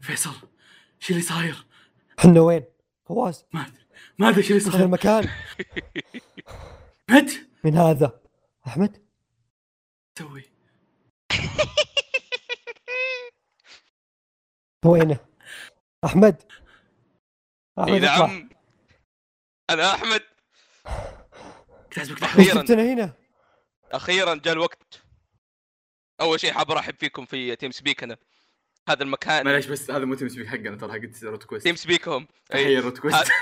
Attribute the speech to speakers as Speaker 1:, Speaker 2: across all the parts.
Speaker 1: فيصل شو اللي صاير؟
Speaker 2: احنا وين؟ فواز
Speaker 1: ما ادري ما ادري شو اللي
Speaker 2: وش
Speaker 1: صاير
Speaker 2: المكان؟
Speaker 1: مت
Speaker 2: من هذا؟ احمد؟
Speaker 1: تسوي؟
Speaker 2: وينه؟ احمد احمد
Speaker 3: اي
Speaker 2: اطلع
Speaker 3: نعم انا احمد
Speaker 1: كتازمك
Speaker 2: وش
Speaker 1: دحوم
Speaker 3: أخيراً.
Speaker 2: جبتنا هنا؟
Speaker 3: اخيرا جاء الوقت اول شيء حاب ارحب فيكم في تيم سبيك انا هذا المكان
Speaker 1: معليش بس هذا مو تيم سبيك حقنا ترى حق روت كويست
Speaker 3: تيم سبيك هم
Speaker 1: تحيه روت كويست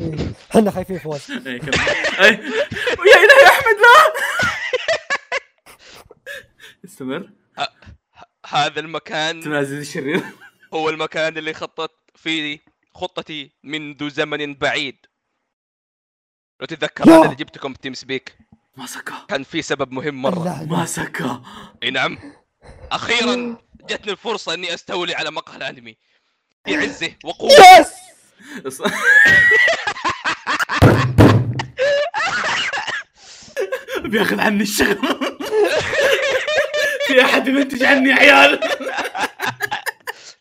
Speaker 2: إيه. احنا خايفين فواز
Speaker 1: إيه، كمل. إيه. يا الهي يا احمد لا استمر
Speaker 3: هذا المكان
Speaker 1: استمر عزيزي الشرير
Speaker 3: هو المكان اللي خططت فيه خطتي منذ زمن بعيد لو تتذكر
Speaker 2: يا.
Speaker 3: هذا اللي جبتكم في تيم سبيك
Speaker 1: مسكه
Speaker 3: كان في سبب مهم مره
Speaker 2: اللعنة.
Speaker 1: مسكه
Speaker 3: اي نعم اخيرا جتني الفرصه اني استولي على مقهى الانمي في عزه وقوه
Speaker 2: يس
Speaker 1: بياخذ عني الشغل في احد ينتج عني يا عيال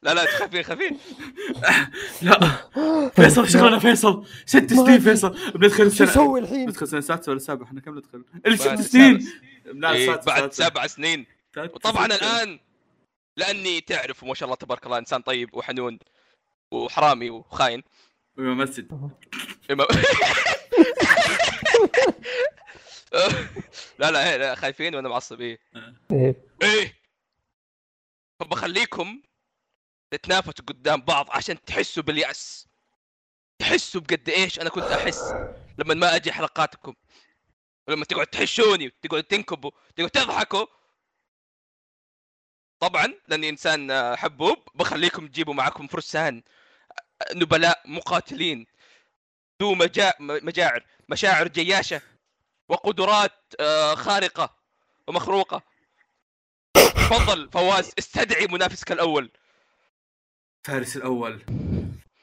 Speaker 3: لا لا خفين خفين
Speaker 1: لا فيصل شغلنا فيصل ست سنين فيصل بندخل
Speaker 2: شو
Speaker 1: السنه
Speaker 2: نسوي الحين؟
Speaker 1: ندخل سنه سادسه ولا سابعه احنا كم ندخل؟ اللي
Speaker 3: بعد
Speaker 1: ست سنين لا
Speaker 3: إيه،
Speaker 1: السادسة،
Speaker 3: بعد
Speaker 1: السادسة.
Speaker 3: سبع سنين
Speaker 1: السادسة.
Speaker 3: وطبعا الان لاني تعرف ما شاء الله تبارك الله انسان طيب وحنون وحرامي وخاين
Speaker 1: وممثل
Speaker 3: إما- لا لا إيه، لا خايفين وانا معصب ايه
Speaker 2: إيه.
Speaker 3: ايه فبخليكم تتنافسوا قدام بعض عشان تحسوا باليأس تحسوا بقد ايش انا كنت احس لما ما اجي حلقاتكم ولما تقعد تحشوني تقعد تنكبوا تقعد تضحكوا طبعا لاني انسان آه، حبوب بخليكم تجيبوا معكم فرسان آه، نبلاء مقاتلين ذو مجا... م- مجاعر مشاعر جياشه وقدرات آه، خارقه ومخروقه تفضل فواز استدعي منافسك الاول
Speaker 1: فارس الاول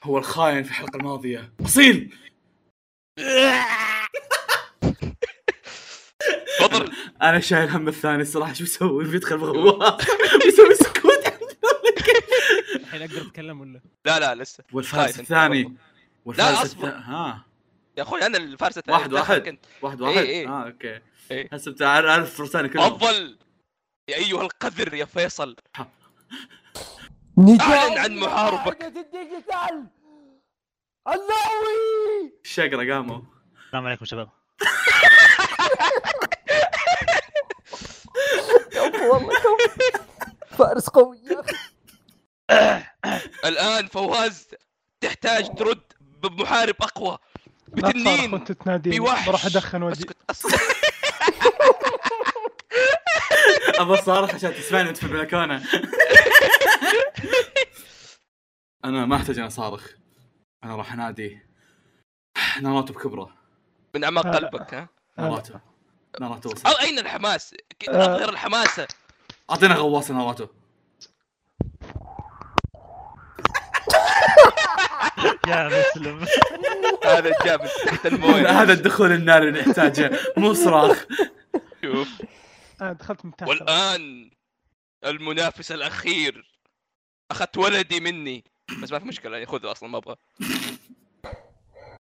Speaker 1: هو الخاين في الحلقه الماضيه اصيل
Speaker 3: تفضل
Speaker 1: انا شايل هم الثاني الصراحه شو بسوي بيدخل بغوار بيسوي سكوت
Speaker 4: الحين اقدر اتكلم ولا
Speaker 3: لا لا لسه
Speaker 1: والفارس
Speaker 3: خايف أنت.
Speaker 1: الثاني
Speaker 3: لا،
Speaker 1: والفارس
Speaker 3: أصبر.
Speaker 1: الثاني ها
Speaker 3: يا اخوي انا الفارس الثاني
Speaker 1: واحد
Speaker 3: بتاعك
Speaker 1: واحد.
Speaker 3: أنت.
Speaker 1: واحد واحد
Speaker 3: إيه.
Speaker 1: اه اوكي
Speaker 3: إيه.
Speaker 1: حسب تعال عارف الفرسان كلهم
Speaker 3: تفضل يا ايها القذر يا فيصل
Speaker 2: نجاح
Speaker 3: أعلن عن محاربك.
Speaker 2: الديجيتال اللاوي
Speaker 1: الشقره قاموا
Speaker 5: السلام عليكم شباب
Speaker 2: كفو والله كفو فارس قوي يا اخي
Speaker 3: الان فواز تحتاج ترد بمحارب اقوى
Speaker 6: لا تصارخ
Speaker 3: بتنين
Speaker 6: وانت تناديني
Speaker 3: بوحش.
Speaker 6: راح ادخن وجهي
Speaker 3: اسكت أص-
Speaker 1: ابى اصارخ عشان تسمعني وانت في البلكونه انا ما احتاج اني اصارخ انا راح انادي ناروتو بكبره
Speaker 3: من اعماق قلبك ها
Speaker 1: ناروتو ناروتو وصل.
Speaker 3: أو اين الحماس ك- اظهر الحماسه
Speaker 1: اعطينا غواصه ناروتو
Speaker 5: يا مسلم
Speaker 3: هذا الجابس تحت المويه
Speaker 1: هذا الدخول الناري اللي نحتاجه مو صراخ
Speaker 3: شوف
Speaker 6: انا دخلت من تحت
Speaker 3: والان المنافس الاخير اخذت ولدي مني بس ما في مشكله يعني خذه اصلا ما ابغى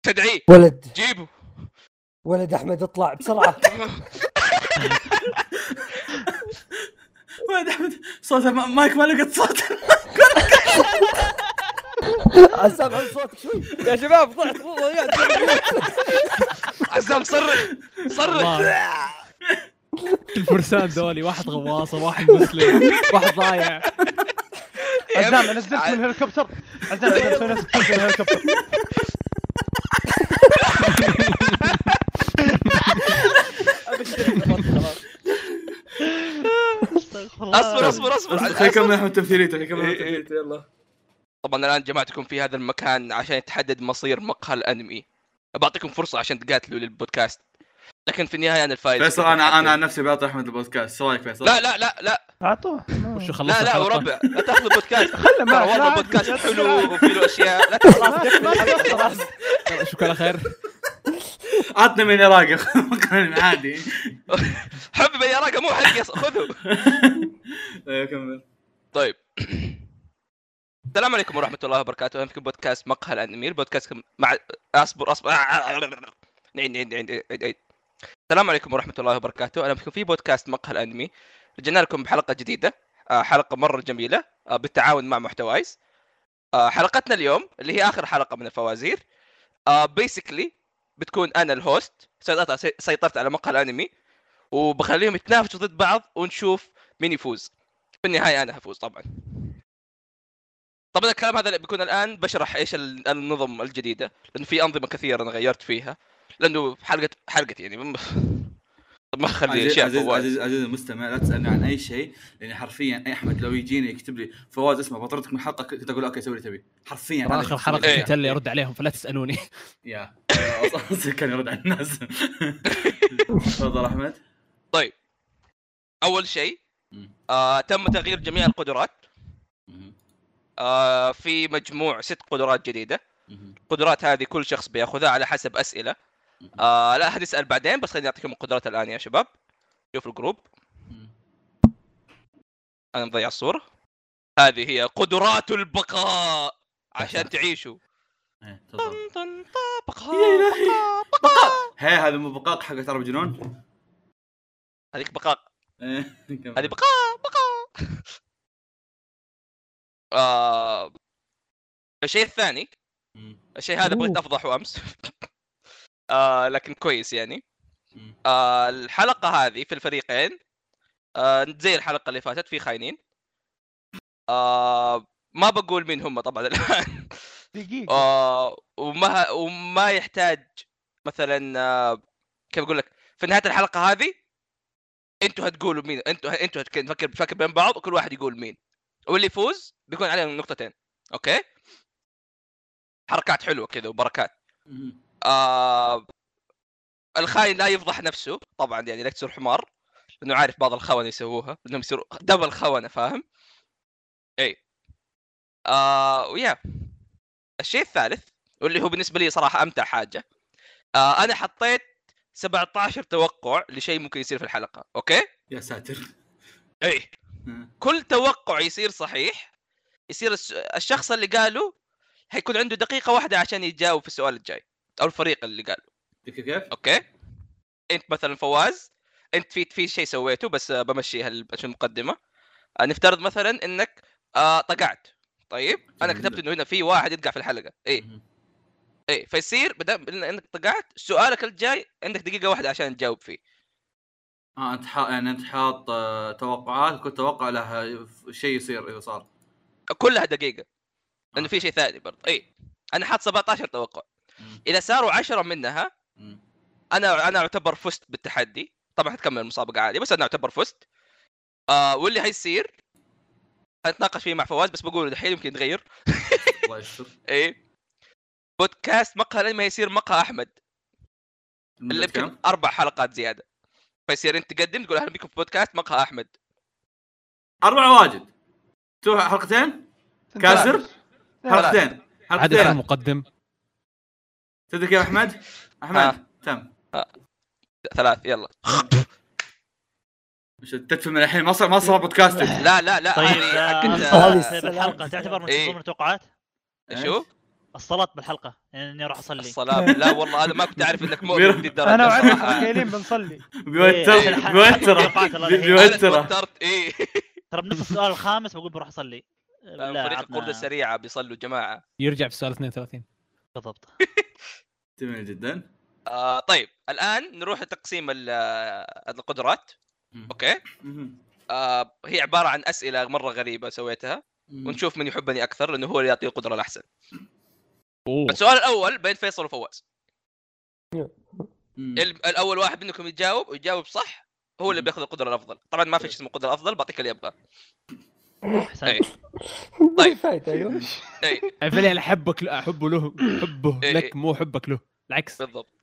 Speaker 3: تدعيه
Speaker 2: ولد
Speaker 3: جيبه
Speaker 2: ولد احمد اطلع بسرعه
Speaker 1: ولد احمد صوته ما- مايك ما لقط صوته
Speaker 2: اسمع صوتك شوي
Speaker 7: يا شباب ضعت ضعت
Speaker 3: عزام صرخ صرخ
Speaker 4: الفرسان ذولي واحد غواصه واحد مسلم واحد ضايع
Speaker 6: عزام نزلت من الهليكوبتر عزام نزلت من الهليكوبتر
Speaker 5: استغفر الله
Speaker 3: اصبر اصبر اصبر
Speaker 1: اصبر
Speaker 3: أصبر.
Speaker 1: خليك من احمد تمثيليته خليك من
Speaker 3: إيه، إيه.
Speaker 1: تمثيليته يلا
Speaker 3: طبعا الان جمعتكم في هذا المكان عشان يتحدد مصير مقهى الانمي بعطيكم فرصه عشان تقاتلوا للبودكاست لكن في النهايه انا الفايز
Speaker 1: فيصل انا انا عن نفسي بعطي احمد البودكاست ايش رايك فيصل؟
Speaker 3: لا لا لا لا
Speaker 6: اعطوه ما-
Speaker 4: وشو خلصت
Speaker 3: لا لا
Speaker 4: الحلقة؟
Speaker 3: وربع لا تاخذوا بودكاست
Speaker 6: خله
Speaker 3: ترى
Speaker 6: معك، لا
Speaker 3: والله
Speaker 6: عادي،
Speaker 3: بودكاست
Speaker 6: لا تسمع.
Speaker 3: حلو وفي اشياء لا تخلص
Speaker 4: خلاص يلا، شكرا على خير
Speaker 1: عطنا من العراق عادي
Speaker 3: حبيبي يا راجل مو حقي خذوا
Speaker 1: إيه، كمل
Speaker 3: طيب السلام عليكم ورحمة الله وبركاته، أهلا بكم بودكاست مقهى الأنمير، بودكاست مع أصبر أصبر عيد عيد عيد عيد عيد السلام عليكم ورحمة الله وبركاته، أهلا بكم في بودكاست مقهى الأنمي، رجعنا لكم بحلقة جديدة، آه، حلقة مرة جميلة آه، بالتعاون مع محتوايز. آه، حلقتنا اليوم اللي هي آخر حلقة من الفوازير، بيسكلي بتكون أنا الهوست، سيطرت سيطرت على مقهى الأنمي، وبخليهم يتنافسوا ضد بعض ونشوف مين يفوز. في النهاية أنا هفوز طبعا. طبعا الكلام هذا بيكون الان بشرح ايش ال- النظم الجديده لانه في انظمه كثيره انا غيرت فيها لانه حلقه حلقتي يعني ما- ما اخلي
Speaker 1: عزيز
Speaker 3: اشياء
Speaker 1: عزيز,
Speaker 3: فواز
Speaker 1: عزيز, عزيز المستمع لا تسالني عن اي شيء لاني حرفيا اي احمد لو يجيني يكتب لي فواز اسمه بطردك من الحلقه كنت اقول اوكي سوي اللي تبي حرفيا هذا
Speaker 4: اخر
Speaker 1: كنت
Speaker 4: حلقه
Speaker 1: أسوي.
Speaker 3: إيه.
Speaker 4: كنت اللي ارد عليهم فلا تسالوني
Speaker 1: يا أصلاً كان يرد على الناس تفضل احمد
Speaker 3: اول شيء
Speaker 1: مم.
Speaker 3: آه تم تغيير جميع القدرات
Speaker 1: مهم.
Speaker 3: آه في مجموع ست قدرات جديده
Speaker 1: مهم.
Speaker 3: القدرات هذه كل شخص بياخذها على حسب اسئله آه لا احد يسال بعدين بس خليني اعطيكم القدرات الان يا شباب شوف الجروب
Speaker 1: مهم.
Speaker 3: انا مضيع الصوره هذه هي قدرات البقاء عشان تعيشوا
Speaker 1: إيه، تفضل
Speaker 3: طن طا بقاء
Speaker 1: يا إلهي.
Speaker 3: بقاء
Speaker 1: بقاء هي هذا مو بقاق حق ترى بجنون
Speaker 3: هذيك بقاء
Speaker 1: إيه،
Speaker 3: هذه بقاء بقاء آه... الشيء الثاني
Speaker 1: مم.
Speaker 3: الشيء هذا بغيت افضحه امس آه لكن كويس يعني
Speaker 1: مم.
Speaker 3: آه الحلقه هذه في الفريقين آه زي الحلقه اللي فاتت في خاينين آه ما بقول مين هم طبعا الان
Speaker 6: دقيقة
Speaker 3: آه وما وما يحتاج مثلا آه، كيف اقول لك في نهايه الحلقه هذه انتوا هتقولوا مين انتوا انتوا هتك- نفكر نفكر بين بعض وكل واحد يقول مين واللي يفوز بيكون عليه نقطتين اوكي حركات حلوه كذا وبركات
Speaker 1: مهم.
Speaker 3: آه الخاين لا يفضح نفسه طبعا يعني لا تصير حمار لانه عارف بعض الخونه يسووها انهم يصيروا دبل خونه فاهم؟ اي آه ويا الشيء الثالث واللي هو بالنسبه لي صراحه امتع حاجه آه انا حطيت 17 توقع لشيء ممكن يصير في الحلقه اوكي؟
Speaker 1: يا ساتر
Speaker 3: اي
Speaker 1: إيه.
Speaker 3: كل توقع يصير صحيح يصير الس- الشخص اللي قاله حيكون عنده دقيقه واحده عشان يجاوب في السؤال الجاي او الفريق اللي قال
Speaker 1: كيف كيف كيف؟
Speaker 3: اوكي انت مثلا فواز انت في في شيء سويته بس آه، بمشيها ال- عشان المقدمه آه، نفترض مثلا انك آه طقعت طيب انا
Speaker 1: جميل.
Speaker 3: كتبت انه هنا في واحد يطقع في الحلقه اي
Speaker 1: مهم.
Speaker 3: اي فيصير بدل انك طقعت سؤالك الجاي عندك دقيقه واحده عشان تجاوب فيه
Speaker 1: اه انت حا... يعني انت حاط آه، توقعات كل توقع له شيء يصير اذا صار
Speaker 3: كلها دقيقه لانه في شيء ثاني برضه اي انا حاط 17 توقع
Speaker 1: مم.
Speaker 3: اذا صاروا 10 منها
Speaker 1: مم.
Speaker 3: انا انا اعتبر فزت بالتحدي طبعا حتكمل المسابقه عادي بس انا اعتبر فزت آه واللي حيصير حنتناقش فيه مع فواز بس بقوله دحين يمكن يتغير
Speaker 1: الله يستر
Speaker 3: ايه بودكاست مقهى الانمي يصير مقهى احمد اللي
Speaker 1: المدة كم؟
Speaker 3: يمكن اربع حلقات زياده فيصير انت تقدم تقول اهلا بكم في بودكاست مقهى احمد
Speaker 1: اربع واجد تو حلقتين كاسر حلقتين
Speaker 4: عدد كم
Speaker 1: حلقتين
Speaker 4: مقدم
Speaker 1: تدري كيف احمد؟
Speaker 3: آه.
Speaker 1: احمد تم
Speaker 3: ثلاث يلا
Speaker 1: مش تدفي من الحين ما صار ما صار بودكاستك
Speaker 3: لا لا لا
Speaker 5: طيب
Speaker 3: هذه
Speaker 5: آه،
Speaker 3: حقت-
Speaker 2: هذه
Speaker 5: الصلاة
Speaker 2: السلام.
Speaker 5: بالحلقة تعتبر من
Speaker 3: إيه.
Speaker 5: ضمن التوقعات؟
Speaker 3: شو
Speaker 5: الصلاة بالحلقة يعني اني اروح اصلي
Speaker 3: الصلاة لا والله انا ما كنت اعرف انك مؤمن للدرجة
Speaker 6: انا وعندك
Speaker 3: صراحة.
Speaker 6: متخيلين بنصلي
Speaker 5: إيه،
Speaker 1: بيوتر
Speaker 5: الحلقة-
Speaker 1: بيوتر
Speaker 5: التوقعات هذه هي.
Speaker 1: بيوتر.
Speaker 3: انا توترت اي
Speaker 5: ترى بنفس السؤال الخامس بقول بروح اصلي
Speaker 3: آه،
Speaker 5: لا،
Speaker 3: فريق
Speaker 5: عطنا-
Speaker 3: القرد السريعة بيصلوا جماعة
Speaker 4: يرجع في السؤال 32
Speaker 5: بالضبط
Speaker 1: جميل جدا
Speaker 3: آه طيب الان نروح لتقسيم ال- آه، القدرات
Speaker 1: مم.
Speaker 3: اوكي
Speaker 1: مهم.
Speaker 3: آه هي عبارة عن اسئلة مرة غريبة سويتها
Speaker 1: مم.
Speaker 3: ونشوف من يحبني اكثر لانه هو اللي يعطيه القدرة الاحسن
Speaker 4: اوه
Speaker 3: السؤال الاول بين فيصل وفواز
Speaker 1: مم.
Speaker 3: ال- الاول واحد منكم يتجاوب ويجاوب صح هو اللي
Speaker 1: مم.
Speaker 3: بياخذ القدرة الافضل طبعا ما في شيء اسمه القدرة الافضل بعطيك اللي يبغاه إيه.
Speaker 5: احسنت
Speaker 2: طيب فايدة ايوه
Speaker 3: اي
Speaker 4: عرف لي انا حبك له حبه له حبه
Speaker 3: إيه،
Speaker 4: لك
Speaker 3: إيه.
Speaker 4: مو حبك له العكس
Speaker 3: بالضبط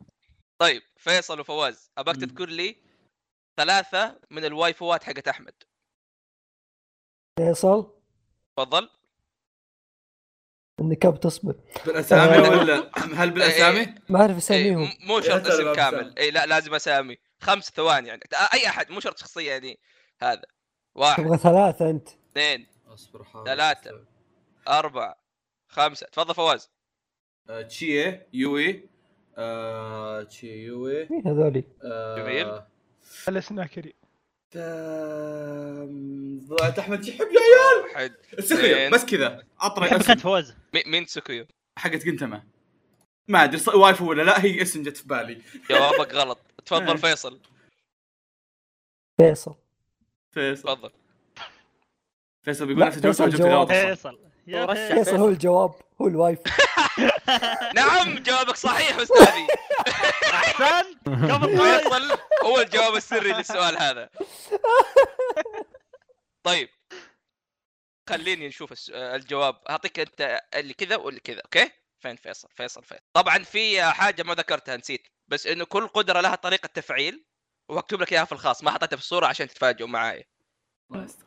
Speaker 3: طيب فيصل وفواز اباك
Speaker 1: مم.
Speaker 3: تذكر لي ثلاثة من الواي فوات حقت احمد
Speaker 2: فيصل
Speaker 3: تفضل
Speaker 2: انك بتصبر
Speaker 1: بالاسامي
Speaker 2: آه.
Speaker 1: ولا هل بالاسامي؟
Speaker 2: ما اعرف
Speaker 3: إيه،
Speaker 2: اساميهم
Speaker 3: م- مو شرط
Speaker 1: يا سلام،
Speaker 3: اسم كامل
Speaker 1: سلام.
Speaker 3: اي لا لازم اسامي خمس ثواني يعني اي احد مو شرط شخصيه يعني هذا واحد
Speaker 2: تبغى ثلاثة انت
Speaker 3: اثنين
Speaker 1: اصبر حاضر
Speaker 3: ثلاثة. أربعة خمسة تفضل فواز
Speaker 1: آه، تشيه يوي إيه. آه، تشيه يوي
Speaker 2: مين هذولي؟
Speaker 1: آه،
Speaker 3: جميل.
Speaker 6: الاسناكري
Speaker 1: تام، ضاعت احمد آه، يحب يا عيال
Speaker 3: واحد
Speaker 1: سخيو
Speaker 3: زين.
Speaker 1: بس كذا اطرق
Speaker 5: يحب
Speaker 1: اسم
Speaker 5: كانت فوز
Speaker 3: مي- مين سكيو
Speaker 1: حقت قنتمه ما ادري ص- وايفو ولا لا هي اسم جت في بالي
Speaker 3: جوابك غلط
Speaker 1: آه.
Speaker 3: تفضل فيصل
Speaker 2: فيصل
Speaker 1: فيصل
Speaker 3: تفضل
Speaker 1: فيصل بيقول
Speaker 2: لا،
Speaker 1: نفس الجواب سوى جواب
Speaker 2: فيصل جواب.
Speaker 1: غلط.
Speaker 5: فيصل إيه، يا
Speaker 7: ورشح.
Speaker 5: فيصل.
Speaker 2: فيصل هو الجواب هو الوايف
Speaker 3: نعم جوابك صحيح استاذي
Speaker 5: احسن قبل طويل.
Speaker 3: فيصل هو الجواب السري للسؤال هذا طيب خليني نشوف الس- آه، الجواب اعطيك انت اللي كذا واللي كذا اوكي فين فيصل فيصل فيصل طبعا في حاجه ما ذكرتها نسيت بس انه كل قدره لها طريقه تفعيل وهكتب لك اياها في الخاص ما حطيتها في الصوره عشان تتفاجئوا معاي
Speaker 1: الله يستر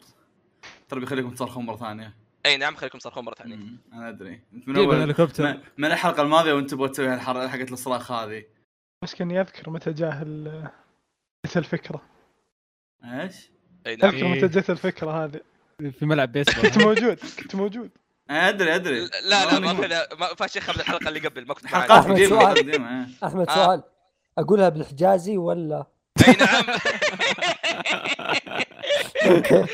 Speaker 1: ترى بيخليكم تصرخون مره ثانيه
Speaker 3: اي نعم خليكم تصرخون مره ثانيه
Speaker 1: مم، انا ادري انت من
Speaker 4: جيب
Speaker 1: اول
Speaker 4: الهليكوبتر
Speaker 1: من- من الحلقه الماضيه وانت تبغى تسوي هالحر- حقت الصراخ هذه
Speaker 6: بس كاني اذكر متى جاه ال- جت الفكره
Speaker 1: ايش؟
Speaker 3: اي نعم
Speaker 6: اذكر متى جت الفكره هذه
Speaker 4: في ملعب بيسبول
Speaker 6: كنت موجود كنت موجود
Speaker 1: أنا ادري ادري
Speaker 3: لا لا ما
Speaker 1: أنا-
Speaker 3: اخذها ما فاشخها من الحلقه اللي قبل ما كنت معاك
Speaker 1: حلقات
Speaker 2: أحمد
Speaker 1: قديمه
Speaker 2: سؤال.
Speaker 1: قديمه إيه.
Speaker 2: احمد
Speaker 3: آه.
Speaker 2: سؤال اقولها بالحجازي ولا
Speaker 3: اي نعم
Speaker 2: اوكي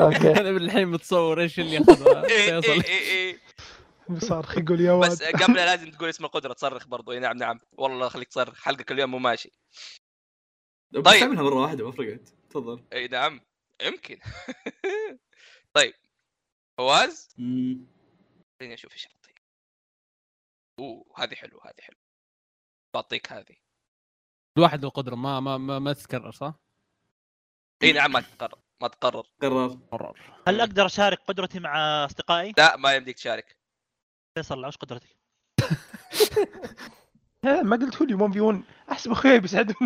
Speaker 2: اوكي
Speaker 4: انا من الحين متصور ايش اللي اخذها
Speaker 3: إي- إي-
Speaker 4: فيصل
Speaker 3: إي- إي.
Speaker 6: بصرخ يقول يا
Speaker 3: بس
Speaker 6: واد
Speaker 3: قبل لازم تقول اسم القدره تصرخ برضو إي نعم نعم والله خليك تصرخ حلقك اليوم مو ماشي
Speaker 1: طيب
Speaker 3: طيب.
Speaker 1: تعملها مره واحده ما فرقت تفضل
Speaker 3: اي نعم يمكن طيب فواز
Speaker 1: مم.
Speaker 3: خليني اشوف ايش اعطيك اوه هذه حلوه هذه حلوه بعطيك هذه
Speaker 4: الواحد له قدره ما ما ما, ما تتكرر صح؟
Speaker 3: اي نعم ما تقرر ما تقرر
Speaker 1: قرر
Speaker 4: قرر
Speaker 5: هل اقدر اشارك قدرتي مع اصدقائي؟
Speaker 3: لا ما يمديك تشارك
Speaker 5: فيصل وش قدرتك؟
Speaker 6: إيه، ما قلت لي 1 في 1 احسب اخوي بيساعدوني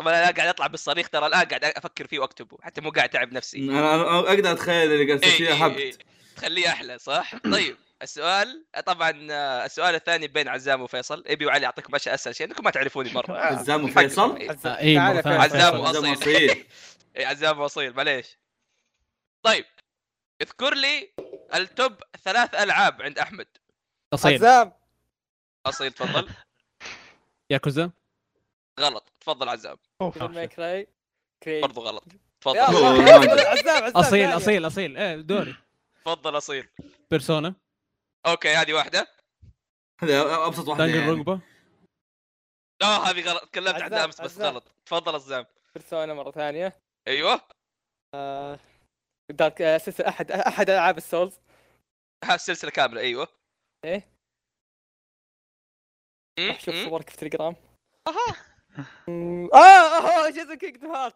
Speaker 3: طبعا انا قاعد اطلع بالصريخ ترى الان قاعد افكر فيه واكتبه حتى مو قاعد اتعب نفسي
Speaker 1: انا أنا اقدر اتخيل اللي قاعد تصير فيها
Speaker 3: إيه إيه
Speaker 1: حبت
Speaker 3: إيه. تخليه احلى صح؟ طيب السؤال طبعا آه، السؤال الثاني بين عزام وفيصل ابي وعلي اعطيكم اشياء اسهل شيء انكم ما تعرفوني مره آه،
Speaker 1: عزام
Speaker 3: حقكم.
Speaker 1: وفيصل؟
Speaker 3: إيه،
Speaker 7: عزام.
Speaker 4: إيه، مرة
Speaker 7: تعال
Speaker 4: ثانية.
Speaker 7: يا
Speaker 3: عزام
Speaker 7: فيصل.
Speaker 1: عزام
Speaker 3: واصيل
Speaker 1: وأصيل.
Speaker 3: إيه، عزام واصيل معليش طيب اذكر لي التوب ثلاث العاب عند احمد
Speaker 4: اصيل
Speaker 7: عزام
Speaker 3: اصيل تفضل
Speaker 4: ياكوزا
Speaker 3: غلط تفضل عزام
Speaker 6: أوف.
Speaker 7: ديفل ماي كراي كري
Speaker 3: برضو غلط
Speaker 7: يا
Speaker 3: تفضل
Speaker 1: الله.
Speaker 7: الله
Speaker 1: والله ما أدري.
Speaker 7: عزام عزام
Speaker 4: اصيل
Speaker 7: ثانية.
Speaker 4: اصيل اصيل ايه دوري
Speaker 3: تفضل اصيل
Speaker 4: بيرسونا
Speaker 3: آه، اوكي هذه واحده
Speaker 1: هذا ابسط واحده
Speaker 3: إيه.
Speaker 4: دانجل
Speaker 1: يعني.
Speaker 4: رونجبا
Speaker 3: لا آه، هذه غلط تكلمت عن
Speaker 7: عزام،
Speaker 3: امس بس
Speaker 7: عزام.
Speaker 3: غلط تفضل عزام
Speaker 7: بيرسونا مره ثانيه
Speaker 3: ايوه
Speaker 7: آه، دارك آه، سلسله احد احد العاب السولز
Speaker 3: ها السلسله كامله ايوه
Speaker 7: إيه.
Speaker 3: م-
Speaker 7: راح اشوف
Speaker 3: م.
Speaker 7: صورك في تليجرام مم، اه اه جزء كينجدم هارت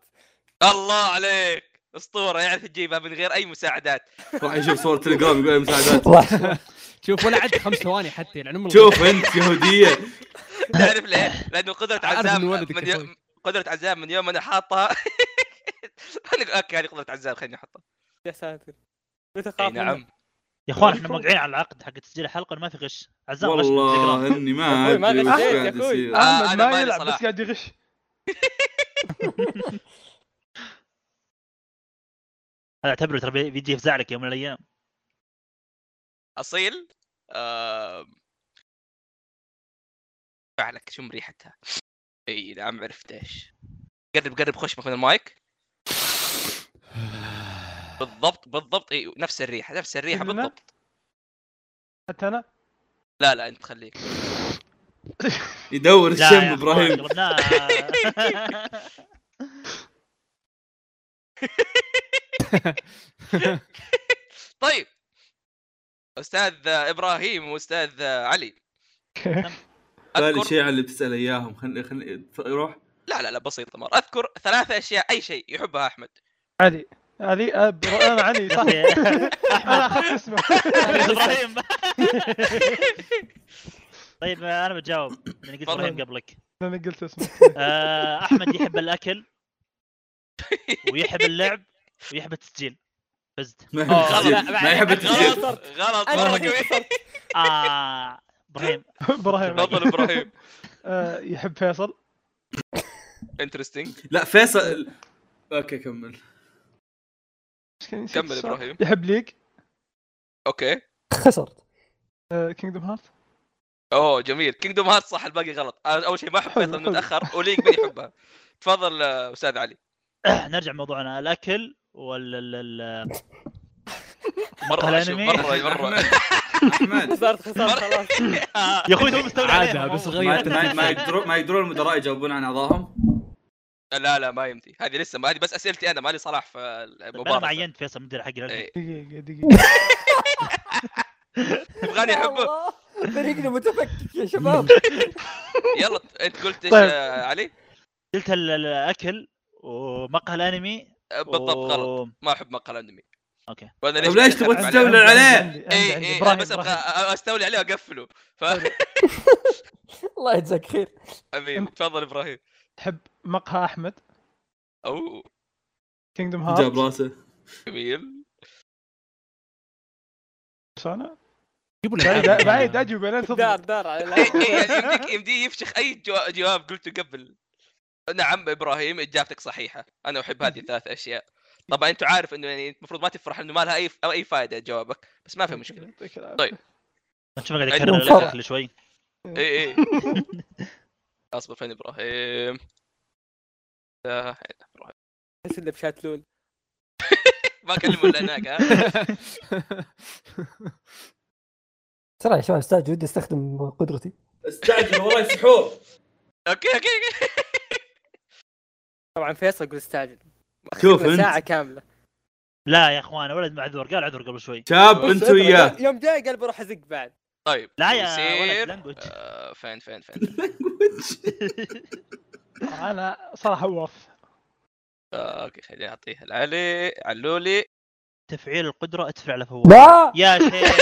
Speaker 3: الله عليك اسطوره يعرف يجيبها من غير اي مساعدات
Speaker 1: راح يشوف صور تليجرام يقول لي مساعدات
Speaker 2: واحد.
Speaker 4: شوف ولا عد خمس ثواني حتى يعني عمره
Speaker 1: شوف انت يهوديه
Speaker 3: تعرف ليه؟ لانه قدره
Speaker 4: أعرف
Speaker 3: عزام
Speaker 4: إنه ولدك
Speaker 3: من
Speaker 4: يا
Speaker 3: يوم قدره عزام من يوم انا حاطها انا اوكي هذه قدره عزام خليني احطها
Speaker 7: يا ساتر متى
Speaker 3: اي
Speaker 7: خاف منه؟
Speaker 3: نعم
Speaker 5: يا اخوان احنا موقعين على العقد حق تسجيل الحلقه ما في غش عزام غش بالتليجرام.
Speaker 1: والله اني ما
Speaker 7: أخوي، ما
Speaker 1: ادري وش
Speaker 7: غشيت يا
Speaker 1: قاعد
Speaker 7: أخوي.
Speaker 1: يصير
Speaker 3: آه، أنا
Speaker 6: احمد ما
Speaker 3: مالي
Speaker 6: يلعب
Speaker 3: صلاح.
Speaker 6: بس قاعد يغش
Speaker 5: هذا اعتبره ترى بي- بيجي يفزع لك يوم من الايام
Speaker 3: اصيل آم، فعلك شم ريحتها اي نعم عرفت ايش قرب قرب خشمك من المايك بالضبط بالضبط اي نفس الريحه نفس الريحه
Speaker 6: كلنا؟
Speaker 3: بالضبط
Speaker 6: حتى انا
Speaker 3: لا لا انت خليك
Speaker 1: يدور
Speaker 5: لا يا
Speaker 1: الشم
Speaker 5: أخوان،
Speaker 1: ابراهيم
Speaker 5: قلبناها.
Speaker 3: طيب استاذ ابراهيم واستاذ علي
Speaker 6: أوكي.
Speaker 1: بالي
Speaker 3: أذكر-
Speaker 1: شيء على اللي بتسال اياهم خلني خلني روح
Speaker 3: لا لا لا بسيطة مرة أذكر ثلاثة أشياء أي شيء يحبها أحمد
Speaker 6: علي علي أب... انا علي
Speaker 5: يا
Speaker 6: صح
Speaker 5: أخي،
Speaker 6: انا اخذت اسمه
Speaker 5: ابراهيم طيب انا بجاوب لاني قلت
Speaker 3: تفضل.
Speaker 5: ابراهيم قبلك
Speaker 6: انا قلت اسمه
Speaker 5: آه، احمد يحب الاكل ويحب اللعب ويحب التسجيل فزت
Speaker 1: ما يحب
Speaker 7: آه،
Speaker 1: التسجيل.
Speaker 7: لا، بعد-
Speaker 1: ما يحب
Speaker 7: بعد-
Speaker 1: التسجيل
Speaker 3: غلط غلط
Speaker 7: أنا
Speaker 3: مرة
Speaker 7: هنا
Speaker 3: كبير
Speaker 5: آه، ابراهيم
Speaker 6: ابراهيم
Speaker 3: تفضل إبراهيم
Speaker 6: آه، يحب فيصل
Speaker 3: انترستنج
Speaker 1: لا فيصل اوكي كمل
Speaker 3: كمل ابراهيم
Speaker 6: يحب ليج
Speaker 3: اوكي
Speaker 2: خسرت
Speaker 6: كينجدوم هارت
Speaker 3: اوه جميل كينجدوم هارت صح الباقي غلط انا اول شيء ما احب
Speaker 6: حلو،
Speaker 3: فيصل
Speaker 6: حلو.
Speaker 3: متاخر وليك ما يحبها تفضل آه، استاذ علي
Speaker 5: نرجع لموضوعنا الاكل وال ال- ال-
Speaker 3: مره أشوف،
Speaker 5: الأنمي.
Speaker 3: مره مره
Speaker 1: احمد
Speaker 7: خسرت خسرت خلاص
Speaker 5: يا اخوي تو مستوعب
Speaker 4: عادة،
Speaker 5: عليها.
Speaker 4: بس
Speaker 7: طيب.
Speaker 1: ما-
Speaker 4: غير-
Speaker 1: ما- ما يقدرون ما يقدرون المدراء يجاوبون عن اعضائهم
Speaker 3: لا لا ما يمدي هذه لسه ما هذه بس اسئلتي انا مالي صلاح في
Speaker 5: طيب انا
Speaker 3: المباراه
Speaker 5: ما عينت فيصل مدير حق الألعاب.
Speaker 3: إيه.
Speaker 6: دقيقه دقيقه
Speaker 3: يبغاني
Speaker 2: يا
Speaker 3: احبه
Speaker 2: الله، فريقنا متفكك يا شباب
Speaker 3: يلا انت قلت ايش
Speaker 6: طيب.
Speaker 3: آه، علي
Speaker 5: قلت ال- ال- الاكل ومقهى الانمي
Speaker 3: آه، بالضبط غلط ما احب مقال انمي
Speaker 5: أوكي.
Speaker 3: وانا
Speaker 1: طيب ليش تبغى
Speaker 3: أتكلم
Speaker 1: تستولي
Speaker 3: عليه؟
Speaker 1: عليه؟
Speaker 3: اي اي أنا إيه، بس ابغى استولي عليه واقفله ف
Speaker 6: طيب.
Speaker 2: الله يجزاك خير
Speaker 3: امين تفضل ابراهيم
Speaker 6: تحب مقهى احمد
Speaker 3: او
Speaker 6: كينجدوم
Speaker 1: جاب
Speaker 6: هارت
Speaker 1: راسه
Speaker 3: جميل
Speaker 6: أنا؟
Speaker 4: جيبوا
Speaker 6: بعيد
Speaker 4: الألعاب.
Speaker 6: بعيد اجوبه لين
Speaker 7: دار
Speaker 6: تضرب
Speaker 7: دار على
Speaker 3: إي-
Speaker 7: الألعاب.
Speaker 3: إي، يعني يمديك يمديه يفشخ اي جو- جواب قلته قبل نعم ابراهيم اجابتك صحيحه انا احب هذه الثلاث اشياء طبعا انت عارف انه يعني المفروض ما تفرح انه ما لها اي اي فائده جوابك بس ما في مشكله
Speaker 6: يعطيك العافية.
Speaker 3: طيب.
Speaker 5: شوف قاعد
Speaker 3: عندهم
Speaker 5: اكرر
Speaker 2: فرع.
Speaker 5: الاكل شوي
Speaker 3: اي اي اصبر إيه، فين ابراهيم آه،
Speaker 7: ايش اللي بشاتلون
Speaker 3: ما اكلمه الا هناك ها
Speaker 2: ترى يا شباب استاذ ودي استخدم قدرتي
Speaker 1: استعجل وراي سحور
Speaker 3: اوكي اوكي اوكي
Speaker 7: طبعا فيصل يقول استعجل
Speaker 1: شوف
Speaker 7: ساعة
Speaker 1: انت
Speaker 7: كاملة
Speaker 5: لا يا اخوان ولد معذور قال عذر قبل شوي
Speaker 1: شاب
Speaker 7: بص،
Speaker 1: انت
Speaker 7: اضرب.
Speaker 1: وياه
Speaker 7: يوم جاي قال بروح ازق بعد
Speaker 3: طيب
Speaker 5: لا يا ولد
Speaker 3: يصير
Speaker 5: لانجوج
Speaker 3: آه، فين فين فين
Speaker 6: انا صراحه واف
Speaker 3: آه، اوكي خليني اعطيها لعلي علولي
Speaker 5: تفعيل القدره اتفعل فوق
Speaker 2: لا
Speaker 5: يا شيخ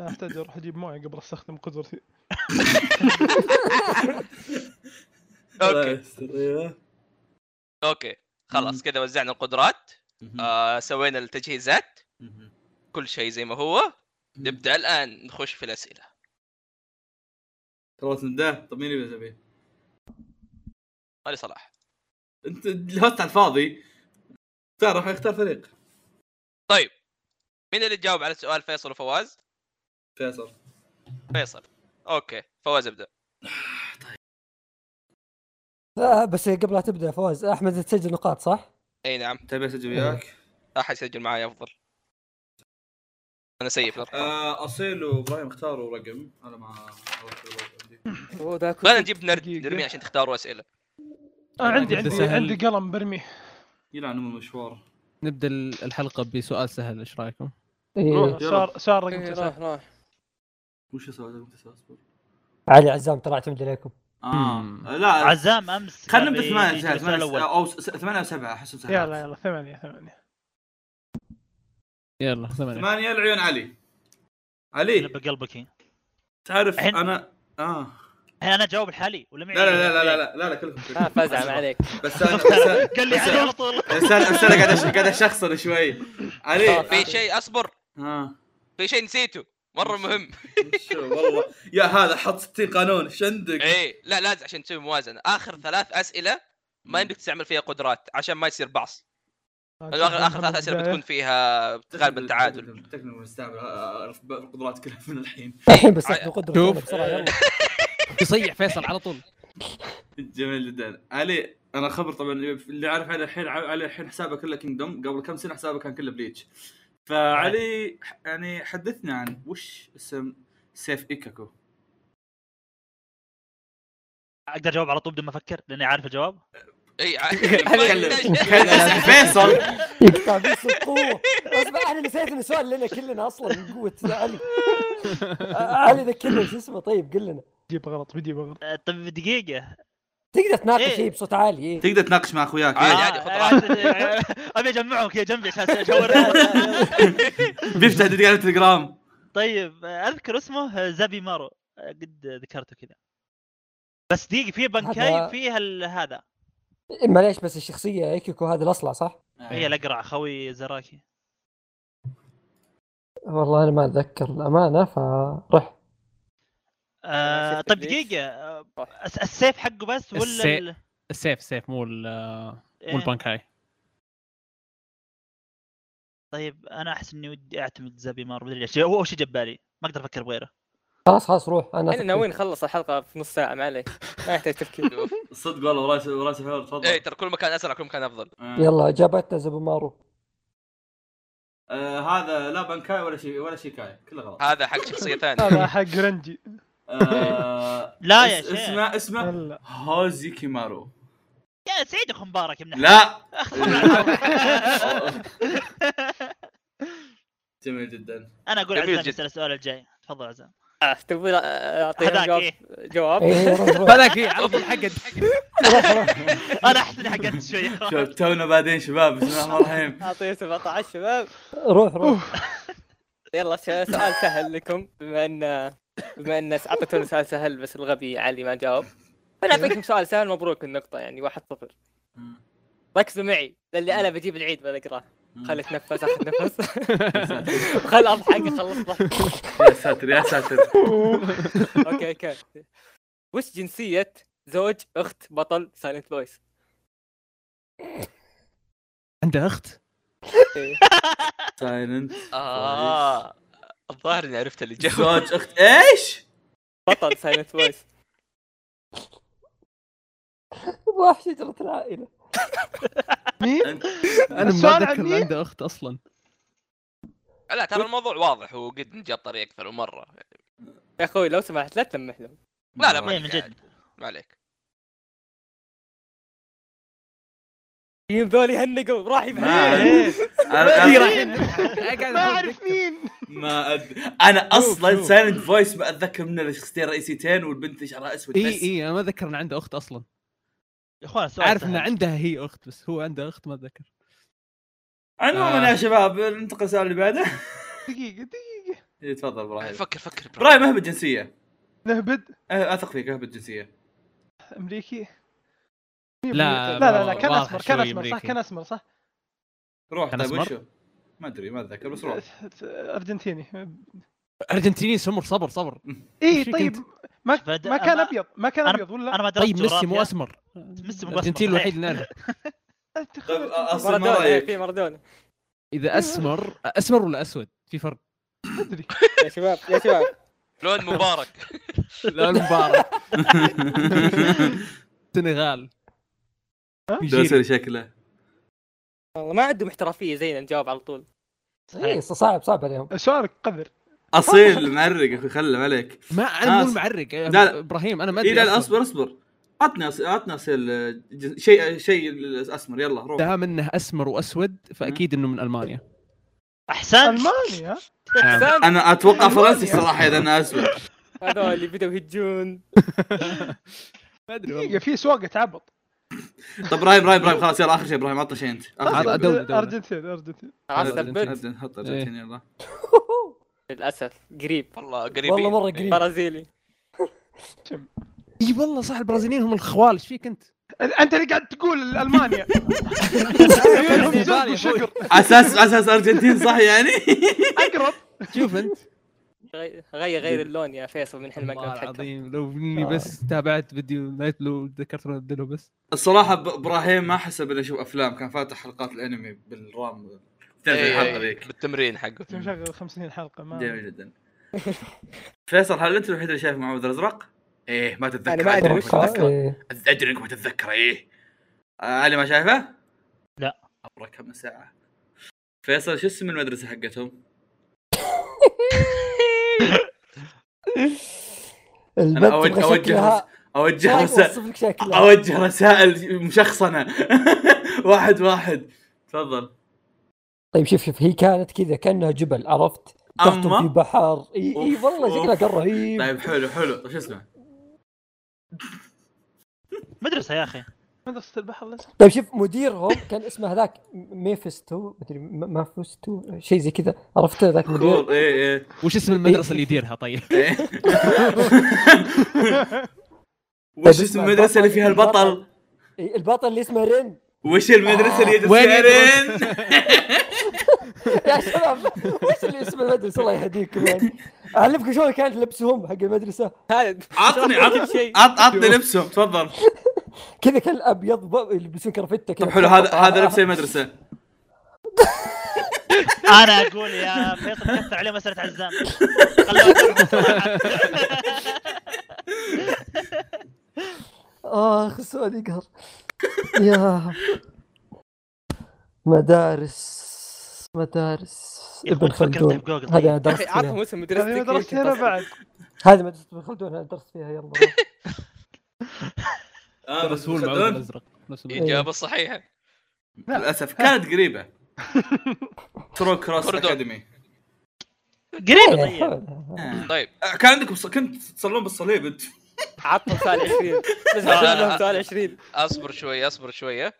Speaker 6: أنا احتاج اروح اجيب مويه قبل استخدم قدرتي
Speaker 1: الله
Speaker 3: اوكي
Speaker 1: يستر، أيوه.
Speaker 3: اوكي خلاص كذا وزعنا القدرات آه، سوينا التجهيزات كل شيء زي ما هو نبدا الان نخش في الاسئله
Speaker 1: خلاص نبدا طب مين يبدا زبيب؟
Speaker 3: مالي صلاح
Speaker 1: انت الهوست على الفاضي اختار راح اختار فريق
Speaker 3: مين اللي تجاوب على سؤال فيصل وفواز
Speaker 1: فيصل
Speaker 3: فيصل اوكي فواز ابدا
Speaker 2: لا بس قبل لا تبدا فواز احمد تسجل نقاط صح؟
Speaker 3: اي نعم
Speaker 1: تبي اسجل وياك؟
Speaker 3: احد يسجل معي افضل انا سيء في الارقام
Speaker 1: آه، اصيل وابراهيم اختاروا رقم انا مع
Speaker 7: اوه ذاك
Speaker 3: خلينا نجيب نرد
Speaker 6: دقيقة.
Speaker 3: نرميه عشان تختاروا اسئله
Speaker 6: انا عندي
Speaker 4: أنت
Speaker 6: عندي
Speaker 4: سهل.
Speaker 6: عندي قلم برميه
Speaker 1: يلعن ام المشوار
Speaker 4: نبدا ال- الحلقه بسؤال سهل ايش رايكم؟
Speaker 2: ايه
Speaker 1: روح.
Speaker 6: صار صار رقم
Speaker 7: إيه،
Speaker 6: تسعه
Speaker 7: راح راح
Speaker 1: وش اسوي انت اصبر
Speaker 2: علي عزام ترى اعتمد عليكم
Speaker 1: اه
Speaker 4: مم.
Speaker 1: لا
Speaker 5: عزام امس
Speaker 1: خلينا
Speaker 5: قال
Speaker 1: نبدا
Speaker 5: بي-
Speaker 1: ثمانية
Speaker 5: بيجي
Speaker 1: جهاز،
Speaker 5: السؤال
Speaker 1: ثمانية
Speaker 5: الاول
Speaker 1: او س- ثمانية وسبعة احس
Speaker 6: يعني يلا
Speaker 1: مساحات
Speaker 6: يلا ثمانيه ثمانيه
Speaker 4: يلا ثمانية
Speaker 1: ثمانية العيون علي علي
Speaker 5: نبى قلبك هنا.
Speaker 1: تعرف
Speaker 5: الحين-
Speaker 1: انا اه
Speaker 5: الحين انا اجاوب لحالي ولا معي
Speaker 1: لا لا لا لا لا لا لا لا كلكم كلكم.
Speaker 7: ها آه، فزع ما عليك
Speaker 1: بس انا بس أنا-
Speaker 5: قال لي
Speaker 1: بس
Speaker 5: علي
Speaker 1: أنا-
Speaker 5: على طول
Speaker 1: بس انا بس انا قاعد أش- قاعد اشخصن شوي علي
Speaker 3: آه، في شيء اصبر
Speaker 1: ها
Speaker 3: في شيء نسيته مره مهم
Speaker 1: شو والله يا هذا حط 60 قانون ايش عندك؟
Speaker 3: ايه لا لازم عشان تسوي موازنه اخر ثلاث اسئله ما يمديك تستعمل فيها قدرات عشان ما يصير بعص اخر اخر ثلاث اسئله بتكون فيها غالبا تعادل
Speaker 1: تكمل مستعمل آه، القدرات كلها من الحين
Speaker 2: الحين بستخدم قدرتي
Speaker 4: شوف.
Speaker 2: يلا بسرعه يلا
Speaker 4: يصيح فيصل على طول
Speaker 1: جميل جدا علي انا خبر طبعا اللي عارف علي الحين علي الحين حسابه كله كينجدوم قبل كم سنه حسابه كان كله بليتش فعلي يعني حدثنا عن وش اسم سيف ايكاكو
Speaker 5: اقدر اجاوب على طول بدون ما افكر لاني عارف الجواب
Speaker 3: اي
Speaker 1: خلي- خلي اسم فيصل
Speaker 2: يقطع بس القوه اصبر انا نسيت إن السؤال لنا كلنا اصلا من قوه علي آه، علي ذكرنا شو اسمه طيب قل لنا
Speaker 6: بجيب غلط بجيب غلط
Speaker 5: آه، طب دقيقه
Speaker 2: تقدر
Speaker 5: إيه.
Speaker 2: تناقش إيه بصوت عالي إيه.
Speaker 1: تقدر تناقش مع اخوياك
Speaker 3: عادي،
Speaker 1: إيه.
Speaker 4: يعني
Speaker 3: عادي، خذ
Speaker 5: آه، ابي اجمعهم كذا جنبي عشان اجاوب
Speaker 1: بيفتح تلقى التليجرام
Speaker 5: طيب آه، اذكر اسمه زابي مارو آه، قد ذكرته كذا بس دقيقه في
Speaker 2: هذا-
Speaker 5: بنكاي فيها ال- هذا
Speaker 2: إيه، معليش بس الشخصيه
Speaker 1: إيه.
Speaker 2: ايكيكو هذا الاصلع صح؟
Speaker 5: هي الاقرع خوي زراكي
Speaker 2: والله انا ما اتذكر الامانه فرح
Speaker 5: آه،
Speaker 7: شفت
Speaker 5: طيب
Speaker 7: ليش؟
Speaker 5: دقيقه آه، الس- السيف حقه بس ولا
Speaker 4: السي-
Speaker 5: ال-
Speaker 4: السيف سيف مو ال-
Speaker 5: إيه؟
Speaker 4: مو البانكاي
Speaker 5: طيب انا احس اني ودي اعتمد زابي مارو مدري ليش هو اول شيء جاب بالي ما اقدر افكر بغيره
Speaker 2: خلاص خلاص روح انا
Speaker 7: احنا ناويين نخلص الحلقه في نص ساعه ما عليك ما يحتاج تفكير
Speaker 1: صدق والله وراي وراي سفر تفضل
Speaker 3: ايه ترى كل مكان ازرق كل مكان افضل
Speaker 1: آه.
Speaker 2: يلا اجابتنا زبمارو
Speaker 1: آه هذا لا بنكاي ولا شيء ولا شيكاي كله غلط
Speaker 3: هذا حق شخصيه ثانيه
Speaker 6: هذا حق رنجي
Speaker 1: آه
Speaker 5: لا يا
Speaker 1: اس-
Speaker 5: شيخ.
Speaker 1: اسمه اسمه
Speaker 6: هلا
Speaker 1: هوزي كيمارو
Speaker 5: يا سعيد اخو مبارك من
Speaker 1: لا جميل جدا
Speaker 5: انا اقول
Speaker 3: جميل
Speaker 5: عزام
Speaker 3: جدا.
Speaker 5: يسال السؤال الجاي تفضل عزام
Speaker 7: آه، تبغى اعطيهم
Speaker 5: هذاك
Speaker 7: طيب، جواب
Speaker 5: إيه؟
Speaker 2: اي
Speaker 7: جواب
Speaker 2: روح روح
Speaker 4: هذاك إيه، على طول حقد
Speaker 5: انا احس اني حققت شويه
Speaker 1: شوف تونا بعدين شباب بسم الله الرحمن الرحيم
Speaker 7: اعطيهم 17 شباب
Speaker 2: روح روح
Speaker 7: يلا س- سؤال سهل لكم بما ان بما ان اعطيتونا سؤال سهل بس الغبي علي ما جاوب انا اعطيكم سؤال سهل مبروك النقطه يعني 1 0 ركزوا معي للي انا بجيب العيد بقراه خلي اتنفس اخذ نفس وخل اضحك اخلص ضحك
Speaker 1: يا ساتر يا ساتر
Speaker 7: اوكي اوكي وش جنسيه زوج اخت بطل سايلنت بويس؟
Speaker 4: عنده اخت
Speaker 7: إيه،
Speaker 1: سايلنت
Speaker 3: اه الظاهر اني عرفت اللي جاب
Speaker 1: زوج اخت ايش؟
Speaker 7: بطل سايلنت بويس
Speaker 2: روح شجره العائله
Speaker 6: مين؟
Speaker 1: انت
Speaker 4: انا ما
Speaker 6: السؤال عن
Speaker 4: اتذكر إنه
Speaker 6: مين؟
Speaker 4: عنده اخت اصلا
Speaker 3: لا ترى الموضوع واضح وقد جاب طريق اكثر مره
Speaker 7: يا اخوي لو سمحت لا تلمح لهم
Speaker 3: لا لا ما
Speaker 5: إيه، من
Speaker 3: عليك
Speaker 5: جد.
Speaker 3: عادي. ما عليك
Speaker 7: يجيب ذولي هنقوا راح
Speaker 1: ما-
Speaker 7: يبهدلوا
Speaker 6: إيه،
Speaker 1: انا أنا-
Speaker 6: ما اعرف مين
Speaker 1: ما أد... انا اصلا سايلنت فويس ما اتذكر منه إلا شخصيتين رئيسيتين والبنت اللي شعرها اسود
Speaker 4: اي
Speaker 1: بس.
Speaker 4: اي انا ما اتذكر انه عنده اخت اصلا
Speaker 6: طيب،
Speaker 5: يا اخوان سؤال
Speaker 4: عارف
Speaker 5: سهل.
Speaker 4: انه عندها هي اخت بس هو عنده اخت ما اتذكر
Speaker 1: عموما
Speaker 4: آه.
Speaker 1: يا شباب ننتقل للسؤال اللي بعده
Speaker 6: دقيقه دقيقه
Speaker 1: إيه، تفضل ابراهيم
Speaker 3: فكر فكر برا.
Speaker 1: ابراهيم اهبط جنسيه
Speaker 6: نهبد
Speaker 1: أه، اثق فيك اهبط جنسيه
Speaker 6: امريكي
Speaker 4: لا،
Speaker 6: لا لا لا كان
Speaker 4: واضح
Speaker 6: اسمر كان
Speaker 4: شوي
Speaker 6: اسمر صح
Speaker 4: أمريكي.
Speaker 6: كان اسمر صح
Speaker 1: روح
Speaker 4: كان
Speaker 1: طيب
Speaker 4: أسمر؟
Speaker 1: وشو؟ ما ادري ما اتذكر بس روح
Speaker 6: ارجنتيني
Speaker 4: ارجنتيني سمر صبر صبر
Speaker 6: اي
Speaker 4: إيش فيك
Speaker 6: طيب
Speaker 4: أنت؟
Speaker 6: ما
Speaker 5: فد-
Speaker 6: ما كان
Speaker 5: أنا-
Speaker 6: ابيض ما كان
Speaker 5: أنا-
Speaker 6: ابيض ولا
Speaker 5: انا ما درست
Speaker 4: طيب ميسي مو
Speaker 5: جغرافيا.
Speaker 4: اسمر
Speaker 5: ميسي مو أسمر،
Speaker 4: الارجنتين
Speaker 5: صحيح.
Speaker 4: الوحيد اللي نعرفه
Speaker 6: أنت
Speaker 1: طيب
Speaker 6: خبر-
Speaker 1: أ- اصلا ما
Speaker 7: مارادونا إيه،
Speaker 1: رايك
Speaker 7: في مارادونا
Speaker 4: اذا اسمر اسمر ولا اسود في فرق
Speaker 6: ما ادري
Speaker 7: يا شباب يا شباب
Speaker 3: لون مبارك
Speaker 4: لا المباراه سنغال
Speaker 1: دوسري شكله
Speaker 7: والله ما عندهم احترافيه زينا نجاوب على طول
Speaker 2: اي إيه، صعب صعب عليهم
Speaker 6: سؤالك قذر
Speaker 1: اصيل معرق يا اخي خله عليك
Speaker 4: ما انا مو
Speaker 1: آس.
Speaker 4: المعرق
Speaker 1: لا، لا.
Speaker 4: ابراهيم انا ما
Speaker 1: اي
Speaker 4: ادري
Speaker 1: لا لا،
Speaker 4: أصلاً.
Speaker 1: اصبر اصبر عطنا أص- عطنا اصيل أه، جن- شيء شيء الاسمر يلا روح
Speaker 4: دام انه اسمر واسود فاكيد انه من المانيا
Speaker 5: احسن
Speaker 6: المانيا
Speaker 1: آه.
Speaker 4: نعم.
Speaker 7: سام
Speaker 1: انا اتوقع فرنسي الصراحه اذا انا اسود
Speaker 7: هذول اللي بدوا يهجون
Speaker 4: ما ادري
Speaker 6: دقيقه
Speaker 4: والله.
Speaker 6: في سواقه تعبط
Speaker 1: طب ابراهيم ابراهيم ابراهيم خلاص يلا اخر شيء ابراهيم عطنا شيء انت آخر شيء.
Speaker 4: عاد- دولة- دولة.
Speaker 6: ارجنتين ارجنتين
Speaker 7: خلاص
Speaker 1: أبداً-
Speaker 7: ثبت
Speaker 1: أبداً، حط
Speaker 4: إيه.
Speaker 1: الجنسين، يلا
Speaker 7: للاسف قريب
Speaker 3: والله قريبين
Speaker 2: والله مره قريب
Speaker 7: برازيلي
Speaker 4: اي والله صح البرازيليين هم الخوال ايش فيك انت؟
Speaker 6: انت اللي قاعد تقول المانيا عيونهم زرق وشقر
Speaker 1: اساس اساس ارجنتين صح يعني
Speaker 6: اقرب
Speaker 4: شوف انت
Speaker 7: غير غير غير اللون يا فيصل من حين ما
Speaker 4: والله
Speaker 7: كنت حقه
Speaker 4: العظيم لو اني بس تابعت فيديو نايت لو ذكرت انه ابدله بس
Speaker 1: الصراحه ب- ابراهيم ما حسب انه يشوف افلام كان فاتح حلقات الانمي بالرام تعرف
Speaker 3: إيه،
Speaker 1: الحلقه
Speaker 3: إيه،
Speaker 1: ذيك
Speaker 3: بالتمرين حقه
Speaker 6: كنت مشغل 50 حلقه ما
Speaker 1: جميل جدا فيصل هل انت الوحيد اللي شايف معاوذ الازرق؟ ايه ما تتذكر
Speaker 7: أنا ما أدري
Speaker 1: أدري إنك
Speaker 7: وش
Speaker 1: ما تتذكره.
Speaker 2: إيه.
Speaker 1: ادري انك ما تتذكره ايه آه، علي ما شايفه؟
Speaker 5: لا.
Speaker 1: عمره كم ساعه فيصل شو اسم المدرسه حقتهم؟
Speaker 2: البنت
Speaker 1: أود-
Speaker 2: تبغى
Speaker 1: أوجه
Speaker 2: شكلها
Speaker 1: اوجه رسائل
Speaker 2: اوصف لك شكلها
Speaker 1: اوجه رسائل مشخصنه واحد واحد تفضل
Speaker 2: طيب شوف شوف هي كانت كذا كانها جبل عرفت؟ تحتهم في
Speaker 1: اما
Speaker 2: بحر اي اي
Speaker 1: أوف،
Speaker 2: والله شكلها
Speaker 1: أوف.
Speaker 2: كان رهيب
Speaker 1: طيب حلو حلو طيب شو اسمه؟
Speaker 5: مدرسه يا اخي
Speaker 6: مدرسه البحر الأسود.
Speaker 2: طيب شوف مديرهم كان اسمه هذاك ميفستو مدري م- مافستو شيء زي كذا عرفت ذاك مدير
Speaker 1: كور ايه ايه
Speaker 4: وش اسم المدرسه اللي يديرها طيب؟
Speaker 1: إيه. وش اسم المدرسه اللي فيها البطل؟
Speaker 2: إيه، البطل اللي اسمه رين
Speaker 1: وش المدرسه اللي يدرس
Speaker 4: وين يدرس؟
Speaker 1: شعرين؟
Speaker 2: يا شباب وش اللي اسم المدرسه الله يهديكم يعني اعلمكم شلون كانت لبسهم حق المدرسه
Speaker 7: هذا
Speaker 1: عطني
Speaker 7: كل
Speaker 1: عطني
Speaker 7: شيء.
Speaker 1: عط- عطني لبسهم تفضل
Speaker 2: كذا كان ابيض ب- يلبسون كرفته كذا
Speaker 1: طب طيب، حلو هذا هذا لبس المدرسه
Speaker 5: انا اقول يا فيصل كثر عليه مساله عزام خلوه يكمل صراحة.
Speaker 2: اخ السؤال يقهر يا مدارس مدارس
Speaker 5: يا
Speaker 2: ابن
Speaker 5: أخوي تفكر أنت
Speaker 2: خلدون
Speaker 5: بجوجل
Speaker 2: هذا أنا
Speaker 5: طيب.
Speaker 7: يا
Speaker 2: درست
Speaker 7: اخي
Speaker 2: فيها.
Speaker 7: عطهم اسم مدرستك
Speaker 6: هذه
Speaker 2: هذه
Speaker 6: يعني درست هنا بعد
Speaker 7: يمكن تصل.
Speaker 2: مدرسه ابن خلدون انا درست فيها يلا
Speaker 1: اه بس
Speaker 4: آه، بس هو المعود
Speaker 1: خلدون
Speaker 4: الازرق نفس المعود.
Speaker 3: اجابه صحيحه
Speaker 1: للاسف كانت قريبه ترو كروس
Speaker 3: خلدون.
Speaker 1: اكاديمي
Speaker 5: قريب
Speaker 2: إيه،
Speaker 5: طيب
Speaker 2: حول.
Speaker 1: آه.
Speaker 3: طيب
Speaker 1: كان عندكم ص- كنت تصلون بالصليب انت
Speaker 7: عطهم سؤال 20 بس عطهم لهم سؤال 20
Speaker 3: اصبر شويه اصبر شويه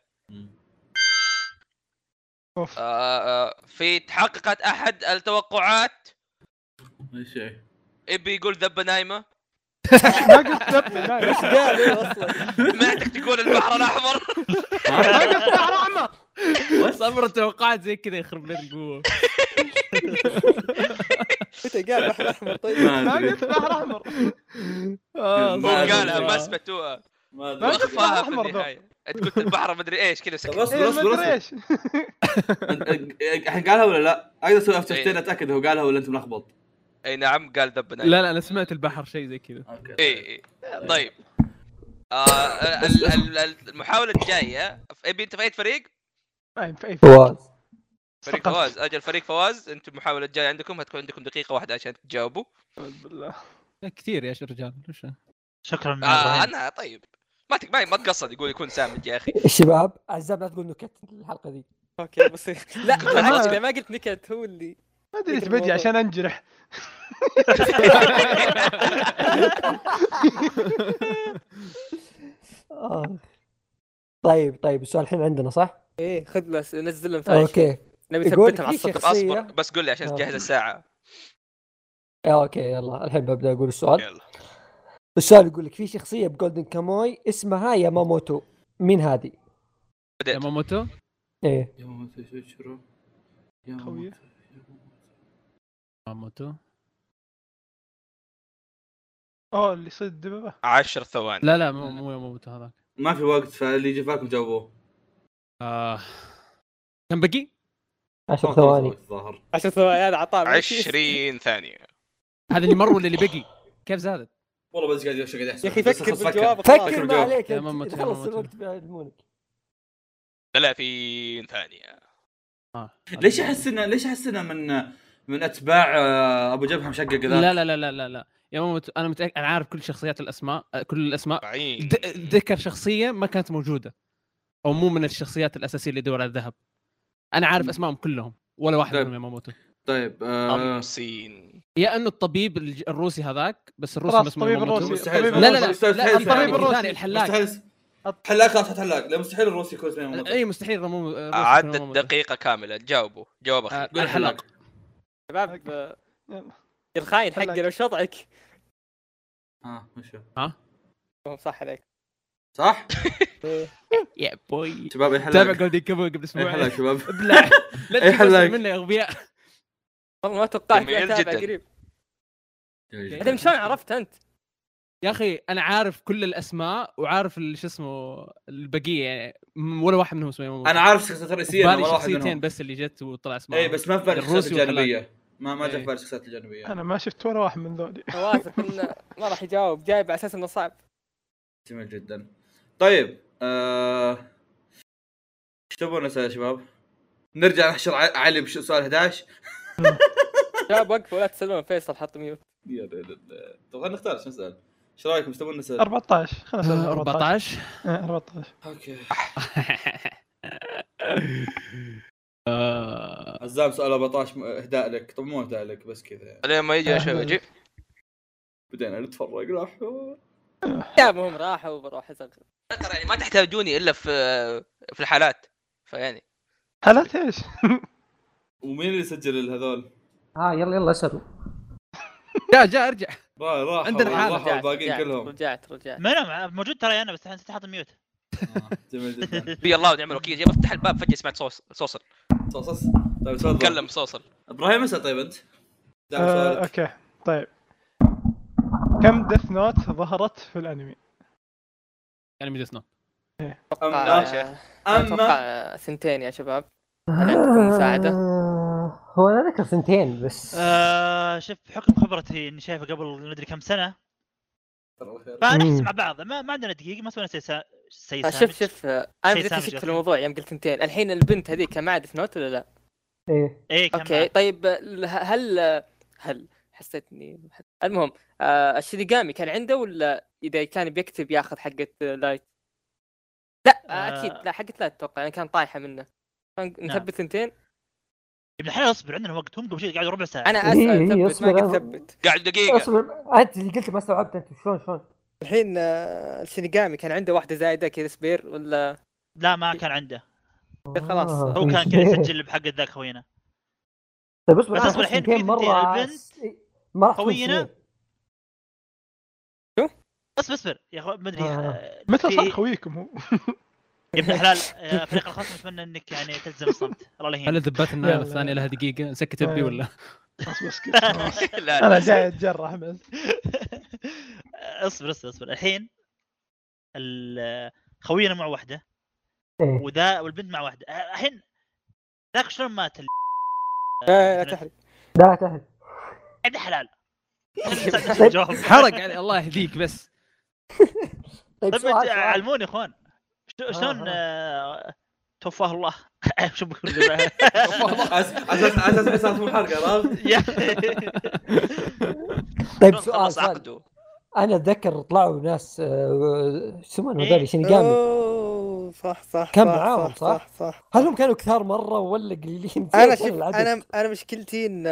Speaker 6: اوف
Speaker 3: آه، آه، في تحققت احد التوقعات
Speaker 1: ايش هي؟
Speaker 3: ابي يقول ذبه نايمه
Speaker 6: ما قلت دبل لا، لا.
Speaker 7: قال إيه اصلا
Speaker 3: سمعتك تقول البحر الاحمر
Speaker 6: ما قلت بحر احمر
Speaker 4: صبر توقعت زي كذا يخرب بيت القوه
Speaker 7: متى قال بحر احمر طيب
Speaker 1: ما
Speaker 6: ما
Speaker 1: ادري
Speaker 6: قلت بحر احمر
Speaker 4: آه،
Speaker 1: مو
Speaker 3: هو
Speaker 4: صبر.
Speaker 3: قالها ما سمعتوها
Speaker 1: ما
Speaker 6: ما قلت
Speaker 1: ادري
Speaker 6: بحر
Speaker 3: وقفها في
Speaker 6: احمر ذا
Speaker 3: النهايه انت قلت البحر مدري ايش كذا
Speaker 1: طب
Speaker 3: سكت
Speaker 1: اصبر
Speaker 6: إيه،
Speaker 1: اصبر
Speaker 6: ما
Speaker 1: اصبر
Speaker 6: ادري ايش
Speaker 1: الحين قالها ولا لا؟ اقدر اسوي افتشتين
Speaker 3: إيه.
Speaker 1: اتاكد هو قالها ولا انت ملخبط
Speaker 3: اي نعم قال ذبه نايمه
Speaker 4: لا لا انا سمعت البحر شيء زي كذا
Speaker 1: اوكي
Speaker 3: اي اي طيب آه، ال- ال- ال- المحاوله الجايه ابي انت في اي فريق؟
Speaker 6: نايم في اي
Speaker 2: فواز
Speaker 3: فريق
Speaker 6: سقطت.
Speaker 3: فواز اجل فريق فواز انتم المحاوله الجايه عندكم هتكون عندكم دقيقه واحده عشان تجاوبوا
Speaker 6: بالله
Speaker 4: كثير يا رجال وش
Speaker 5: شكرا يا
Speaker 3: آه
Speaker 5: إبراهيم.
Speaker 3: انا طيب ما تك- ما ما تقصد يقول يكون سامج يا اخي
Speaker 2: الشباب عزام لا تقول نكت الحلقه ذي
Speaker 7: اوكي بصير لا
Speaker 6: آه.
Speaker 7: معلش، أنا ما قلت نكت هو اللي
Speaker 6: ما ادري
Speaker 7: ذكر
Speaker 6: ايش بدي
Speaker 7: الموضوع.
Speaker 6: عشان انجرح
Speaker 2: آه. طيب طيب السؤال الحين عندنا صح؟
Speaker 7: ايه خذ له س- نزل لهم سؤال
Speaker 2: اوكي
Speaker 7: نبي
Speaker 2: يقول
Speaker 7: نثبتهم على
Speaker 2: في
Speaker 7: الصدق
Speaker 3: طب
Speaker 2: شخصية-
Speaker 3: اصبر بس قول لي عشان تجهز الساعه
Speaker 2: آه، اوكي يلا الحين ببدا اقول السؤال
Speaker 3: يلا
Speaker 2: السؤال يقول لك في شخصيه بجولدن كاموي اسمها ياماموتو مين هذه؟
Speaker 3: بدأت.
Speaker 4: ياماموتو
Speaker 2: ايه
Speaker 1: يا ماما تشيشرو يا
Speaker 6: خوية.
Speaker 1: ماما
Speaker 4: ياماموتو
Speaker 6: اوه اللي صيد الدببه
Speaker 3: 10 ثواني
Speaker 4: لا لا مو مو ياماموتو هذاك
Speaker 1: ما في وقت فاللي جفاكم جاوبوه
Speaker 4: آه. كم بقي؟
Speaker 2: 10 ثواني
Speaker 1: الظاهر
Speaker 7: 10 ثواني هذا عطاء ما في-
Speaker 3: 20 ثانيه
Speaker 4: هذا اللي مر ولا اللي بقي؟ كيف زادت؟
Speaker 1: والله بس قاعد قاعد احسب
Speaker 7: يا اخي
Speaker 1: بس
Speaker 7: فكر
Speaker 1: خلاص
Speaker 7: بالجواب
Speaker 2: فكر
Speaker 1: الجواب.
Speaker 2: ما عليك
Speaker 4: يا
Speaker 2: أنت،
Speaker 4: ماما
Speaker 2: إذا
Speaker 4: تو، يا
Speaker 2: خلص
Speaker 4: ماما تو.
Speaker 2: الوقت بعلمونك
Speaker 3: 30 ثانيه
Speaker 4: آه.
Speaker 1: ليش احس انه ليش احس انه من من اتباع آه، ابو جبهه مشقق ذا
Speaker 4: لا لا لا لا لا لا ياماموتو انا متاكد انا عارف كل شخصيات الاسماء آه، كل الاسماء
Speaker 3: 40
Speaker 4: د- ذكر شخصيه ما كانت موجوده او مو من الشخصيات الاساسيه اللي يدور على الذهب انا عارف اسمائهم كلهم ولا واحد
Speaker 1: طيب.
Speaker 4: منهم ياماموتو
Speaker 1: طيب آه،
Speaker 3: 50
Speaker 4: يا انه الطبيب الج- الروسي هذاك بس الروسي
Speaker 6: خلاص
Speaker 4: ما اسمه
Speaker 6: الطبيب
Speaker 4: ياماموتو.
Speaker 6: الروسي.
Speaker 1: مستحيل
Speaker 4: لا لا لا
Speaker 1: مستحيل
Speaker 4: لا
Speaker 1: مستحيل
Speaker 4: الطبيب
Speaker 6: الروسي.
Speaker 4: الروسي الحلاق
Speaker 1: مستحيل حلاق خلاص حط حلاق لا مستحيل الروسي يكون اسمه ياماموتو.
Speaker 4: اي إيه، مستحيل رمو روسي
Speaker 3: عدت
Speaker 4: ياماموتو.
Speaker 3: دقيقه كامله جاوبوا جواب اخير
Speaker 4: آه،
Speaker 1: قول
Speaker 4: الحلاق
Speaker 7: شباب آه،
Speaker 6: يلا.
Speaker 7: الخاين حقنا
Speaker 6: خلاك.
Speaker 7: وش وضعك؟
Speaker 1: ها وش هو؟
Speaker 7: هم صح عليك
Speaker 1: آه، صح
Speaker 4: يا بوي
Speaker 1: شباب اي
Speaker 4: تابع
Speaker 1: حلاق
Speaker 4: جولدن كابوي قبل
Speaker 1: اي
Speaker 4: اسبوع
Speaker 1: حلاق شباب
Speaker 4: ابلع لا
Speaker 1: إيه
Speaker 4: تجيب أسوأ
Speaker 1: حلاق.
Speaker 4: منه يا اغبياء
Speaker 7: والله ما توقعت
Speaker 3: جميل
Speaker 7: اتابع
Speaker 3: جداً.
Speaker 7: قريب بعدين شلون عرفت انت؟
Speaker 4: يا اخي انا عارف كل الاسماء وعارف ال- شو اسمه البقيه يعني م- ولا واحد منهم اسمه ياماموتو.
Speaker 1: انا عارف شخصيات رئيسيه أنا
Speaker 4: بالي
Speaker 1: ولا واحد
Speaker 4: شخصيتين
Speaker 1: منهم
Speaker 4: بس اللي جت وطلع اسمها
Speaker 1: اي بس ما في بالي
Speaker 4: الروسي
Speaker 1: الشخصيات الجانبيه ما ما جاء في
Speaker 4: إيه.
Speaker 1: بالي الشخصيات الجانبيه
Speaker 6: انا ما شفت ولا واحد من ذولي
Speaker 7: واثق انه ما راح يجاوب جايب على اساس انه صعب
Speaker 1: جميل جدا طيب آه، ايش تبون اسال يا شباب؟ نرجع نحشر ع- علي بسؤال 11
Speaker 7: جاب وقف ولا تسلمون فيصل حط ميوت
Speaker 1: يا ليل الله. طب خلينا نختار شو نسال؟ ايش رايكم ايش تبون نسال؟
Speaker 6: 14 خلاص
Speaker 4: آه، 14
Speaker 6: آه، 14
Speaker 1: اوكي
Speaker 4: آه،
Speaker 1: عزام سؤال 14 م- اهداء لك طب مو اهداء لك بس كذا يعني.
Speaker 3: لين ما
Speaker 4: آه،
Speaker 3: يجي شوي يجي
Speaker 1: بدينا نتفرق لا حول.
Speaker 7: جابهم راحوا بروح ازغل
Speaker 3: ترى يعني ما تحتاجوني الا في في الحالات فيعني
Speaker 6: حالات ايش؟
Speaker 1: ومين اللي سجل هذول؟
Speaker 2: اه يلا يلا اسالوا
Speaker 4: جاء جاء ارجع
Speaker 1: راح راح
Speaker 4: عندنا حالة.
Speaker 1: راحوا الباقيين
Speaker 7: رجعت
Speaker 1: كلهم
Speaker 7: رجعت رجعت
Speaker 5: ما انا مع- موجود ترى انا بس الحين حاط ميوت
Speaker 1: آه، جميل جدا
Speaker 3: بي الله ونعم الوكيل جاي بفتح الباب فجاه سمعت صوص صوصل
Speaker 1: صوصص طيب تفضل
Speaker 3: تكلم صوصل
Speaker 1: ابراهيم اسال طيب انت دعم
Speaker 6: آه،
Speaker 1: سؤالك
Speaker 6: اوكي طيب كم ديث نوت ظهرت في الانمي؟
Speaker 4: يعني ميديث نوت
Speaker 1: أم
Speaker 7: آه،
Speaker 1: لا؟ اما
Speaker 7: اتوقع سنتين يا شباب هل عندكم مساعده؟
Speaker 2: آه، هو انا ذكر سنتين بس
Speaker 5: آه شوف بحكم خبرتي اني شايفه قبل مدري كم سنه فنحس
Speaker 6: مم.
Speaker 5: مع بعض ما, ما عندنا دقيقه ما سوينا سيسا
Speaker 7: آه،
Speaker 5: سيسا
Speaker 7: شوف شوف آه، انا
Speaker 5: شيء
Speaker 7: بديت
Speaker 5: سامج
Speaker 7: اشك في
Speaker 5: أخي.
Speaker 7: الموضوع يوم قلت سنتين الحين البنت هذيك كان معها ديث نوت ولا لا؟
Speaker 2: ايه
Speaker 5: ايه كان
Speaker 7: اوكي
Speaker 5: اوكي
Speaker 7: طيب ال- هل هل حسيت اني المهم آه، الشينيغامي كان عنده ولا اذا كان بيكتب ياخذ حقه لايت لا آه،
Speaker 5: آه. نعم.
Speaker 7: اكيد لا حقه لا اتوقع يعني كان طايحه منه نثبت ثنتين
Speaker 5: ابن الحلال اصبر عندنا وقت هم قبل شوي قعدوا ربع ساعه
Speaker 7: انا
Speaker 2: إيه، إيه،
Speaker 7: اسال ثبت ما
Speaker 2: اصبر،
Speaker 7: قلت
Speaker 2: أصبر.
Speaker 7: ثبت
Speaker 3: قاعد دقيقه
Speaker 2: اصبر انت اللي قلت ما استوعبت انت شلون شلون
Speaker 7: الحين آه، الشينيغامي كان عنده واحده زايده كذا سبير ولا
Speaker 5: لا ما كان عنده
Speaker 7: خلاص
Speaker 2: آه.
Speaker 5: هو كان كذا يسجل بحق ذاك خوينا
Speaker 2: طيب اصبر
Speaker 5: بس
Speaker 2: أنا
Speaker 5: أصبر،
Speaker 2: أحس
Speaker 5: الحين
Speaker 2: سنتين
Speaker 5: في
Speaker 2: مره
Speaker 5: بنتين، البنت
Speaker 2: س- إيه، ما راح تكون
Speaker 5: قوينا.
Speaker 2: سنين.
Speaker 5: بس اصبر يا اخوان ما ادري
Speaker 2: آه.
Speaker 5: آه،
Speaker 6: متى
Speaker 5: في-
Speaker 6: صار خويكم هو؟
Speaker 5: يا ابن الحلال آه، فريق الخصم اتمنى انك يعني تلزم الصمت الله لا
Speaker 4: هل
Speaker 5: يهينك
Speaker 4: ذبات النايم
Speaker 6: يلا.
Speaker 4: الثانيه لها دقيقه نسكت ابي ولا
Speaker 6: بس بس كذا خلاص.
Speaker 3: لا
Speaker 6: انا
Speaker 3: لا
Speaker 6: جاي اتجرح بس
Speaker 5: اصبر اصبر اصبر الحين ال- آه، خوينا مع واحده
Speaker 2: إيه.
Speaker 5: وذا والبنت مع واحده آه، الحين ذاك شلون مات ال-
Speaker 7: آه،
Speaker 5: يعني
Speaker 7: لا تحرق
Speaker 2: لا تهل
Speaker 5: ابن الحلال الجواب.
Speaker 4: حرق علي الله يهديك بس
Speaker 2: طيب
Speaker 5: طيب
Speaker 2: سؤال
Speaker 5: أنت-
Speaker 2: سؤال.
Speaker 5: علموني يا اخوان شو-
Speaker 2: آه،
Speaker 5: شلون
Speaker 2: آه.
Speaker 5: آه، توفاه الله شو بقول لك؟
Speaker 1: اساس اساس بس مو حرق عرفت؟
Speaker 5: يا-
Speaker 2: طيب
Speaker 3: خلاص
Speaker 2: سؤال سؤال
Speaker 3: عقده
Speaker 2: انا اتذكر طلعوا ناس آه، شو يسمونهم
Speaker 5: إيه؟
Speaker 2: هذول شينيغامي
Speaker 7: أوه، صح صح
Speaker 2: كان معاهم، صح؟
Speaker 7: صح
Speaker 2: هل هم كانوا كثار مره ولا قليلين؟
Speaker 7: انا
Speaker 2: كيف
Speaker 7: شوف
Speaker 2: العدد؟
Speaker 7: انا انا مشكلتي ان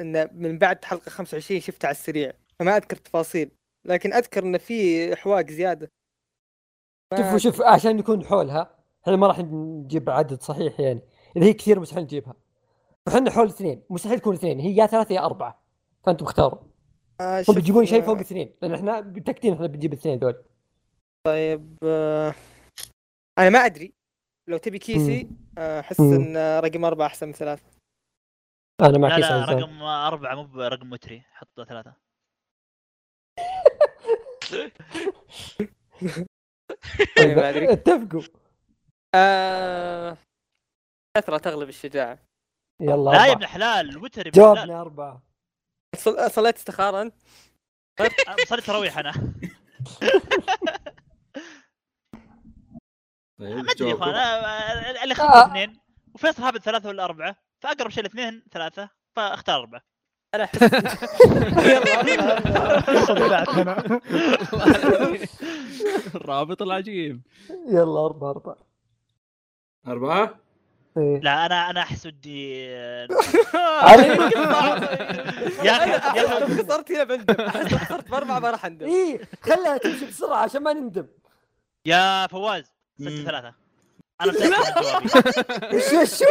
Speaker 7: ان من بعد حلقه 25 شفتها على السريع فما اذكر تفاصيل لكن اذكر ان في حواق زياده ما-
Speaker 2: شوف شوف عشان نكون حولها احنا ما راح نجيب عدد صحيح يعني اذا هي كثير مستحيل نجيبها فاحنا حول اثنين مستحيل تكون اثنين هي يا ثلاثه يا اربعه فانتم اختاروا
Speaker 7: آه،
Speaker 2: هم
Speaker 7: شوف،
Speaker 2: بيجيبون شيء
Speaker 7: آه،
Speaker 2: فوق اثنين لان احنا متاكدين احنا بنجيب الاثنين دول
Speaker 7: طيب آه، انا ما ادري لو تبي كيسي آه، احس
Speaker 2: مم.
Speaker 7: ان آه، رقم اربعه احسن من ثلاثه
Speaker 2: انا
Speaker 5: لا
Speaker 2: معك
Speaker 5: لا
Speaker 2: يا
Speaker 5: رقم أربعة مو برقم متري حط ثلاثة
Speaker 7: أنا ما ادري
Speaker 2: طيب، اتفقوا
Speaker 7: آه، الكثره تغلب الشجاعه
Speaker 2: يلا
Speaker 5: لا يا
Speaker 2: أربعة.
Speaker 5: ابن الحلال وتر يا ابن الحلال
Speaker 2: جاوبنا اربعه
Speaker 7: صل- صليت استخاره انت
Speaker 5: أنا مصلي تراويح انا
Speaker 1: طيب،
Speaker 5: ما ادري يا اخوان أنا- أنا- اللي
Speaker 2: آه.
Speaker 5: اختار اثنين وفيصل هابط ثلاثة ولا أربعة فأقرب شيء الاثنين ثلاثة فاختار أربعة
Speaker 7: انا احس يلا
Speaker 6: طلعت انا
Speaker 4: الرابط العجيب
Speaker 2: يلا اربعه اربعه
Speaker 1: اربعه
Speaker 2: إيه.
Speaker 5: لا أنا أنا أحس ودي
Speaker 2: علي
Speaker 5: يا أخي-
Speaker 7: انا
Speaker 5: يا
Speaker 7: احس
Speaker 5: أخي.
Speaker 7: لو خسرت هنا إيه، بندم احس لو خسرت باربعه ما راح اندم
Speaker 2: ايه خلها تمشي بسرعه عشان ما نندم
Speaker 5: يا فواز ستة
Speaker 1: مم.
Speaker 5: ثلاثة أنا متأكد من جوابي.
Speaker 2: شو شو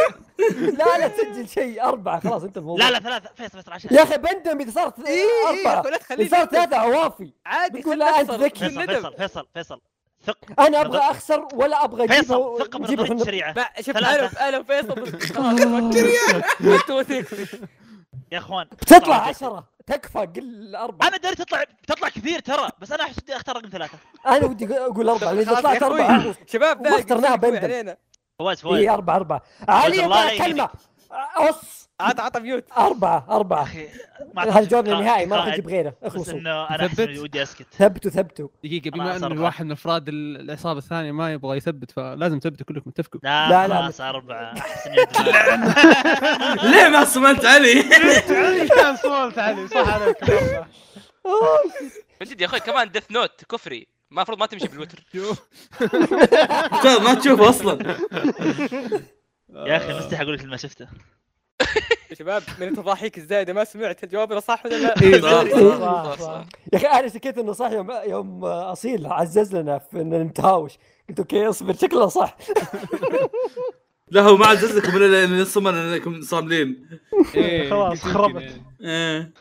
Speaker 2: لا لا تسجل شيء اربعه خلاص انت الموضوع
Speaker 5: لا لا ثلاثة فيصل بس عشان
Speaker 2: يا اخي بندم اذا صارت
Speaker 7: إيه، إيه، يا
Speaker 2: اربعه
Speaker 7: أخي، لا تخليني
Speaker 2: اذا صارت
Speaker 7: أندم.
Speaker 2: ثلاثه عوافي
Speaker 7: عادي
Speaker 2: بتقول
Speaker 7: خلنا
Speaker 2: لا، أنت
Speaker 7: نخسر.
Speaker 2: ذكي.
Speaker 7: خلنا
Speaker 5: فيصل فيصل
Speaker 7: ندم
Speaker 5: فيصل فيصل ثق
Speaker 2: انا ابغى اخسر ولا ابغى اجيبها
Speaker 5: فيصل
Speaker 2: و-
Speaker 5: ثق
Speaker 2: وتجيبها
Speaker 5: بنظرية
Speaker 2: في النب-
Speaker 5: الشريعة
Speaker 7: ما- شوف
Speaker 5: ثلاثة.
Speaker 7: انا انا وفيصل خلاص انت وثيقتي
Speaker 5: يا إخوان طيب،
Speaker 2: تطلع عشرة تكفى قل أربعة
Speaker 5: أنا دري تطلع تطلع كثير ترى بس أنا أحس ودي أختار رقم ثلاثة
Speaker 2: أنا ودي أقول أربعة لأن إذا
Speaker 7: خلاص
Speaker 2: طلعت
Speaker 7: يا
Speaker 2: أربعة
Speaker 7: اخوي شباب ذاك
Speaker 2: واخترناها
Speaker 7: شوي
Speaker 2: بندم.
Speaker 7: علينا
Speaker 5: فواز فواز
Speaker 2: إي أربعة أربعة علي
Speaker 5: الله
Speaker 2: أبغى
Speaker 5: يهديك.
Speaker 2: كلمة أص
Speaker 7: عط عط ميوت
Speaker 2: أربعة أربعة
Speaker 5: أخي ما
Speaker 2: هذا
Speaker 5: أعتقد
Speaker 2: جوابنا
Speaker 5: إني
Speaker 2: النهائي ما راح
Speaker 5: قائد،
Speaker 2: أجيب غيره
Speaker 5: بس
Speaker 2: اخلصوا
Speaker 5: إنه أنا أحس
Speaker 4: ثبت.
Speaker 5: إني ودي أسكت
Speaker 2: ثبتوا ثبتوا
Speaker 4: دقيقه
Speaker 5: أنا
Speaker 4: بما ان
Speaker 5: أصرف.
Speaker 4: الواحد من افراد ال- العصابه الثانيه ما يبغى يثبت فلازم تثبتوا كلكم اتفقوا
Speaker 5: لا
Speaker 2: لا،
Speaker 5: لا
Speaker 2: لا.
Speaker 5: خلاص أربعة أحس إني أدري.
Speaker 1: ليه ما صممت علي؟
Speaker 6: علي يعني كان صوت علي صح عليك والله.
Speaker 3: من جد يا اخوي كمان ديث نوت كفري ما المفروض ما تمشي بالوتر
Speaker 4: شوف
Speaker 1: أستاذ ما تشوفه اصلا
Speaker 5: يا أخي مستحي أقول لك اللي ما شفته
Speaker 7: يا شباب من التضاحيك الزايده ما سمعت جوابنا صح ولا لا
Speaker 4: إيه،
Speaker 1: صح.
Speaker 2: صح، صح. يا أخي أنا شكيت إنه صح يوم يوم أصيل عزز لنا في إن نتهاوش قلت أوكي اصبر شكله صح
Speaker 1: لا هو ما عززكم الا لان صمم انكم صاملين
Speaker 4: إيه،
Speaker 6: خلاص،
Speaker 4: يمكن
Speaker 6: خربت.
Speaker 4: يعني.
Speaker 1: إيه.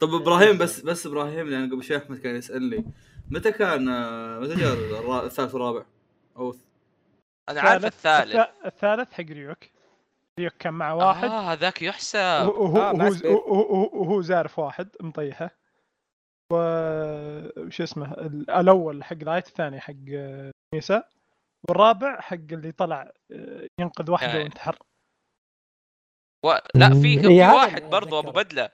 Speaker 1: طب ابراهيم بس بس ابراهيم لان قبل شوي احمد كان يسالني متى كان آه، متى جاء الرا- الثالث والرابع؟ او
Speaker 3: انا عارف
Speaker 4: يعني.
Speaker 3: الثالث
Speaker 6: الث- الثالث حق ريوك ريوك كان مع واحد
Speaker 3: اه هذاك يحسب
Speaker 6: وهو وهو-
Speaker 7: آه، مع
Speaker 6: وهو-
Speaker 7: سبير.
Speaker 6: وهو وهو زارف واحد مطيحه و وش اسمه ال- الاول حق لايت الثاني حق آه، نيسا والرابع حق اللي طلع آه، ينقذ واحده
Speaker 7: إيه.
Speaker 3: آه.
Speaker 6: وانتحر
Speaker 3: و... لا في
Speaker 2: إيه،
Speaker 3: في
Speaker 2: هذا
Speaker 3: واحد
Speaker 2: اللي
Speaker 3: برضو ابو
Speaker 2: أتذكره.
Speaker 3: بدله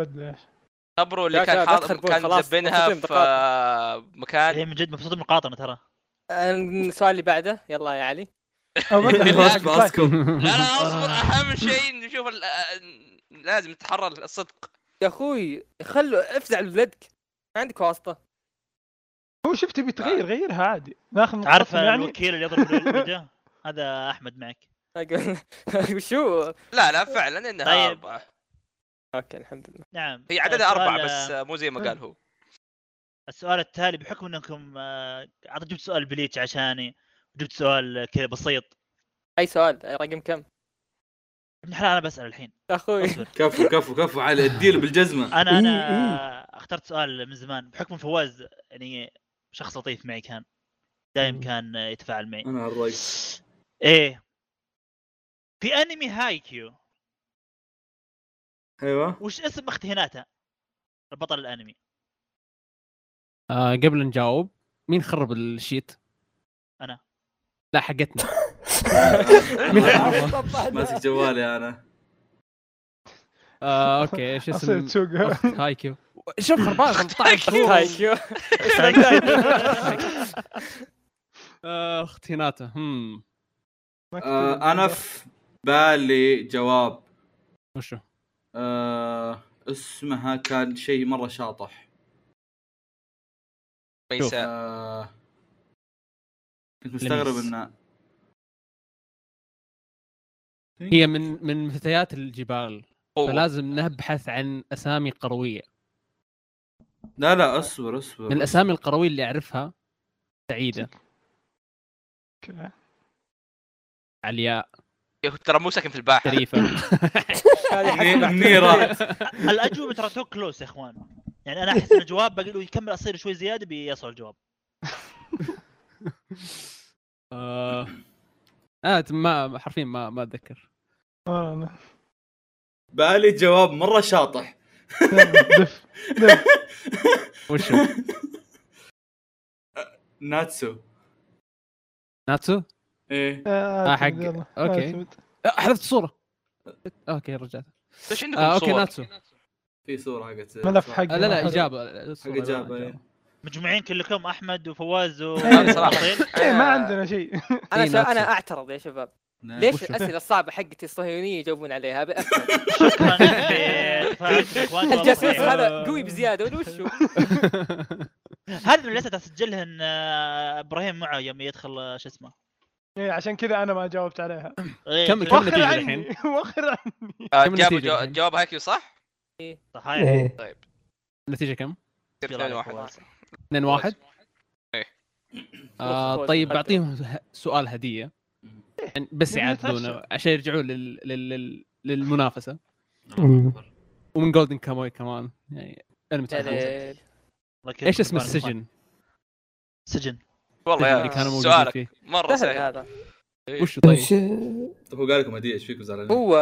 Speaker 6: بدل-
Speaker 3: خبره اللي
Speaker 7: لا،
Speaker 3: كان
Speaker 7: لا، بدخل
Speaker 3: حاضر
Speaker 7: بول،
Speaker 3: كان
Speaker 7: خلاص،
Speaker 3: زبنها
Speaker 7: مبسوطين
Speaker 3: في
Speaker 7: بقاطع.
Speaker 3: آه، مكان
Speaker 2: إيه.
Speaker 5: هي من جد مبسوط من المقاطعه ترى
Speaker 7: السؤال اللي بعده يلا يا علي
Speaker 6: أو بدل
Speaker 3: بالله.
Speaker 6: حق لايت.
Speaker 3: لا لا اصبر اهم شيء نشوف ال- آه، لازم نتحرى الصدق
Speaker 7: يا اخوي خلوا افزع لولدك ما عندك واسطه
Speaker 6: هو شفت بتغير غيرها عادي ناخذ
Speaker 5: تعرف
Speaker 6: نقطتهم يعني
Speaker 5: الوكيل اللي يضرب الوجه هذا احمد معك
Speaker 7: أقول- وشو
Speaker 3: لا لا فعلا انها
Speaker 5: طيب.
Speaker 3: اربعه
Speaker 7: اوكي الحمد لله
Speaker 5: نعم
Speaker 3: هي عددها
Speaker 5: السؤال-
Speaker 3: اربعه بس آه، مو زي ما قال هو
Speaker 5: السؤال التالي بحكم انكم آه، عاد جبت سؤال بليتش عشاني جبت سؤال كذا بسيط
Speaker 7: اي سؤال رقم كم
Speaker 5: ابن الحلال انا بسال الحين
Speaker 7: يا اخوي
Speaker 5: اصبر
Speaker 1: كفو كفو كفو على الديل بالجزمه
Speaker 5: انا
Speaker 2: إيه،
Speaker 5: انا اخترت سؤال من زمان بحكم فواز يعني شخص لطيف معي كان دايم
Speaker 2: مم.
Speaker 5: كان يتفاعل معي
Speaker 1: انا الرايق
Speaker 5: ايه في انمي هايكيو
Speaker 1: ايوه
Speaker 5: وش اسم اخت هيناتا بطل الانمي
Speaker 4: آه قبل نجاوب مين خرب الشيت؟
Speaker 5: أنا.
Speaker 4: لا حقتنا مين
Speaker 1: أنا-
Speaker 4: خربها؟
Speaker 1: ماسك جوالي انا
Speaker 4: آه اوكي ايش
Speaker 6: أصير
Speaker 4: اسم
Speaker 6: تسوق
Speaker 4: أخت هايكيو شوف خربان 13
Speaker 7: هايكيو
Speaker 4: آه، اخت هيناتا هم
Speaker 1: آه، انا في بالي جواب
Speaker 4: وشو؟
Speaker 1: آه، اسمها كان شيء مره شاطح
Speaker 3: ميساء
Speaker 1: آه، كنت مستغرب
Speaker 4: لميس.
Speaker 1: انه
Speaker 4: هي من من فتيات الجبال
Speaker 3: قوة.
Speaker 4: فلازم نبحث عن اسامي قرويه
Speaker 1: لا لا اصبر اصبر
Speaker 4: من الاسامي القرويه اللي اعرفها سعيده
Speaker 6: أوكي.
Speaker 4: علياء
Speaker 3: يا أخي ترى مو ساكن في الباحه
Speaker 4: شريفه
Speaker 7: هذه
Speaker 1: منيرة.
Speaker 7: حسب-
Speaker 1: منيرة.
Speaker 5: الاجوبه ترى تو كلوز يا اخوان يعني انا احس ان الجواب باقي له يكمل اصير شوي زياده بيصل الجواب
Speaker 4: آه، آه ما حرفيا ما ما اتذكر
Speaker 6: آه، أنا.
Speaker 1: بالي جواب مره شاطح
Speaker 6: دف دف
Speaker 4: وشو
Speaker 1: ناتسو
Speaker 4: ناتسو
Speaker 1: ايه
Speaker 6: آه،
Speaker 4: آه، حق-
Speaker 6: أعتمد، يلا.
Speaker 4: أوكي.
Speaker 6: أعتمد.
Speaker 4: آه، حذفت الصوره اوكي رجعت
Speaker 3: ايش عندكم
Speaker 4: آه اوكي
Speaker 3: صور؟
Speaker 4: ناتسو
Speaker 1: في صوره حقت
Speaker 6: ملف حق
Speaker 4: آه لا لا
Speaker 6: واحد.
Speaker 4: اجابه الصورة،
Speaker 1: حق إجابة،
Speaker 4: لا،
Speaker 1: إيه.
Speaker 5: مجموعين كلكم احمد وفواز و
Speaker 3: أنا صراحة.
Speaker 5: وأصيل.
Speaker 6: إيه، ما عندنا شيء
Speaker 7: انا
Speaker 4: إيه،
Speaker 7: شا-
Speaker 4: ناتسو.
Speaker 7: انا اعترض يا شباب
Speaker 1: نعم.
Speaker 7: ليش
Speaker 4: وشو؟
Speaker 7: الاسئله الصعبه حقتي الصهيونيه يجاوبون عليها أبي أفهم.
Speaker 5: شكرا لتفاعلكم يا اخوان
Speaker 7: الجاسوس
Speaker 5: والله.
Speaker 7: هذا قوي بزياده ولا وشو
Speaker 5: هذه من الاسئله تسجلها ان آه، ابراهيم معه يوم يدخل آه، شو اسمه
Speaker 6: إيه، عشان كذا انا ما جاوبت عليها
Speaker 5: إيه، كل-
Speaker 4: كمل، كمل.
Speaker 6: وخر
Speaker 4: النتيجة
Speaker 6: عني
Speaker 4: الحين؟
Speaker 6: وخر عني
Speaker 3: آه،
Speaker 4: كم
Speaker 3: جابوا
Speaker 4: النتيجة
Speaker 3: جو-
Speaker 4: الحين؟
Speaker 3: جواب هايكيو صح؟
Speaker 5: صحيح
Speaker 2: إيه.
Speaker 4: النتيجه كم؟
Speaker 5: يلا،
Speaker 3: 2 1
Speaker 5: فواز.
Speaker 4: 2 1
Speaker 3: إيه.
Speaker 4: آه
Speaker 7: فوز،
Speaker 4: طيب
Speaker 7: فوز.
Speaker 4: بعطيهم ه- سؤال هديه يعني بس
Speaker 6: لأنه
Speaker 4: يعادلونه
Speaker 6: يتعشى.
Speaker 4: عشان يرجعون لل... لل... لل... للمنافسه
Speaker 2: مم.
Speaker 4: ومن جولدن كاموي كمان يعني انا
Speaker 7: يا
Speaker 4: متحمس
Speaker 7: ليل.
Speaker 5: الله يكرمك
Speaker 4: ايش اسم
Speaker 5: إبراهيم.
Speaker 4: السجن؟
Speaker 5: سجن
Speaker 3: والله
Speaker 4: السجن
Speaker 3: يا
Speaker 4: اللي كانوا موجودين
Speaker 3: سؤالك
Speaker 4: فيه
Speaker 3: مره
Speaker 7: سهل
Speaker 3: سهل
Speaker 7: هذا
Speaker 4: وش طيب؟
Speaker 1: طب هو قال لكم هديه ايش فيكم زعلانين؟
Speaker 7: هو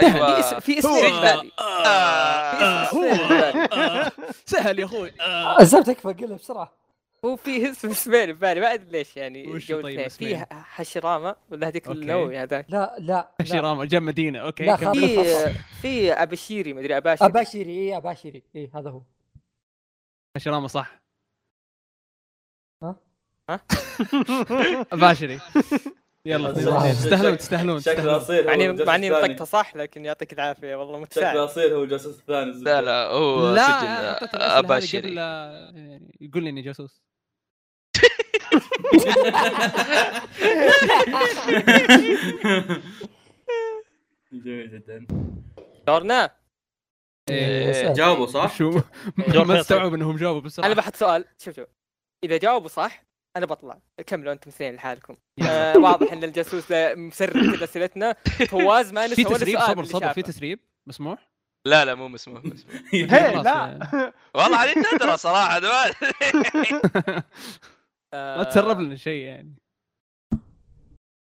Speaker 7: في اسم
Speaker 3: ايوه
Speaker 7: في اسم في بالي
Speaker 3: آه،
Speaker 7: في اسم في بالي.
Speaker 4: سهل يا اخوي آه.
Speaker 2: الزلمه تكفى قلها بسرعه
Speaker 7: هو في اسم اسمين في بالي ما ادري ليش يعني
Speaker 4: وشو
Speaker 7: جو
Speaker 4: طيب
Speaker 7: الاثنين. في
Speaker 4: اسمين؟
Speaker 7: ه- حشرامه ولا هذيك
Speaker 4: أوكي.
Speaker 7: النووي هذاك
Speaker 2: لا لا لا.
Speaker 4: شيرام جنب مدينه اوكي
Speaker 2: لا،
Speaker 4: كمل.
Speaker 2: خلاص.
Speaker 7: في في ابشيري مدري اباشيري
Speaker 2: اباشيري اي اباشيري اي إيه، هذا هو
Speaker 4: شيرام صح
Speaker 2: ها؟
Speaker 7: ها؟
Speaker 4: باشري يلا
Speaker 2: صح.
Speaker 4: اثنين. تستاهلون تستاهلون
Speaker 1: شكله
Speaker 4: تستاهلون.
Speaker 1: اصيل
Speaker 7: معني معني نطقته صح لكن يعطيك العافيه والله متساعد
Speaker 1: شكله اصيل هو الجاسوس الثاني
Speaker 3: لا لا هو آه،
Speaker 4: لا أنا
Speaker 3: سجن
Speaker 4: حطيت الأسئلة هذه قبل
Speaker 3: اباشري
Speaker 4: لا- يعني يقول لي اني جاسوس
Speaker 1: جميل جدا
Speaker 7: دورنا
Speaker 4: إيه.
Speaker 1: جاوبوا صح؟
Speaker 4: شو
Speaker 5: دور
Speaker 4: ما
Speaker 1: طيب.
Speaker 5: فيصل.
Speaker 4: استوعب انهم جاوبوا بسرعه
Speaker 7: انا بحط سؤال شوف شوف اذا جاوبوا صح انا بطلع كملوا انتم اثنين لحالكم آه واضح ان الجاسوس لا- مسرب كل اسئلتنا فواز ما
Speaker 4: في
Speaker 7: نسى ولا
Speaker 4: تسريب
Speaker 7: سؤال
Speaker 4: صبر
Speaker 7: اللي
Speaker 4: صبر في
Speaker 7: شافه.
Speaker 4: تسريب مسموح
Speaker 3: لا لا مو مسموح مسموح
Speaker 6: هي
Speaker 4: خلاص
Speaker 6: لا
Speaker 4: يعني.
Speaker 3: والله علي تدرى صراحه دول.
Speaker 7: آه،
Speaker 4: ما آه. تسرب لنا شيء يعني
Speaker 7: انت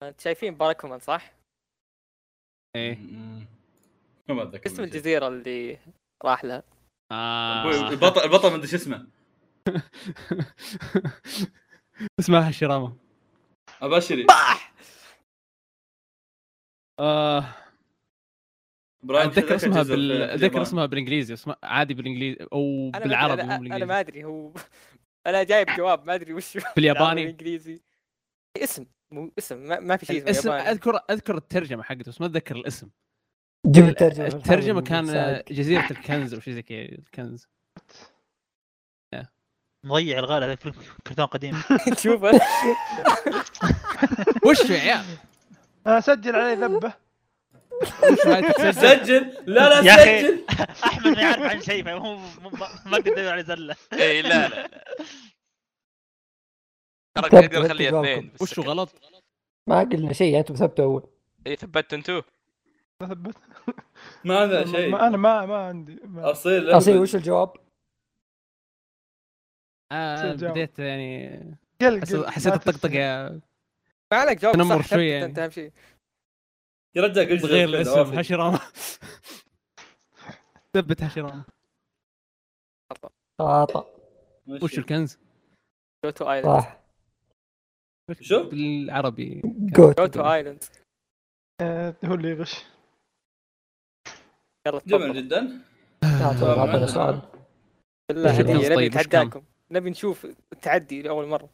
Speaker 7: آه، شايفين باركومان صح؟
Speaker 1: إيه.
Speaker 4: ايه
Speaker 1: ما اتذكر
Speaker 7: اسم الجزيره اللي راح لها
Speaker 1: أبوي
Speaker 4: آه.
Speaker 1: البطل البطل ما ادري شو اسمه
Speaker 4: اسمها شرامه
Speaker 1: ابشري
Speaker 4: آه.
Speaker 1: إبراهيم، شو
Speaker 4: اتذكر اسمها
Speaker 1: الجزء
Speaker 4: بال...
Speaker 1: في
Speaker 4: اتذكر
Speaker 1: اليابان؟
Speaker 4: اسمها بالانجليزي اسمها عادي بالانجليزي او
Speaker 7: أنا ما أدري-
Speaker 4: بالعربي مو
Speaker 7: أنا, انا
Speaker 4: بالانجليزي
Speaker 7: ما ادري هو انا جايب جواب ما ادري وش هو
Speaker 4: بالياباني
Speaker 7: انجليزي اسم مو اسم ما, ما في شيء
Speaker 4: الاسم
Speaker 7: اسمه ياباني
Speaker 4: اذكر اذكر الترجمه حقته بس ما اتذكر الاسم
Speaker 2: جيب الترجمه
Speaker 4: الترجمه كان
Speaker 2: ساعد.
Speaker 4: جزيره الكنز او شيء زي كذا الكنز
Speaker 5: مضيع الغالي هذا فيلم كرتون قديم
Speaker 7: تشوفه
Speaker 4: وش يا عيال؟
Speaker 6: آه، سجل عليه ذبه
Speaker 4: وش هاي الترجمة؟
Speaker 1: سجل لا
Speaker 5: يا
Speaker 1: لا
Speaker 5: أخي.
Speaker 1: سجل
Speaker 5: احمد ما يعرف عن شيء فهو م- م- ما اقدر ادور عليه زله
Speaker 3: اي إيه، لا لا لا. ترى
Speaker 2: طب،
Speaker 3: نقدر نخليها
Speaker 2: جوابكم.
Speaker 3: اثنين
Speaker 4: وش هو غلط؟
Speaker 2: ما قلنا شيء يعني انتم ثبتوا اول
Speaker 3: اي ثبت انتو
Speaker 6: ما ثبت
Speaker 1: ما عندنا
Speaker 6: ما-
Speaker 1: شيء
Speaker 6: انا ما ما عندي ما.
Speaker 1: اصيل
Speaker 2: اصيل وش الجواب؟
Speaker 4: آه
Speaker 6: سجل.
Speaker 4: بديت يعني
Speaker 6: قل-
Speaker 4: حس-
Speaker 6: قل،
Speaker 4: حسيت يعني.
Speaker 6: ما تسجل.
Speaker 4: الطقطقه
Speaker 7: ما عليك جواب
Speaker 4: تنمر
Speaker 7: صح ثبت
Speaker 4: شوية يعني.
Speaker 7: انت اهم شيء
Speaker 1: يا رجال قل
Speaker 4: تغير
Speaker 1: جزء
Speaker 4: الاسم
Speaker 1: كذا،
Speaker 4: هشرامه ثبت هشرامه
Speaker 2: خطا
Speaker 1: وافق.
Speaker 4: وش الكنز؟
Speaker 7: جوتو ايلاند
Speaker 2: صح
Speaker 1: شو؟
Speaker 4: بالعربي
Speaker 2: جوت
Speaker 7: جوتو ايلاند
Speaker 6: آه، هو اللي يغش
Speaker 7: يلا
Speaker 1: جميل
Speaker 7: تفضل
Speaker 1: جدا
Speaker 2: آه. نعم، اعطونا سؤال
Speaker 7: بالله
Speaker 2: وش
Speaker 7: هديه
Speaker 2: الجواب؟
Speaker 7: نبي
Speaker 4: طيب، وش كان؟
Speaker 7: نتحداكم نبي نشوف التعدي لاول مره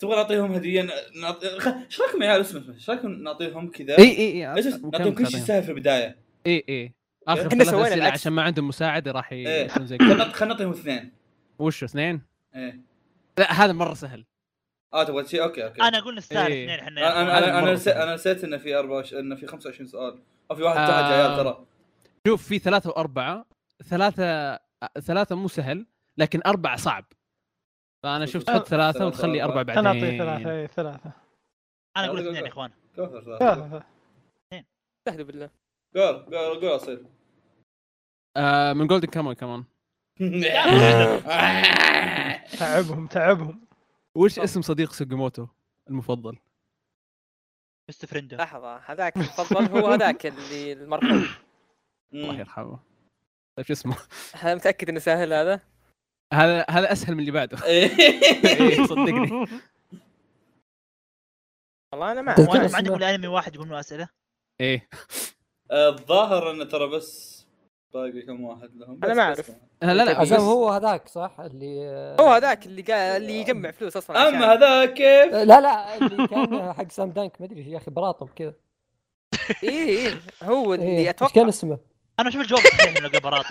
Speaker 1: تبغى نعطيهم هديه نعطي ايش رايكم يا عيال اسمه اسمه؟ ايش رايكم نعطيهم كذا
Speaker 4: اي اي اي
Speaker 1: ايش نعطيهم كل شيء سهل في البدايه
Speaker 4: اي اي اخر
Speaker 7: إحنا
Speaker 4: ثلاث
Speaker 7: سوينا
Speaker 4: اسئله
Speaker 7: العكس.
Speaker 4: عشان ما عندهم مساعده راح
Speaker 1: إيه.
Speaker 4: يكون زي
Speaker 1: خلنا
Speaker 4: كذا
Speaker 1: خلنا نعطيهم اثنين
Speaker 4: وش اثنين؟
Speaker 1: ايه
Speaker 4: لا هذا مره سهل
Speaker 1: اه تبغى شيء اوكي اوكي
Speaker 5: انا اقول نستاهل
Speaker 4: إيه.
Speaker 5: اثنين يعني. احنا
Speaker 1: انا انا
Speaker 4: هذا
Speaker 1: انا,
Speaker 4: مرة
Speaker 1: أنا, نسيت-
Speaker 4: سهل.
Speaker 1: أنا نسيت انه في 24 انه في 25 سؤال او في واحد
Speaker 4: آه.
Speaker 1: تحت يا عيال ترى
Speaker 4: شوف في ثلاثة وأربعة ثلاثة ثلاثة مو سهل لكن أربعة صعب فأنا شفت
Speaker 1: ثلاثة-
Speaker 4: تحط ثلاثة
Speaker 1: ثلاثة
Speaker 4: وتخلي أربعة
Speaker 1: وأربعة.
Speaker 4: بعدين
Speaker 6: انا اعطيه ثلاثه اي ثلاثه
Speaker 5: انا اقول اثنين يا اخوان
Speaker 1: كفر ذا
Speaker 6: ثلاثه
Speaker 7: استهدوا بالله
Speaker 1: قول قول قول اصيل
Speaker 4: آه من جولدن كاموي كمان
Speaker 6: تعبهم تعبهم
Speaker 4: وش اسم صديق سوجيموتو المفضل؟
Speaker 5: بست فريندو
Speaker 7: لحظه هذاك تفضل هو هذاك اللي المرحوم
Speaker 4: الله يرحمه طيب شو اسمه؟
Speaker 7: أنا متاكد انه سهل هذا
Speaker 4: هذا هذا أسهل من اللي بعده
Speaker 1: إيه.
Speaker 4: إيه، صدقني
Speaker 7: والله انا ما
Speaker 2: تذكر
Speaker 5: وانا ما
Speaker 2: اسمه؟
Speaker 5: عندكم الا انمي واحد يقول له اسئله
Speaker 4: ايه
Speaker 1: آه، الظاهر انه ترى بس باقي كم واحد لهم بس-
Speaker 7: أنا ما
Speaker 1: بس
Speaker 7: أعرف.
Speaker 1: كمان.
Speaker 4: لا لا
Speaker 2: عشان
Speaker 4: بس-
Speaker 2: هو هذاك صح اللي آه،
Speaker 7: هو هذاك اللي قال اللي يجمع فلوس اصلا عشان-
Speaker 1: اما هذا كيف
Speaker 2: لا لا اللي كان حق سام دانك ما ادري يا اخي براطم كذا
Speaker 7: اي اي إيه، هو
Speaker 2: إيه،
Speaker 7: اللي
Speaker 2: ايش كان
Speaker 7: اتوقع
Speaker 2: اسمه؟
Speaker 5: انا اشوف الجواب صحيح من القبراط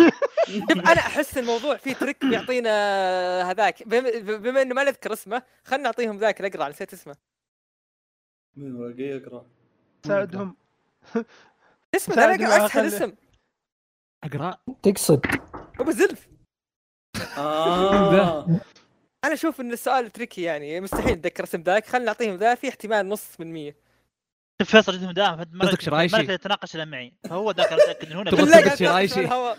Speaker 7: شوف انا احس الموضوع فيه ترك بيعطينا هذاك بم- بما انه ما نذكر اسمه خلنا نعطيهم ذاك الاقرع نسيت اسمه
Speaker 1: مين ورقي يقرا
Speaker 6: ساعدهم
Speaker 7: اسمه
Speaker 6: سعد
Speaker 7: ذا الاقرع
Speaker 6: ما
Speaker 7: اسهل
Speaker 6: أخلي-
Speaker 7: اسم
Speaker 4: أقرأ
Speaker 2: تقصد
Speaker 7: ابو زلف
Speaker 1: اه
Speaker 7: انا اشوف ان السؤال تركي يعني مستحيل اتذكر اسم ذاك خلنا نعطيهم ذا في احتمال نص بالمية
Speaker 5: شوف فيصل جدهم دائما ما
Speaker 4: قصدك شرايشي؟
Speaker 5: ما يتناقش الا معي فهو ذاك أنا متاكد انه هنا
Speaker 4: تبغى
Speaker 7: بالله
Speaker 4: تصدق
Speaker 7: قاعد
Speaker 4: شيء
Speaker 7: تناقش
Speaker 4: رايشي؟
Speaker 7: على الهواء.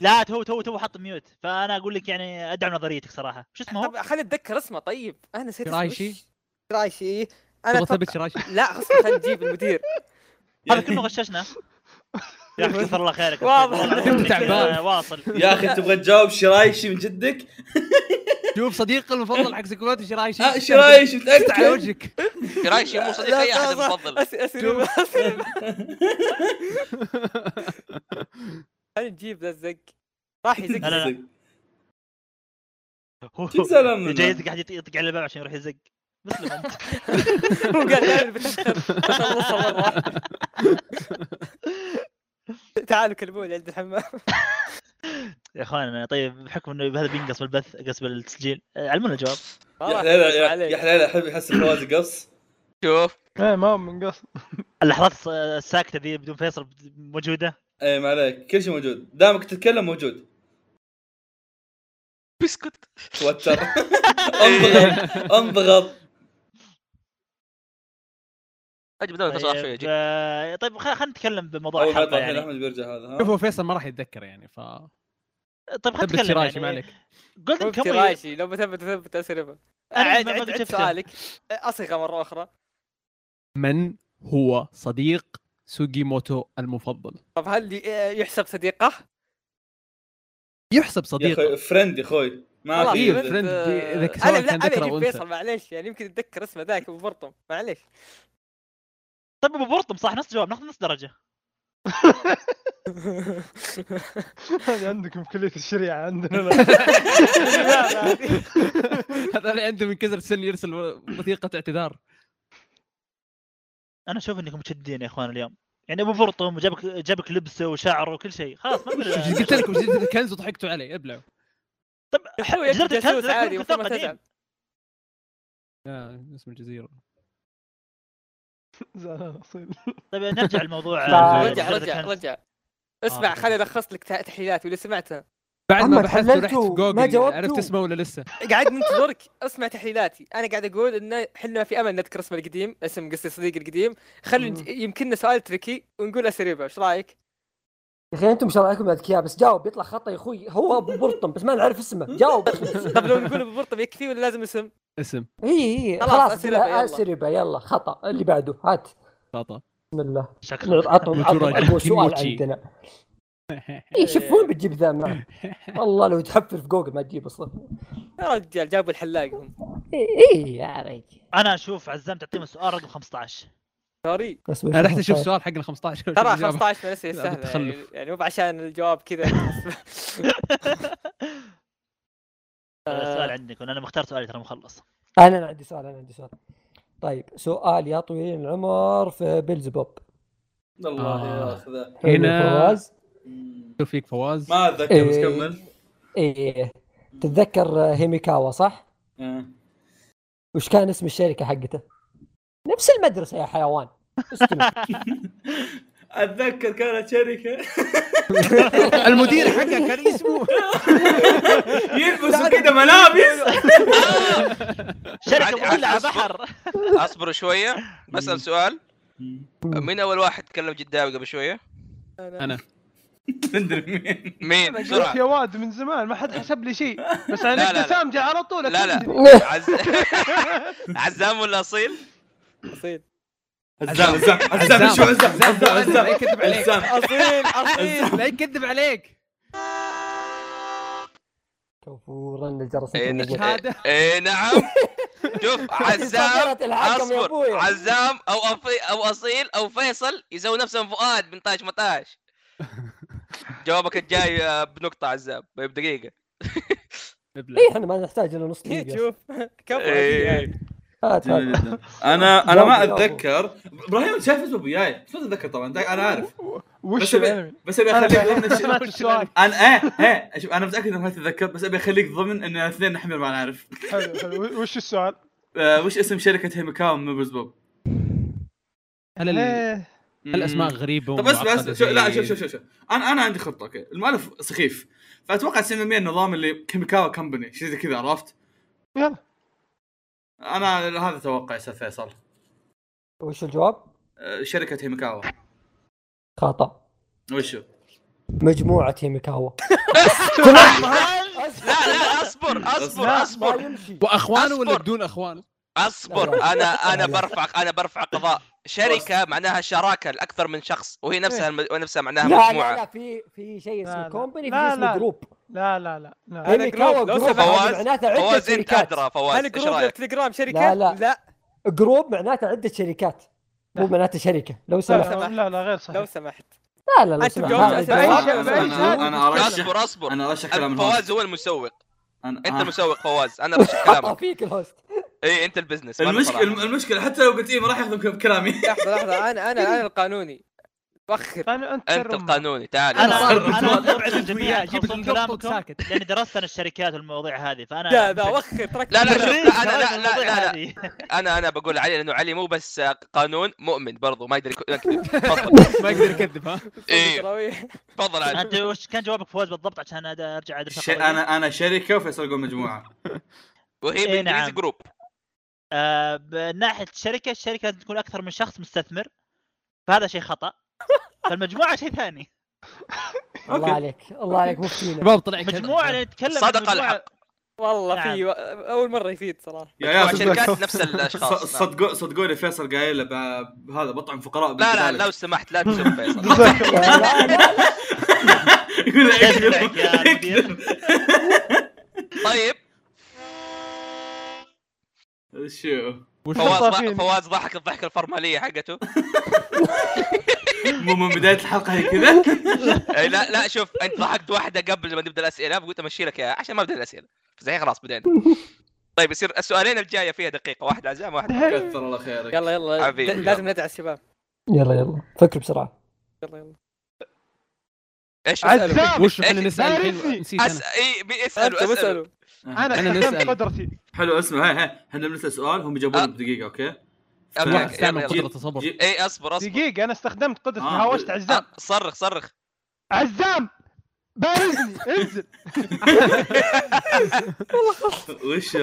Speaker 5: لا تو تو تو حط ميوت فانا اقول لك يعني ادعم نظريتك صراحه شو اسمه هو؟
Speaker 7: طب خلينا نتذكر اسمه طيب انا نسيت اسمه.
Speaker 4: شرايشي؟
Speaker 7: وش- شرايشي إيه. انا
Speaker 4: تبغى
Speaker 7: أتوقع...
Speaker 4: تثبت شرايشي
Speaker 7: لا اصبر خلينا نجيب المدير
Speaker 5: هذا كله غششنا يعني يا اخي كثر الله خيرك
Speaker 7: واضح.
Speaker 5: والله العظيم إنك،
Speaker 4: تعبان.
Speaker 5: آه، واصل
Speaker 1: يا اخي تبغى تجاوب شرايشي من جدك؟
Speaker 4: شوف صديقي المفضل حق سوجيموتو شرايشي
Speaker 1: آه، شرايشي
Speaker 4: شفت على
Speaker 1: متاكد؟
Speaker 4: وجهك
Speaker 3: رايشي مو صديق اي احد مفضل
Speaker 7: أس... أسلوب- أسلوب. خلينا نجيب ذا الزق راح
Speaker 5: لا، لا،
Speaker 7: يزق
Speaker 5: لا. هو-
Speaker 1: شو الزلمة منه؟
Speaker 5: جايز قاعد يط- يطق على الباب عشان يروح يزق مسلم أنت.
Speaker 7: هو قال لا انا بتاخر عشان نوصل مرة واحدة. تعالوا كلموني عند الحمام
Speaker 5: يا اخوان طيب بحكم انه هذا بينقص بالبث قص بالتسجيل آه، علمونا الجواب
Speaker 1: يا حليلة يا- يا
Speaker 7: عليك.
Speaker 1: حليلة احب يحس الفواز قص
Speaker 3: شوف
Speaker 6: ايه ما هو من قصد
Speaker 5: اللحظات الس- الساكته ذي بدون فيصل موجوده
Speaker 1: اي إيه، ما عليك كل شيء موجود دامك تتكلم موجود
Speaker 3: بسكت
Speaker 1: توتر انضغط انضغط
Speaker 3: اجمل دوله تصلح فيها
Speaker 5: طيب
Speaker 3: جدا
Speaker 5: آه، طيب خ- خلينا نتكلم بموضوع
Speaker 1: اول ما
Speaker 5: الحلقه
Speaker 1: يطلع الحين
Speaker 5: يعني
Speaker 1: احمد بيرجع هذا ها
Speaker 4: شوف هو فيصل ما راح يتذكر يعني ف
Speaker 5: طيب خلينا
Speaker 4: ثبت
Speaker 5: نتكلم
Speaker 4: شراشي ما
Speaker 5: يعني
Speaker 4: عليك
Speaker 5: جولدن
Speaker 7: وقت
Speaker 5: كاموي
Speaker 7: راشي لو بثبت بثبت اسربه
Speaker 5: أنا
Speaker 7: عد
Speaker 5: ما- ما
Speaker 7: عد
Speaker 5: قد
Speaker 7: عد
Speaker 5: شفته.
Speaker 7: سؤالك اصيغه مره اخرى
Speaker 4: من هو صديق سوجيموتو المفضل
Speaker 7: طب هل ي- يحسب صديقه؟
Speaker 4: يحسب
Speaker 1: يا اخوي
Speaker 4: صديقه
Speaker 1: فريند يا اخوي ما
Speaker 7: والله
Speaker 4: إيه،
Speaker 1: في
Speaker 7: فريند،
Speaker 4: فريند،
Speaker 7: آه،
Speaker 4: إذا سواء
Speaker 7: انا لا
Speaker 4: كان
Speaker 7: ابي
Speaker 4: ذكر أو
Speaker 7: اجيب
Speaker 4: أنثى.
Speaker 7: فيصل معليش يعني يمكن اتذكر اسمه ذاك ابو برطم معليش
Speaker 5: طيب ابو برطم صح نص جواب ناخذ نص درجه
Speaker 6: هذه عندكم كليه الشريعه عندنا لا.
Speaker 4: هذا اللي عنده من كثر السن يرسل وثيقه اعتذار
Speaker 5: انا اشوف انكم متشدين يا اخوان اليوم يعني ابو برطم جابك جابك لبسه وشعره وكل شيء خلاص ما أدري.
Speaker 4: إيش قلت لكم إيش قلت لكم؟ كنز وضحكتوا عليه ابلعوا
Speaker 5: طب
Speaker 7: حلو
Speaker 5: جزيرة
Speaker 7: يكتب
Speaker 5: الكنز
Speaker 7: جاسوس
Speaker 5: ذاك
Speaker 7: عادي
Speaker 5: يكون
Speaker 7: وقت ما
Speaker 5: قديم.
Speaker 7: تزعل
Speaker 4: آه، اسم الجزيره
Speaker 6: زعلان اصيل
Speaker 5: طيب نرجع لموضوع
Speaker 2: لا،
Speaker 7: رجع رجع رجع اسمع
Speaker 4: آه.
Speaker 7: خليني الخص لك تح- تحليلاتي واللي سمعتها
Speaker 4: بعد
Speaker 2: أما
Speaker 4: ما بحثت
Speaker 2: حللته،
Speaker 4: ورحت في
Speaker 2: ما
Speaker 4: جوجل
Speaker 2: جاوبته.
Speaker 4: عرفت اسمه ولا لسه
Speaker 7: قاعد منتظرك اسمع تحليلاتي انا قاعد اقول انه احنا ما في امل نذكر اسمه القديم اسم قصدي صديق القديم خلي نج- يمكننا سؤال تركي ونقول اسريبه ايش رايك؟
Speaker 2: يا اخي انتم شرعكم اذكياء بس جاوب يطلع خط يا اخوي هو ابو برطم بس ما نعرف اسمه جاوب
Speaker 7: طب لو نقول ابو برطم يكفي ولا لازم اسم؟
Speaker 4: اسم
Speaker 2: اي اي
Speaker 7: خلاص،
Speaker 2: خلاص
Speaker 7: أسربة، يلا.
Speaker 2: اسربه يلا خطا اللي بعده هات
Speaker 4: خطا
Speaker 2: بسم الله
Speaker 5: شكرا
Speaker 2: نعط- عطهم عطهم
Speaker 4: متراجع.
Speaker 2: أبو سؤال
Speaker 4: كيموتشي.
Speaker 2: عندنا اي شوف وين بتجيب ذا معك والله لو تحفر في جوجل ما تجيب اصلا
Speaker 7: يا رجال جابوا الحلاق هم
Speaker 2: اي إيه، يا ريت
Speaker 5: انا اشوف عزام تعطيهم السؤال رقم 15
Speaker 7: سوري
Speaker 2: بس
Speaker 4: انا رحت اشوف سؤال حق ال 15
Speaker 7: ترى 15 من الاسئله
Speaker 4: لا،
Speaker 7: سهله يعني,
Speaker 4: بالتخلف.
Speaker 7: يعني مو عشان الجواب كذا
Speaker 5: السؤال عندكم انا مختار سؤالي ترى مخلص
Speaker 2: انا أنا عندي سؤال انا عندي سؤال طيب سؤال يا طويل العمر في بيلزبوب
Speaker 1: الله
Speaker 4: آه.
Speaker 1: ياخذه
Speaker 2: حلو
Speaker 4: هنا-
Speaker 2: فواز
Speaker 1: مم.
Speaker 4: شوف فيك فواز
Speaker 1: ما اتذكر بس
Speaker 2: إيه.
Speaker 1: كمل
Speaker 2: ايه تتذكر هيميكاوا صح؟
Speaker 1: آه.
Speaker 2: وش كان اسم الشركه حقته؟ نفس المدرسه يا حيوان اسكت.
Speaker 1: اتذكر كانت شركه
Speaker 4: المدير حقه كان اسمه
Speaker 1: يلبسوا كذا ملابس
Speaker 5: شركه
Speaker 3: عاد-
Speaker 5: مطلة على
Speaker 3: عاد
Speaker 5: البحر
Speaker 3: اصبروا شويه بسال سؤال مين اول واحد تكلم جداوي قبل شويه؟
Speaker 4: انا
Speaker 1: تندري مين
Speaker 3: مين
Speaker 6: شوف يا
Speaker 3: بسرعه
Speaker 6: واد من زمان ما حد حسب لي شيء بس
Speaker 3: لا، لا،
Speaker 6: على
Speaker 3: لا.
Speaker 6: الابتسام جاء على طول
Speaker 3: لا
Speaker 6: أكيد.
Speaker 3: لا عز... عزام ولا اصيل؟
Speaker 7: اصيل
Speaker 1: عزام عزام عزام شو عزام عزام عزام
Speaker 4: لا يكذب عليك
Speaker 1: عزام
Speaker 7: اصيل اصيل
Speaker 4: لا يكذب عليك
Speaker 2: كفورا الجرس
Speaker 3: إيه، نعم.
Speaker 4: هذا
Speaker 3: اي نعم شوف عزام اصبر عزام او أفي او اصيل او فيصل يسوي نفسهم فؤاد من طاش مطاش جوابك الجاي آه، بنقطة عزام طيب، بدقيقة
Speaker 4: ابلع.
Speaker 2: اي احنا إيه، ما نحتاج الا نص دقيقه
Speaker 7: شوف كفو
Speaker 3: إيه.
Speaker 7: يعني.
Speaker 2: هات
Speaker 1: جميل
Speaker 2: هات
Speaker 1: جدا انا انا ما
Speaker 2: جاوبوا، جاوبوا.
Speaker 1: اتذكر ابراهيم شايف اسمه وياي بس ما اتذكر طبعا انا عارف
Speaker 6: وش
Speaker 1: بس أبي-
Speaker 6: الانمي؟
Speaker 1: بس ابي
Speaker 6: انا
Speaker 1: اخليك
Speaker 6: فعلاً
Speaker 1: ضمن الش-
Speaker 6: سمعت السؤال
Speaker 1: انا ايه ايه شوف انا متاكد انك ما تتذكر بس ابي اخليك ضمن ان اثنين نحمل ما نعرف
Speaker 6: حلو حلو وش السؤال؟
Speaker 1: آه، وش اسم شركه هيميكاوا من ميبلز بوب؟
Speaker 4: هل ال-
Speaker 6: إيه،
Speaker 4: هل الاسماء غريبه
Speaker 1: طب اسمع
Speaker 4: ومعقدة
Speaker 1: اسمع شو لا
Speaker 4: زي-
Speaker 1: شوف شوف شوف شو. انا انا عندي خطه اوكي المؤلف سخيف فاتوقع تسميه النظام اللي كيميكاوا كمباني شيء زي كذا عرفت؟
Speaker 6: يلا
Speaker 1: انا هذا توقع استاذ فيصل
Speaker 2: وش الجواب؟
Speaker 1: آه، شركه هيميكاوا
Speaker 2: خطا
Speaker 1: وشو؟
Speaker 2: مجموعه هيميكاوا
Speaker 3: لا لا اصبر اصبر
Speaker 1: لا،
Speaker 2: ما
Speaker 3: اصبر
Speaker 2: يمشي
Speaker 4: واخوانه ولا
Speaker 3: أصبر.
Speaker 4: بدون اخوانه؟
Speaker 2: لا،
Speaker 3: اصبر
Speaker 2: لا.
Speaker 3: انا انا
Speaker 2: لا.
Speaker 3: برفع انا برفع قضاء شركة معناها شراكة لاكثر من شخص وهي نفسها الم... نفسها معناها
Speaker 2: إيه. لا لا لا
Speaker 3: مجموعة
Speaker 2: في في شيء
Speaker 6: لا،
Speaker 2: اسمه
Speaker 6: لا.
Speaker 2: كومباني في
Speaker 6: لا، لا.
Speaker 2: اسمه يعني جروب
Speaker 6: لا لا لا
Speaker 1: إيه،
Speaker 6: لا
Speaker 7: أنا
Speaker 2: هيميكاوا
Speaker 7: جروب، لو
Speaker 2: جروب
Speaker 7: سمحت.
Speaker 2: هذه معناتها عده
Speaker 3: فواز انت
Speaker 2: شركات
Speaker 3: ادرى فواز
Speaker 7: هل
Speaker 3: ايش
Speaker 7: جروب
Speaker 3: رايك؟
Speaker 7: التليجرام
Speaker 2: لا،
Speaker 7: شركه؟
Speaker 2: لا.
Speaker 7: لا
Speaker 2: جروب معناته عده شركات مو معناته شركه لو
Speaker 6: لا،
Speaker 2: سمحت
Speaker 6: لا لا لا غير صحيح
Speaker 7: لو سمحت
Speaker 2: لا لا لو
Speaker 7: أنت
Speaker 2: سمحت
Speaker 7: بجوز
Speaker 2: هذا
Speaker 7: أسأل أي
Speaker 2: جواب.
Speaker 7: شيء.
Speaker 1: انا أنا- انا ارشح
Speaker 3: اصبر اصبر
Speaker 1: انا ارشح كلام الهوست
Speaker 3: فواز هو المسوق
Speaker 1: أنا-
Speaker 3: انت
Speaker 1: آه.
Speaker 3: مسوق فواز انا ارشح كلامك
Speaker 2: خطا فيك الهوست
Speaker 3: اي انت البزنس ما أنا
Speaker 1: المشكله
Speaker 3: صلاح.
Speaker 1: الم- المشكله حتى لو قلت ايه ما راح ياخذ كلامي
Speaker 7: لحظه لحظه انا انا انا القانوني فخر
Speaker 6: انا انت
Speaker 3: انت
Speaker 6: سر أمك.
Speaker 3: القانوني تعال
Speaker 5: انا
Speaker 1: صار
Speaker 5: انا
Speaker 1: بالضبط.
Speaker 5: استوعب الجميع
Speaker 4: جيب
Speaker 5: يخلصون
Speaker 4: النقطة
Speaker 5: كلامكم
Speaker 4: وساكت.
Speaker 5: لاني درست انا الشركات والمواضيع هذه فانا
Speaker 7: لا لا وخر ترك
Speaker 3: لا، لا، شوف،
Speaker 5: تدريس
Speaker 3: لا، أنا- لا، لا،
Speaker 5: درست المواضيع
Speaker 3: لا، لا.
Speaker 5: هذه.
Speaker 3: انا انا بقول علي لانه علي مو بس قانون مؤمن برضو ما يقدر يكذب تفضل
Speaker 4: ما يقدر يكذب ها؟
Speaker 3: إيه.
Speaker 7: تراويح.
Speaker 3: تفضل علي
Speaker 5: انت وش كان جوابك فوز بالضبط عشان أد- ارجع ادرس
Speaker 1: ش- انا انا شركه وفيصل يقول مجموعه
Speaker 3: وهي
Speaker 5: إيه،
Speaker 3: بالانجليزي
Speaker 5: نعم.
Speaker 3: جروب
Speaker 5: آه، من ناحيه الشركه الشركه لازم تكون اكثر من شخص مستثمر فهذا شيء خطا فالمجموعه شيء ثاني
Speaker 2: الله عليك الله عليك مفتينا
Speaker 4: شباب طلع يعني كذا.
Speaker 5: مجموعه اللي نتكلم
Speaker 3: صدق
Speaker 5: عن مجموعة-
Speaker 3: الحق.
Speaker 7: والله
Speaker 5: نعم.
Speaker 7: في اول مره يفيد صراحه
Speaker 1: يا يا صدق-
Speaker 3: شركات نفس الاشخاص
Speaker 1: ص- صدقوا صدقوني فيصل قايل ب- هذا بطعم فقراء
Speaker 3: نعم. لا لا
Speaker 1: بالكذلك.
Speaker 3: لو سمحت لا تسب فيصل
Speaker 6: جزاك الله
Speaker 2: لا، لا، لا،
Speaker 1: يقول له اكذب
Speaker 5: يا مدير.
Speaker 1: اكذب.
Speaker 3: طيب
Speaker 1: شو
Speaker 4: وش
Speaker 3: فواز ضحك
Speaker 6: صافين.
Speaker 3: فواز ضحك الضحكه الفرمليه حقته
Speaker 1: مو من بدايه الحلقه هي كذا
Speaker 3: أي إيه، لا لا شوف انت ضحكت واحده قبل ما نبدا الاسئله فقلت امشي لك اياها عشان ما ابدا الاسئله بس الحين خلاص بدينا طيب يصير السؤالين الجايه فيها دقيقه واحد عزام واحد
Speaker 1: كثر الله خيرك
Speaker 7: يلا يلا
Speaker 3: حبيبي،
Speaker 7: ل- لازم ندعي الشباب
Speaker 2: يلا يلا فكر بسرعه
Speaker 7: يلا يلا
Speaker 3: ايش
Speaker 7: عزام!
Speaker 3: اسالوا
Speaker 4: وش
Speaker 3: إيش-
Speaker 4: احنا نسال الحين
Speaker 6: عارفني.
Speaker 4: نسيت
Speaker 3: أس...
Speaker 4: انا
Speaker 3: اي بي- اسالوا
Speaker 7: انتم
Speaker 3: اسالوا
Speaker 7: اسالوا
Speaker 6: انا
Speaker 4: أنا
Speaker 6: أتكلم
Speaker 4: نسأل.
Speaker 6: بقدرتي
Speaker 1: حلو اسمع هاي هاي احنا بنسال سؤال هم
Speaker 3: آه.
Speaker 1: جابوه بدقيقه اوكي
Speaker 3: أبدأ.
Speaker 4: واحد
Speaker 1: يلا،
Speaker 4: استعمل
Speaker 1: يلا.
Speaker 4: قدرة
Speaker 1: جيب-
Speaker 4: الصبر.
Speaker 1: جيب-
Speaker 3: اي اصبر اصبر
Speaker 6: دقيقه انا استخدمت قدرتي
Speaker 1: آه.
Speaker 6: هاوشت عزام
Speaker 3: آه، صرخ صرخ
Speaker 6: عزام بارزني انزل
Speaker 1: وش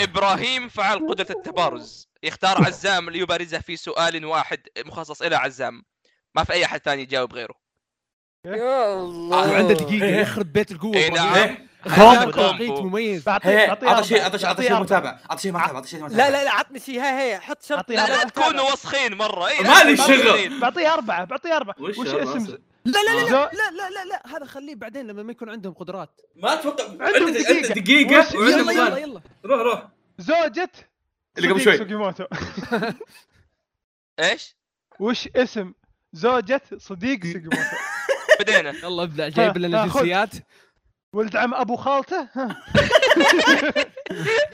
Speaker 3: ابراهيم فعل قدره التبارز يختار عزام ليبارزه في سؤال واحد مخصص الى عزام ما في اي احد ثاني يجاوب غيره
Speaker 7: يا الله
Speaker 4: وعنده دقيقه
Speaker 1: إيه.
Speaker 4: يخرب بيت القوه
Speaker 3: اي
Speaker 4: إبراهيم.
Speaker 3: نعم
Speaker 4: هذا
Speaker 5: خرب.
Speaker 4: توقيت
Speaker 3: كومبو.
Speaker 4: مميز
Speaker 1: هي،
Speaker 6: بعطيه
Speaker 1: عطى شيء عطى شيء عطى شيء
Speaker 6: أعطيه أربعة.
Speaker 1: متابع عطى شيء متابع عطى شيء متابع
Speaker 7: لا لا لا عطني شيء هاي هاي حط شرط
Speaker 6: أعطيه
Speaker 3: لا
Speaker 6: أنا
Speaker 3: لا
Speaker 6: أتابع.
Speaker 3: تكونوا وسخين مره اي لا،
Speaker 1: مالي
Speaker 3: تكونوا
Speaker 1: شغل.
Speaker 3: وسخين.
Speaker 6: بعطيه اربعه بعطيه اربعه
Speaker 1: وش
Speaker 6: وش
Speaker 1: هذا
Speaker 6: اسم
Speaker 1: أصلاً؟
Speaker 4: لا لا لا
Speaker 6: زو-
Speaker 4: لا لا لا لا هذا خليه بعدين لما ما يكون عندهم قدرات
Speaker 1: ما اتوقع
Speaker 6: عندهم
Speaker 1: عندك
Speaker 6: دقيقة.
Speaker 1: عندك دقيقه
Speaker 6: وش-
Speaker 1: وعندك
Speaker 4: يلا
Speaker 6: يلا،
Speaker 4: يلا
Speaker 1: سؤال
Speaker 4: يلا
Speaker 1: روح روح
Speaker 6: زوجة
Speaker 1: اللي قبل
Speaker 6: صديق
Speaker 1: شوي.
Speaker 6: سوكيموتو
Speaker 3: ايش
Speaker 6: وش اسم زوجة صديق سوكيموتو
Speaker 3: بدينا
Speaker 4: يلا ابدا جايب لنا
Speaker 6: ها، خذ.
Speaker 4: جنسيات
Speaker 6: ولد عم ابو خالته ها.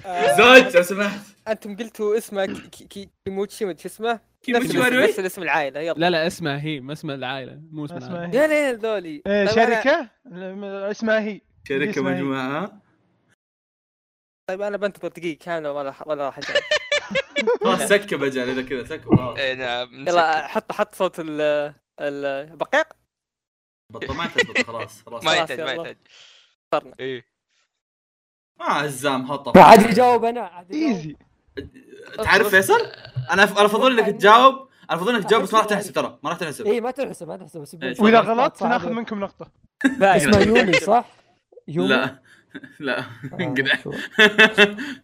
Speaker 7: آه،
Speaker 1: زوج لو سمحت
Speaker 7: انتم قلتوا اسمه كي- كي- كي- كيموتشي ما أدري شو اسمه نفس
Speaker 1: كيموتشي
Speaker 7: الاسم-
Speaker 1: واريوي
Speaker 7: نفس الاسم العائله يلا
Speaker 4: لا لا اسمها هي ما اسم العائله مو اسم العائله
Speaker 6: اسمها هي
Speaker 7: يا ليل ذولي
Speaker 6: إيه،
Speaker 7: طيب أنا-
Speaker 6: شركة م- اسمها هي
Speaker 1: شركه
Speaker 6: اسمها هي.
Speaker 1: مجموعه
Speaker 7: طيب انا بنتظر دقيقه كامله ولا ولا راح أجاوب.
Speaker 1: خلاص سكب اجل اذا كذا سكب خلاص.
Speaker 3: إي نعم
Speaker 7: يلا حط حط صوت ال البقيق
Speaker 1: بطل ما تثبت خلاص خلاص
Speaker 3: ما
Speaker 1: ما
Speaker 3: يحتاج ما
Speaker 7: يلا.
Speaker 3: يحتاج
Speaker 7: صرنا.
Speaker 3: ايه
Speaker 1: آه، عزام هطل
Speaker 2: عاد يجاوب انا عاد يجاوب.
Speaker 6: ايزي
Speaker 1: تعرف فيصل انا انا فضل انك تجاوب انا فضل انك تجاوب بس ما راح تحسب ترى ما راح تحسب
Speaker 2: اي إيه، ما تنحسب ما تنحسب بس-
Speaker 1: إيه.
Speaker 2: بس-
Speaker 6: واذا
Speaker 2: بس-
Speaker 6: غلطت
Speaker 2: صعب.
Speaker 6: ناخذ أيوة. منكم نقطة
Speaker 2: اسمه يومي صح؟ يومي
Speaker 1: لا لا
Speaker 2: آه،
Speaker 1: انقلع
Speaker 2: شو.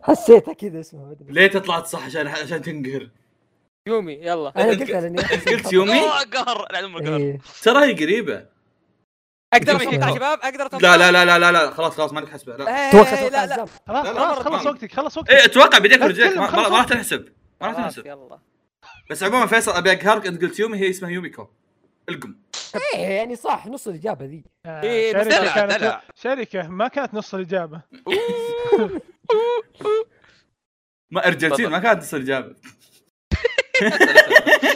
Speaker 2: حسيته كذا اسمه ما أدري.
Speaker 1: ليه طلعت صح عشان عشان تنقهر
Speaker 7: يومي يلا
Speaker 2: انا قلتها لاني
Speaker 1: قلت يومي
Speaker 3: اوه قهر لا عمر قهر
Speaker 2: إيه.
Speaker 1: ترى هي قريبه
Speaker 7: اقدر
Speaker 3: يومي.
Speaker 7: اتوقع شباب اقدر اتوقع
Speaker 1: لا لا لا لا لا, لا خلاص خلاص ما لك حسبه لا
Speaker 7: لا
Speaker 2: توقع توقع
Speaker 7: إيه، لا لا إيه،
Speaker 2: الزام
Speaker 6: خلاص
Speaker 1: لا، لا،
Speaker 6: خلاص
Speaker 1: خلاص.
Speaker 6: خلص وقتك خلص
Speaker 1: ايه
Speaker 6: وقتك
Speaker 1: اتوقع بيديك
Speaker 6: لا
Speaker 1: ورجليك
Speaker 6: تتكلم،
Speaker 1: ما ما- ما راح
Speaker 6: خلاص.
Speaker 1: تنحسب ما راح
Speaker 7: خلاص،
Speaker 1: تنحسب
Speaker 7: يلا
Speaker 1: بس عموما فيصل ابي اقهرك انت قلت يومي هي اسمها يوميكو القم
Speaker 2: ايه يعني صح نص الاجابه ذي
Speaker 6: آه،
Speaker 7: إيه، بس
Speaker 6: شركة
Speaker 3: دلع، دلع.
Speaker 6: كانت شركة ما كانت نص الإجابة
Speaker 1: ما ارجلتين ما كانت تصير اجابه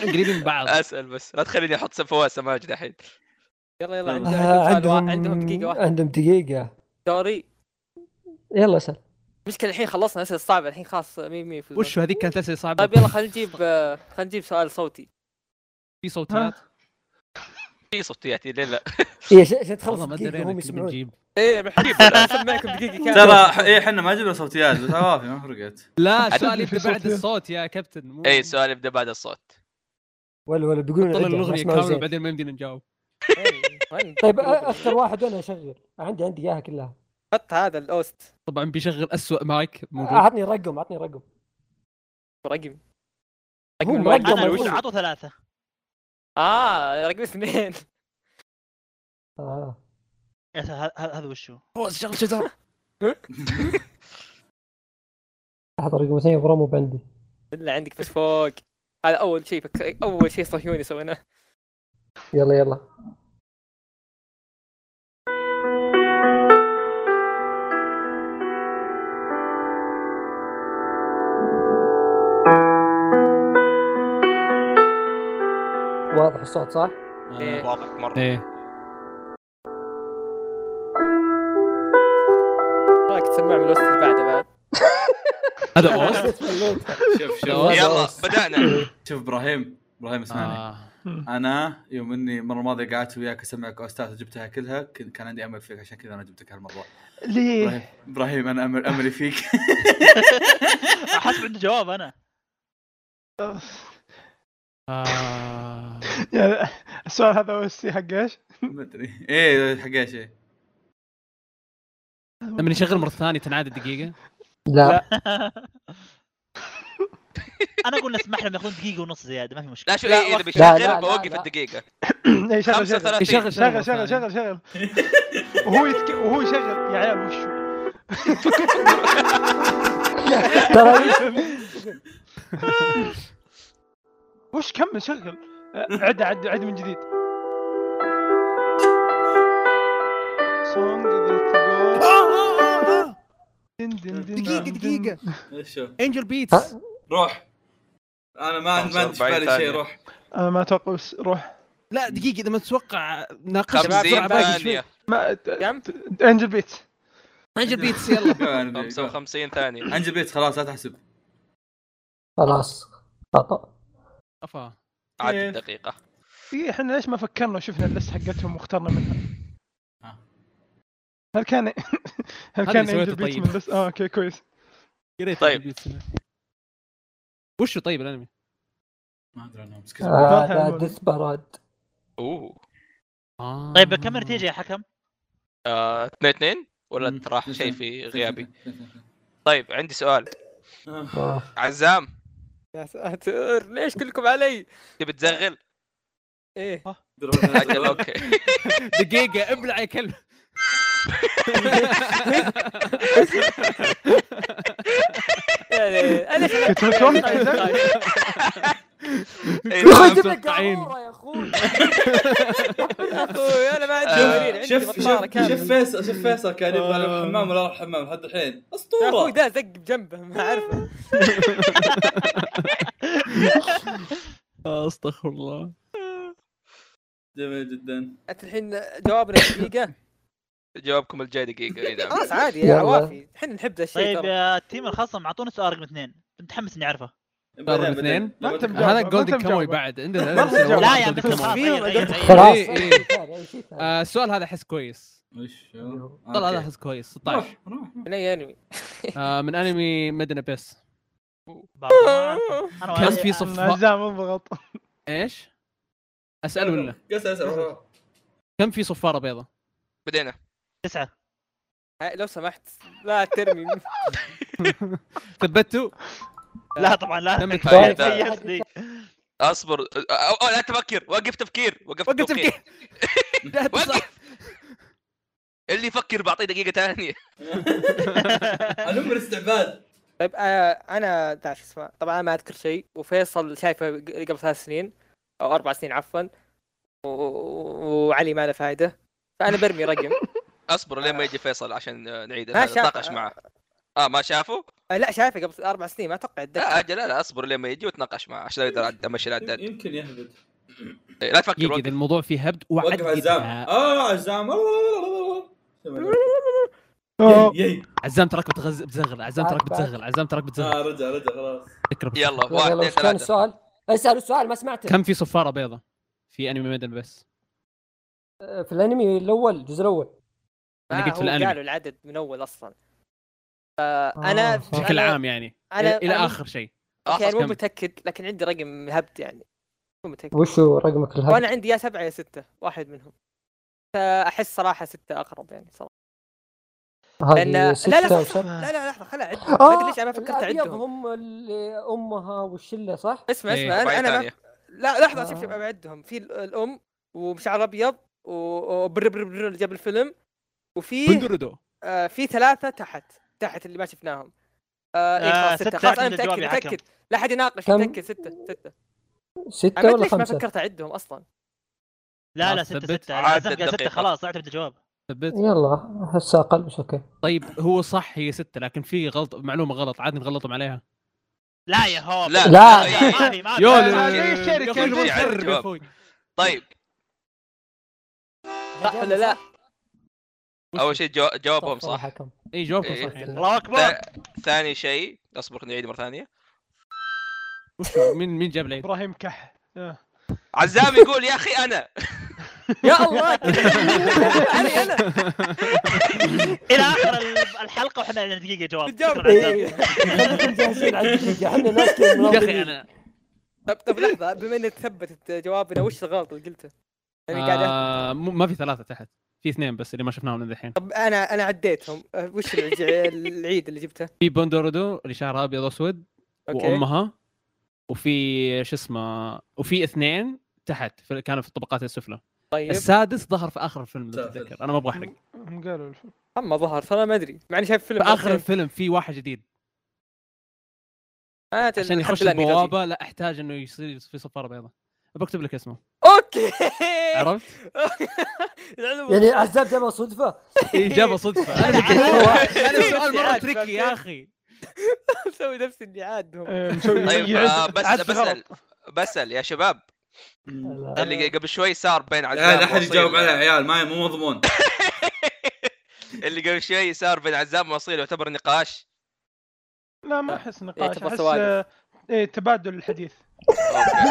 Speaker 4: قريبين من بعض
Speaker 3: اسال بس لا تخليني احط فواز سماجد الحين
Speaker 7: يلا يلا عندهم- عندهم
Speaker 2: آه،
Speaker 7: سؤال واحد-
Speaker 2: عندهم
Speaker 7: عندهم دقيقه واحده
Speaker 2: عندهم دقيقه
Speaker 7: دوري
Speaker 2: يلا اسال
Speaker 7: مشكلة الحين خلصنا الأسئلة الصعبة الحين خلاص مين مين في الزمن.
Speaker 4: وش هذيك كانت اسئله صعبه
Speaker 7: طيب يلا خلينا نجيب آه، خلينا نجيب سؤال صوتي
Speaker 4: في صوتيات
Speaker 3: في صوتياتي ليه لا
Speaker 2: ايه ش- عشان تخلص
Speaker 4: والله ما
Speaker 2: دقيقه
Speaker 4: درينا
Speaker 2: هم
Speaker 4: كيف
Speaker 2: يسمعون
Speaker 4: بنجيب
Speaker 7: ايه بنحب اسمعكم دقيقة كاملة
Speaker 1: ترى ح- ايه احنا ما جبنا صوتيات بس عوافي ما فرقت
Speaker 4: لا السؤال
Speaker 6: عددني في
Speaker 4: يبدا بعد
Speaker 6: صوتيات.
Speaker 4: الصوت يا كابتن مو
Speaker 3: اي إيه، السؤال يبدا بعد الصوت
Speaker 2: ولا ولا بيقولون
Speaker 4: طلع
Speaker 2: عندهم، ما
Speaker 4: الاغنيه
Speaker 2: يسمعون
Speaker 4: كامله
Speaker 2: زين.
Speaker 4: وبعدين ما يمدينا نجاوب
Speaker 7: إيه،
Speaker 2: طيب آه، اختر واحد وانا اشغل عندي عندي اياها كلها
Speaker 7: حط هذا الأوست
Speaker 4: طبعا بيشغل اسوء مايك موجود
Speaker 2: اعطني رقم اعطني رقم
Speaker 7: رقم
Speaker 2: هو
Speaker 7: رقم الواحد.
Speaker 2: مرقم
Speaker 5: انا
Speaker 2: الوش.
Speaker 5: وش عطوا ثلاثه
Speaker 7: اه رقم اثنين
Speaker 2: آه.
Speaker 5: يا س- ه- ه- هذا وشو
Speaker 4: فوز شغل شجر
Speaker 2: لحظه رقم اثنين برا مو بعندي
Speaker 7: الا عندك بس فوق هذا أول شيء فك... أول شيء صهيوني سويناه
Speaker 2: يلا يلا واضح الصوت صح؟
Speaker 7: إيه.
Speaker 3: واضح مره
Speaker 4: ايه
Speaker 7: رايك تسمع من الأوست اللي بعده بعد
Speaker 4: هذا اوست
Speaker 1: شوف شوف
Speaker 4: يلا.
Speaker 3: يلا بدانا
Speaker 1: شوف ابراهيم ابراهيم اسمعني آه.
Speaker 4: آه.
Speaker 1: انا يوم اني المره الماضيه قعدت وياك اسمعك اوستات وجبتها كلها كن- كان عندي امل فيك عشان كذا انا جبتك هالمره
Speaker 4: إيه.
Speaker 1: ابراهيم
Speaker 6: ليه؟
Speaker 1: ابراهيم انا امل املي فيك
Speaker 5: احسب عنده جواب انا
Speaker 4: آه.
Speaker 6: يعني السؤال هذا او سي حق ايش؟
Speaker 1: ما ادري ايه حق ايش إيه.
Speaker 4: لما نشغل مره ثانيه تنعاد إيه، الدقيقه
Speaker 2: لا
Speaker 5: انا اقول نسمح لهم ياخذون دقيقه ونص زياده ما في مشكله
Speaker 3: لا شو إيه،
Speaker 7: لا،
Speaker 3: اذا
Speaker 7: وقف.
Speaker 2: لا، لا، لا،
Speaker 3: بيشغل بوقف
Speaker 2: لا.
Speaker 3: الدقيقه
Speaker 6: اي إيه، شغل شغل
Speaker 3: 35
Speaker 4: يشغل
Speaker 6: شغل شغل شغل شغل وهو يتك... وهو يشغل يا عيال وشو
Speaker 2: ترى
Speaker 6: وش كمل شغل عد عد عد من جديد Song that goes- دن دن دن
Speaker 4: دقيقه
Speaker 6: دن.
Speaker 4: دقيقه
Speaker 1: شو
Speaker 4: انجل بيتس
Speaker 1: روح انا ما ما عندي في
Speaker 3: 45
Speaker 1: بالي شيء
Speaker 3: ثانية.
Speaker 1: روح
Speaker 6: انا ما اتوقع بس روح
Speaker 4: لا دقيقه اذا ما تتوقع ناقش
Speaker 3: 50
Speaker 4: بسرعة باقي شوي.
Speaker 3: ثانيه
Speaker 6: ما
Speaker 7: كم؟
Speaker 6: انجل بيت
Speaker 4: انجل بيتس يلا
Speaker 1: أنا بي-
Speaker 3: 55 ثانيه
Speaker 1: انجل إيه، بيت خلاص لا تحسب
Speaker 2: خلاص خطا
Speaker 4: أفا.
Speaker 3: عاد
Speaker 1: كيف؟
Speaker 3: الدقيقه
Speaker 6: إيه، احنا ليش ما فكرنا وشفنا اللست حقتهم واخترنا منها؟
Speaker 1: آه.
Speaker 6: هل كان هل
Speaker 4: اللي
Speaker 6: كان
Speaker 4: سويته
Speaker 6: انجل بيت
Speaker 4: طيب.
Speaker 6: من اللست؟ اه اوكي كويس
Speaker 4: قريت
Speaker 3: طيب.
Speaker 4: انجل بيتس هنا. وشو طيب الانمي؟
Speaker 1: ما ادري انا مسكت
Speaker 2: هذا ديسبراد
Speaker 3: اوه
Speaker 4: آه.
Speaker 5: طيب كم النتيجه يا حكم؟
Speaker 3: 2 2 آه، ولا
Speaker 1: مم.
Speaker 3: راح
Speaker 1: اثنين
Speaker 3: شيء
Speaker 1: اثنين.
Speaker 3: في غيابي طيب عندي سؤال
Speaker 2: آه.
Speaker 3: عزام
Speaker 7: يا ساتر ليش كلكم علي؟
Speaker 3: تبي تزغل؟
Speaker 7: ايه
Speaker 3: اجل اوكي
Speaker 4: دقيقه ابلع يا كلب
Speaker 7: يعني انا
Speaker 6: كنت متوقع إذا-
Speaker 2: يا اخوي
Speaker 3: إيه،
Speaker 2: جيب لك
Speaker 4: متوقعين.
Speaker 2: قارورة يا اخوي
Speaker 7: يا اخوي انا ما عندي
Speaker 3: آه،
Speaker 7: ورين عندي
Speaker 1: شوف شوف
Speaker 7: بطارة كاملة.
Speaker 1: شوف فيصل شوف فيصل كان يبغى يروح الحمام ولا راح الحمام لحد الحين
Speaker 7: يا اخوي
Speaker 1: اسطوره
Speaker 7: ده زق بجنبه ما اعرفه
Speaker 4: استغفر الله
Speaker 1: جميل جدا
Speaker 7: انت الحين جوابنا دقيقه
Speaker 3: جوابكم الجاي إيه، نعم. دقيقه اذا
Speaker 7: خلاص عادي يا
Speaker 2: يلا.
Speaker 7: عوافي احنا نحب ذا الشيء
Speaker 5: طيب
Speaker 7: ترى.
Speaker 5: يا تيم الخصم اعطونا سؤال رقم اثنين متحمس اني اعرفه
Speaker 1: بعدين-
Speaker 4: رقم طيب، اثنين؟
Speaker 1: بعدين.
Speaker 6: ما
Speaker 1: لما
Speaker 6: أنت
Speaker 1: تكمل.
Speaker 6: مجاوب.
Speaker 4: هذا
Speaker 6: ما
Speaker 4: جولدن
Speaker 6: تم
Speaker 4: كاموي
Speaker 6: جواب.
Speaker 4: بعد عندنا
Speaker 6: ما
Speaker 4: أمثلة
Speaker 6: تم
Speaker 4: والله
Speaker 6: جواب.
Speaker 5: لا يا
Speaker 4: Golden
Speaker 5: بس
Speaker 4: Kamuy.
Speaker 7: خلاص.
Speaker 5: غير غير غير
Speaker 2: خلاص
Speaker 4: إيه، إيه.
Speaker 2: أي شيء ثاني، أي شيء ثاني.
Speaker 4: آه، السؤال هذا احس كويس
Speaker 1: وش هو؟ آه،
Speaker 4: السؤال هذا
Speaker 1: أوكي. طيب.
Speaker 4: احس كويس 16
Speaker 1: روح روح
Speaker 7: من اي انمي
Speaker 4: آه، من انمي مدن بس
Speaker 5: بعض ما أعرفه. أنا
Speaker 4: كان
Speaker 5: ولا-
Speaker 4: في
Speaker 3: طيب.
Speaker 4: صفاء
Speaker 6: عزام اضغط
Speaker 4: ايش؟ اسال ولا
Speaker 1: قس قس روح.
Speaker 4: كم في صفاره بيضة؟
Speaker 3: بدينا
Speaker 5: تسعه
Speaker 7: ها، لو سمحت لا ترمي
Speaker 4: ثبتوا
Speaker 5: لا طبعا لا
Speaker 4: تم
Speaker 3: طيب.
Speaker 4: التأكيد.
Speaker 5: هي صديق.
Speaker 3: اصبر أو- أو لا تفكر وقف تفكير وقف
Speaker 4: وقف تفكير جهة الصح.
Speaker 3: وقف اللي يفكر بعطيه دقيقه ثانيه
Speaker 1: الامر استعباد
Speaker 7: طيب آه، انا داش اسمه طبعا أنا ما اذكر شيء وفيصل شايفه قبل ثلاث سنين او اربع سنين عفوا و- و- وعلي ما له فائده فانا برمي رقم
Speaker 3: اصبر لين ما يجي فيصل عشان آه، نعيد
Speaker 7: ما
Speaker 3: هذا،
Speaker 7: شاف-
Speaker 3: نتناقش معه اه ما شافه؟
Speaker 7: آه، لا شايفه قبل اربع سنين ما
Speaker 3: لا
Speaker 7: اتوقع اتذكر
Speaker 3: اجل لا لا اصبر لين ما يجي وتناقش معه عشان اقدر أعد- امشي العداد
Speaker 1: يمكن يهبد
Speaker 3: إيه، لا تفكر
Speaker 4: دقيقة
Speaker 3: وقف
Speaker 4: اذا الموضوع فيه هبد
Speaker 1: وقف عزام
Speaker 4: وعد
Speaker 1: اه عزام
Speaker 6: أوه.
Speaker 3: طيب.
Speaker 1: يي
Speaker 4: عزام تراك بتغز- بتزغل عزام تراك
Speaker 2: بعد- بعد.
Speaker 4: بتزغل عزام تراك بتزغل
Speaker 1: اه رجع رجع خلاص
Speaker 4: فكر بس.
Speaker 3: يلا واحد
Speaker 2: يلا
Speaker 3: اثنين
Speaker 2: وش كان
Speaker 3: ثلاثه
Speaker 2: السؤال؟ اسال السؤال ما سمعته
Speaker 4: كم في صفاره بيضة؟ في انمي مدن بس
Speaker 2: في الانمي الاول الجزء الاول
Speaker 4: أنا
Speaker 7: آه،
Speaker 4: قلت في
Speaker 7: هو
Speaker 4: الأنمي.
Speaker 7: قالوا العدد من اول اصلا فانا
Speaker 2: آه، صح.
Speaker 4: بشكل
Speaker 7: أنا-
Speaker 4: عام يعني
Speaker 7: أنا-
Speaker 4: الى
Speaker 7: أنا-
Speaker 4: اخر شيء
Speaker 7: اوكي
Speaker 3: آخر
Speaker 7: انا مو
Speaker 4: كم؟
Speaker 7: متاكد لكن عندي رقم هبد يعني مو متاكد
Speaker 2: وش هو رقمك الهاتف؟
Speaker 7: وانا عندي يا سبعه يا سته واحد منهم فاحس صراحه سته اقرب يعني صراحه لان لا
Speaker 2: هذه
Speaker 7: لا
Speaker 2: ستة
Speaker 7: صح-
Speaker 2: وسبعة.
Speaker 7: لا لا لحظه خلها عد
Speaker 2: آه،
Speaker 7: ما ادري ليش انا ما فكرت
Speaker 2: الأبيض
Speaker 7: عدهم
Speaker 2: هم اللي امها والشله صح؟
Speaker 7: اسمع
Speaker 4: إيه،
Speaker 7: اسمع انا
Speaker 3: أربعين
Speaker 7: انا ما...
Speaker 3: ثانية.
Speaker 7: لا لحظه
Speaker 2: آه.
Speaker 7: شوف شوف بعدهم في ال- الام ومشعر ابيض و- وبر بر بر اللي جاب الفيلم وفي
Speaker 4: بندردو
Speaker 7: آه في ثلاثه تحت تحت اللي ما شفناهم آه إيه
Speaker 5: آه،
Speaker 7: خلاص سته
Speaker 5: ستة
Speaker 7: خلاص انا
Speaker 5: أعتقد
Speaker 7: متاكد
Speaker 5: جوابي حكم.
Speaker 7: متاكد لا احد يناقش
Speaker 2: كم؟
Speaker 7: متاكد سته سته انا
Speaker 2: ستة
Speaker 7: ما أدري
Speaker 2: ولا
Speaker 7: ليش ما
Speaker 2: خمسة؟
Speaker 7: فكرت اعدهم اصلا
Speaker 5: لا لا
Speaker 4: خلاص،
Speaker 5: سته
Speaker 4: ثبت.
Speaker 5: سته
Speaker 3: عد
Speaker 5: عزام قال سته
Speaker 3: الدقيقة.
Speaker 5: خلاص اعتمد الجواب
Speaker 4: ثبت
Speaker 2: يلا احس اقل بس اوكي
Speaker 4: طيب هو صح هي ستة لكن في غلط معلومة غلط عاد نغلطهم عليها
Speaker 5: لا يا هو
Speaker 3: لا
Speaker 2: لا.
Speaker 3: إيه،
Speaker 5: ما في- ما في.
Speaker 6: يا
Speaker 4: لا-
Speaker 6: أخي، إيش شركة؟
Speaker 4: يا أخي،
Speaker 6: إيش
Speaker 4: نخرب
Speaker 3: شركة؟
Speaker 4: يا أخوي.
Speaker 3: طيب
Speaker 7: صح ولا لا؟
Speaker 3: اول شيء جو- جوابهم صح
Speaker 2: حكم.
Speaker 4: اي جاوبكم
Speaker 3: إيه.
Speaker 4: صح يعني.
Speaker 5: الله اكبر
Speaker 3: ثا- ثاني شيء اصبر خليني اعيد مره ثانيه
Speaker 4: وش هو؟ مين مين جاب العيد؟
Speaker 6: ابراهيم كح يا.
Speaker 3: عزام يقول يا اخي انا
Speaker 7: يا الله علي انا
Speaker 5: الى اخر ال- الحلقه واحنا عندنا دقيقه جواب
Speaker 7: بتجاوب.
Speaker 5: شكراً عزام.
Speaker 2: إيه. خليكم جاهزين على الدقيقه احنا ناس كذا
Speaker 4: يا اخي
Speaker 2: مناظرين.
Speaker 4: انا
Speaker 7: طب طب لحظه بما انك ثبتت جوابنا وش الغلط اللي قلته؟ يعني قاعد أهبط.
Speaker 4: آه مو- ما في ثلاثه تحت في اثنين بس اللي ما شفناهم للحين
Speaker 7: طب انا انا عديتهم أه، وش الع- العيد اللي جبته؟
Speaker 4: في بندردو اللي شعرها ابيض واسود
Speaker 7: اوكي
Speaker 4: وامها وفي شو اسمه وفي اثنين تحت في كانوا في الطبقات السفلى
Speaker 7: طيب
Speaker 4: السادس ظهر في اخر الفيلم اذا
Speaker 1: سافل.
Speaker 4: تتذكر انا ما ابغى احرق
Speaker 6: هم قالوا الف-
Speaker 7: اما ظهر ترى ما ادري مع اني شايف فيلم
Speaker 4: في اخر
Speaker 7: مرتين.
Speaker 4: الفيلم في واحد جديد
Speaker 7: آه، ت-
Speaker 4: عشان
Speaker 7: الحمد
Speaker 4: يخش
Speaker 7: لله إني غبي.
Speaker 4: البوابه لا احتاج انه يصير في صفاره بيضاء بكتب لك اسمه
Speaker 7: اوكي إيه.
Speaker 4: عرفت؟
Speaker 7: العلوم
Speaker 2: يعني عزام جابها صدفه
Speaker 4: اجابه صدفه انا أنا السؤال مره
Speaker 7: عارف،
Speaker 4: تريكي يا اخي
Speaker 7: مسوي نفسي اني عادهم
Speaker 6: إيه، مسوي
Speaker 3: طيب
Speaker 6: يعد-
Speaker 3: آه بس
Speaker 6: عد
Speaker 3: بسال بسال يا شباب
Speaker 2: لا.
Speaker 3: اللي قبل شوي صار بين عزام
Speaker 1: لا لا احد
Speaker 3: وأصيل.
Speaker 1: يجاوب عليها يا عيال ما مو مضمون
Speaker 3: اللي قبل شوي صار بين عزام واصيل يعتبر نقاش
Speaker 6: لا ما احس نقاش
Speaker 7: يعتبر
Speaker 6: احس
Speaker 7: سوالف.
Speaker 6: آه، إيه، تبادل الحديث
Speaker 3: أوكي،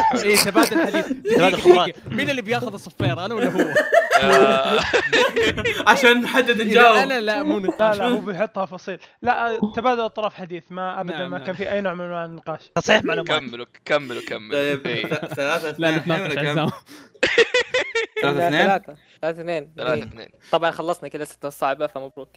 Speaker 3: حلو.
Speaker 4: ايه تبادل الحديث دقيقة،
Speaker 5: خبرات.
Speaker 4: دقيقة. مين اللي بياخذ الصفير انا ولا هو؟
Speaker 3: آه،
Speaker 1: عشان نحدد
Speaker 4: اذا
Speaker 1: نجاوب
Speaker 4: انا لا مو
Speaker 6: لا
Speaker 4: نقاش
Speaker 6: لا هو بيحطها فصيل لا آه، تبادل اطراف حديث ما ابدا
Speaker 4: نعم،
Speaker 6: ما
Speaker 4: نعم.
Speaker 6: كان في اي نوع من أنواع النقاش
Speaker 5: تصحيح معلومات
Speaker 3: كملوا كملوا كملوا
Speaker 1: طيب
Speaker 3: إيه.
Speaker 1: ث- ثلاثة
Speaker 4: لا
Speaker 1: اثنين الحين ولا
Speaker 4: نتناقش
Speaker 1: كم؟
Speaker 4: عزام
Speaker 1: ثلاثة اثنين؟
Speaker 7: ثلاثة ثلاثة اثنين
Speaker 3: ثلاثة
Speaker 7: إيه.
Speaker 3: اثنين
Speaker 7: طبعا خلصنا كذا ستة صعبة فمبروك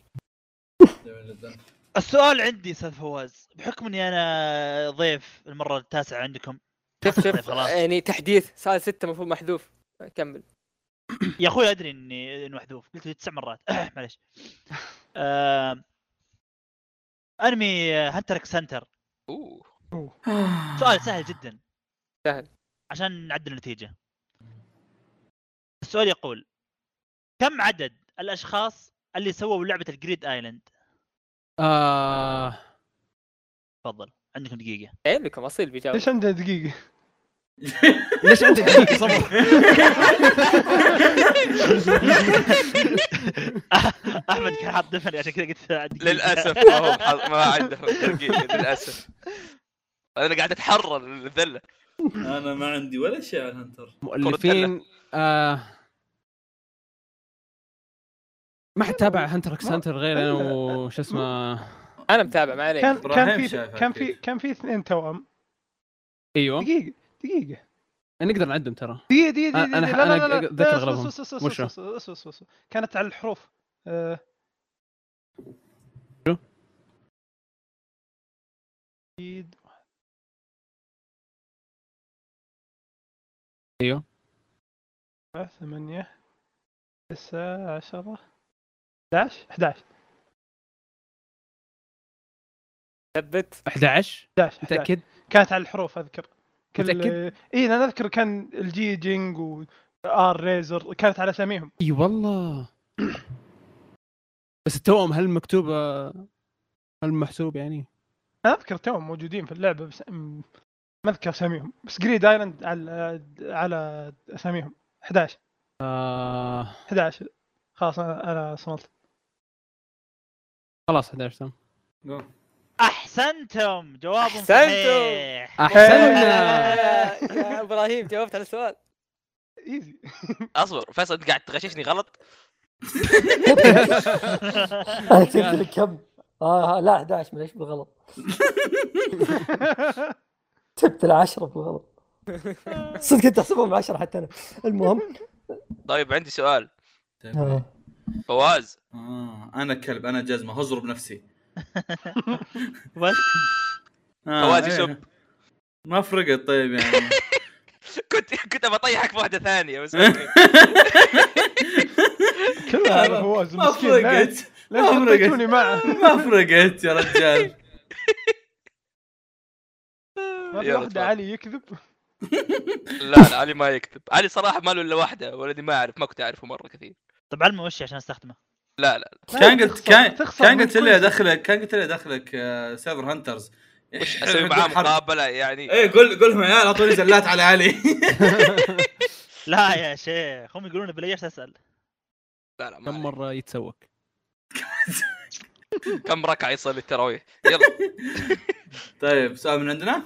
Speaker 1: جميل جدا.
Speaker 5: السؤال عندي استاذ فواز بحكم اني انا ضيف المره التاسعه عندكم
Speaker 7: شوف
Speaker 5: طيب،
Speaker 7: شوف
Speaker 5: خلاص.
Speaker 7: يعني تحديث سؤال ستة المفروض محذوف كمل
Speaker 5: يا اخوي ادري اني انه محذوف قلت تسع مرات معليش آم، انمي هنتر اكس هنتر
Speaker 3: اوه
Speaker 5: سؤال سهل جدا
Speaker 7: سهل.
Speaker 5: عشان نعدل النتيجه السؤال يقول كم عدد الاشخاص اللي سووا لعبه الجريد ايلاند
Speaker 4: آه
Speaker 5: تفضل عندكم دقيقه
Speaker 7: عيب لكم اصيل بيجاوب
Speaker 6: ليش عنده دقيقه؟
Speaker 4: ليش عندك دقيقة صبر؟
Speaker 5: احمد كان حاط دفن عشان كذا قلت دقيقة.
Speaker 3: للاسف ما هم حظ- ما عندهم دقيقة للاسف انا قاعد اتحرر من الذله
Speaker 1: انا ما عندي ولا شيء عن هنتر
Speaker 4: مؤلفين آه ما حد تابع هنتر اكس هنتر غير انا وش اسمه
Speaker 7: انا متابع ما عليك
Speaker 6: كان
Speaker 1: إبراهيم
Speaker 6: كان في
Speaker 1: شايفها
Speaker 6: كان في
Speaker 1: أكيد.
Speaker 6: كان في اثنين توأم
Speaker 4: ايوه
Speaker 6: دقيقه دقيقه
Speaker 4: نقدر نعدهم ترى
Speaker 6: دي دي دي
Speaker 4: أنا-
Speaker 6: دي
Speaker 4: أنا-
Speaker 6: دي- لا- لا-
Speaker 4: أنا
Speaker 6: لا- لا. آه،
Speaker 4: أتذكر
Speaker 6: لا،
Speaker 4: أغلبهم.
Speaker 6: أصبر- أصبر- أصبر-
Speaker 4: وشو؟
Speaker 6: أصبر- أصبر- أصبر- أصبر. كانت على الحروف آه.
Speaker 4: شو؟
Speaker 6: جديد.
Speaker 4: أيوه.
Speaker 6: سبعة، ثمانية تسعة عشرة 11 11
Speaker 7: ثبت
Speaker 4: 11
Speaker 6: 11 11.
Speaker 4: متاكد؟
Speaker 6: كانت على الحروف اذكر
Speaker 4: متأكد؟
Speaker 6: اي انا اذكر كان الجي جينج وار ريزر كانت على اساميهم
Speaker 4: اي والله بس التوأم هل مكتوبة هل محسوب يعني؟
Speaker 6: انا اذكر توهم موجودين في اللعبه بس م- ما اذكر اساميهم بس جريد ايلاند على على اساميهم 11
Speaker 4: آه
Speaker 6: 11 خلاص انا انا صمت
Speaker 4: خلاص 11 تمام
Speaker 5: احسنتم جواب
Speaker 7: أحسنتم.
Speaker 5: صحيح
Speaker 7: إيه.
Speaker 5: إيه.
Speaker 4: احسننا
Speaker 7: يا ابراهيم جاوبت على السؤال
Speaker 6: ايزي
Speaker 3: اصبر فيصل انت قاعد تغششني غلط
Speaker 2: انا كتبت لك كم آه لا 11 معليش بالغلط كتبت له 10 بالغلط صدق كنت احسبهم 10 حتى انا المهم
Speaker 3: طيب عندي سؤال
Speaker 2: آه.
Speaker 3: فواز
Speaker 1: طيب. آه، انا كلب انا جزمة هزرب نفسي
Speaker 5: بس
Speaker 1: آه،
Speaker 3: فواز
Speaker 1: إيه.
Speaker 3: يسب
Speaker 1: ما فرقت طيب يعني
Speaker 3: كنت كنت بطيحك بواحدة ثانية بس أوكي.
Speaker 6: كلها على فواز
Speaker 1: ما
Speaker 6: المسكين لا-
Speaker 1: فرقت
Speaker 6: لا
Speaker 1: ما فرقت.
Speaker 6: حطيتوني معه
Speaker 1: ما فرقت يا رجال
Speaker 6: ما في
Speaker 3: يلا
Speaker 6: واحد
Speaker 3: تفضل.
Speaker 6: علي يكذب
Speaker 3: لا لا علي ما يكتب علي صراحة ما له الا واحدة ولدي ما اعرف ما كنت اعرفه مرة كثير
Speaker 5: طب علمه وش عشان استخدمه
Speaker 3: لا لا
Speaker 1: كان قلت
Speaker 6: تخسر-
Speaker 1: كان
Speaker 6: تخسر
Speaker 1: كان
Speaker 6: من
Speaker 1: قلت
Speaker 6: كل
Speaker 1: لي
Speaker 6: شيء.
Speaker 1: ادخلك كان قلت لي ادخلك آه، سيرفر هانترز وش
Speaker 3: اسوي معاه مقابلة يعني
Speaker 1: ايه قول قول لهم يا عيال اعطوني زلات على علي
Speaker 5: لا يا شيخ هم يقولون بلاش اسال
Speaker 3: لا لا ما
Speaker 4: كم
Speaker 3: عليك.
Speaker 4: مرة يتسوق؟
Speaker 3: كم ركعة يصلي التراويح يلا
Speaker 1: طيب سؤال من عندنا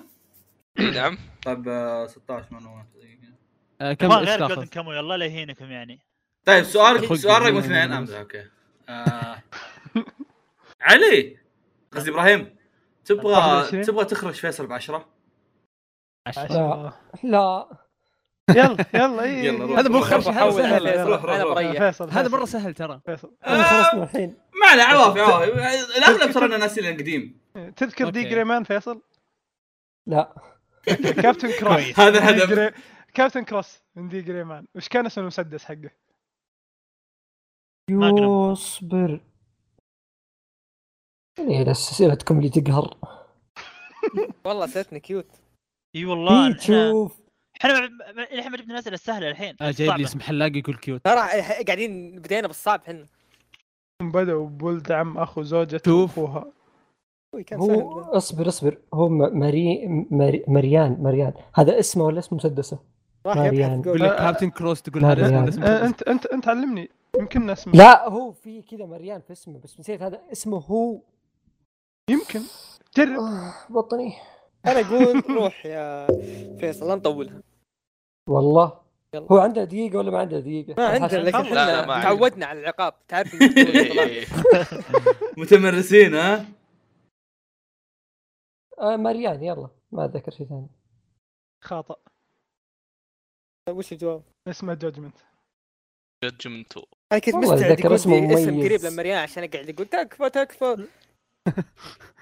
Speaker 3: إي نعم
Speaker 1: طيب آه، 16 من وين؟ دقيقة.
Speaker 4: آه، كم
Speaker 5: كمان
Speaker 4: ايش
Speaker 5: غير جولدن
Speaker 4: تاخذ؟
Speaker 5: كاموي الله لا يهينكم يعني
Speaker 1: طيب سؤال
Speaker 4: أخوك
Speaker 1: سؤال رقم
Speaker 4: بالله.
Speaker 1: اثنين امزح اوكي آه. علي قصدي ابراهيم تبغى
Speaker 6: 24.
Speaker 1: تبغى تخرج فيصل بعشرة؟
Speaker 6: عشرة.
Speaker 2: لا
Speaker 6: آه، يلا يلا اي
Speaker 1: يلا، روح.
Speaker 4: إيه. هذا مو خرش
Speaker 7: حول
Speaker 4: هذا
Speaker 7: على
Speaker 4: سهل
Speaker 7: فيصل
Speaker 1: روح، روح،
Speaker 7: انا
Speaker 1: روح.
Speaker 7: بريح
Speaker 6: فيصل
Speaker 4: هذا مره
Speaker 6: فيصل.
Speaker 4: سهل ترى
Speaker 6: فيصل
Speaker 2: انا خلصنا الحين
Speaker 1: آه، ما عليه عوافي عوافي الاغلب ترى انا ناسي القديم
Speaker 6: تذكر
Speaker 4: أوكي.
Speaker 6: دي جريمان فيصل
Speaker 2: لا
Speaker 6: كابتن كروس
Speaker 1: هذا
Speaker 6: دي
Speaker 1: الهدف
Speaker 6: جري- كابتن كروس من دي جريمان وش كان اسم المسدس حقه؟
Speaker 5: ماجنم.
Speaker 2: يصبر يعني بس اسئلتكم اللي تقهر
Speaker 7: والله سالتني كيوت
Speaker 5: اي والله
Speaker 2: إيه،
Speaker 5: احنا
Speaker 2: تشوف
Speaker 5: احنا ما- ما- إحنا ما جبنا الاسئله السهله الحين
Speaker 4: آه، جايب لي
Speaker 5: صعبة.
Speaker 4: اسم حلاق يقول كيوت
Speaker 7: ترى إح- قاعدين بدينا بالصعب احنا
Speaker 6: هم بدأوا بولد عم اخو زوجته
Speaker 4: شوف.
Speaker 6: واخوها
Speaker 7: أوي، كان
Speaker 2: هو
Speaker 7: سهل
Speaker 2: اصبر اصبر هو م- مري... مري... مريان مريان هذا اسمه ولا اسم مسدسه؟
Speaker 7: راح
Speaker 2: ماريان.
Speaker 7: يبحث
Speaker 4: يقول
Speaker 7: يقول
Speaker 4: لك
Speaker 5: آه.
Speaker 4: كابتن كروس تقول
Speaker 2: لا،
Speaker 4: هذا اسمه
Speaker 2: يعني.
Speaker 4: ولا اسمه
Speaker 6: آه،
Speaker 4: مسدس؟
Speaker 6: انت انت انت علمني يمكن اسمه
Speaker 2: لا هو في كذا مريان في اسمه بس نسيت هذا اسمه هو
Speaker 6: يمكن جرب
Speaker 2: آه، بطني
Speaker 7: انا اقول روح يا فيصل لا نطولها
Speaker 2: والله
Speaker 7: يلا.
Speaker 2: هو عنده دقيقه ولا ما عنده دقيقه؟
Speaker 7: ما عندنا لكن
Speaker 5: خلاص.
Speaker 3: لا، لا، ما
Speaker 7: احنا
Speaker 3: عندنا.
Speaker 7: تعودنا على العقاب تعرف
Speaker 3: إيه.
Speaker 1: متمرسين ها
Speaker 2: آه مريان يلا ما اتذكر شيء ثاني
Speaker 6: خاطئ
Speaker 7: وش الجواب؟
Speaker 6: اسمه جادجمنت
Speaker 3: Judgment.
Speaker 7: انا كنت
Speaker 2: والله
Speaker 7: مستعد
Speaker 2: أتذكر
Speaker 7: يقول
Speaker 2: اسمه
Speaker 7: لي اسم
Speaker 2: مميز.
Speaker 7: قريب لما ريان عشان اقعد يقول تكفى تكفى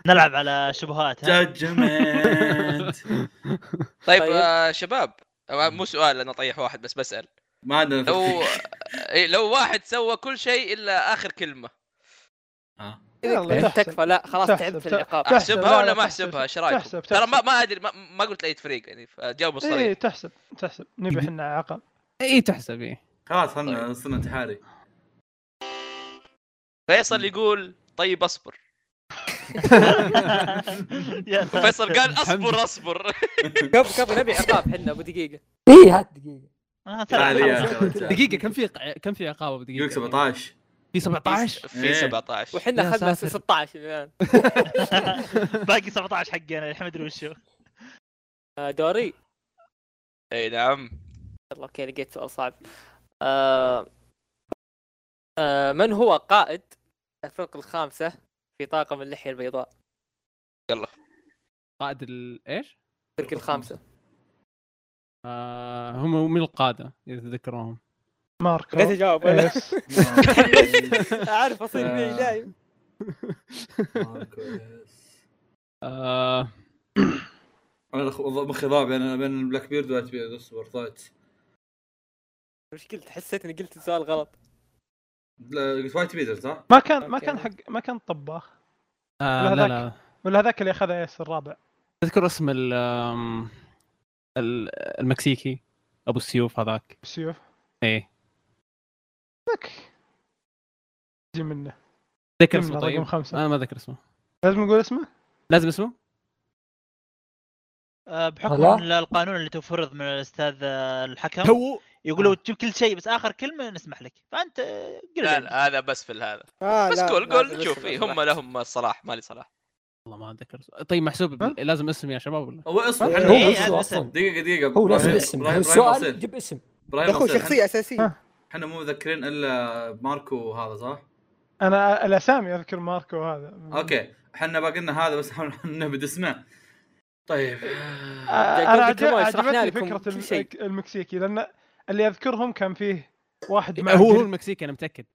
Speaker 5: نلعب على شبهات ها
Speaker 1: جادجمنت
Speaker 3: طيب
Speaker 7: طيب.
Speaker 3: آه، شباب آه، مو سؤال انا طيح واحد بس بسال
Speaker 1: ما عندنا
Speaker 3: لو إيه، لو واحد سوى كل شيء الا اخر كلمه
Speaker 1: ها.
Speaker 6: يلا، تحسب.
Speaker 7: تكفى لا خلاص
Speaker 6: تحسب،
Speaker 7: تعبت في
Speaker 6: تحسب.
Speaker 7: العقاب
Speaker 6: تحسب،
Speaker 3: احسبها
Speaker 6: لا،
Speaker 3: ولا
Speaker 6: لا،
Speaker 3: ما
Speaker 6: تحسب،
Speaker 3: احسبها ايش رايكم؟
Speaker 6: تحسب،
Speaker 3: ترى ما
Speaker 6: تحسب. إيه.
Speaker 3: ما ادري ما, ما قلت لاي فريق يعني فجاوبوا
Speaker 6: اي
Speaker 3: الصريح
Speaker 6: تحسب تحسب نبي احنا عقاب
Speaker 4: اي تحسب ايه
Speaker 1: خلاص خلنا وصلنا انتحاري
Speaker 3: فيصل يقول طيب اصبر
Speaker 5: يا ساتر.
Speaker 3: فيصل قال اصبر اصبر
Speaker 7: كفى كفى نبي عقاب احنا ابو دقيقه
Speaker 2: اي هات دقيقه
Speaker 5: آه، ترى
Speaker 1: ما علي
Speaker 5: خلاص.
Speaker 1: يا رجال
Speaker 4: دقيقه كم في ق- كم في عقابه دقيقه
Speaker 1: يقولك 17
Speaker 4: في 17
Speaker 3: في 17
Speaker 7: وحنا
Speaker 4: يا
Speaker 7: اخذنا
Speaker 4: ساتر.
Speaker 7: 16 الان
Speaker 5: باقي 17 حقنا الحين ما ادري وش هو
Speaker 7: آه، دوري
Speaker 3: اي نعم
Speaker 7: يلا اوكي لقيت سؤال صعب آه آه من هو قائد الفرق الخامسة في طاقم اللحية البيضاء؟
Speaker 4: قائد ال- ايش؟
Speaker 7: الفرق الخامسة
Speaker 4: آه هم من القاده اذا تذكرهم
Speaker 6: ماركو
Speaker 7: بغيت اجاوب انا
Speaker 6: إيس.
Speaker 7: اعرف اصير
Speaker 1: آه.
Speaker 7: بيه دايم
Speaker 4: آه
Speaker 1: انا الأخ- مخي ضاع بين بين البلاك بيرد والوايت بيرد اصبر ضاعت
Speaker 7: وش قلت حسيت اني قلت السؤال غلط
Speaker 1: لا، قلت وايت بيرد صح؟
Speaker 6: ما كان ما
Speaker 7: أوكي.
Speaker 6: كان حق ما كان طباخ
Speaker 4: آه، لا
Speaker 6: ذاك.
Speaker 4: لا
Speaker 6: ولا هذاك اللي اخذ ايس الرابع
Speaker 4: تذكر اسم ال آم، ال- المكسيكي ابو السيوف هذاك
Speaker 6: السيوف
Speaker 4: ايه
Speaker 6: ذاك جي منه
Speaker 4: ذكر
Speaker 6: جملة
Speaker 4: اسمه
Speaker 6: رقم
Speaker 4: طيب
Speaker 6: خمسة.
Speaker 4: انا ما ذكر اسمه
Speaker 6: لازم نقول اسمه
Speaker 4: لازم اسمه
Speaker 5: آه، بحكم
Speaker 2: هلا؟
Speaker 5: إن القانون اللي تفرض من الاستاذ آه، الحكم
Speaker 4: تو
Speaker 5: يقولوا تجيب كل شيء بس اخر كلمه نسمح لك فانت آه، قل
Speaker 3: لا
Speaker 5: لي.
Speaker 3: لا هذا بس في هذا
Speaker 7: آه
Speaker 3: بس
Speaker 7: لا،
Speaker 3: قول
Speaker 7: لازم
Speaker 3: قول
Speaker 7: لازم
Speaker 3: نشوف
Speaker 7: لازم
Speaker 3: إيه، هم
Speaker 7: لازم.
Speaker 3: لهم صلاح مالي صلاح
Speaker 4: والله ما اتذكر اسمه. طيب محسوب بال- لازم اسم يا شباب ولا
Speaker 1: هو اصبر
Speaker 7: هو
Speaker 1: حنا-
Speaker 2: هو
Speaker 4: أه.
Speaker 5: إيه،
Speaker 2: اسمه
Speaker 5: هذا
Speaker 2: اصلا
Speaker 1: دقيقة دقيقة
Speaker 2: هو لازم
Speaker 1: إبراهيم-
Speaker 2: اسم
Speaker 1: إبراهيم- إبراهيم
Speaker 2: السؤال
Speaker 1: حسين.
Speaker 2: جيب اسم
Speaker 1: ابراهيم
Speaker 7: يا اخوي
Speaker 1: حسين.
Speaker 7: شخصية أساسية
Speaker 1: احنا مو مذكرين الا ماركو هذا صح؟
Speaker 6: انا الاسامي اذكر ماركو هذا
Speaker 1: اوكي احنا باقي لنا هذا بس احنا نبي اسمه طيب
Speaker 6: آه.
Speaker 7: جاي
Speaker 6: انا
Speaker 7: قبل
Speaker 6: عجب-
Speaker 7: كمان شرحنا
Speaker 6: عجبتني
Speaker 7: لكم
Speaker 6: فكره
Speaker 7: كل
Speaker 6: الم-
Speaker 7: شيء.
Speaker 6: المكسيكي لان اللي اذكرهم كان فيه واحد مع
Speaker 4: إيه، هو هو
Speaker 6: جل-
Speaker 4: المكسيكي انا متاكد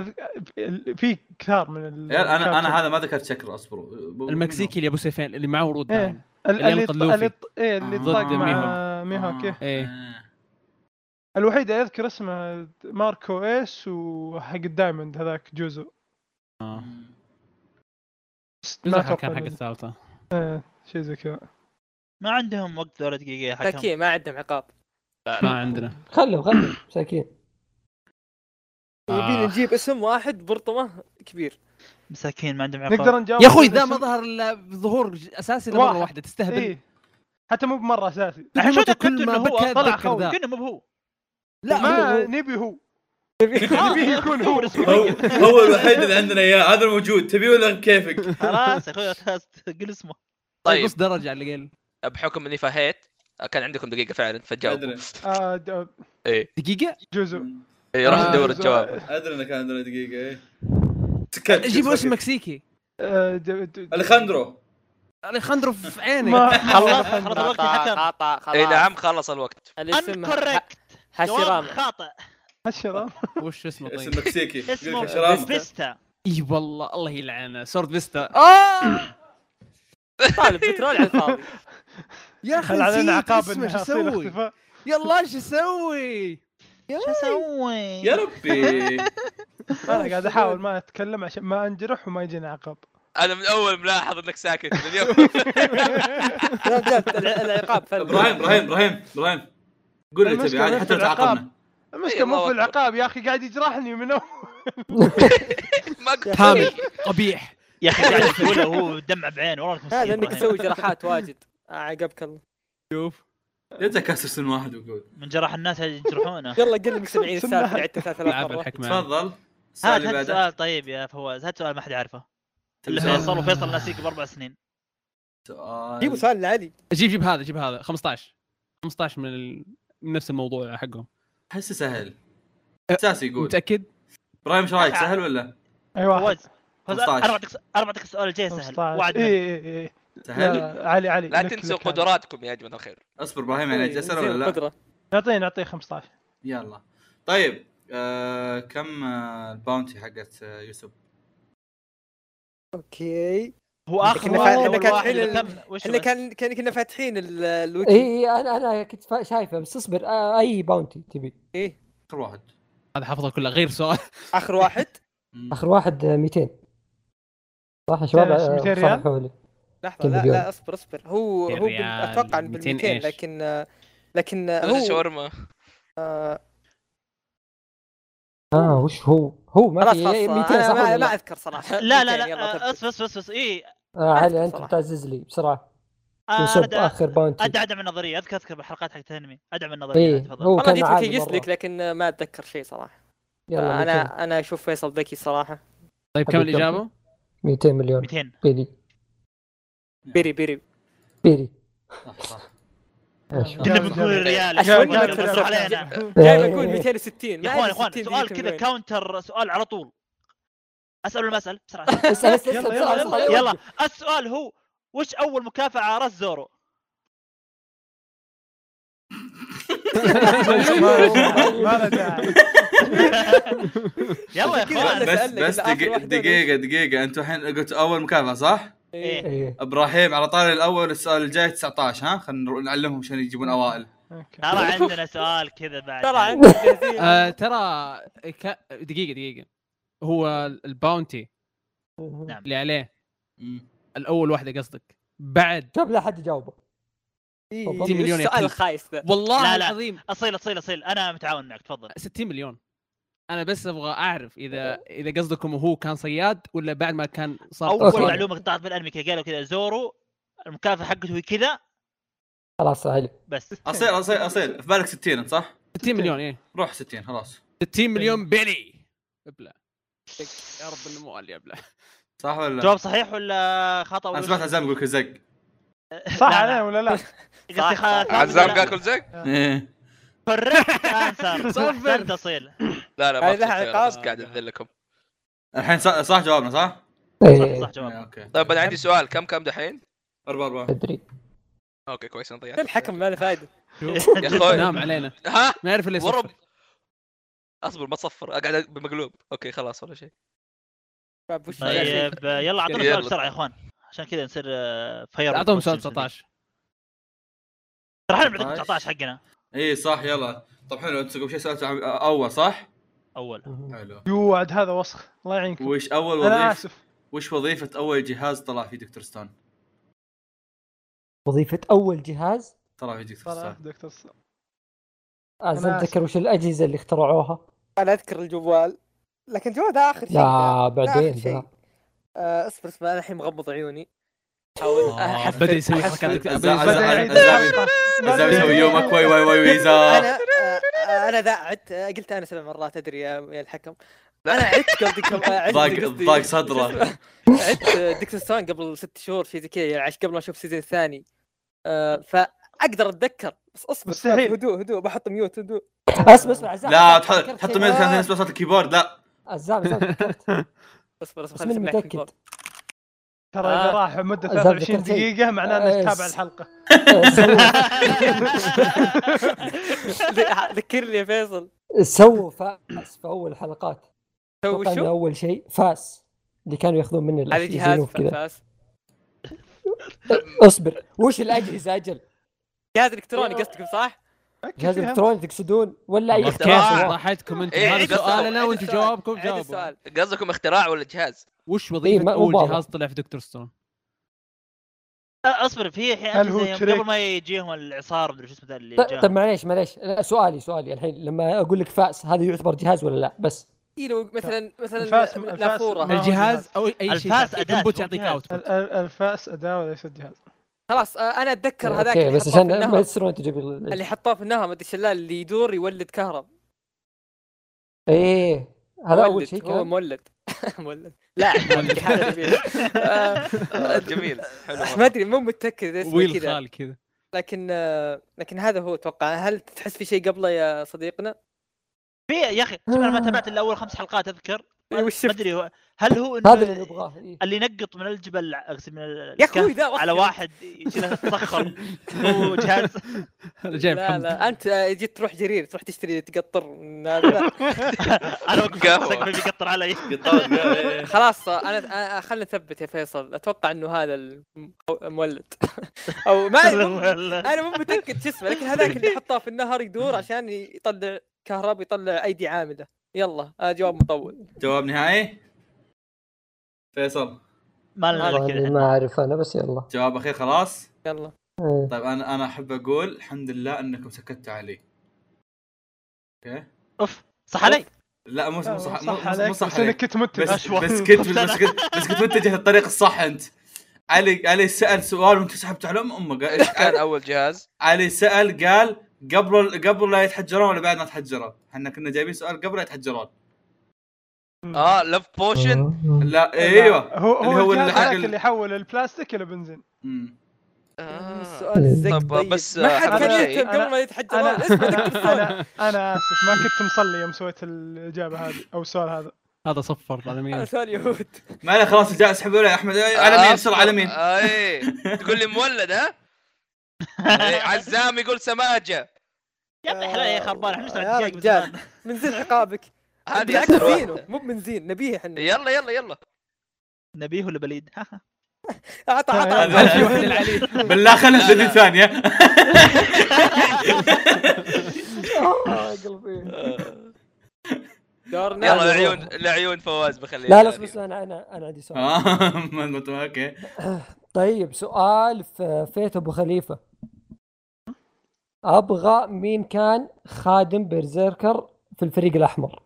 Speaker 6: أذ- في كثار من ال-
Speaker 1: يا انا انا
Speaker 6: الشاب-
Speaker 1: هذا ما ذكرت شكله اصبروا ب-
Speaker 4: المكسيكي اللي ابو سيفين اللي معه يعني. ورود
Speaker 6: إيه.
Speaker 4: معنا.
Speaker 6: ال-
Speaker 4: اللي
Speaker 6: اللي
Speaker 4: ينقذ
Speaker 6: ط-
Speaker 4: لوفي.
Speaker 6: اللي ط- إيه، اللي
Speaker 1: آه.
Speaker 6: طاق
Speaker 4: ضد
Speaker 6: مع
Speaker 4: ميهوك.
Speaker 1: منهم؟
Speaker 6: ميهوك إيه.
Speaker 4: إيه.
Speaker 1: آه.
Speaker 6: الوحيد اللي اذكر اسمه ماركو ايس وحق الدايموند هذاك جوزو
Speaker 4: آه.
Speaker 6: بس ما
Speaker 4: جزء كان
Speaker 6: أتوقع
Speaker 4: حق
Speaker 6: إنه-
Speaker 4: الثالثه
Speaker 6: شيء زي كذا
Speaker 5: ما عندهم وقت ولا دقيقه يا حكم
Speaker 7: تاكية ما عندهم عقاب
Speaker 4: ما عندنا
Speaker 2: خلهم خلهم مساكين
Speaker 7: يبينا
Speaker 4: آه.
Speaker 7: نجيب اسم واحد برطمة كبير
Speaker 5: مساكين ما عندهم عقاب
Speaker 6: نقدر نجاوب
Speaker 4: يا اخوي
Speaker 6: من
Speaker 4: ذا ما
Speaker 6: اسم-
Speaker 4: ظهر الا ظهور ج- اساسي
Speaker 6: واحد.
Speaker 4: لمره واحده تستهبل
Speaker 6: إيه. حتى مو بمره اساسي
Speaker 5: الحين شو
Speaker 4: كل
Speaker 5: تاكدت انه
Speaker 4: ما
Speaker 5: هو
Speaker 4: بكى
Speaker 5: طلع
Speaker 4: أتذكر
Speaker 5: خوي
Speaker 4: ذا.
Speaker 5: كنا مو بهو
Speaker 4: لا
Speaker 6: ما
Speaker 4: ما
Speaker 6: نبي هو
Speaker 5: نبيه
Speaker 6: يكون هو.
Speaker 1: هو هو الوحيد اللي عندنا اياه هذا الموجود تبيه ولا كيفك
Speaker 5: خلاص يا اخوي خلاص قل اسمه
Speaker 4: طيب
Speaker 3: طيب
Speaker 4: نص درجه على الاقل
Speaker 3: بحكم اني فهيت كان عندكم دقيقه فعلا فجاوب
Speaker 1: ادري
Speaker 6: آه، د-
Speaker 4: دقيقه
Speaker 6: جزء
Speaker 3: إيه، راح
Speaker 4: آه،
Speaker 3: ندور
Speaker 6: زو-
Speaker 3: الجواب
Speaker 1: ادري انك عندنا دقيقه ايه سكت
Speaker 4: جيبوا اسم مكسيكي
Speaker 6: آه، د- د-
Speaker 1: الخاندرو
Speaker 4: اليخاندرو في
Speaker 6: ما
Speaker 4: عينك
Speaker 5: خلاص
Speaker 6: ما-
Speaker 5: خلاص وقت الحكم
Speaker 7: خطا خلاص
Speaker 3: اي
Speaker 4: إيه،
Speaker 3: نعم خلص الوقت
Speaker 7: الاسم ه-
Speaker 5: انكوركت جواب
Speaker 7: هشيرام
Speaker 5: خاطئ
Speaker 6: هالشرام
Speaker 4: وش اسمه
Speaker 1: اسم
Speaker 4: طيب
Speaker 1: مكسيكي
Speaker 5: اسمه
Speaker 1: يقولك شرام.
Speaker 7: بس-
Speaker 5: بيستا
Speaker 4: اي والله الله يلعن سورد فيستا
Speaker 7: طالب بترول على الفاضي
Speaker 4: يا
Speaker 6: خل علينا
Speaker 4: نسيت
Speaker 6: عقاب
Speaker 4: اسمه،
Speaker 6: إنها
Speaker 4: شو
Speaker 6: أصيل
Speaker 4: اسوي
Speaker 6: اختفاء.
Speaker 4: يلا شو اسوي
Speaker 5: شو اسوي؟
Speaker 1: يا ربي
Speaker 6: انا
Speaker 7: إيه.
Speaker 6: قاعد احاول ما اتكلم عشان ما انجرح وما يجيني عقاب
Speaker 3: انا من اول ملاحظ انك ساكت من اليوم
Speaker 7: لا، لا، الع- العقاب فل
Speaker 1: ابراهيم ابراهيم ابراهيم ابراهيم قول اللي تبي
Speaker 6: المشكلة
Speaker 1: عادي
Speaker 6: نفس
Speaker 1: حتى لو
Speaker 6: العقاب.
Speaker 1: تعاقبنا
Speaker 6: المشكله مو
Speaker 3: الله
Speaker 6: في
Speaker 3: أكبر.
Speaker 6: العقاب يا اخي قاعد يجرحني من اول
Speaker 3: ما قلت
Speaker 4: هامي قبيح
Speaker 5: يا اخي قاعد تقوله وهو دمع بعينه والله انك مسكين
Speaker 7: هذا انك
Speaker 5: إبراهيم.
Speaker 7: تسوي جراحات واجد آه، عقبك الله
Speaker 4: شوف
Speaker 1: لا تكاسر سن واحد وقول
Speaker 5: من جراح الناس يجرحونه
Speaker 7: يلا قل المستمعين
Speaker 6: سمها.
Speaker 7: السالفه لعبت ثلاث
Speaker 4: لعب
Speaker 7: مرات
Speaker 4: الحكمة
Speaker 1: تفضل السؤال
Speaker 5: هات
Speaker 1: اللي
Speaker 5: هات
Speaker 1: بعده
Speaker 5: سؤال طيب يا فواز هات سؤال ما حد يعرفه اللي
Speaker 1: سؤال-
Speaker 5: فيصل وفيصل ناسيك باربع سنين
Speaker 7: جيبوا
Speaker 1: سؤال
Speaker 7: سؤال لعلي
Speaker 4: جيب جيب هذا جيب هذا 15 15 من ال... من نفس الموضوع حقهم
Speaker 1: احسه سهل اساسي يقول
Speaker 4: متاكد؟
Speaker 1: ابراهيم ايش رايك سهل ولا؟
Speaker 6: اي واحد طيب. إيه.
Speaker 5: فواز فواز انا
Speaker 1: 15.
Speaker 5: بعطيك انا بعطيك السؤال الجاي سهل
Speaker 6: 15
Speaker 5: وعد
Speaker 6: اي
Speaker 5: مني.
Speaker 6: اي اي
Speaker 1: سهل
Speaker 6: لا، علي علي
Speaker 3: لا
Speaker 6: لك-
Speaker 3: تنسوا
Speaker 6: لك علي.
Speaker 3: قدراتكم يا جماعه الخير
Speaker 1: اصبر ابراهيم يعني
Speaker 7: إيه،
Speaker 1: جسر
Speaker 7: زين
Speaker 1: ولا لا؟
Speaker 7: القدرة.
Speaker 6: نعطيه نعطيه 15
Speaker 1: يلا طيب آه كم آه الباونتي حقت آه، يوسف؟
Speaker 7: اوكي
Speaker 5: هو اخر
Speaker 7: كنا
Speaker 5: واحد
Speaker 7: فا-
Speaker 5: اول
Speaker 7: كان
Speaker 5: واحد
Speaker 7: حين ال-
Speaker 5: كم وش
Speaker 7: احنا
Speaker 5: بس؟
Speaker 7: كان كان كنا فاتحين ال- الويكي
Speaker 2: اي اي انا انا إيه، كنت فا- شايفه بس اصبر آه، اي باونتي تبي
Speaker 7: إيه.
Speaker 1: اخر واحد
Speaker 4: هذا حافظه كله غير سؤال
Speaker 7: اخر واحد
Speaker 1: مم.
Speaker 2: اخر واحد آه، 200 صح يا شباب
Speaker 6: 200
Speaker 2: آه،
Speaker 6: ريال؟
Speaker 2: صححوا لي
Speaker 7: لحظه
Speaker 2: كم
Speaker 7: لا
Speaker 2: مليون؟
Speaker 7: لا اصبر اصبر هو هو بال-
Speaker 4: ريال،
Speaker 7: اتوقع إنه
Speaker 4: 200
Speaker 7: بال
Speaker 4: إيش؟
Speaker 7: 200 لكن لكن هو
Speaker 3: شاورما
Speaker 7: آه،
Speaker 2: اه وش هو هو ما
Speaker 7: خلاص
Speaker 2: في
Speaker 7: خلاص
Speaker 2: إيه، 200
Speaker 7: أنا
Speaker 2: صح
Speaker 7: ما-
Speaker 2: ولا
Speaker 7: ما
Speaker 2: لا؟
Speaker 7: اذكر صراحه
Speaker 5: لا
Speaker 7: 200
Speaker 5: لا
Speaker 7: يلا
Speaker 5: لا آه،
Speaker 7: ترتب.
Speaker 5: اصبر اصبر اصبر اي
Speaker 2: آه علي انت
Speaker 7: صراحة.
Speaker 2: بتعزز لي بسرعه
Speaker 7: آه،
Speaker 5: آه،
Speaker 2: يوسف
Speaker 5: انا
Speaker 2: اخر باونتي
Speaker 5: أدع- ادعم النظريه اذكر اذكر بالحلقات حقت الانمي ادعم النظريه
Speaker 2: ايه
Speaker 5: تفضل
Speaker 2: هو
Speaker 7: والله
Speaker 2: كان
Speaker 7: جيت
Speaker 2: عالي
Speaker 7: لك
Speaker 2: مرة.
Speaker 7: يقصدك لكن ما اتذكر شيء صراحه
Speaker 2: يلا انا
Speaker 7: انا انا اشوف فيصل ذكي صراحه
Speaker 4: طيب كم
Speaker 2: حبيبي.
Speaker 4: الاجابه؟
Speaker 2: 200 مليون
Speaker 5: 200
Speaker 2: بيري
Speaker 7: بيري بيري
Speaker 2: بيري
Speaker 1: صح آه، صح
Speaker 2: إيش.
Speaker 6: جاب-
Speaker 5: كنا بنقول
Speaker 6: جاب-
Speaker 5: الريال
Speaker 7: أشوف
Speaker 5: شوي،
Speaker 7: إنك
Speaker 5: بس
Speaker 7: تسرح.
Speaker 5: علينا.
Speaker 7: جاي بقول
Speaker 2: إيه.
Speaker 7: 260
Speaker 5: يا
Speaker 7: ما
Speaker 5: اخوان
Speaker 7: أدري
Speaker 5: يا اخوان
Speaker 7: 60 ذي
Speaker 5: سؤال
Speaker 7: كم
Speaker 5: كذا
Speaker 7: وين.
Speaker 5: كاونتر سؤال على طول اسال ولا ما اسال بسرعه اسأل.
Speaker 2: اسال اسال
Speaker 6: يلا،
Speaker 2: اسال
Speaker 6: يلا،
Speaker 2: بسرعة، بسرعة،
Speaker 5: يلا السؤال هو وش اول مكافاه راس زورو؟
Speaker 6: ما- ما له داعي
Speaker 5: يلا يا
Speaker 7: كذا
Speaker 5: اخوان
Speaker 7: ولا
Speaker 1: بس
Speaker 7: سألنا
Speaker 1: بس
Speaker 7: كذا آخر
Speaker 1: دقي-
Speaker 7: واحد ولا
Speaker 1: دقيقه دقيقه انتم الحين قلت اول مكافاه صح؟
Speaker 5: إيه.
Speaker 2: إيه.
Speaker 1: ابراهيم على طاري الاول السؤال الجاي 19 ها خلينا نعلمهم عشان يجيبون اوائل
Speaker 6: أوكي.
Speaker 5: ترى عندنا سؤال كذا بعد
Speaker 7: ترى عندك جاهزين.
Speaker 4: آه ترى ك... دقيقه دقيقه هو الباونتي
Speaker 5: نعم
Speaker 4: اللي عليه
Speaker 1: مم.
Speaker 4: الاول واحده قصدك بعد
Speaker 2: شوف لا حد يجاوبه
Speaker 7: إيه.
Speaker 2: طب
Speaker 7: وش
Speaker 4: مليون يا
Speaker 7: السؤال
Speaker 4: كلب.
Speaker 7: الخايس
Speaker 5: طيب.
Speaker 7: ذا
Speaker 5: لا،
Speaker 4: والله لا
Speaker 5: لا.
Speaker 4: لا. العظيم
Speaker 5: اصيل اصيل اصيل انا متعاون معك تفضل
Speaker 4: 60 مليون انا بس ابغى اعرف اذا اذا قصدكم هو كان صياد ولا بعد ما كان صار
Speaker 5: اول
Speaker 2: أوكي.
Speaker 5: معلومه قطعت بالانمي كي قالوا كذا زورو المكافاه حقته هي كذا
Speaker 2: خلاص علي
Speaker 5: بس
Speaker 1: اصيل اصيل اصيل في بالك 60 أنت صح؟
Speaker 4: 60 مليون ايه
Speaker 1: روح 60 خلاص
Speaker 4: 60 مليون بلي ابلع يا رب المؤل يا ابلع
Speaker 1: صح ولا لا؟
Speaker 5: جواب صحيح ولا خطا
Speaker 1: انا
Speaker 5: ولا
Speaker 1: سمعت عزام يقول لك زق
Speaker 6: صح
Speaker 5: لا،
Speaker 6: عليه ولا لا؟
Speaker 5: قصدي
Speaker 7: صح.
Speaker 5: خطا
Speaker 3: عزام قاكل زق
Speaker 5: إيه.
Speaker 1: ايه
Speaker 5: كوريكت انسر
Speaker 4: صفر.
Speaker 5: صفر اصيل
Speaker 3: لا لا ما
Speaker 7: هاي
Speaker 3: في
Speaker 7: لها
Speaker 3: خيار،
Speaker 7: عقاب.
Speaker 3: بس قاعد اذلكم
Speaker 1: الحين صح, صح جوابنا صح؟
Speaker 5: صح
Speaker 2: ايه
Speaker 5: صح
Speaker 1: إيه،
Speaker 5: جواب
Speaker 1: اوكي
Speaker 3: طيب انا عندي سؤال كم كم دحين؟
Speaker 1: أربعة أربعة
Speaker 2: ادري
Speaker 3: اوكي كويس انا ضيعت
Speaker 7: الحكم ما له فائده
Speaker 4: شوف،
Speaker 3: يا أخوي.
Speaker 4: نام علينا
Speaker 3: ها
Speaker 4: ما يعرف اللي
Speaker 3: ورب
Speaker 4: يصفر
Speaker 3: اصبر ما تصفر اقعد بمقلوب اوكي خلاص ولا شيء
Speaker 7: شباب، وش السؤال؟
Speaker 5: طيب يلا اعطونا
Speaker 3: يلا.
Speaker 5: سؤال بسرعه يا اخوان عشان كذا نصير آه، فاير
Speaker 4: اعطهم سؤال 19
Speaker 5: راح نعطيكم 19 حقنا
Speaker 1: اي إيه، صح يلا طب حلو انت قبل شوي سالت عن- اول صح؟
Speaker 5: اول
Speaker 1: حلو
Speaker 6: يو عاد هذا وسخ الله يعينكم
Speaker 1: وش اول
Speaker 6: انا
Speaker 1: وظيفه
Speaker 6: اسف
Speaker 1: وش وظيفه اول جهاز طلع فيه دكتور ستون؟
Speaker 2: وظيفه اول جهاز
Speaker 1: طلع فيه دكتور
Speaker 6: ترى
Speaker 1: ستون
Speaker 6: دكتور ص-
Speaker 2: عشان
Speaker 6: أنا آسف.
Speaker 2: اتذكر وش الاجهزه اللي اخترعوها
Speaker 7: انا اذكر الجوال لكن جوال ده اخر شيء ذا.
Speaker 2: لا بعدين
Speaker 7: آخر شيء.
Speaker 2: لا.
Speaker 7: آه، اصبر اسمع انا الحين مغمض عيوني احاول
Speaker 4: آه،
Speaker 7: أحفل-
Speaker 4: بدا يسوي
Speaker 7: أحفل.
Speaker 4: حركات
Speaker 1: أزا- أزا-
Speaker 6: بدأ
Speaker 4: بدأ
Speaker 1: أزا-
Speaker 6: يعيد
Speaker 1: أزا-
Speaker 6: الحلقة.
Speaker 1: عزام يسوي
Speaker 6: بدأ-
Speaker 1: يومك وي وي وي ويزا
Speaker 7: انا آه، انا ذا عدت آه، قلت انا سبع مرات ادري يا يا الحكم
Speaker 3: لا.
Speaker 7: انا عدت قبل كم- آه، عدت
Speaker 1: ضاق-
Speaker 7: قصدي-
Speaker 1: ضاق صدره.
Speaker 7: شو اسمه؟ عدت آه، دكتور ستون قبل ست شهور شيء زي كذا يعني عش- قبل ما اشوف السيزون الثاني آه، ف اقدر اتذكر بس اصبر
Speaker 6: مستحيل.
Speaker 7: هدوء هدوء بحط ميوت هدوء
Speaker 2: اسمع اسمع عزام
Speaker 1: لا
Speaker 2: عزام،
Speaker 1: تحط
Speaker 2: ذكرت
Speaker 1: تحط
Speaker 2: شيء.
Speaker 1: ميوت عشان يسمع صوت الكيبورد لا
Speaker 2: عزام عزام ذكرت.
Speaker 7: اصبر اصبر
Speaker 2: بس ماني
Speaker 7: أسمعك
Speaker 2: متاكد
Speaker 7: بالضبط.
Speaker 6: ترى اذا
Speaker 7: آه.
Speaker 6: راح مده
Speaker 2: أزال
Speaker 6: 23
Speaker 2: ذكرت شيء.
Speaker 6: دقيقه معناه انك
Speaker 2: آه،
Speaker 6: تابع
Speaker 2: س-
Speaker 6: الحلقه
Speaker 7: ذ- ذكرني يا فيصل
Speaker 2: سووا فاس في اول حلقات
Speaker 7: سوي
Speaker 2: اتوقع انه
Speaker 7: شو؟
Speaker 2: اول شيء فاس اللي كانوا ياخذون منه
Speaker 7: هذا
Speaker 2: الأشياء
Speaker 7: جهاز
Speaker 2: يزينوه كذا
Speaker 7: فاس
Speaker 2: اصبر وش الاجهزه اجل؟
Speaker 7: جهاز الكتروني قصدكم صح؟
Speaker 6: أكد
Speaker 2: جهاز
Speaker 6: فيها.
Speaker 2: الكتروني تقصدون ولا اي
Speaker 4: والله
Speaker 3: اختراع.
Speaker 4: كيف
Speaker 2: اختراع؟
Speaker 4: راحتكم انتم
Speaker 3: إيه،
Speaker 4: هذا
Speaker 3: عيد السؤال،
Speaker 4: سؤالنا
Speaker 7: عيد
Speaker 4: وانتم
Speaker 7: السؤال،
Speaker 4: جوابكم
Speaker 7: عيد
Speaker 4: جاوبوا
Speaker 7: السؤال
Speaker 3: قصدكم اختراع ولا جهاز؟
Speaker 2: إيه،
Speaker 4: وش
Speaker 2: ما-
Speaker 4: وظيفه
Speaker 2: مو
Speaker 4: اول
Speaker 2: واضح.
Speaker 4: جهاز طلع في دكتور ستون؟
Speaker 5: اصبر في الحين
Speaker 6: هل هو
Speaker 5: أجهزة يوم-
Speaker 6: تريك؟
Speaker 5: قبل ما يجيهم الإعصار مدري شو اسمه ذا اللي
Speaker 2: ط- طب
Speaker 5: جاهم.
Speaker 2: طيب، معليش معليش لا، سؤالي سؤالي الحين لما اقول لك فاس هذا يعتبر جهاز ولا لا بس
Speaker 7: اي لو مثلا
Speaker 6: الفاس-
Speaker 7: مثلا
Speaker 6: الفاس-
Speaker 7: نافوره
Speaker 6: ما هو
Speaker 4: الجهاز
Speaker 6: جهاز.
Speaker 4: او اي شيء
Speaker 5: الفاس أداة،
Speaker 4: انبوت
Speaker 5: مو
Speaker 4: يعطيك
Speaker 5: جهاز.
Speaker 6: ال-
Speaker 4: اوتبوت
Speaker 6: ال- الفاس اداه وليس الجهاز
Speaker 7: خلاص آه، انا اتذكر هذاك
Speaker 2: اوكي
Speaker 7: اللي
Speaker 2: بس
Speaker 7: حطوه في
Speaker 2: عشان ما
Speaker 7: النهر
Speaker 2: يصيرون تجيب ال-
Speaker 7: اللي حطوه في النهر مدري شلال اللي يدور يولد كهرب
Speaker 2: ايه هذا اول شيء
Speaker 7: هو
Speaker 2: كان
Speaker 7: مولد مولد لا مولد هذا جميل. آه،
Speaker 3: آه، جميل حلو
Speaker 7: ما
Speaker 3: مرة.
Speaker 7: ادري مو متاكد اسمه
Speaker 4: ويل
Speaker 7: كذا
Speaker 4: خال كذا
Speaker 7: لكن آه، لكن هذا هو اتوقع هل تحس في شيء قبله يا صديقنا؟
Speaker 5: في يا اخي شوف انا ما تابعت الا اول خمس حلقات اذكر ما
Speaker 7: إيه، وش
Speaker 5: ما
Speaker 7: شفت؟
Speaker 5: ادري هو- هل هو
Speaker 2: هذا اللي
Speaker 5: انه
Speaker 2: نبغاه إيه.
Speaker 5: اللي ينقط من الجبل اقصد من ال-
Speaker 7: يا اخوي
Speaker 5: الكهف
Speaker 7: ذا
Speaker 5: على
Speaker 7: وحش.
Speaker 5: واحد يشيله تسخر هو جهاز
Speaker 4: جايب
Speaker 7: لا
Speaker 4: حمد
Speaker 7: لا انت آه، جيت تروح جرير تروح تشتري تقطر من هذا
Speaker 5: انا وقفت
Speaker 3: قهوة.
Speaker 5: مستقبلي بيقطر علي
Speaker 1: قطار لا، إيه.
Speaker 7: خلاص آه، انا آه، خلنا نثبت يا فيصل اتوقع انه هذا الم- أو- المولد او ما انا مو متاكد شو اسمه لكن هذاك اللي حطاه في النهر يدور عشان يطلع كهرب يطلع ايدي عامده يلا آه، جواب مطول
Speaker 1: جواب نهائي فيصل
Speaker 5: ما لنا غير
Speaker 2: والله
Speaker 5: كذا
Speaker 2: ما اعرف انا بس يلا
Speaker 1: جواب اخير خلاص
Speaker 7: يلا
Speaker 2: إيه.
Speaker 1: طيب انا انا احب اقول الحمد لله انكم سكتوا علي اوكي
Speaker 5: اوف صح علي
Speaker 1: لا مو مو صح مو-
Speaker 6: صح
Speaker 1: مو-
Speaker 6: عليك
Speaker 1: مو صح
Speaker 6: بس
Speaker 1: عليك
Speaker 6: انك كنت متبع
Speaker 1: بس
Speaker 5: أشوه.
Speaker 1: بس كنت بس كنت بس كنت متجه للطريق الصح انت علي علي سال سؤال وانت سحبت على ام امك
Speaker 3: ايش كان اول جهاز؟
Speaker 1: علي سال قال قبل قبل لا يتحجرون ولا بعد ما يتحجرون؟ احنا كنا جايبين سؤال قبل لا يتحجرون
Speaker 3: اه لف بوشن
Speaker 1: لا ايوه
Speaker 6: هو
Speaker 1: اللي هو
Speaker 6: هو
Speaker 1: اللي
Speaker 6: الجهاز
Speaker 1: حق
Speaker 6: هذاك
Speaker 1: ال-
Speaker 6: اللي يحول البلاستيك الى بنزين
Speaker 1: مم.
Speaker 2: آه.
Speaker 3: آه.
Speaker 7: السؤال الزق
Speaker 3: طب،
Speaker 7: طيب.
Speaker 3: بس،
Speaker 7: ما
Speaker 3: آه،
Speaker 7: حد
Speaker 6: أنا-
Speaker 7: كان
Speaker 6: شيء.
Speaker 7: يهتم قبل ما يتحجر
Speaker 6: أنا-
Speaker 7: اسمه دكتور فول
Speaker 6: انا انا اسف ما كنت مصلي يوم سويت الاجابه هذه او السؤال هذا
Speaker 4: هذا صفر على
Speaker 7: هذا
Speaker 4: مين
Speaker 7: سؤال يهود
Speaker 1: ما له خلاص جاء اسحب عليه يا احمد على مين بسرعه على مين
Speaker 3: اي آه، إيه. تقول لي مولد ها؟ إيه، عزام يقول سماجه
Speaker 5: يا ابن الحلال يا خربان احنا نسمع
Speaker 7: يا
Speaker 5: الدقائق من
Speaker 7: رجال
Speaker 5: زمان.
Speaker 7: من زين عقابك
Speaker 3: هذه
Speaker 7: بالعكس
Speaker 3: اكثر واحدة.
Speaker 7: زينه مو من زين نبيه احنا
Speaker 3: يلا يلا يلا
Speaker 5: نبيه ولا بليد ها ها.
Speaker 7: اعطى اعطى
Speaker 6: يعني
Speaker 1: هذا-
Speaker 7: أعطى.
Speaker 4: واحد العلي
Speaker 1: بالله خلنا
Speaker 3: لا، لا.
Speaker 1: نسجل ثانيه
Speaker 2: آه، قلبي
Speaker 7: دورنا
Speaker 3: يلا لعيون لعيون فواز بخليها
Speaker 2: لا لا
Speaker 3: ثانية.
Speaker 2: بس انا انا انا عندي سؤال
Speaker 1: آه، ما- ما- اوكي
Speaker 2: طيب سؤال في فيت ابو خليفه ابغى مين كان خادم بيرزيركر في الفريق الاحمر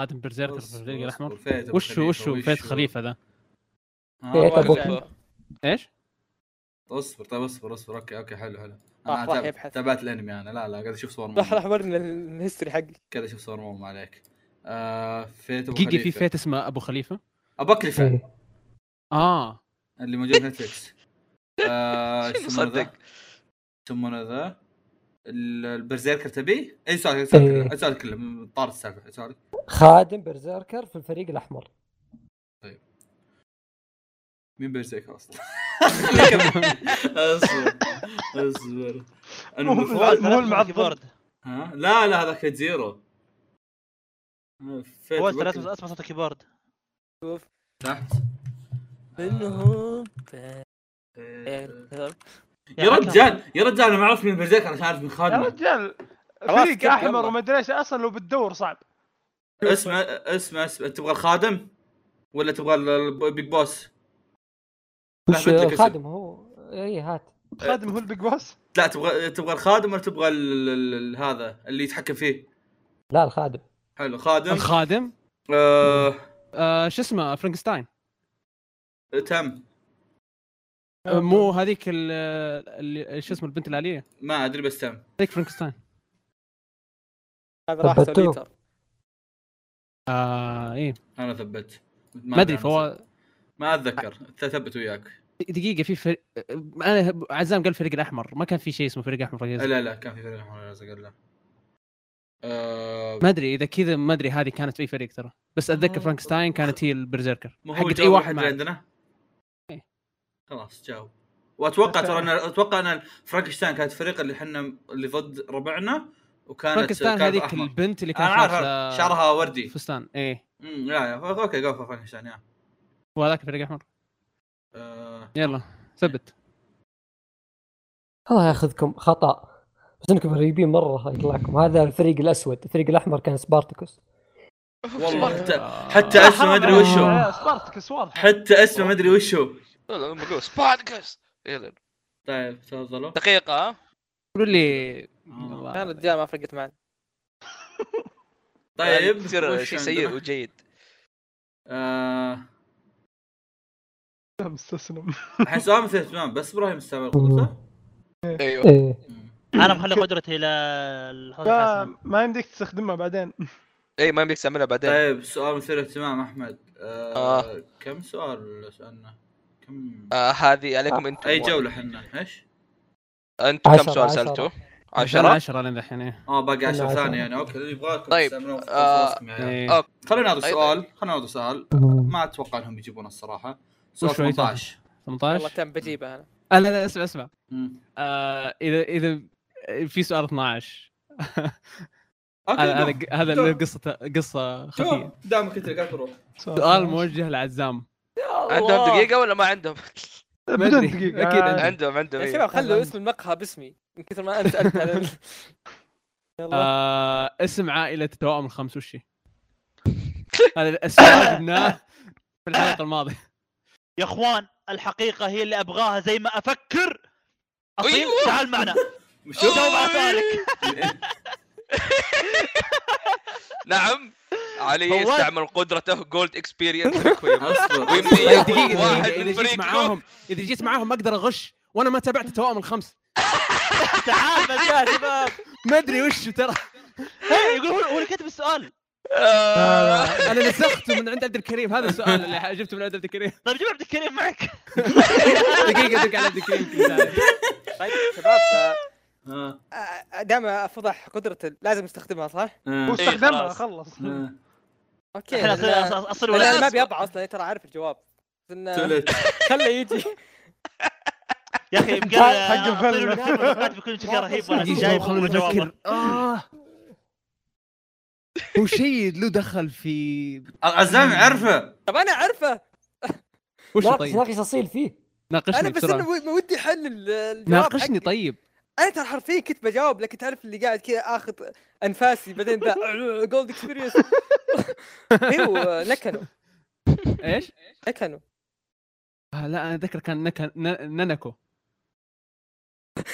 Speaker 4: خادم برزيركر في الفريق الاحمر
Speaker 1: فهد أبو
Speaker 4: وش
Speaker 1: خليفة،
Speaker 4: هو- وش هو فيت خليفه ذا
Speaker 1: آه،
Speaker 7: إيه،
Speaker 2: فهد أبو
Speaker 1: أوكي.
Speaker 2: خليفة.
Speaker 4: ايش؟
Speaker 1: اصبر طيب اصبر اصبر اوكي اوكي حلو حلو انا
Speaker 7: راح- راح
Speaker 1: تابعت-
Speaker 7: يبحث.
Speaker 1: تابعت الانمي انا لا لا قاعد اشوف صور
Speaker 7: راح
Speaker 1: ماما
Speaker 7: راح ورنا الهيستوري حقي
Speaker 1: قاعد اشوف صور ماما عليك آه فيت ابو
Speaker 4: دقيقه في
Speaker 1: خليفه
Speaker 4: فيت اسمه ابو خليفه
Speaker 1: ابو كلفه
Speaker 2: إيه.
Speaker 4: اه
Speaker 1: اللي موجود في نتفلكس آه،
Speaker 3: شنو
Speaker 1: يسمونه ذا؟
Speaker 3: صدق؟
Speaker 1: يسمونه ذا ال- البرزيركر تبي؟ اي سؤال
Speaker 2: إيه.
Speaker 1: سؤال سؤال كله طار السالفه سؤال
Speaker 2: خادم بيرزيركر في الفريق الاحمر
Speaker 1: مين بيرزيركر اصلا؟ اصبر اصبر انا
Speaker 6: مو-
Speaker 1: المفروض-
Speaker 5: فواز
Speaker 6: مو
Speaker 5: ثلاث
Speaker 6: المعضل.
Speaker 5: كيبورد.
Speaker 1: ها؟ لا لا هذاك فيت زيرو آه، فيت
Speaker 5: فواز
Speaker 1: أبو
Speaker 5: ثلاث
Speaker 1: كلفة.
Speaker 5: اسمع صوت الكيبورد
Speaker 7: شوف
Speaker 1: تحت
Speaker 7: منهم
Speaker 1: آه،
Speaker 5: يا
Speaker 1: يا رجال يا رجال انا ما اعرف مين برزيركر عشان اعرف مين
Speaker 6: يا
Speaker 1: خادمه
Speaker 6: رجال
Speaker 7: خلاص،
Speaker 6: فريق
Speaker 7: كيف
Speaker 6: احمر
Speaker 7: يلا.
Speaker 6: ومدري ايش اصلا لو بتدور صعب
Speaker 1: اسمع اسمع اسمع تبغى الخادم ولا تبغى ال- البيج بوس؟
Speaker 2: وش
Speaker 1: أحمد لك اسم.
Speaker 2: الخادم هو اي هات
Speaker 6: خادم هو البيج بوس
Speaker 1: لا تبغى تبغى الخادم ولا تبغى ال- ال- ال- هذا اللي يتحكم فيه؟
Speaker 2: لا الخادم
Speaker 1: حلو خادم
Speaker 4: الخادم
Speaker 1: آه
Speaker 4: آه، شو اسمه فرانكستاين
Speaker 1: تم
Speaker 4: آه، مو هذيك ال- اللي شو اسمه البنت الاليه
Speaker 1: ما ادري بس تم
Speaker 4: هذيك فرانكستاين
Speaker 7: هذا راح
Speaker 2: ثبتوه.
Speaker 7: سوليتر
Speaker 4: آه ايه
Speaker 1: انا ثبت
Speaker 4: آه، إيه. ما ادري
Speaker 1: أنا
Speaker 4: فواز
Speaker 1: ما اتذكر ثبت وياك
Speaker 4: دقيقه في فريق انا عزام قال الفريق الاحمر ما كان في شيء اسمه فريق احمر فريق أزرق.
Speaker 1: لا لا كان في فريق احمر الازرق لا آه،
Speaker 4: ما ادري اذا كذا ما ادري هذه كانت في فريق ترى بس اتذكر
Speaker 1: آه.
Speaker 4: فرانكستاين كانت هي البرزيركر
Speaker 1: ما هو
Speaker 4: حقت
Speaker 1: جاوب
Speaker 4: اي واحد
Speaker 1: اللي
Speaker 4: معنا
Speaker 1: عندنا
Speaker 4: إيه.
Speaker 1: خلاص جاوب واتوقع ترى ان اتوقع ان فرانكشتاين كانت الفريق اللي احنا اللي ضد ربعنا وكانت
Speaker 4: فرانكستاين
Speaker 1: كانت
Speaker 4: هذيك
Speaker 1: أحمر.
Speaker 4: البنت اللي
Speaker 1: انا
Speaker 4: كانت
Speaker 1: عارف
Speaker 4: لابسة
Speaker 1: عارف. شعرها وردي
Speaker 4: فستان ايه
Speaker 1: امم لا لا، اوكي جو فور فرانكشتاين يا
Speaker 4: وهذاك الفريق الاحمر
Speaker 1: آه،
Speaker 4: يلا ثبت
Speaker 2: الله ياخذكم خطا بس انكم قريبين مره يطلعكم هذا الفريق الاسود الفريق الاحمر كان سبارتكوس
Speaker 1: والله حتى
Speaker 4: آه.
Speaker 1: حتى اسمه ما ادري وش هو
Speaker 6: آه، سبارتكس واضح
Speaker 1: حتى اسمه ما ادري وش هو
Speaker 3: لا لا مقوس بودكاست يلا
Speaker 1: طيب تفضلوا
Speaker 3: دقيقة ها
Speaker 4: قولوا لي
Speaker 7: يا رجال ما فرقت معنا
Speaker 1: طيب
Speaker 3: تصير
Speaker 1: وش
Speaker 3: يعني آه، شيء
Speaker 1: عندنا؟
Speaker 3: سيء وجيد
Speaker 1: آه،
Speaker 6: مستسلم
Speaker 1: الحين سؤال مثير اهتمام بس ابراهيم استعمل قدرته إيه.
Speaker 3: ايوه
Speaker 2: ايه
Speaker 5: انا مخلي قدرتي الى الحوض
Speaker 6: لا،
Speaker 5: الحسن
Speaker 6: ما يمديك تستخدمها بعدين
Speaker 3: اي إيه، ما يمديك تعملها بعدين
Speaker 1: طيب سؤال مثير اهتمام احمد آه آه. كم سؤال سالنا؟ كم آه.
Speaker 3: آه، هذه عليكم انتم
Speaker 1: اي جولة احنا ايش؟
Speaker 3: انتم كم
Speaker 2: عشرة،
Speaker 3: سؤال
Speaker 2: عشرة.
Speaker 3: سالتوا؟
Speaker 4: عشرة
Speaker 3: 10
Speaker 4: عشرة لين الحين إيه.
Speaker 1: اه باقي 10
Speaker 2: عشرة.
Speaker 1: ثانية يعني اوكي اللي يبغاكم
Speaker 3: طيب،
Speaker 1: تستعملون في
Speaker 3: آه،
Speaker 1: راسكم يا عيال.
Speaker 4: إيه.
Speaker 3: أوكي.
Speaker 1: خلونا ناخذ
Speaker 3: طيب.
Speaker 1: سؤال خلونا ناخذ سؤال ما اتوقع انهم بيجيبونه الصراحة سؤال
Speaker 4: وشوي
Speaker 1: 18
Speaker 7: والله
Speaker 4: 18
Speaker 7: كان بجيبها انا
Speaker 4: آه، لا لا اسمع اسمع
Speaker 1: مم.
Speaker 4: آه، اذا اذا في سؤال 12
Speaker 1: اوكي
Speaker 4: هذا
Speaker 1: هذا
Speaker 4: هذا هذا اللي قصة قصة خفية
Speaker 1: دامك انت اللي قاعد تروح
Speaker 4: سؤال موجه لعزام
Speaker 3: عندهم دقيقة ولا ما عندهم؟
Speaker 1: طيب.
Speaker 6: بدون
Speaker 4: أدري.
Speaker 6: دقيقة
Speaker 4: أكيد
Speaker 6: آه،
Speaker 4: عندي.
Speaker 3: عندهم عندهم
Speaker 4: طيب.
Speaker 7: يا
Speaker 3: إيه.
Speaker 7: شباب خلوا اسم المقهى باسمي من كثر ما انا سالت على ال- يلا
Speaker 4: آه، اسم عائلة توأم الخمس وش هي؟ هذا السؤال اللي جبناه في الحلقة الماضية
Speaker 5: يا اخوان الحقيقه هي اللي ابغاها زي ما افكر اصيل
Speaker 1: أيوه.
Speaker 3: أيوة.
Speaker 5: تعال معنا
Speaker 1: شوف
Speaker 5: جاوب على سؤالك
Speaker 3: نعم علي
Speaker 5: فواز.
Speaker 3: يستعمل قدرته جولد اكسبيرينس
Speaker 1: اصبر
Speaker 3: ويمدي
Speaker 4: طيب
Speaker 3: ياخذ
Speaker 4: دقيقة
Speaker 3: واحد
Speaker 4: دقيقة،
Speaker 3: من
Speaker 4: إذا جيت
Speaker 3: فريقكم
Speaker 4: معاهم إذا جيت معاهم أقدر أغش وأنا ما تابعت التوأم الخمس
Speaker 5: تعال بس
Speaker 7: يا شباب
Speaker 4: ما أدري وش ترى
Speaker 5: هي، يقول هو- هو اللي كتب السؤال
Speaker 3: آه،
Speaker 4: أنا نسخته من عند عبد الكريم هذا السؤال اللي جبته من عند عبد الكريم
Speaker 5: طيب جيب عبد الكريم معك
Speaker 4: دقيقة دق على عبد الكريم في ثانية.
Speaker 7: طيب شباب
Speaker 1: آه.
Speaker 7: آه، دام فضح قدرته لازم نستخدمها صح؟
Speaker 1: آه.
Speaker 6: واستخدمها
Speaker 3: خلاص.
Speaker 6: خلص
Speaker 1: آه.
Speaker 7: اوكي
Speaker 5: احنا
Speaker 7: لأن-
Speaker 5: أصل- أصل- اصل
Speaker 7: لأن
Speaker 5: ولا
Speaker 7: انا ما ابي ابعى اصلا ترى عارف الجواب بس إنه-
Speaker 1: تولت.
Speaker 7: خله يجي
Speaker 5: يا اخي بجد
Speaker 6: حق
Speaker 5: أصل
Speaker 6: الفيلم.
Speaker 5: ولا كتب الفات بيكون شكله رهيب وانا
Speaker 4: دقيقة،
Speaker 5: جايب
Speaker 4: خلونا
Speaker 5: جوابه
Speaker 4: نفكر آه. هو شيء له دخل في
Speaker 1: عزام عرفه
Speaker 7: طب انا عارفه
Speaker 4: وش
Speaker 2: ناقص
Speaker 4: طيب
Speaker 2: ناقص اصيل فيه
Speaker 4: ناقشني
Speaker 7: انا بس انا
Speaker 4: بسرعة
Speaker 7: ود- ودي احل ال- الجواب
Speaker 4: ناقشني
Speaker 7: حقي.
Speaker 4: طيب
Speaker 7: انا ترى حرفيا كنت بجاوب لكن تعرف اللي قاعد كذا اخذ انفاسي بعدين ذا جولد اكسبيرينس ايوه لكنوا
Speaker 4: ايش؟
Speaker 7: لكنوا
Speaker 4: آه لا انا اتذكر كان نكا ن- نانكو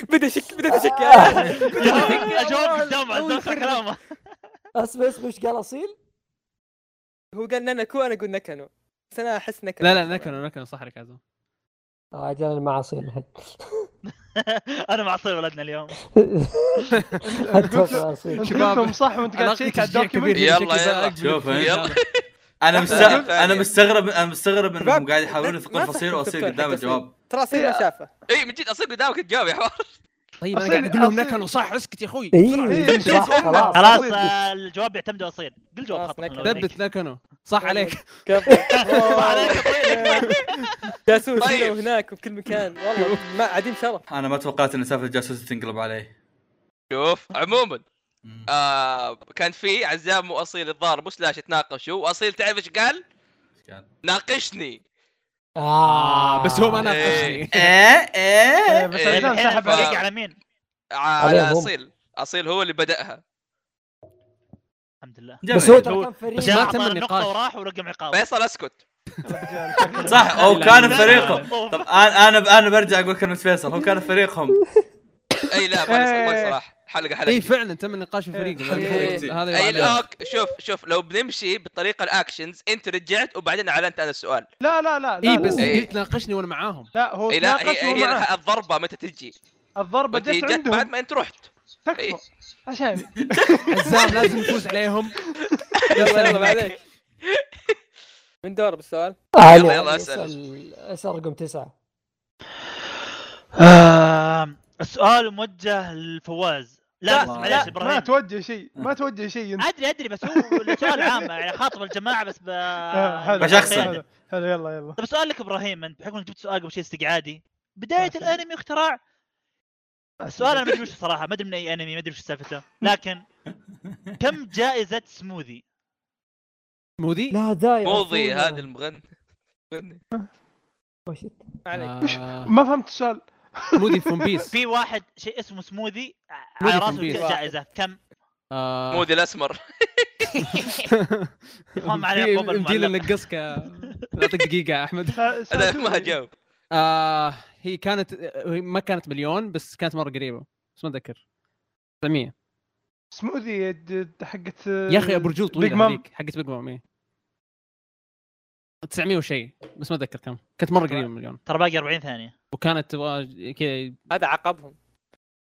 Speaker 7: بدا شك بدا شك
Speaker 5: جواب قدام عزام كلامه
Speaker 2: اسمع اسمع ايش قال اصيل؟
Speaker 7: هو قال نانكو انا اقول نكنو بس انا احس نكنو
Speaker 4: لا لا نكنو نكنو صح عليك عزام
Speaker 2: آه، اجل انا مع اصيل الحين
Speaker 5: انا معصب ولدنا اليوم
Speaker 2: اتوقع اصيل
Speaker 6: انت
Speaker 4: شباب.
Speaker 6: كلهم صح وانت قاعد تشيك على الدوكيومنت
Speaker 3: يلا،
Speaker 4: شكلي
Speaker 3: يلا.
Speaker 4: بقى أقبل
Speaker 1: شوف،
Speaker 4: الفيلم
Speaker 1: يلا.
Speaker 4: هذا.
Speaker 1: انا مست...
Speaker 3: ثانية.
Speaker 1: انا مستغرب انا مستغرب انهم
Speaker 7: شباب،
Speaker 1: قاعد يحاولون
Speaker 7: ما
Speaker 1: يثقون
Speaker 7: صح
Speaker 1: فصيل واصيل
Speaker 7: تفكر
Speaker 1: قدام
Speaker 7: حق أصيل.
Speaker 1: الجواب
Speaker 7: ترى اصيل ما شافه
Speaker 3: اي إيه، من جد اصير قدامك تجاوب يا حوار
Speaker 4: طيب انا
Speaker 6: أصيل-
Speaker 4: قاعد اقول لهم
Speaker 6: أصيل-
Speaker 4: نكنو صح اسكت يا اخوي
Speaker 6: إيه،
Speaker 2: اي صح خلاص
Speaker 5: خلاص آه، الجواب يعتمد على اصيل قل جواب
Speaker 7: خلاص،
Speaker 5: خطا
Speaker 7: نكت.
Speaker 5: خلونا نوريك.
Speaker 4: ثبت نكنو صح عليك
Speaker 7: جاسوس
Speaker 3: طيب.
Speaker 7: هنا وهناك وبكل مكان والله ما عديم شرف
Speaker 1: انا ما توقعت ان سالفه الجاسوس تنقلب علي
Speaker 3: شوف عموما
Speaker 1: مم.
Speaker 3: آه كان في عزام واصيل الظاهر مو سلاش يتناقشوا واصيل تعرف ايش قال؟
Speaker 1: كان.
Speaker 3: ناقشني
Speaker 2: آه،
Speaker 4: بس هو ما
Speaker 3: إيه.
Speaker 4: ناقشني
Speaker 1: ايه
Speaker 6: بس
Speaker 3: إيه،
Speaker 6: عزام
Speaker 5: يعني الحين
Speaker 6: سحب
Speaker 3: الفريق
Speaker 6: عليك
Speaker 5: الفريق على مين؟
Speaker 3: على
Speaker 2: عليهم.
Speaker 3: اصيل اصيل هو اللي بداها
Speaker 5: الحمد لله
Speaker 2: بس هو
Speaker 1: جميل.
Speaker 2: ترى كان فريق
Speaker 5: بس ما
Speaker 4: ما تم
Speaker 5: تم
Speaker 4: النقاش.
Speaker 5: النقطة وراح ورقم عقاب
Speaker 3: فيصل اسكت
Speaker 1: صح هو كان
Speaker 4: لا،
Speaker 1: فريقهم طب انا انا انا برجع اقول كلمه فيصل هو كان فريقهم
Speaker 3: اي لا ما نسأل- ما صلاح حلقه حلقه
Speaker 4: اي فعلا إيه، تم النقاش في فريق
Speaker 7: إيه.
Speaker 4: هذا
Speaker 3: اي
Speaker 4: يعلم.
Speaker 3: الأوك شوف شوف لو بنمشي بالطريقه الاكشنز انت رجعت وبعدين اعلنت انا السؤال
Speaker 6: لا لا لا
Speaker 4: اي
Speaker 6: لا
Speaker 4: بس
Speaker 3: إيه.
Speaker 4: قلت ناقشني وانا معاهم
Speaker 6: لا هو
Speaker 3: اي لا
Speaker 6: تناقش
Speaker 3: هي,
Speaker 6: وهو معه.
Speaker 3: هي الضربه متى تجي
Speaker 6: الضربة
Speaker 3: متى
Speaker 6: جت
Speaker 3: جت بعد
Speaker 6: عندهم
Speaker 3: ما انت رحت إيه.
Speaker 6: تكفى عشان
Speaker 4: عزام لازم نفوز عليهم
Speaker 7: يلا يلا ما عليك من دور بالسؤال
Speaker 2: آه،
Speaker 3: يلا،
Speaker 2: لا،
Speaker 3: آه، يلا،
Speaker 2: لا،
Speaker 3: اسأل.
Speaker 2: اسال اسال رقم تسعه
Speaker 5: آم، السؤال موجه لفواز
Speaker 7: لا،
Speaker 5: لا بس
Speaker 1: لا،
Speaker 5: معليش
Speaker 6: ما
Speaker 5: ابراهيم
Speaker 6: توجه شيء ما توجه شيء
Speaker 3: آه،
Speaker 6: انت
Speaker 5: ادري ادري بس هو السؤال عام يعني خاطب الجماعه بس ب
Speaker 6: آه، حلو،
Speaker 1: بشخصن.
Speaker 6: حلو، حلو يلا يلا
Speaker 5: طب سؤال لك ابراهيم انت بحكم انك جبت سؤال قبل شيء استقعادي بدايه
Speaker 6: ماشي.
Speaker 5: الانمي واختراع السؤال انا ما ادري وش صراحه ما ادري من اي انمي ما ادري وش سالفته لكن كم جائزه سموذي؟
Speaker 4: سموذي؟
Speaker 2: لا داير
Speaker 3: موضي
Speaker 6: آه.
Speaker 3: هذا المغني
Speaker 7: عليك
Speaker 4: آه،
Speaker 6: ما فهمت السؤال
Speaker 4: سموذي في ون بيس
Speaker 5: في واحد شيء اسمه سموذي على
Speaker 4: سموذي
Speaker 5: راسه
Speaker 4: كمبيوتر.
Speaker 5: كذا جائزه كم؟
Speaker 4: آه،
Speaker 3: مودي الاسمر
Speaker 5: يقام عليه
Speaker 4: في
Speaker 5: عقوبة
Speaker 4: مدينا
Speaker 5: المعلق.
Speaker 4: نقصك اعطيك دقيقه يا احمد
Speaker 6: سا-
Speaker 3: انا
Speaker 6: ساعدوني.
Speaker 3: ما اجاوب
Speaker 4: آه هي كانت هي ما كانت مليون بس كانت مره قريبه بس ما اتذكر 900
Speaker 6: سموذي د- حقت
Speaker 4: يا اخي
Speaker 6: آه،
Speaker 4: ابو رجول
Speaker 6: بيج مام.
Speaker 4: طويله هذيك حقت بيج مام إيه. 900 وشيء بس ما اتذكر كم كانت مره قريبه من مليون
Speaker 5: ترى باقي 40 ثانيه
Speaker 4: وكانت واج- كذا
Speaker 7: هذا عقبهم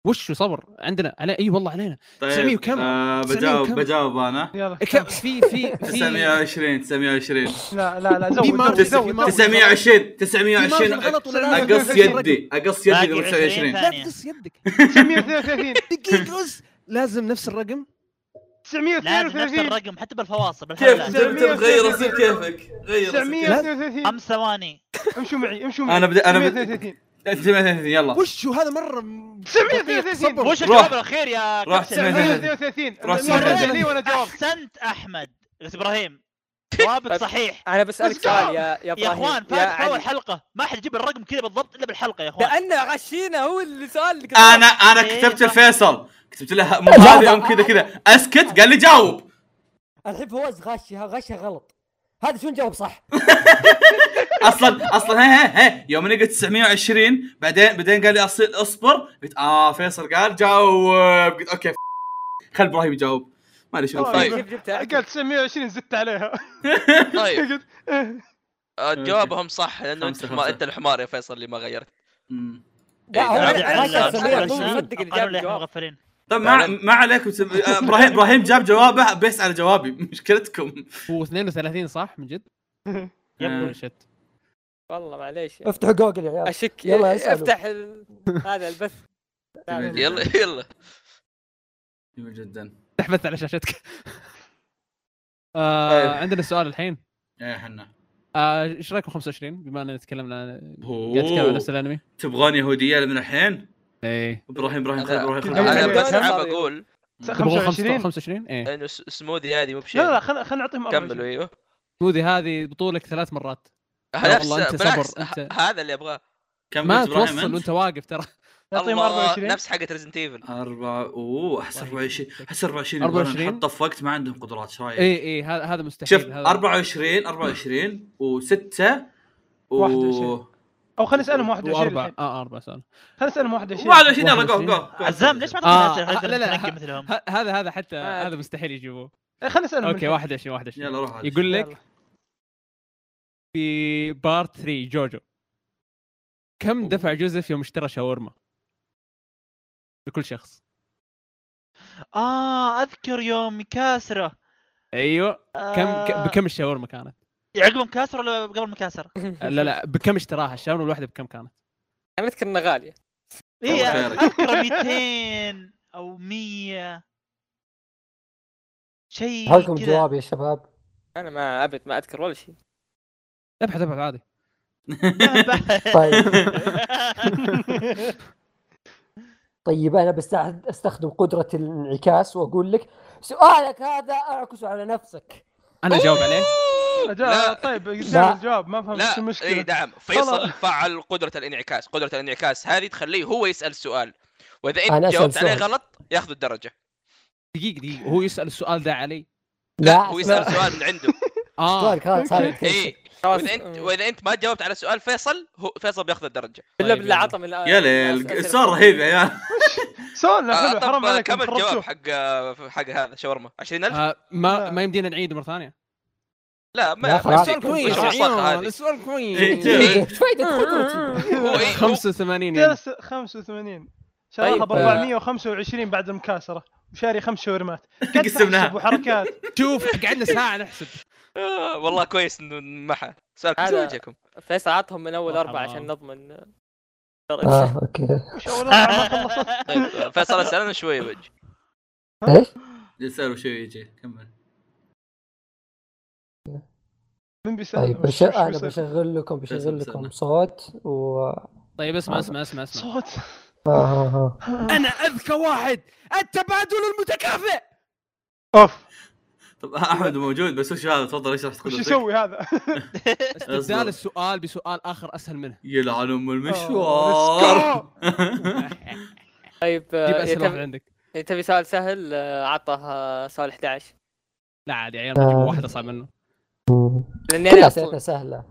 Speaker 4: وش صبر عندنا على اي والله علينا 900 وكم؟
Speaker 1: آه
Speaker 4: 900
Speaker 1: بجاوب
Speaker 4: وكم؟
Speaker 1: بجاوب انا
Speaker 6: يلا
Speaker 4: كم- في في في
Speaker 1: 920 920
Speaker 6: لا لا لا
Speaker 4: في
Speaker 6: زود
Speaker 4: مارجن،
Speaker 6: زود
Speaker 4: تسع-
Speaker 6: زود
Speaker 4: في مارجن.
Speaker 1: 920
Speaker 4: في
Speaker 1: 920
Speaker 4: مارجن غلط ولا لا؟
Speaker 1: اقص يدي اقص يدي
Speaker 5: باقي
Speaker 1: قبل
Speaker 5: 20
Speaker 1: 29
Speaker 4: لا
Speaker 5: ثانيه
Speaker 4: تقص يدك
Speaker 6: 932
Speaker 4: دقيقه بس لازم نفس الرقم
Speaker 5: لازم نفس
Speaker 6: 932
Speaker 5: الرقم حتى بالفواصل
Speaker 1: كيف
Speaker 5: بالحلقات
Speaker 1: انت بتغير رصيد كيفك غير رصيد.
Speaker 6: 932
Speaker 5: خمس ثواني
Speaker 6: امشوا معي امشوا معي
Speaker 1: أنا بدي- أنا بدي-
Speaker 6: 932
Speaker 1: 932 يلا
Speaker 4: وش هذا مره م-
Speaker 6: 932
Speaker 4: صبر.
Speaker 1: روح.
Speaker 5: وش الجواب الاخير يا
Speaker 1: روح
Speaker 5: كابتن؟
Speaker 6: 932
Speaker 1: روح
Speaker 6: أنت
Speaker 1: سمع.
Speaker 6: مرة لي وانا جاوبت
Speaker 5: احسنت احمد بس ابراهيم جوابك
Speaker 7: طيب.
Speaker 5: صحيح
Speaker 7: انا بسالك
Speaker 6: Let's go.
Speaker 7: سؤال يا يا
Speaker 5: يا
Speaker 7: ابراهيم
Speaker 5: اخوان
Speaker 7: يا
Speaker 5: فاتت في اول
Speaker 7: علي.
Speaker 5: حلقه ما حد يجيب الرقم كذا بالضبط الا بالحلقه يا اخوان
Speaker 7: لان غشينا هو اللي سؤال اللي كتبه.
Speaker 1: انا انا
Speaker 5: إيه،
Speaker 1: كتبت
Speaker 5: صح.
Speaker 1: الفيصل كتبت له مو هذه ام كذا كذا اسكت قال لي جاوب
Speaker 2: الحين فواز غشها غشها غلط هذا شو نجاوب صح؟
Speaker 1: اصلا اصلا هي هي هي يوم انا قلت 920 بعدين بعدين قال لي أص- اصبر قلت اه فيصل قال جاوب قلت اوكي ف- خل ابراهيم يجاوب ما ادري شنو
Speaker 6: طيب.
Speaker 7: كيف جبتها
Speaker 6: قال 920 زدت عليها
Speaker 3: طيب
Speaker 6: قلت، إيه.
Speaker 3: آه، جوابهم صح لانه انت
Speaker 1: خمسة،
Speaker 3: حما...
Speaker 1: خمسة.
Speaker 3: انت الحمار يا فيصل اللي ما غيرت
Speaker 1: مم.
Speaker 2: لا هو
Speaker 3: إيه،
Speaker 2: أنا-
Speaker 5: راجع
Speaker 2: أنا
Speaker 5: ال-
Speaker 2: كان سميع
Speaker 5: القانون
Speaker 7: طول
Speaker 5: الإنسان،
Speaker 7: صدق اللي
Speaker 5: القانون
Speaker 7: جاب
Speaker 5: اللي احنا
Speaker 7: الجواب.
Speaker 5: مغفلين
Speaker 1: طيب ما ما عليكم تب- آه، ابراهيم ابراهيم جاب جوابه بس على جوابي مشكلتكم
Speaker 4: هو 32 صح من جد؟
Speaker 1: آه.
Speaker 4: يبدو شت
Speaker 7: والله معليش
Speaker 2: افتحوا جوجل يا عيال
Speaker 7: اشك
Speaker 2: يلا اسألوا.
Speaker 7: افتح ال... هذا البث
Speaker 1: جميل.
Speaker 3: يلا يلا
Speaker 1: جميل جدا
Speaker 4: تحبث على شاشتك آه
Speaker 1: طيب.
Speaker 4: عندنا سؤال الحين
Speaker 1: ايه حنا
Speaker 4: آه، ايش رايكم 25 بما اننا تكلمنا عن قاعد تتكلم عن
Speaker 1: أوه.
Speaker 4: نفس الانمي
Speaker 1: تبغون يهوديه من الحين؟
Speaker 4: ايه
Speaker 1: ابراهيم ابراهيم خل
Speaker 3: انا
Speaker 1: ابراهيم خل
Speaker 3: أنا
Speaker 1: ابراهيم
Speaker 3: بس حاب اقول
Speaker 6: 25
Speaker 4: 25 ايه
Speaker 3: انه س- سموذي هذه مو بشيء
Speaker 6: لا لا خلينا خلينا نعطيهم
Speaker 3: كملوا
Speaker 6: 24.
Speaker 3: ايوه
Speaker 4: سموذي هذه بطولك ثلاث مرات لا
Speaker 3: نفس
Speaker 4: والله، أنت
Speaker 3: بالعكس
Speaker 4: صبر، أنت-
Speaker 3: ه- هذا اللي ابغاه
Speaker 1: كم
Speaker 4: ما
Speaker 1: قلت إبراهيم
Speaker 4: توصل
Speaker 1: أنت؟
Speaker 4: وانت واقف ترى
Speaker 6: نعطيهم
Speaker 3: الله،
Speaker 6: 24
Speaker 3: نفس حقت ريزنت ايفل
Speaker 1: أربعة أوه أحس 24 أحس 24
Speaker 4: 24.
Speaker 1: 24 حطه في وقت ما عندهم قدرات إيش رايك؟
Speaker 6: إيه.
Speaker 4: اي اي إيه، هذا هذا مستحيل
Speaker 1: إيه. شوف
Speaker 4: هذا
Speaker 1: 24 24 و6 و
Speaker 6: 21. او خلينا نسالهم 21
Speaker 4: واربع
Speaker 6: الحين
Speaker 4: اه اربع سؤال
Speaker 6: خلينا نسالهم 21
Speaker 1: 21 يلا جو جو
Speaker 5: عزام ليش ما
Speaker 4: آه،
Speaker 5: تعطينا
Speaker 4: آه، لا، لا،
Speaker 5: ننقي مثلهم
Speaker 4: ه- هذا هذا حتى
Speaker 7: آه.
Speaker 4: هذا مستحيل يجيبوه
Speaker 6: إيه، خلينا نسالهم
Speaker 4: اوكي
Speaker 6: الحين.
Speaker 4: 21 21
Speaker 1: يلا روح عاد.
Speaker 4: يقول
Speaker 6: يلا.
Speaker 4: لك في بارت 3 جوجو كم دفع جوزيف يوم اشترى شاورما؟ لكل شخص
Speaker 5: اه اذكر يوم مكاسره
Speaker 4: ايوه كم ك-
Speaker 5: آه،
Speaker 4: بكم الشاورما كانت؟
Speaker 5: عقب مكاسره ولا قبل مكاسره؟
Speaker 4: لا لا بكم اشتراها الشاورما الواحده بكم كانت؟
Speaker 7: انا اذكر انها غاليه
Speaker 5: اي
Speaker 1: خيرك.
Speaker 5: اذكر 200 او 100 شيء
Speaker 2: هلكم
Speaker 5: كذا
Speaker 2: جواب يا شباب
Speaker 7: انا ما ابد ما اذكر ولا شيء
Speaker 4: ابحث ابحث عادي
Speaker 2: طيب طيب انا بستع- استخدم قدره الانعكاس واقول لك سؤالك هذا اعكسه على نفسك
Speaker 4: انا اجاوب عليه
Speaker 6: لا
Speaker 3: لا.
Speaker 6: طيب قدام
Speaker 2: لا.
Speaker 6: الجواب ما فهمت شو
Speaker 3: لا اي
Speaker 6: المشكله
Speaker 3: نعم
Speaker 6: خلاص.
Speaker 3: فيصل فعل قدره الانعكاس قدره الانعكاس هذه تخليه هو يسال سؤال واذا
Speaker 2: أنا
Speaker 3: انت
Speaker 2: أسأل
Speaker 3: جاوبت عليه
Speaker 2: سؤال.
Speaker 3: غلط ياخذ الدرجه
Speaker 4: دقيقه دقيقه هو يسال السؤال ده علي
Speaker 3: هو يسال
Speaker 2: أسمع.
Speaker 3: سؤال من عنده
Speaker 7: آه.
Speaker 4: اه
Speaker 2: سؤالك هذا صار
Speaker 3: اي
Speaker 7: خلاص
Speaker 3: واذا انت واذا انت ما جاوبت على سؤال فيصل هو فيصل بياخذ الدرجه
Speaker 7: بالله
Speaker 4: طيب،
Speaker 7: بالله
Speaker 4: يلا.
Speaker 7: عطى من الآ-
Speaker 1: يا
Speaker 7: من الأسئلة.
Speaker 1: ليل صار رهيب يا عيال
Speaker 6: سؤالنا
Speaker 3: آه،
Speaker 6: حلو
Speaker 3: طب،
Speaker 6: حرام
Speaker 3: آه،
Speaker 6: عليك
Speaker 3: كم الجواب حق آه، حق هذا شاورما 20000
Speaker 4: آه،
Speaker 6: لا.
Speaker 4: ما ما يمدينا نعيد مره ثانيه
Speaker 3: لا ما
Speaker 2: يا أخي، هذا
Speaker 3: يصير.
Speaker 2: كويس،
Speaker 3: وش الوساخة هذه؟
Speaker 4: السؤال
Speaker 1: إيه،
Speaker 4: كويس
Speaker 1: جاوب.
Speaker 2: ايش فايده قدرتي؟
Speaker 3: هو إيه، هو-
Speaker 4: 85 يعني.
Speaker 6: جلس 85 شراها
Speaker 7: طيب،
Speaker 6: ب
Speaker 7: آه.
Speaker 6: 425 بعد المكاسره وشاري خمس شاورمات قد
Speaker 1: قسمناها.
Speaker 6: تحسب وحركات
Speaker 4: شوف قعدنا ساعه نحسب
Speaker 3: آه، والله كويس انه محى سؤالكم
Speaker 7: هذا-
Speaker 3: زوجكم
Speaker 7: فيصل عطهم من اول
Speaker 4: مرحبا.
Speaker 7: اربعه عشان نضمن
Speaker 2: اه اوكي
Speaker 6: وش أول أربعة ما خلصت
Speaker 3: طيب فيصل اسال انا شوي وجه
Speaker 2: ايش؟
Speaker 1: يسأل وش يجي كمل
Speaker 6: من بيسأل
Speaker 2: طيب
Speaker 6: وش-
Speaker 2: بش...
Speaker 6: وش
Speaker 2: انا
Speaker 6: بيسأل؟
Speaker 2: بشغل لكم
Speaker 1: بسم-
Speaker 2: بشغل لكم
Speaker 1: بسم.
Speaker 2: صوت و آه
Speaker 4: طيب اسمع اسمع اسمع اسمع
Speaker 6: صوت
Speaker 2: آه آه.
Speaker 4: انا اذكى واحد التبادل المتكافئ
Speaker 6: اوف
Speaker 1: طب احمد موجود بس وش هذا تفضل اشرح تقول
Speaker 6: وش يسوي هذا؟
Speaker 1: أصبر.
Speaker 4: استبدال السؤال بسؤال اخر اسهل منه
Speaker 1: يلعن ام المشوار
Speaker 6: أوه، آه،
Speaker 7: طيب آه،
Speaker 4: جيب
Speaker 7: إذا
Speaker 4: اسهل واحد
Speaker 7: تبي-
Speaker 4: عندك
Speaker 7: إذا تبي سؤال سهل آه، عطه آه، سؤال 11
Speaker 4: لا عادي يا عيال
Speaker 6: آه.
Speaker 4: ما تجيبوا واحد اصعب منه
Speaker 7: لاني
Speaker 2: كلها
Speaker 7: انا
Speaker 2: اسئلتنا
Speaker 7: أصلاً-
Speaker 2: سهله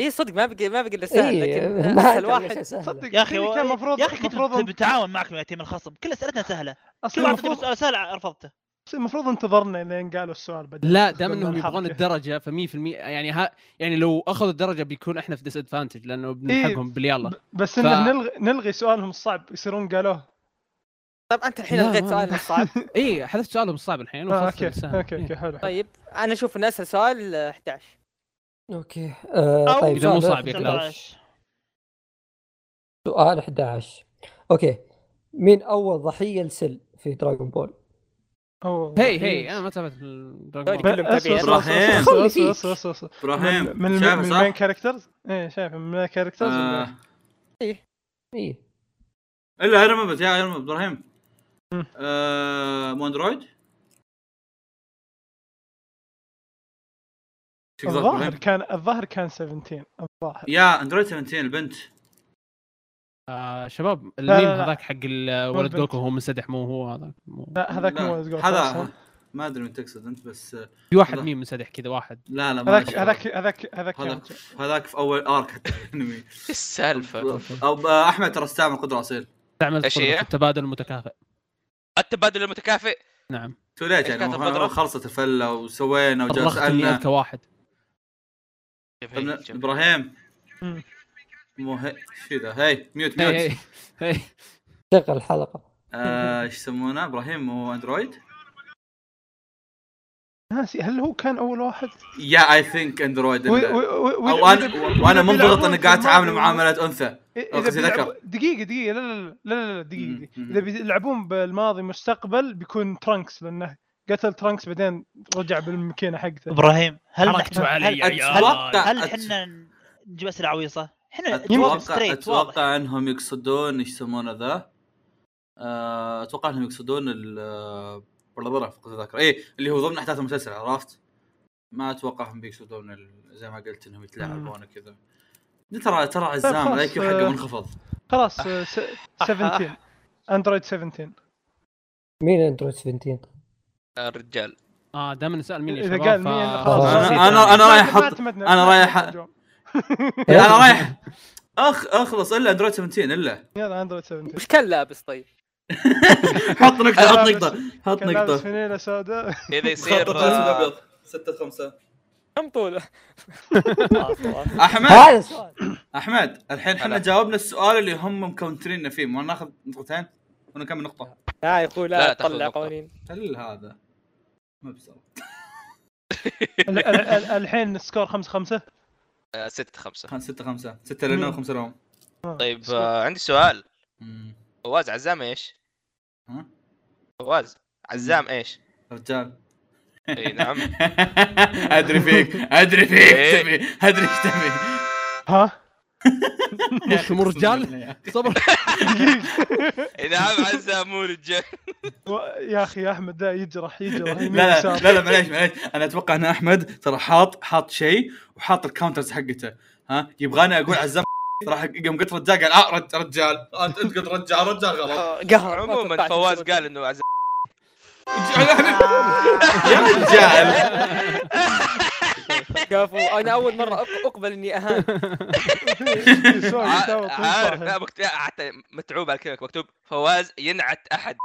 Speaker 7: اي صدق ما بقي ما بقي الا سهل
Speaker 2: اي
Speaker 7: لكن آه،
Speaker 2: إيه، ما
Speaker 7: اسهل واحد
Speaker 2: واحد
Speaker 6: تصدق
Speaker 5: يا اخي
Speaker 6: فيني
Speaker 5: و-
Speaker 6: كان المفروض
Speaker 5: يا اخي كنت
Speaker 6: المفروض
Speaker 5: بالتعاون معكم يا تيم الخصم كل اسئلتنا سهله كل
Speaker 6: اصلا
Speaker 5: واحد يجيب
Speaker 6: المفروض
Speaker 5: سؤال سهل رفضته
Speaker 2: طيب،
Speaker 6: المفروض انتظرنا لين قالوا السؤال بدل
Speaker 4: لا دام
Speaker 6: استخدمنا
Speaker 4: انهم يبغون
Speaker 6: الحركة.
Speaker 4: الدرجه ف 100% يعني ها يعني لو اخذوا الدرجه بيكون احنا في ديس ادفانتج
Speaker 6: إيه.
Speaker 4: لانه بنلحقهم باليلا
Speaker 6: بس
Speaker 4: ف-
Speaker 6: انه نلغي نلغي سؤالهم الصعب يصيرون قالوه
Speaker 7: طب انت طيب، الحين
Speaker 4: لا،
Speaker 7: الغيت
Speaker 4: ما-
Speaker 7: سؤال صعب
Speaker 4: اي إيه، حذفت سؤالهم الصعب الحين
Speaker 6: آه،
Speaker 4: وخلصت
Speaker 6: اوكي
Speaker 4: السهل.
Speaker 6: اوكي
Speaker 4: إيه.
Speaker 6: اوكي حلو حلو.
Speaker 7: طيب انا اشوف ان اسهل سؤال آه، 11
Speaker 2: اوكي آه
Speaker 5: أو
Speaker 2: طيب
Speaker 4: إذا مو
Speaker 2: سؤال-
Speaker 4: صعب يا كلاوس.
Speaker 2: سؤال 11 اوكي مين اول ضحيه لسل في دراغون بول؟
Speaker 6: أوه.
Speaker 4: هي هي
Speaker 6: إيه.
Speaker 4: انا ما تابعت ال- دراغون
Speaker 7: طيب.
Speaker 4: بول.
Speaker 6: بل- أسوأ- أسوأ-
Speaker 1: إبراهيم.
Speaker 6: أسوأ-
Speaker 2: خلي
Speaker 6: أسوأ-
Speaker 2: فيك.
Speaker 6: أسوأ- أسوأ- أسوأ.
Speaker 1: ابراهيم
Speaker 6: من من
Speaker 1: شايفه
Speaker 6: من المين
Speaker 1: صح؟
Speaker 6: كاركترز؟ ايه شايف من المين كاركترز ولا-
Speaker 1: آه.
Speaker 2: اي
Speaker 1: الا ايرون مان يا ايرون مان ابراهيم
Speaker 6: مم.
Speaker 1: آه، مو اندرويد شو قصدك
Speaker 6: الظاهر
Speaker 1: ابراهيم؟
Speaker 6: كان الظاهر كان 17 الظاهر
Speaker 1: يا اندرويد 17 البنت
Speaker 4: آه شباب
Speaker 6: لا،
Speaker 4: الميم
Speaker 6: لا. طيب.
Speaker 4: هذاك حق ال-
Speaker 6: مو
Speaker 4: ولد
Speaker 6: البنت.
Speaker 4: جوكو هو منسدح مو هو هذا مو-
Speaker 6: لا هذاك
Speaker 1: لا،
Speaker 6: مو ولد جوكو صح؟
Speaker 1: هذا ما ادري من تقصد انت بس آه،
Speaker 4: في واحد
Speaker 1: لا.
Speaker 4: ميم منسدح كذا واحد
Speaker 1: لا لا ما
Speaker 6: هذاك
Speaker 1: أشوف.
Speaker 6: هذاك هذاك هذاك كان
Speaker 1: هذاك هذاك في اول ارك حتى الانمي
Speaker 3: ايش السالفه؟
Speaker 1: او آه، احمد ترى استعمل قدره اصيل
Speaker 4: تعمل
Speaker 3: إيش هي؟
Speaker 4: التبادل المتكافئ
Speaker 3: التبادل المتكافئ
Speaker 4: نعم
Speaker 1: تو ليت
Speaker 3: إيش
Speaker 1: يعني
Speaker 3: كانت
Speaker 1: هو-
Speaker 3: القدرة؟
Speaker 1: هو خلصت الفله وسوينا
Speaker 4: طبختني
Speaker 1: وجلسنا
Speaker 4: انت واحد
Speaker 3: شوف هي، شوف.
Speaker 1: ابراهيم
Speaker 6: مم.
Speaker 1: مو هي شو ذا هي ميوت
Speaker 4: هي-
Speaker 1: ميوت
Speaker 4: هي- هي.
Speaker 2: شغل الحلقه
Speaker 1: آه، ايش يسمونه ابراهيم هو اندرويد
Speaker 6: ناسي هل هو كان اول واحد؟
Speaker 1: يا اي ثينك اندرويد
Speaker 6: و- و- و-
Speaker 1: او
Speaker 6: وإذا-
Speaker 1: انا
Speaker 6: وإذا
Speaker 1: وانا منضغط
Speaker 6: بيلعبون
Speaker 1: اني
Speaker 6: في
Speaker 1: قاعد اتعامل
Speaker 6: الماضي-
Speaker 1: معاملات انثى
Speaker 6: إيه، إذا
Speaker 1: قصدي
Speaker 6: بيلعبوا-
Speaker 1: ذكر.
Speaker 6: دقيقة دقيقة لا لا لا لا لا دقيقة
Speaker 1: مم،
Speaker 6: دقيقة.
Speaker 1: مم.
Speaker 6: إذا بيلعبون بالماضي مستقبل بيكون ترانكس لأنه قتل ترانكس بعدين رجع بالماكينة حقته
Speaker 5: ابراهيم هل
Speaker 4: حركتوا
Speaker 5: نحن-
Speaker 4: علي يا
Speaker 5: هل-
Speaker 4: عيال.
Speaker 1: أتوقع-
Speaker 5: هل احنا نجيب اسئله عويصه؟ احنا جواب
Speaker 1: اتوقع
Speaker 5: ستريت إيه، واضح
Speaker 1: اتوقع انهم يقصدون ايش يسمونه ذا آه، اتوقع انهم يقصدون ال ولا ضرر فقدت الذاكره اي اللي هو ضمن احداث المسلسل عرفت؟ ما اتوقع انهم بيقصدون ال- زي ما قلت انهم يتلاعبون كذا ترى ترى عزام
Speaker 6: خلاص،
Speaker 1: الاي كيو
Speaker 6: آه.
Speaker 1: حقه منخفض
Speaker 6: خلاص آه، س- 17 اندرويد 17
Speaker 2: مين اندرويد 17
Speaker 3: آه، الرجال
Speaker 4: اه دائما نسال مين يا
Speaker 6: إذا
Speaker 4: شباب
Speaker 6: قال
Speaker 4: ف-
Speaker 6: مين
Speaker 2: خلاص.
Speaker 4: آه،
Speaker 2: أنا-
Speaker 4: نسيت
Speaker 1: أنا- أنا
Speaker 6: ما
Speaker 1: رايح أحط-
Speaker 6: اعتمدنا-
Speaker 1: أنا
Speaker 6: ما
Speaker 1: رايح-
Speaker 6: اعتمدنا الجواب.
Speaker 2: إيه؟
Speaker 1: انا رايح اخ اخلص الا اندرويد 17 الا
Speaker 6: يلا اندرويد 17
Speaker 7: وش كان لابس طيب؟
Speaker 1: حط نقطه حط
Speaker 6: لابس-
Speaker 1: نقطه حط
Speaker 6: كان لابس
Speaker 1: نقطه
Speaker 6: فانيلة سوداء
Speaker 3: اذا يصير
Speaker 1: خطط
Speaker 3: آه،
Speaker 1: أسود أبيض. ستة خمسة
Speaker 7: كم طوله؟
Speaker 1: احمد
Speaker 2: هذا السؤال
Speaker 1: احمد الحين
Speaker 3: هلا.
Speaker 1: احنا جاوبنا السؤال اللي هم مكونتريننا فيه ما ناخذ نقطتين ونكمل نقطه
Speaker 7: لا يا اخوي
Speaker 3: لا،
Speaker 7: لا
Speaker 3: تاخذ
Speaker 7: تطلع
Speaker 3: نقطة.
Speaker 7: قوانين
Speaker 1: هل هذا ما بصار
Speaker 6: ال- ال- ال- الحين سكور 5 5
Speaker 3: آه، ستة خمسة
Speaker 1: كان 6 5 6 لنا و5 لهم
Speaker 3: طيب آه، عندي سؤال
Speaker 1: أمم.
Speaker 3: فواز عزام ايش؟
Speaker 1: ها؟
Speaker 3: فواز عزام ايش؟
Speaker 1: رجال
Speaker 3: اي نعم
Speaker 1: ادري فيك ادري فيك
Speaker 3: إيه.
Speaker 1: تبي ادري ايش تبي
Speaker 6: ها
Speaker 4: وش مو رجال صبر
Speaker 3: اي نعم عزام مو رجال
Speaker 6: و- يا اخي يا احمد لا يجرح يجرح
Speaker 4: طيب،
Speaker 6: يمين
Speaker 1: لا لا
Speaker 6: يسار
Speaker 1: لا لا معليش معليش انا اتوقع ان احمد ترى حاط حاط شيء وحاط الكاونترز حقته ها يبغاني اقول عزام راح يوم قلت رجال قال اه رج- رجال انت أنت قلت رجال رجال غلط
Speaker 7: قهر
Speaker 3: عموما فواز قال انه عزام
Speaker 1: يا رجال
Speaker 7: كفو انا اول مره أق- اقبل اني اهان
Speaker 6: يسار
Speaker 3: ع-
Speaker 6: يسار طول
Speaker 3: عارف
Speaker 6: صاحي.
Speaker 3: لا مكت... حتى متعوب على كلمة مكتوب فواز ينعت احد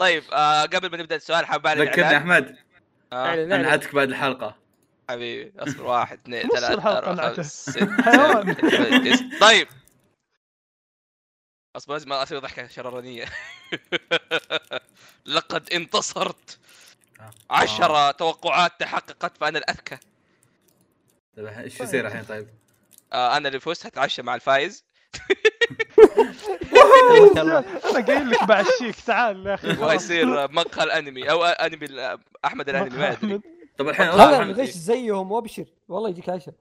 Speaker 3: طيب آه قبل ما نبدا السؤال حاب اعلن
Speaker 1: ذكرني
Speaker 3: إعلان.
Speaker 1: احمد
Speaker 3: آه
Speaker 1: انا عدتك بعد الحلقه
Speaker 3: حبيبي اصبر واحد اثنين
Speaker 6: نص
Speaker 3: ثلاثة
Speaker 6: الحلقة
Speaker 3: أربعة
Speaker 6: نعته.
Speaker 3: خمسة ستة
Speaker 6: حيوان.
Speaker 3: سبعة، تسعة. طيب اصبر لازم اسوي ضحكة شررانية لقد انتصرت عشرة توقعات تحققت فأنا الأذكى
Speaker 1: طيب ايش يصير الحين طيب؟
Speaker 3: آه انا اللي فزت هتعشى مع الفايز
Speaker 4: إن شاء الله.
Speaker 6: انا قايل لك بعشيك تعال يا اخي
Speaker 3: ويصير آه، مقهى الانمي او آه، انمي ال- احمد الانمي يعني، ما ادري
Speaker 1: طب الحين
Speaker 2: هذا
Speaker 1: أحمد،
Speaker 2: ليش زيهم وابشر والله يجيك عشاء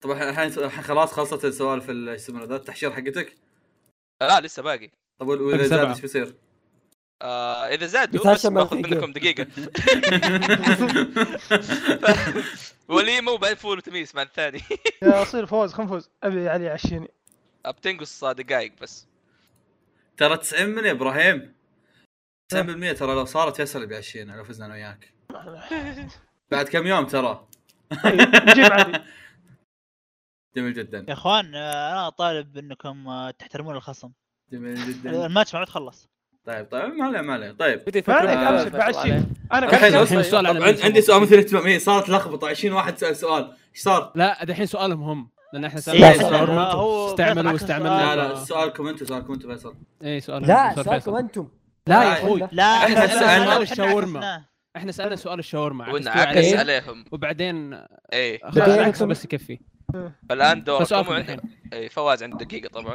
Speaker 1: طب الحين الحين خلاص خلصت السوالف ال- ايش يسمونه ذا التحشير حقتك
Speaker 3: لا آه، لسه باقي
Speaker 1: طب وال- واذا
Speaker 4: طب
Speaker 1: زاد
Speaker 4: سبعة.
Speaker 1: ايش بيصير؟
Speaker 3: آه اذا زادوا بس
Speaker 2: بتعشى مع
Speaker 3: باخذ
Speaker 2: الفيديو.
Speaker 3: منكم دقيقه وليمه وبعدين فول وتميس مع الثاني
Speaker 6: يا اصير فوز خلنا نفوز ابي علي يعشيني
Speaker 3: بتنقص دقائق بس
Speaker 1: ترى 90 من يا ابراهيم 90% ترى لو صارت فيصل بيعشينا لو فزنا انا وياك بعد كم يوم ترى
Speaker 6: نجيب علي
Speaker 1: جميل جدا
Speaker 5: يا اخوان آه، انا اطالب انكم آه، تحترمون الخصم
Speaker 1: جميل
Speaker 4: نعم.
Speaker 1: جدا
Speaker 5: الماتش ما عاد خلص
Speaker 1: طيب طيب ما عليه ما عليه طيب
Speaker 7: بدي
Speaker 6: ما عليك،
Speaker 1: أبشر،
Speaker 7: بالسالفة،
Speaker 6: بعد
Speaker 7: ما
Speaker 6: شيء.
Speaker 7: عليك.
Speaker 6: انا
Speaker 1: الحين
Speaker 6: كنت-
Speaker 1: لو
Speaker 4: الحين سؤال على
Speaker 1: طب
Speaker 4: مين
Speaker 1: عن- عندي سؤال مثير اهتمام إيه، صارت لخبطه 20 واحد سأل سؤال ايش صار؟
Speaker 4: لا الحين سؤالهم هم لان احنا
Speaker 5: إيه،
Speaker 4: سالنا
Speaker 5: سؤال-
Speaker 4: سؤالهم
Speaker 5: آه، هو
Speaker 4: انتم. استعملوا
Speaker 5: بيطلع
Speaker 4: استعملنا
Speaker 5: عكس
Speaker 1: لا لا سؤالكم انتم سؤالكم انتم فيصل
Speaker 4: اي سؤالهم
Speaker 2: لا
Speaker 4: هم، سؤال
Speaker 2: سؤالكم
Speaker 4: فيصل.
Speaker 2: انتم
Speaker 4: لا يا
Speaker 1: لا،
Speaker 4: اخوي
Speaker 5: لا
Speaker 1: إحنا
Speaker 5: إحنا
Speaker 1: سألنا
Speaker 5: إحنا
Speaker 4: الشاورما.
Speaker 5: عكسناه.
Speaker 4: احنا سالنا سؤال الشاورما عكس
Speaker 3: ونعكس
Speaker 4: عليه،
Speaker 3: عليهم
Speaker 4: وبعدين
Speaker 3: ايه
Speaker 4: خلاص
Speaker 2: بدينا
Speaker 4: عكسه
Speaker 2: نسوي-
Speaker 4: بس يكفي يعني.
Speaker 3: الان
Speaker 4: فسؤالكم
Speaker 3: دوركم عندنا
Speaker 4: الحين
Speaker 3: ايه فواز عنده دقيقه طبعا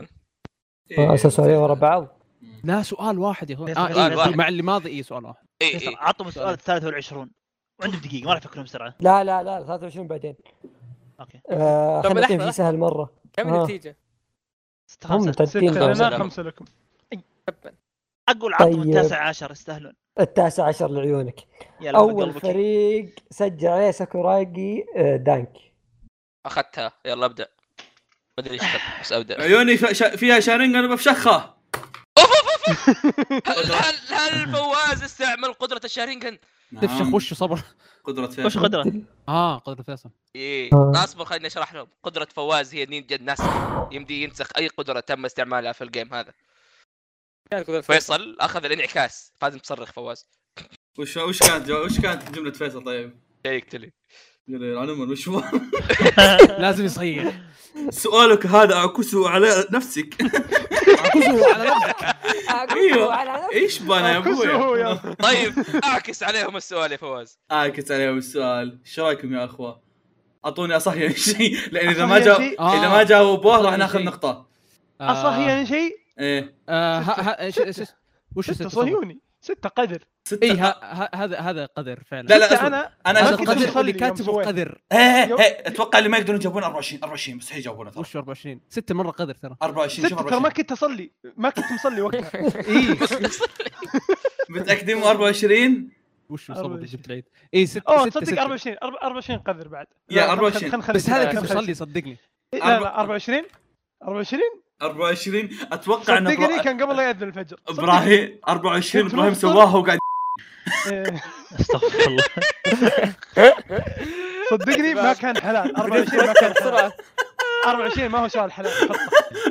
Speaker 2: آه،
Speaker 1: إيه.
Speaker 2: سؤالين ورا بعض
Speaker 4: لا سؤال واحد يا اخوي
Speaker 5: فيصل،
Speaker 4: اه
Speaker 3: سؤال
Speaker 4: إيه،
Speaker 3: واحد.
Speaker 4: مع اللي ماضي اي سؤال واحد
Speaker 3: ايه
Speaker 5: فيصل،
Speaker 3: ايه
Speaker 5: عطهم السؤال الثالث والعشرون وعندهم دقيقه ما راح يفكرون بسرعه
Speaker 2: لا لا لا 23 بعدين
Speaker 5: اوكي
Speaker 2: آه
Speaker 7: طب
Speaker 2: خلينا نعطيهم
Speaker 7: لحظة،
Speaker 2: شيء سهل مره
Speaker 7: كم
Speaker 2: آه.
Speaker 7: النتيجه؟
Speaker 5: ستة
Speaker 2: هم
Speaker 5: خمسة
Speaker 6: ستة
Speaker 2: 30 خمسة.
Speaker 6: لنا خمسة لكم
Speaker 7: تبا
Speaker 5: اقول عطهم
Speaker 2: طيب.
Speaker 5: التاسع عشر يستاهلون
Speaker 2: التاسع عشر لعيونك
Speaker 5: يلا
Speaker 2: اول
Speaker 5: بقلبك.
Speaker 2: فريق سجل عليه ساكوراجي آه، دانك
Speaker 3: اخذتها يلا ابدا ما ادري ايش أخذت، بس ابدا اوف
Speaker 1: عيوني ف- شا- فيها شارينجان بفشخه
Speaker 3: اوف اوف أوف. هل هل هل فواز استعمل قدره الشارينجن؟
Speaker 1: آه.
Speaker 4: تفشخ وش صبر
Speaker 1: قدرة فيصل
Speaker 5: وش قدره؟
Speaker 4: اه قدر فيصل
Speaker 3: ايه
Speaker 2: آه.
Speaker 3: اصبر خليني اشرح لهم قدره فواز هي نينجا الناس يمدي ينسخ اي قدره تم استعمالها في الجيم هذا
Speaker 7: كانت قدرة
Speaker 3: فيصل اخذ الانعكاس لازم تصرخ فواز
Speaker 1: وش وش كانت جو- وش كانت جملة فيصل طيب؟
Speaker 3: جاي يقتلي
Speaker 1: يقول انا من وش هو؟
Speaker 4: لازم يصيح
Speaker 1: سؤالك هذا اعكسه على نفسك
Speaker 2: عكسوا على نفسك عكسوا على نفسك
Speaker 1: ايش بنا يا
Speaker 6: كسر
Speaker 1: ابوي؟
Speaker 6: هو يا
Speaker 3: طيب اعكس عليهم السؤال يا فواز
Speaker 1: اعكس عليهم السؤال ايش رايكم يا اخوه؟ اعطوني اصحي شيء لان اذا ما
Speaker 6: أصحي
Speaker 1: جاوب
Speaker 6: شيء.
Speaker 1: اذا ما جاوبوه راح
Speaker 4: أصحي
Speaker 1: ناخذ
Speaker 4: شيء.
Speaker 1: نقطه
Speaker 4: آه،
Speaker 6: اصهين يعني شيء
Speaker 1: ايه
Speaker 4: آه، ها- ها- ش- ش- ش- وش
Speaker 6: ستة
Speaker 4: ستة صبر؟
Speaker 6: صهيوني ستة قدر
Speaker 1: ستة
Speaker 4: اي ه- إيه، ه- هذا هذا قدر فعلا
Speaker 1: لا لا
Speaker 6: ستة
Speaker 1: أصبر.
Speaker 6: انا
Speaker 1: انا
Speaker 4: هذا
Speaker 6: أنا كنت
Speaker 4: قدر
Speaker 6: مصلي
Speaker 4: اللي
Speaker 6: يوم
Speaker 4: كاتبه
Speaker 6: سويت.
Speaker 4: قدر
Speaker 1: إيه، إيه،
Speaker 6: يوم-
Speaker 1: إيه، اتوقع اللي ما يقدرون يجاوبون 24 24 مستحيل يجاوبونه ترى
Speaker 4: وش 24 ستة مره قدر ترى
Speaker 1: 24 شوف
Speaker 6: ستة ترى ما
Speaker 1: 24
Speaker 6: كنت اصلي ما كنت مصلي وقتها
Speaker 4: اي
Speaker 1: متاكدين من 24
Speaker 4: وش
Speaker 6: أربعة
Speaker 4: صبر اللي
Speaker 6: وعشرين.
Speaker 4: جبت العيد اي إيه، ستة
Speaker 6: اوه
Speaker 4: ستة
Speaker 6: تصدق
Speaker 4: ستة
Speaker 6: 24 أربعة- 24 قدر بعد
Speaker 1: يا
Speaker 6: لا، خل-
Speaker 1: 24.
Speaker 6: خل- خل-
Speaker 4: بس هذا
Speaker 6: خل-
Speaker 4: كيف
Speaker 6: خل-
Speaker 4: يصلي صدقني
Speaker 6: لا لا 24 24
Speaker 1: 24 اتوقع ان
Speaker 6: صدقني
Speaker 1: إبرا-
Speaker 6: كان قبل لا ياذن الفجر صدق.
Speaker 1: ابراهيم 24
Speaker 6: كنت
Speaker 1: ابراهيم
Speaker 6: مفطر.
Speaker 1: سواها وقاعد
Speaker 6: إيه،
Speaker 5: استغفر الله
Speaker 6: صدقني ما كان حلال 24 ما كان حلال 24 ما هو سؤال حلال حطه.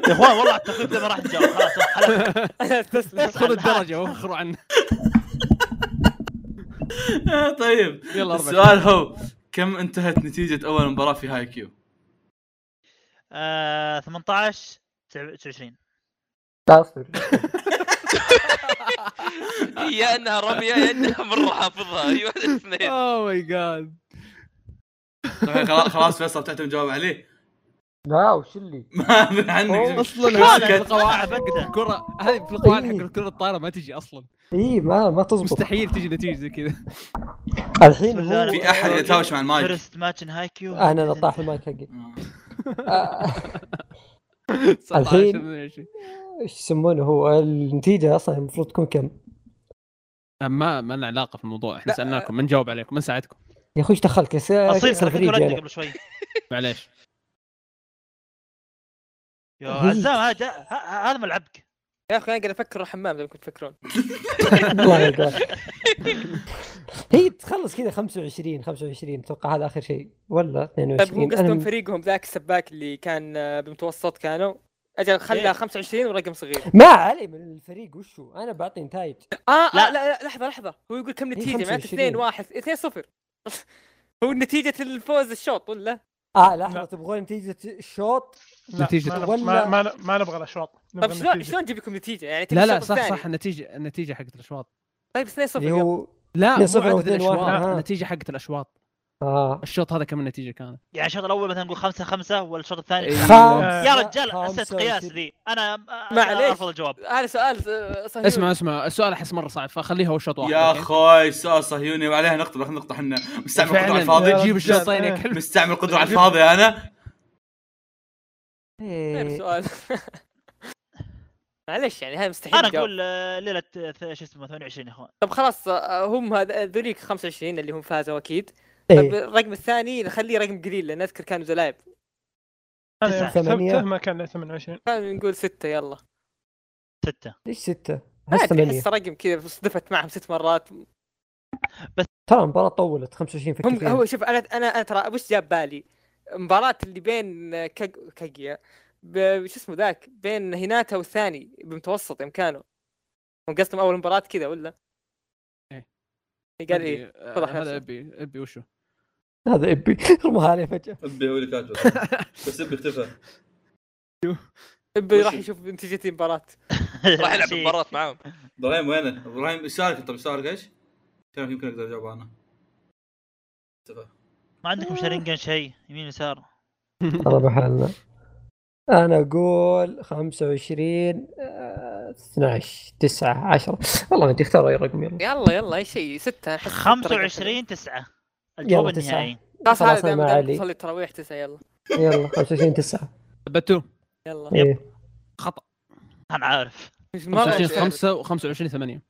Speaker 5: يا اخوان والله التقييم ده ما راح تجاوب خلاص خلاص.
Speaker 7: تسلم
Speaker 4: خذ الدرجه وخروا عنه
Speaker 1: آه، طيب
Speaker 4: يلا 24
Speaker 1: السؤال هو كم انتهت نتيجة أول مباراة في هاي كيو؟
Speaker 5: آه، 18 29
Speaker 3: هي انها رميه يا انها مره حافظها ايوه الاثنين
Speaker 4: اوه ماي جاد
Speaker 1: طيب خلاص خلاص فيصل تعتم جواب عليه
Speaker 2: لا وش اللي
Speaker 1: ما من عندك
Speaker 4: اصلا
Speaker 1: مسكت.
Speaker 4: هذه في القواعد حق الكره هذه في القواعد حق الكره الطايره ما تجي اصلا
Speaker 2: اي ما ما تزبط
Speaker 4: مستحيل تجي نتيجه زي كذا
Speaker 2: الحين
Speaker 5: بسم الله
Speaker 2: هو
Speaker 5: الرحمن
Speaker 1: في أحد يتهاوش مع المايك
Speaker 5: فيرست ماتش ان هاي كيو
Speaker 2: انا اللي طاح المايك حقي آه، الحين.
Speaker 4: 19 من 20.
Speaker 2: ايش يسمونه هو النتيجه اصلا المفروض تكون كم
Speaker 4: آه، ما ما لنا علاقه في الموضوع احنا سالناكم ما نجاوب عليكم ما نساعدكم
Speaker 2: يا اخوي ايش دخلك يا سا-
Speaker 5: اصيل
Speaker 2: كسر
Speaker 5: ترى كنت
Speaker 2: فريقي
Speaker 5: ولدت
Speaker 2: أنا.
Speaker 5: قبل شوي
Speaker 4: معليش
Speaker 5: يا
Speaker 2: هي.
Speaker 5: عزام هذا ه- ه- هذا ملعبك
Speaker 7: يا اخي انا قاعد افكر الحمام زي ما كنتوا تفكرون
Speaker 2: الله يلقاك. هي تخلص كذا 25 25 اتوقع هذا اخر شيء ولا
Speaker 7: طيب هو
Speaker 2: 22
Speaker 7: قصدهم
Speaker 2: أنا-
Speaker 7: فريقهم ذاك السباك اللي كان آه، بمتوسط كانوا اجل
Speaker 5: إيه.
Speaker 7: خلى 25 ورقم صغير
Speaker 2: ما علي من الفريق وشو انا بعطي نتائج
Speaker 7: اه آه،
Speaker 5: لا.
Speaker 7: لا لا لحظه لحظه هو يقول
Speaker 4: إيه،
Speaker 7: كم نتيجه معناته
Speaker 2: 25.
Speaker 7: 2 1 2 0 هو نتيجه الفوز الشوط ولا
Speaker 2: اه لحظه
Speaker 6: لا.
Speaker 2: تبغون نتيجه الشوط
Speaker 6: لا،
Speaker 4: نتيجة.
Speaker 6: ما نبغى-
Speaker 2: ولا-
Speaker 6: ما ما- ما نبغى الاشواط
Speaker 7: طيب
Speaker 6: نبغى
Speaker 7: شلون
Speaker 6: النتيجة.
Speaker 7: شلون نجيب لكم نتيجه يعني تبي
Speaker 4: لا لا
Speaker 7: الشوط
Speaker 4: صح
Speaker 7: الثاني.
Speaker 4: صح النتيجه النتيجه حقت الاشواط
Speaker 7: طيب 2 0
Speaker 2: اللي هو
Speaker 4: لا
Speaker 2: اثنين
Speaker 4: مو
Speaker 2: صفر
Speaker 4: عدد
Speaker 2: واثنين واحد، آه.
Speaker 4: الاشواط
Speaker 2: ها.
Speaker 4: النتيجه حقت الاشواط
Speaker 2: اه
Speaker 4: الشوط هذا كم النتيجه كانت؟
Speaker 5: يعني الشوط الاول مثلا نقول خمسة خمسة والشوط الثاني
Speaker 4: إيه.
Speaker 6: خمسة.
Speaker 5: يا رجال
Speaker 2: خمسة إيه،
Speaker 5: اسئله قياس
Speaker 2: وست-
Speaker 5: ذي انا
Speaker 7: معليش.
Speaker 5: معليش ارفض الجواب
Speaker 7: هذا سؤال آه، صهيوني
Speaker 4: اسمع اسمع السؤال احس مره صعب فخليها هو شوط واحد
Speaker 1: يا
Speaker 4: أوكي؟
Speaker 1: اخوي سؤال صهيوني وعليها نقطه ناخذ نقطه احنا مستعمل قدره على
Speaker 4: فعلا
Speaker 1: الفاضي
Speaker 4: جيب طيب،
Speaker 6: رجال.
Speaker 4: الشوطين يا
Speaker 6: إيه.
Speaker 4: كلب
Speaker 1: مستعمل قدره على الفاضي انا
Speaker 7: غير
Speaker 2: إيه.
Speaker 7: طيب، سؤال معليش يعني هاي مستحيل
Speaker 5: انا
Speaker 7: تجاوب.
Speaker 5: اقول آه، ليله آه، ث- شو اسمه 28 يا اخوان
Speaker 7: طب خلاص آه، هم هذ- ذوليك 25 اللي هم فازوا اكيد طب
Speaker 2: إيه.
Speaker 7: الرقم الثاني نخليه رقم قليل لان اذكر كانوا زلايب
Speaker 6: انا يوم
Speaker 5: تسعة.
Speaker 2: ثمانية.
Speaker 6: حسبته ما كان له 28
Speaker 7: نقول ستة يلا
Speaker 5: ستة
Speaker 2: ليش ستة؟
Speaker 7: ما
Speaker 2: احس
Speaker 7: أدري،
Speaker 2: ثمانية
Speaker 7: احس رقم كذا صدفت معهم ست مرات
Speaker 2: ترى المباراة طولت 25 فكر
Speaker 7: هم
Speaker 2: فيها.
Speaker 7: هو شوف انا انا انا ترى وش جاب بالي؟ مباراة اللي بين كاج- كاجيا ب- شو اسمه ذاك بين هيناتا والثاني بمتوسط يوم كانوا هم قصدهم اول مباراة كذا ولا؟
Speaker 4: إيه.
Speaker 7: قال ايه
Speaker 4: آه،
Speaker 7: فضح
Speaker 4: هذا
Speaker 7: نفسه.
Speaker 4: ابي ابي وشو
Speaker 2: هذا ابي رماها عليه فجأة
Speaker 1: ابي هو اللي كاتبه بس ابي اختفى
Speaker 7: ابي
Speaker 1: وش
Speaker 7: راح
Speaker 1: ال-
Speaker 7: يشوف نتيجة المباراة
Speaker 3: راح العب
Speaker 5: شيء.
Speaker 3: مباراه معاهم
Speaker 1: ابراهيم وينه؟ ابراهيم شارك طب شارك ايش؟ كان يمكن اقدر اجاوب انا اختفى.
Speaker 5: ما عندكم شرنجن شيء يمين يسار
Speaker 2: هذا بحالنا انا اقول 25 آه، 12 9 10 والله ما ادري اختار اي رقم يلا
Speaker 7: يلا يلا اي شيء ستة أحس ستة رقم حلو.
Speaker 5: 25 9 الجواب
Speaker 2: يلا، تسعة.
Speaker 5: النهائي
Speaker 7: خلاص
Speaker 2: خلاص
Speaker 7: هذا
Speaker 2: أنا
Speaker 7: دائما
Speaker 2: مع علي.
Speaker 7: دائما تصلي التراويح تسعة يلا
Speaker 2: يلا 25 9
Speaker 4: بتو
Speaker 7: يلا
Speaker 2: ايه
Speaker 4: خطا
Speaker 5: انا عارف
Speaker 7: مرة
Speaker 4: 25
Speaker 7: أسأل.
Speaker 4: 5 و25 8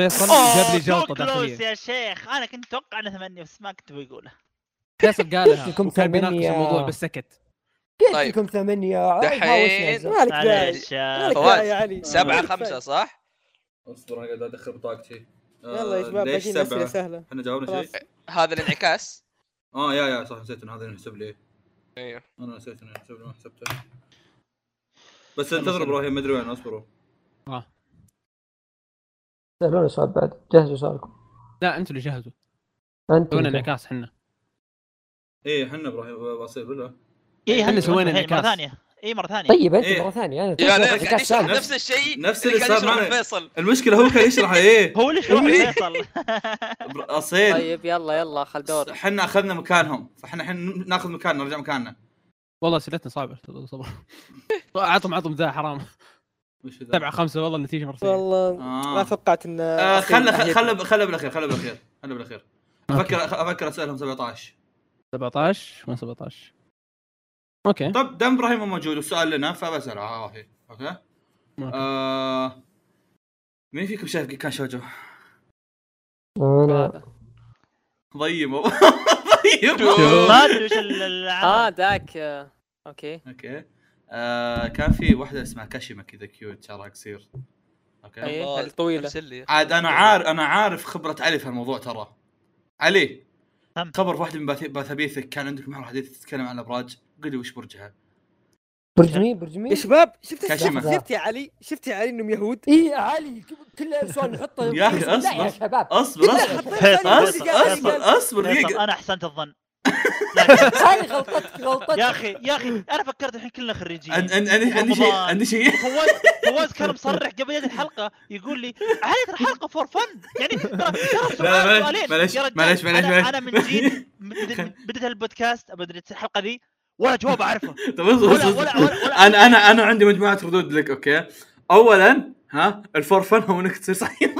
Speaker 4: فيصل جاب
Speaker 5: أوه،
Speaker 4: لي
Speaker 5: so
Speaker 4: جلطه
Speaker 5: close
Speaker 4: داخليه
Speaker 5: يا شيخ انا كنت اتوقع انه 8 بس ما كنت بقوله
Speaker 4: فيصل قالها
Speaker 2: كلكم
Speaker 4: وكان بيناقش
Speaker 2: ثمانية.
Speaker 4: الموضوع بس سكت
Speaker 2: كيف
Speaker 3: طيب.
Speaker 2: فيكم ثمانية آه،
Speaker 3: دحين.
Speaker 7: مالك داعي
Speaker 5: معليش آه،
Speaker 7: مالك
Speaker 3: فواز،
Speaker 7: داعي يا علي
Speaker 3: سبعة خمسة صح؟
Speaker 1: اصبر انا قاعد ادخل بطاقتي آه،
Speaker 7: يلا يا شباب
Speaker 1: ليش
Speaker 7: باقي أسئلة
Speaker 1: سبعه؟
Speaker 7: سهلة
Speaker 1: احنا جاوبنا
Speaker 7: خلاص.
Speaker 1: شيء؟
Speaker 3: هذا الانعكاس
Speaker 1: اه يا يا صح نسيت انه هذا ينحسب لي
Speaker 3: ايوه
Speaker 1: انا نسيت انه ينحسب لي ما حسبته بس انتظر ابراهيم ما ادري وين اصبروا
Speaker 2: سألونا سؤال بعد جهزوا سؤالكم
Speaker 4: لا انتوا اللي جهزوا
Speaker 2: انت
Speaker 4: سوينا انعكاس احنا
Speaker 1: ايه احنا ابراهيم بصير ولا
Speaker 5: ايه
Speaker 4: احنا
Speaker 5: هذا
Speaker 4: سوينا
Speaker 5: مرة-
Speaker 4: انعكاس.
Speaker 5: مره ثانيه اي مره ثانيه
Speaker 2: طيب انت
Speaker 1: إيه.
Speaker 2: مرة ثانية انا
Speaker 3: يا
Speaker 2: أنا
Speaker 3: ليل قاعد
Speaker 2: أتذكر
Speaker 3: يشرح
Speaker 2: السؤال.
Speaker 3: نفس الشيء
Speaker 1: نفس
Speaker 3: اللي
Speaker 1: اللي
Speaker 3: قاعد
Speaker 1: صار
Speaker 3: يشرح
Speaker 1: معنا
Speaker 3: فيصل
Speaker 1: المشكله هو كان يشرح ايه
Speaker 5: هو ليش روح
Speaker 1: إيه.
Speaker 5: فيصل
Speaker 1: بر- اصيل
Speaker 7: طيب يلا يلا خل دور
Speaker 1: احنا اخذنا مكانهم فاحنا الحين ناخذ مكاننا نرجع مكاننا
Speaker 4: والله اسئلتنا صعبه صبر اعطهم اعطهم ذا حرام
Speaker 1: وش ذا؟
Speaker 4: 7 5 والله النتيجه مره سيئه
Speaker 7: والله ما
Speaker 1: آه.
Speaker 7: توقعت ان
Speaker 1: آه،
Speaker 7: أصيل
Speaker 1: خل
Speaker 7: ناحيته.
Speaker 1: خل خل خل بالاخير خل بالاخير خل بالاخير
Speaker 4: أوكي.
Speaker 1: افكر افكر اسالهم 17
Speaker 4: 17 وين 17 اوكي
Speaker 1: طب دام ابراهيم مو موجود والسؤال لنا فبساله عرفي اوكي آه... مين فيكم شايف كان شوجو؟
Speaker 7: آه،
Speaker 2: أنا-
Speaker 1: ضيموا ضيموا
Speaker 5: ما ادري وش ال- العمل.
Speaker 7: اه ذاك آه، اوكي
Speaker 1: اوكي آه كان في واحده اسمها كاشيما كذا كيوت شعرها قصير اوكي
Speaker 7: إيه،
Speaker 3: الله،
Speaker 7: الطويلة.
Speaker 3: أرسل لي.
Speaker 1: عاد انا عارف انا عارف خبره علي في الموضوع ترى علي
Speaker 5: نعم.
Speaker 1: خبر في واحده من باث- باثابيثك كان عندك معه حديث تتكلم عن الابراج قل لي وش برجها
Speaker 2: برج مين برج مين
Speaker 7: يا شباب شفت
Speaker 1: كاشيما.
Speaker 7: شفت يا علي شفت يا علي انهم يهود
Speaker 2: ايه علي كل سؤال نحطه
Speaker 1: يا أخي،
Speaker 2: لا يا
Speaker 1: أصبر.
Speaker 2: شباب
Speaker 1: اصبر اصبر
Speaker 5: فيصل،
Speaker 1: اصبر
Speaker 5: فيصل،
Speaker 1: اصبر اصبر
Speaker 5: فيصل،
Speaker 1: دقيقه
Speaker 5: انا احسنت الظن لكن-
Speaker 2: هذه غلطتك غلطتك
Speaker 5: يا اخي يا اخي انا فكرت الحين كلنا خريجين
Speaker 1: عن- عن- عندي عندي شيء
Speaker 5: رمضان.
Speaker 1: عندي شيء
Speaker 5: فواز فواز كان مصرح قبل يد الحلقه يقول لي علي ترى حلقه فور فن يعني ترى- ترى
Speaker 1: لا،
Speaker 5: سؤال-
Speaker 1: معليش،
Speaker 5: سؤالين.
Speaker 1: معليش،
Speaker 5: يا رجال،
Speaker 1: معليش، معليش،
Speaker 5: أنا-
Speaker 1: معليش.
Speaker 5: انا من جيل من- بديت بديت البودكاست بديت الحلقه ذي ولا جواب اعرفه
Speaker 1: طب اصبر
Speaker 5: ولا
Speaker 1: اصبر
Speaker 5: ولا ولا, ولا
Speaker 1: انا انا انا عندي مجموعه ردود لك اوكي اولا ها الفورفن هو انك تصير صحيح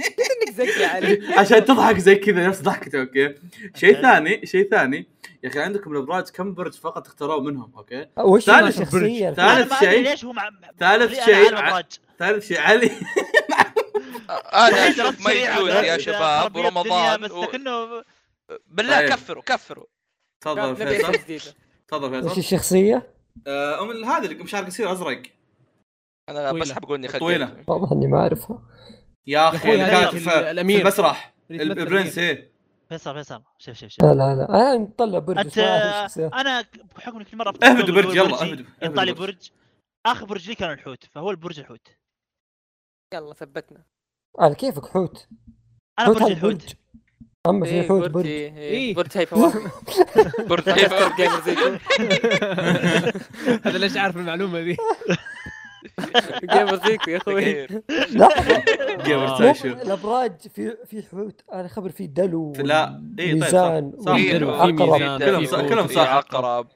Speaker 7: انك زكي يا علي
Speaker 1: عشان تضحك زي كذا نفس ضحكته اوكي شيء ثاني شيء ثاني يا اخي عندكم الابراج كم برج فقط اختاروه منهم اوكي
Speaker 2: وش
Speaker 1: ثالث
Speaker 2: هذه الشخصية
Speaker 1: برج. ثالث
Speaker 5: أنا ما أدري
Speaker 1: شيء-
Speaker 5: ليش هو مع
Speaker 1: ثالث
Speaker 5: لي أنا
Speaker 1: شيء
Speaker 5: على
Speaker 1: ع-
Speaker 5: الأبراج.
Speaker 1: ثالث شيء علي
Speaker 3: انا
Speaker 5: وحيد رد
Speaker 3: اشوف ما
Speaker 5: سريع
Speaker 3: يجوز
Speaker 5: على
Speaker 3: يا
Speaker 5: الأبراج.
Speaker 3: شباب
Speaker 5: ربي الدنيا
Speaker 3: ورمضان
Speaker 5: بس
Speaker 3: و-
Speaker 5: لكنه
Speaker 3: بالله
Speaker 1: طيب.
Speaker 3: كفروا كفروا
Speaker 1: تفضل
Speaker 7: نبي
Speaker 1: فيصل
Speaker 7: أشياء جديدة.
Speaker 1: تفضل
Speaker 2: وش
Speaker 1: فيصل
Speaker 2: الشخصية؟
Speaker 1: آه، ام ال- هذه اللي مشعر قصير ازرق
Speaker 3: انا
Speaker 4: طويلة.
Speaker 3: بس حاب اقول اني خجلت.
Speaker 1: طويلة.
Speaker 2: والله اني ما اعرفها
Speaker 1: يا
Speaker 4: يا
Speaker 1: اخي
Speaker 4: أخوي
Speaker 1: اللي
Speaker 4: هذا
Speaker 1: كانت
Speaker 4: في
Speaker 1: في
Speaker 4: الأمير.
Speaker 1: في المسرح
Speaker 4: اللي
Speaker 1: ال-
Speaker 4: يتمثل
Speaker 1: البرنس
Speaker 4: فيه.
Speaker 1: ايه
Speaker 5: فيصل فيصل شوف شوف شوف
Speaker 2: لا لا لا انا مطلع برج
Speaker 5: أنت-
Speaker 2: بس ما اعرف الشخصية
Speaker 5: انا بحكم اني كل مره
Speaker 1: اهبدوا برج يلا
Speaker 5: برجي،
Speaker 1: اهبدوا
Speaker 5: يطلع لي
Speaker 1: اهبدوا
Speaker 5: برج اخر برج لي كان الحوت فهو البرج الحوت
Speaker 7: يلا ثبتنا
Speaker 2: على كيفك حوت
Speaker 5: انا
Speaker 2: حوت
Speaker 5: برج
Speaker 2: هذا
Speaker 5: الحوت
Speaker 2: اما
Speaker 7: إيه،
Speaker 2: في حوت برج
Speaker 7: إيه،
Speaker 4: إيه.
Speaker 7: إيه، برج هيفا واحد
Speaker 3: برج
Speaker 7: جيمر زيكو
Speaker 4: هذا ليش عارف المعلومه ذي
Speaker 7: جيمر زيكو يا اخوي
Speaker 3: غير.
Speaker 2: لا
Speaker 1: جيمر
Speaker 2: مو
Speaker 1: تايشو
Speaker 2: الابراج في في حوت انا خبر في دلو
Speaker 1: لا اي طيب صح.
Speaker 2: ميزان
Speaker 1: صح.
Speaker 4: في-
Speaker 2: ومدري
Speaker 4: في
Speaker 2: وعقرب.
Speaker 4: ميزان،
Speaker 1: كلهم صح- كلهم
Speaker 4: في حوت، في
Speaker 1: صح.
Speaker 3: في عقرب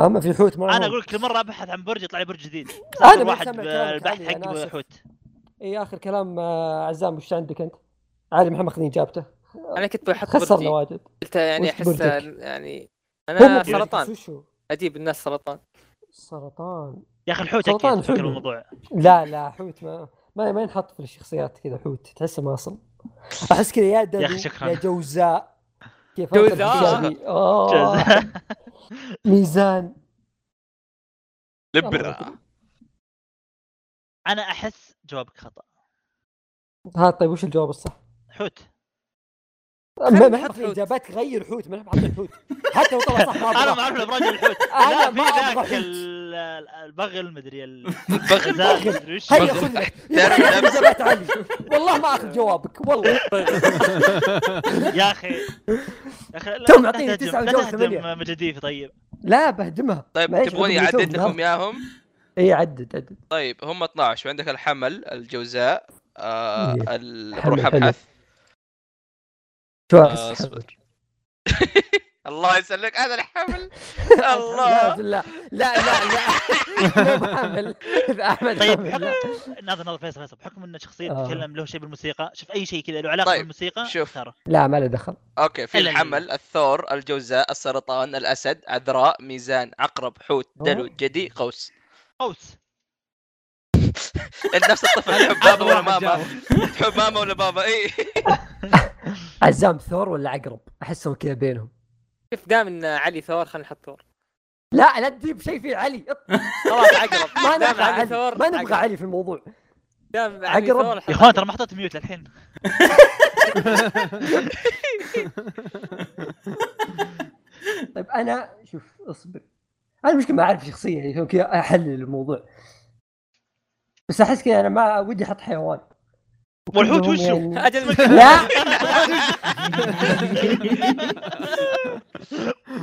Speaker 2: اما في حوت ما
Speaker 5: انا اقول لك كل مره ابحث عن برج يطلع لي برج جديد
Speaker 2: أنا
Speaker 5: انا
Speaker 2: ما
Speaker 5: واحد
Speaker 2: سمع كلامك
Speaker 5: بالبحث
Speaker 2: علي، أنا
Speaker 5: حق
Speaker 2: آسف.
Speaker 5: حوت
Speaker 2: اي اخر إيه، كلام آه، عزام وش عندك انت؟ عادي محمد ماخذين اجابته
Speaker 7: انا كنت بحط
Speaker 2: خسرنا
Speaker 7: برجي
Speaker 2: واجد
Speaker 7: قلت يعني
Speaker 2: وش
Speaker 7: احس
Speaker 2: برجك؟
Speaker 7: يعني
Speaker 2: هم
Speaker 7: انا
Speaker 2: بيعرفوا
Speaker 7: سرطان
Speaker 2: وشو
Speaker 7: اجيب الناس سرطان
Speaker 2: سرطان
Speaker 5: يا اخي الحوت
Speaker 2: سرطان
Speaker 5: اكيد فكر
Speaker 2: حلو.
Speaker 5: الموضوع
Speaker 2: لا لا حوت ما ما, ما ينحط في الشخصيات كذا حوت تحسه ما اصل احس كذا يا دلو
Speaker 5: يا أخي شكراً.
Speaker 2: يا جوزاء كيف
Speaker 7: جوزاء.
Speaker 2: جوزاء ميزان
Speaker 3: لبرة
Speaker 5: انا احس جوابك خطا
Speaker 2: ها طيب وش الجواب الصح؟
Speaker 5: حوت
Speaker 2: ما ما
Speaker 7: نحط
Speaker 2: حط
Speaker 7: حوت.
Speaker 2: اجاباتك غير حوت ما نحط حاطين حوت حتى لو طلع صح ما
Speaker 5: انا
Speaker 2: أبغاه.
Speaker 5: ما اعرف الابراج الحوت
Speaker 2: آه. أنا
Speaker 5: لا
Speaker 2: ما
Speaker 5: في
Speaker 2: أبغى
Speaker 5: ذاك
Speaker 2: حوت.
Speaker 5: ال- ال- البغل مدري ال-
Speaker 3: بغل.
Speaker 5: الغزال مدري وش
Speaker 2: هيا
Speaker 5: البغل.
Speaker 2: خذ لك.
Speaker 3: تعرف
Speaker 2: يبغى ياخذ
Speaker 3: نفس-
Speaker 2: إجابات علي. والله ما اخذ جوابك والله
Speaker 5: يا اخي يا اخي لا-
Speaker 2: تو
Speaker 5: لا
Speaker 2: معطيني
Speaker 5: تهتم-
Speaker 2: تسعة
Speaker 5: لا
Speaker 2: وجواب
Speaker 5: تهتم
Speaker 2: ثمانية.
Speaker 5: مجديفي طيب
Speaker 2: لا بهدمها
Speaker 3: طيب
Speaker 2: معليش،
Speaker 3: تبغوني
Speaker 2: عندكم
Speaker 3: اعدد
Speaker 2: يوسف،
Speaker 3: لكم اياهم؟
Speaker 2: اي عدد عدد
Speaker 3: طيب هم 12 عندك الحمل الجوزاء آه
Speaker 2: إيه.
Speaker 3: ال-
Speaker 2: حمل،
Speaker 3: بروح
Speaker 2: حلو.
Speaker 3: ابحث
Speaker 2: شو
Speaker 3: آه،
Speaker 2: احس
Speaker 3: اصبر. الله يسلمك هذا الحمل
Speaker 2: لا
Speaker 3: الله
Speaker 2: بالله لا لا لا مو بحمل إذا احمد
Speaker 5: طيب
Speaker 2: حمل، لا.
Speaker 5: حكم ناظر ناظر فيصل فيصل بحكم ان شخصيه
Speaker 2: آه.
Speaker 5: تتكلم له شيء بالموسيقى شوف اي شيء كذا له علاقه
Speaker 3: طيب،
Speaker 5: بالموسيقى
Speaker 3: شوف.
Speaker 5: اختاره
Speaker 2: لا ما له دخل
Speaker 3: اوكي في
Speaker 5: إلا-
Speaker 3: الحمل الثور الجوزاء السرطان الاسد عذراء ميزان عقرب حوت دلو جدي قوس
Speaker 5: قوس
Speaker 3: انت نفس الطفل تحب بابا ولا ماما تحب ماما ولا بابا إيه. اي
Speaker 2: عزام ثور ولا عقرب احسهم كذا بينهم
Speaker 7: شوف دام ان علي ثور خلينا نحط ثور
Speaker 2: لا لا تجيب شيء فيه علي
Speaker 7: خلاص عقرب
Speaker 2: ما
Speaker 7: دام
Speaker 2: نبغى
Speaker 7: علي
Speaker 2: علي
Speaker 7: ثور
Speaker 2: ما نبغى
Speaker 7: عقرب.
Speaker 2: علي في الموضوع
Speaker 7: دام علي
Speaker 2: عقرب.
Speaker 7: ثور
Speaker 5: يا
Speaker 7: حط
Speaker 5: اخوان ترى ما حطيت ميوت الحين
Speaker 2: طيب انا شوف اصبر انا المشكله ما اعرف شخصيه يعني كذا احلل الموضوع بس احس كذا انا ما ودي احط حيوان
Speaker 5: والحوت وشو؟
Speaker 2: يعني-
Speaker 7: اجل
Speaker 2: لا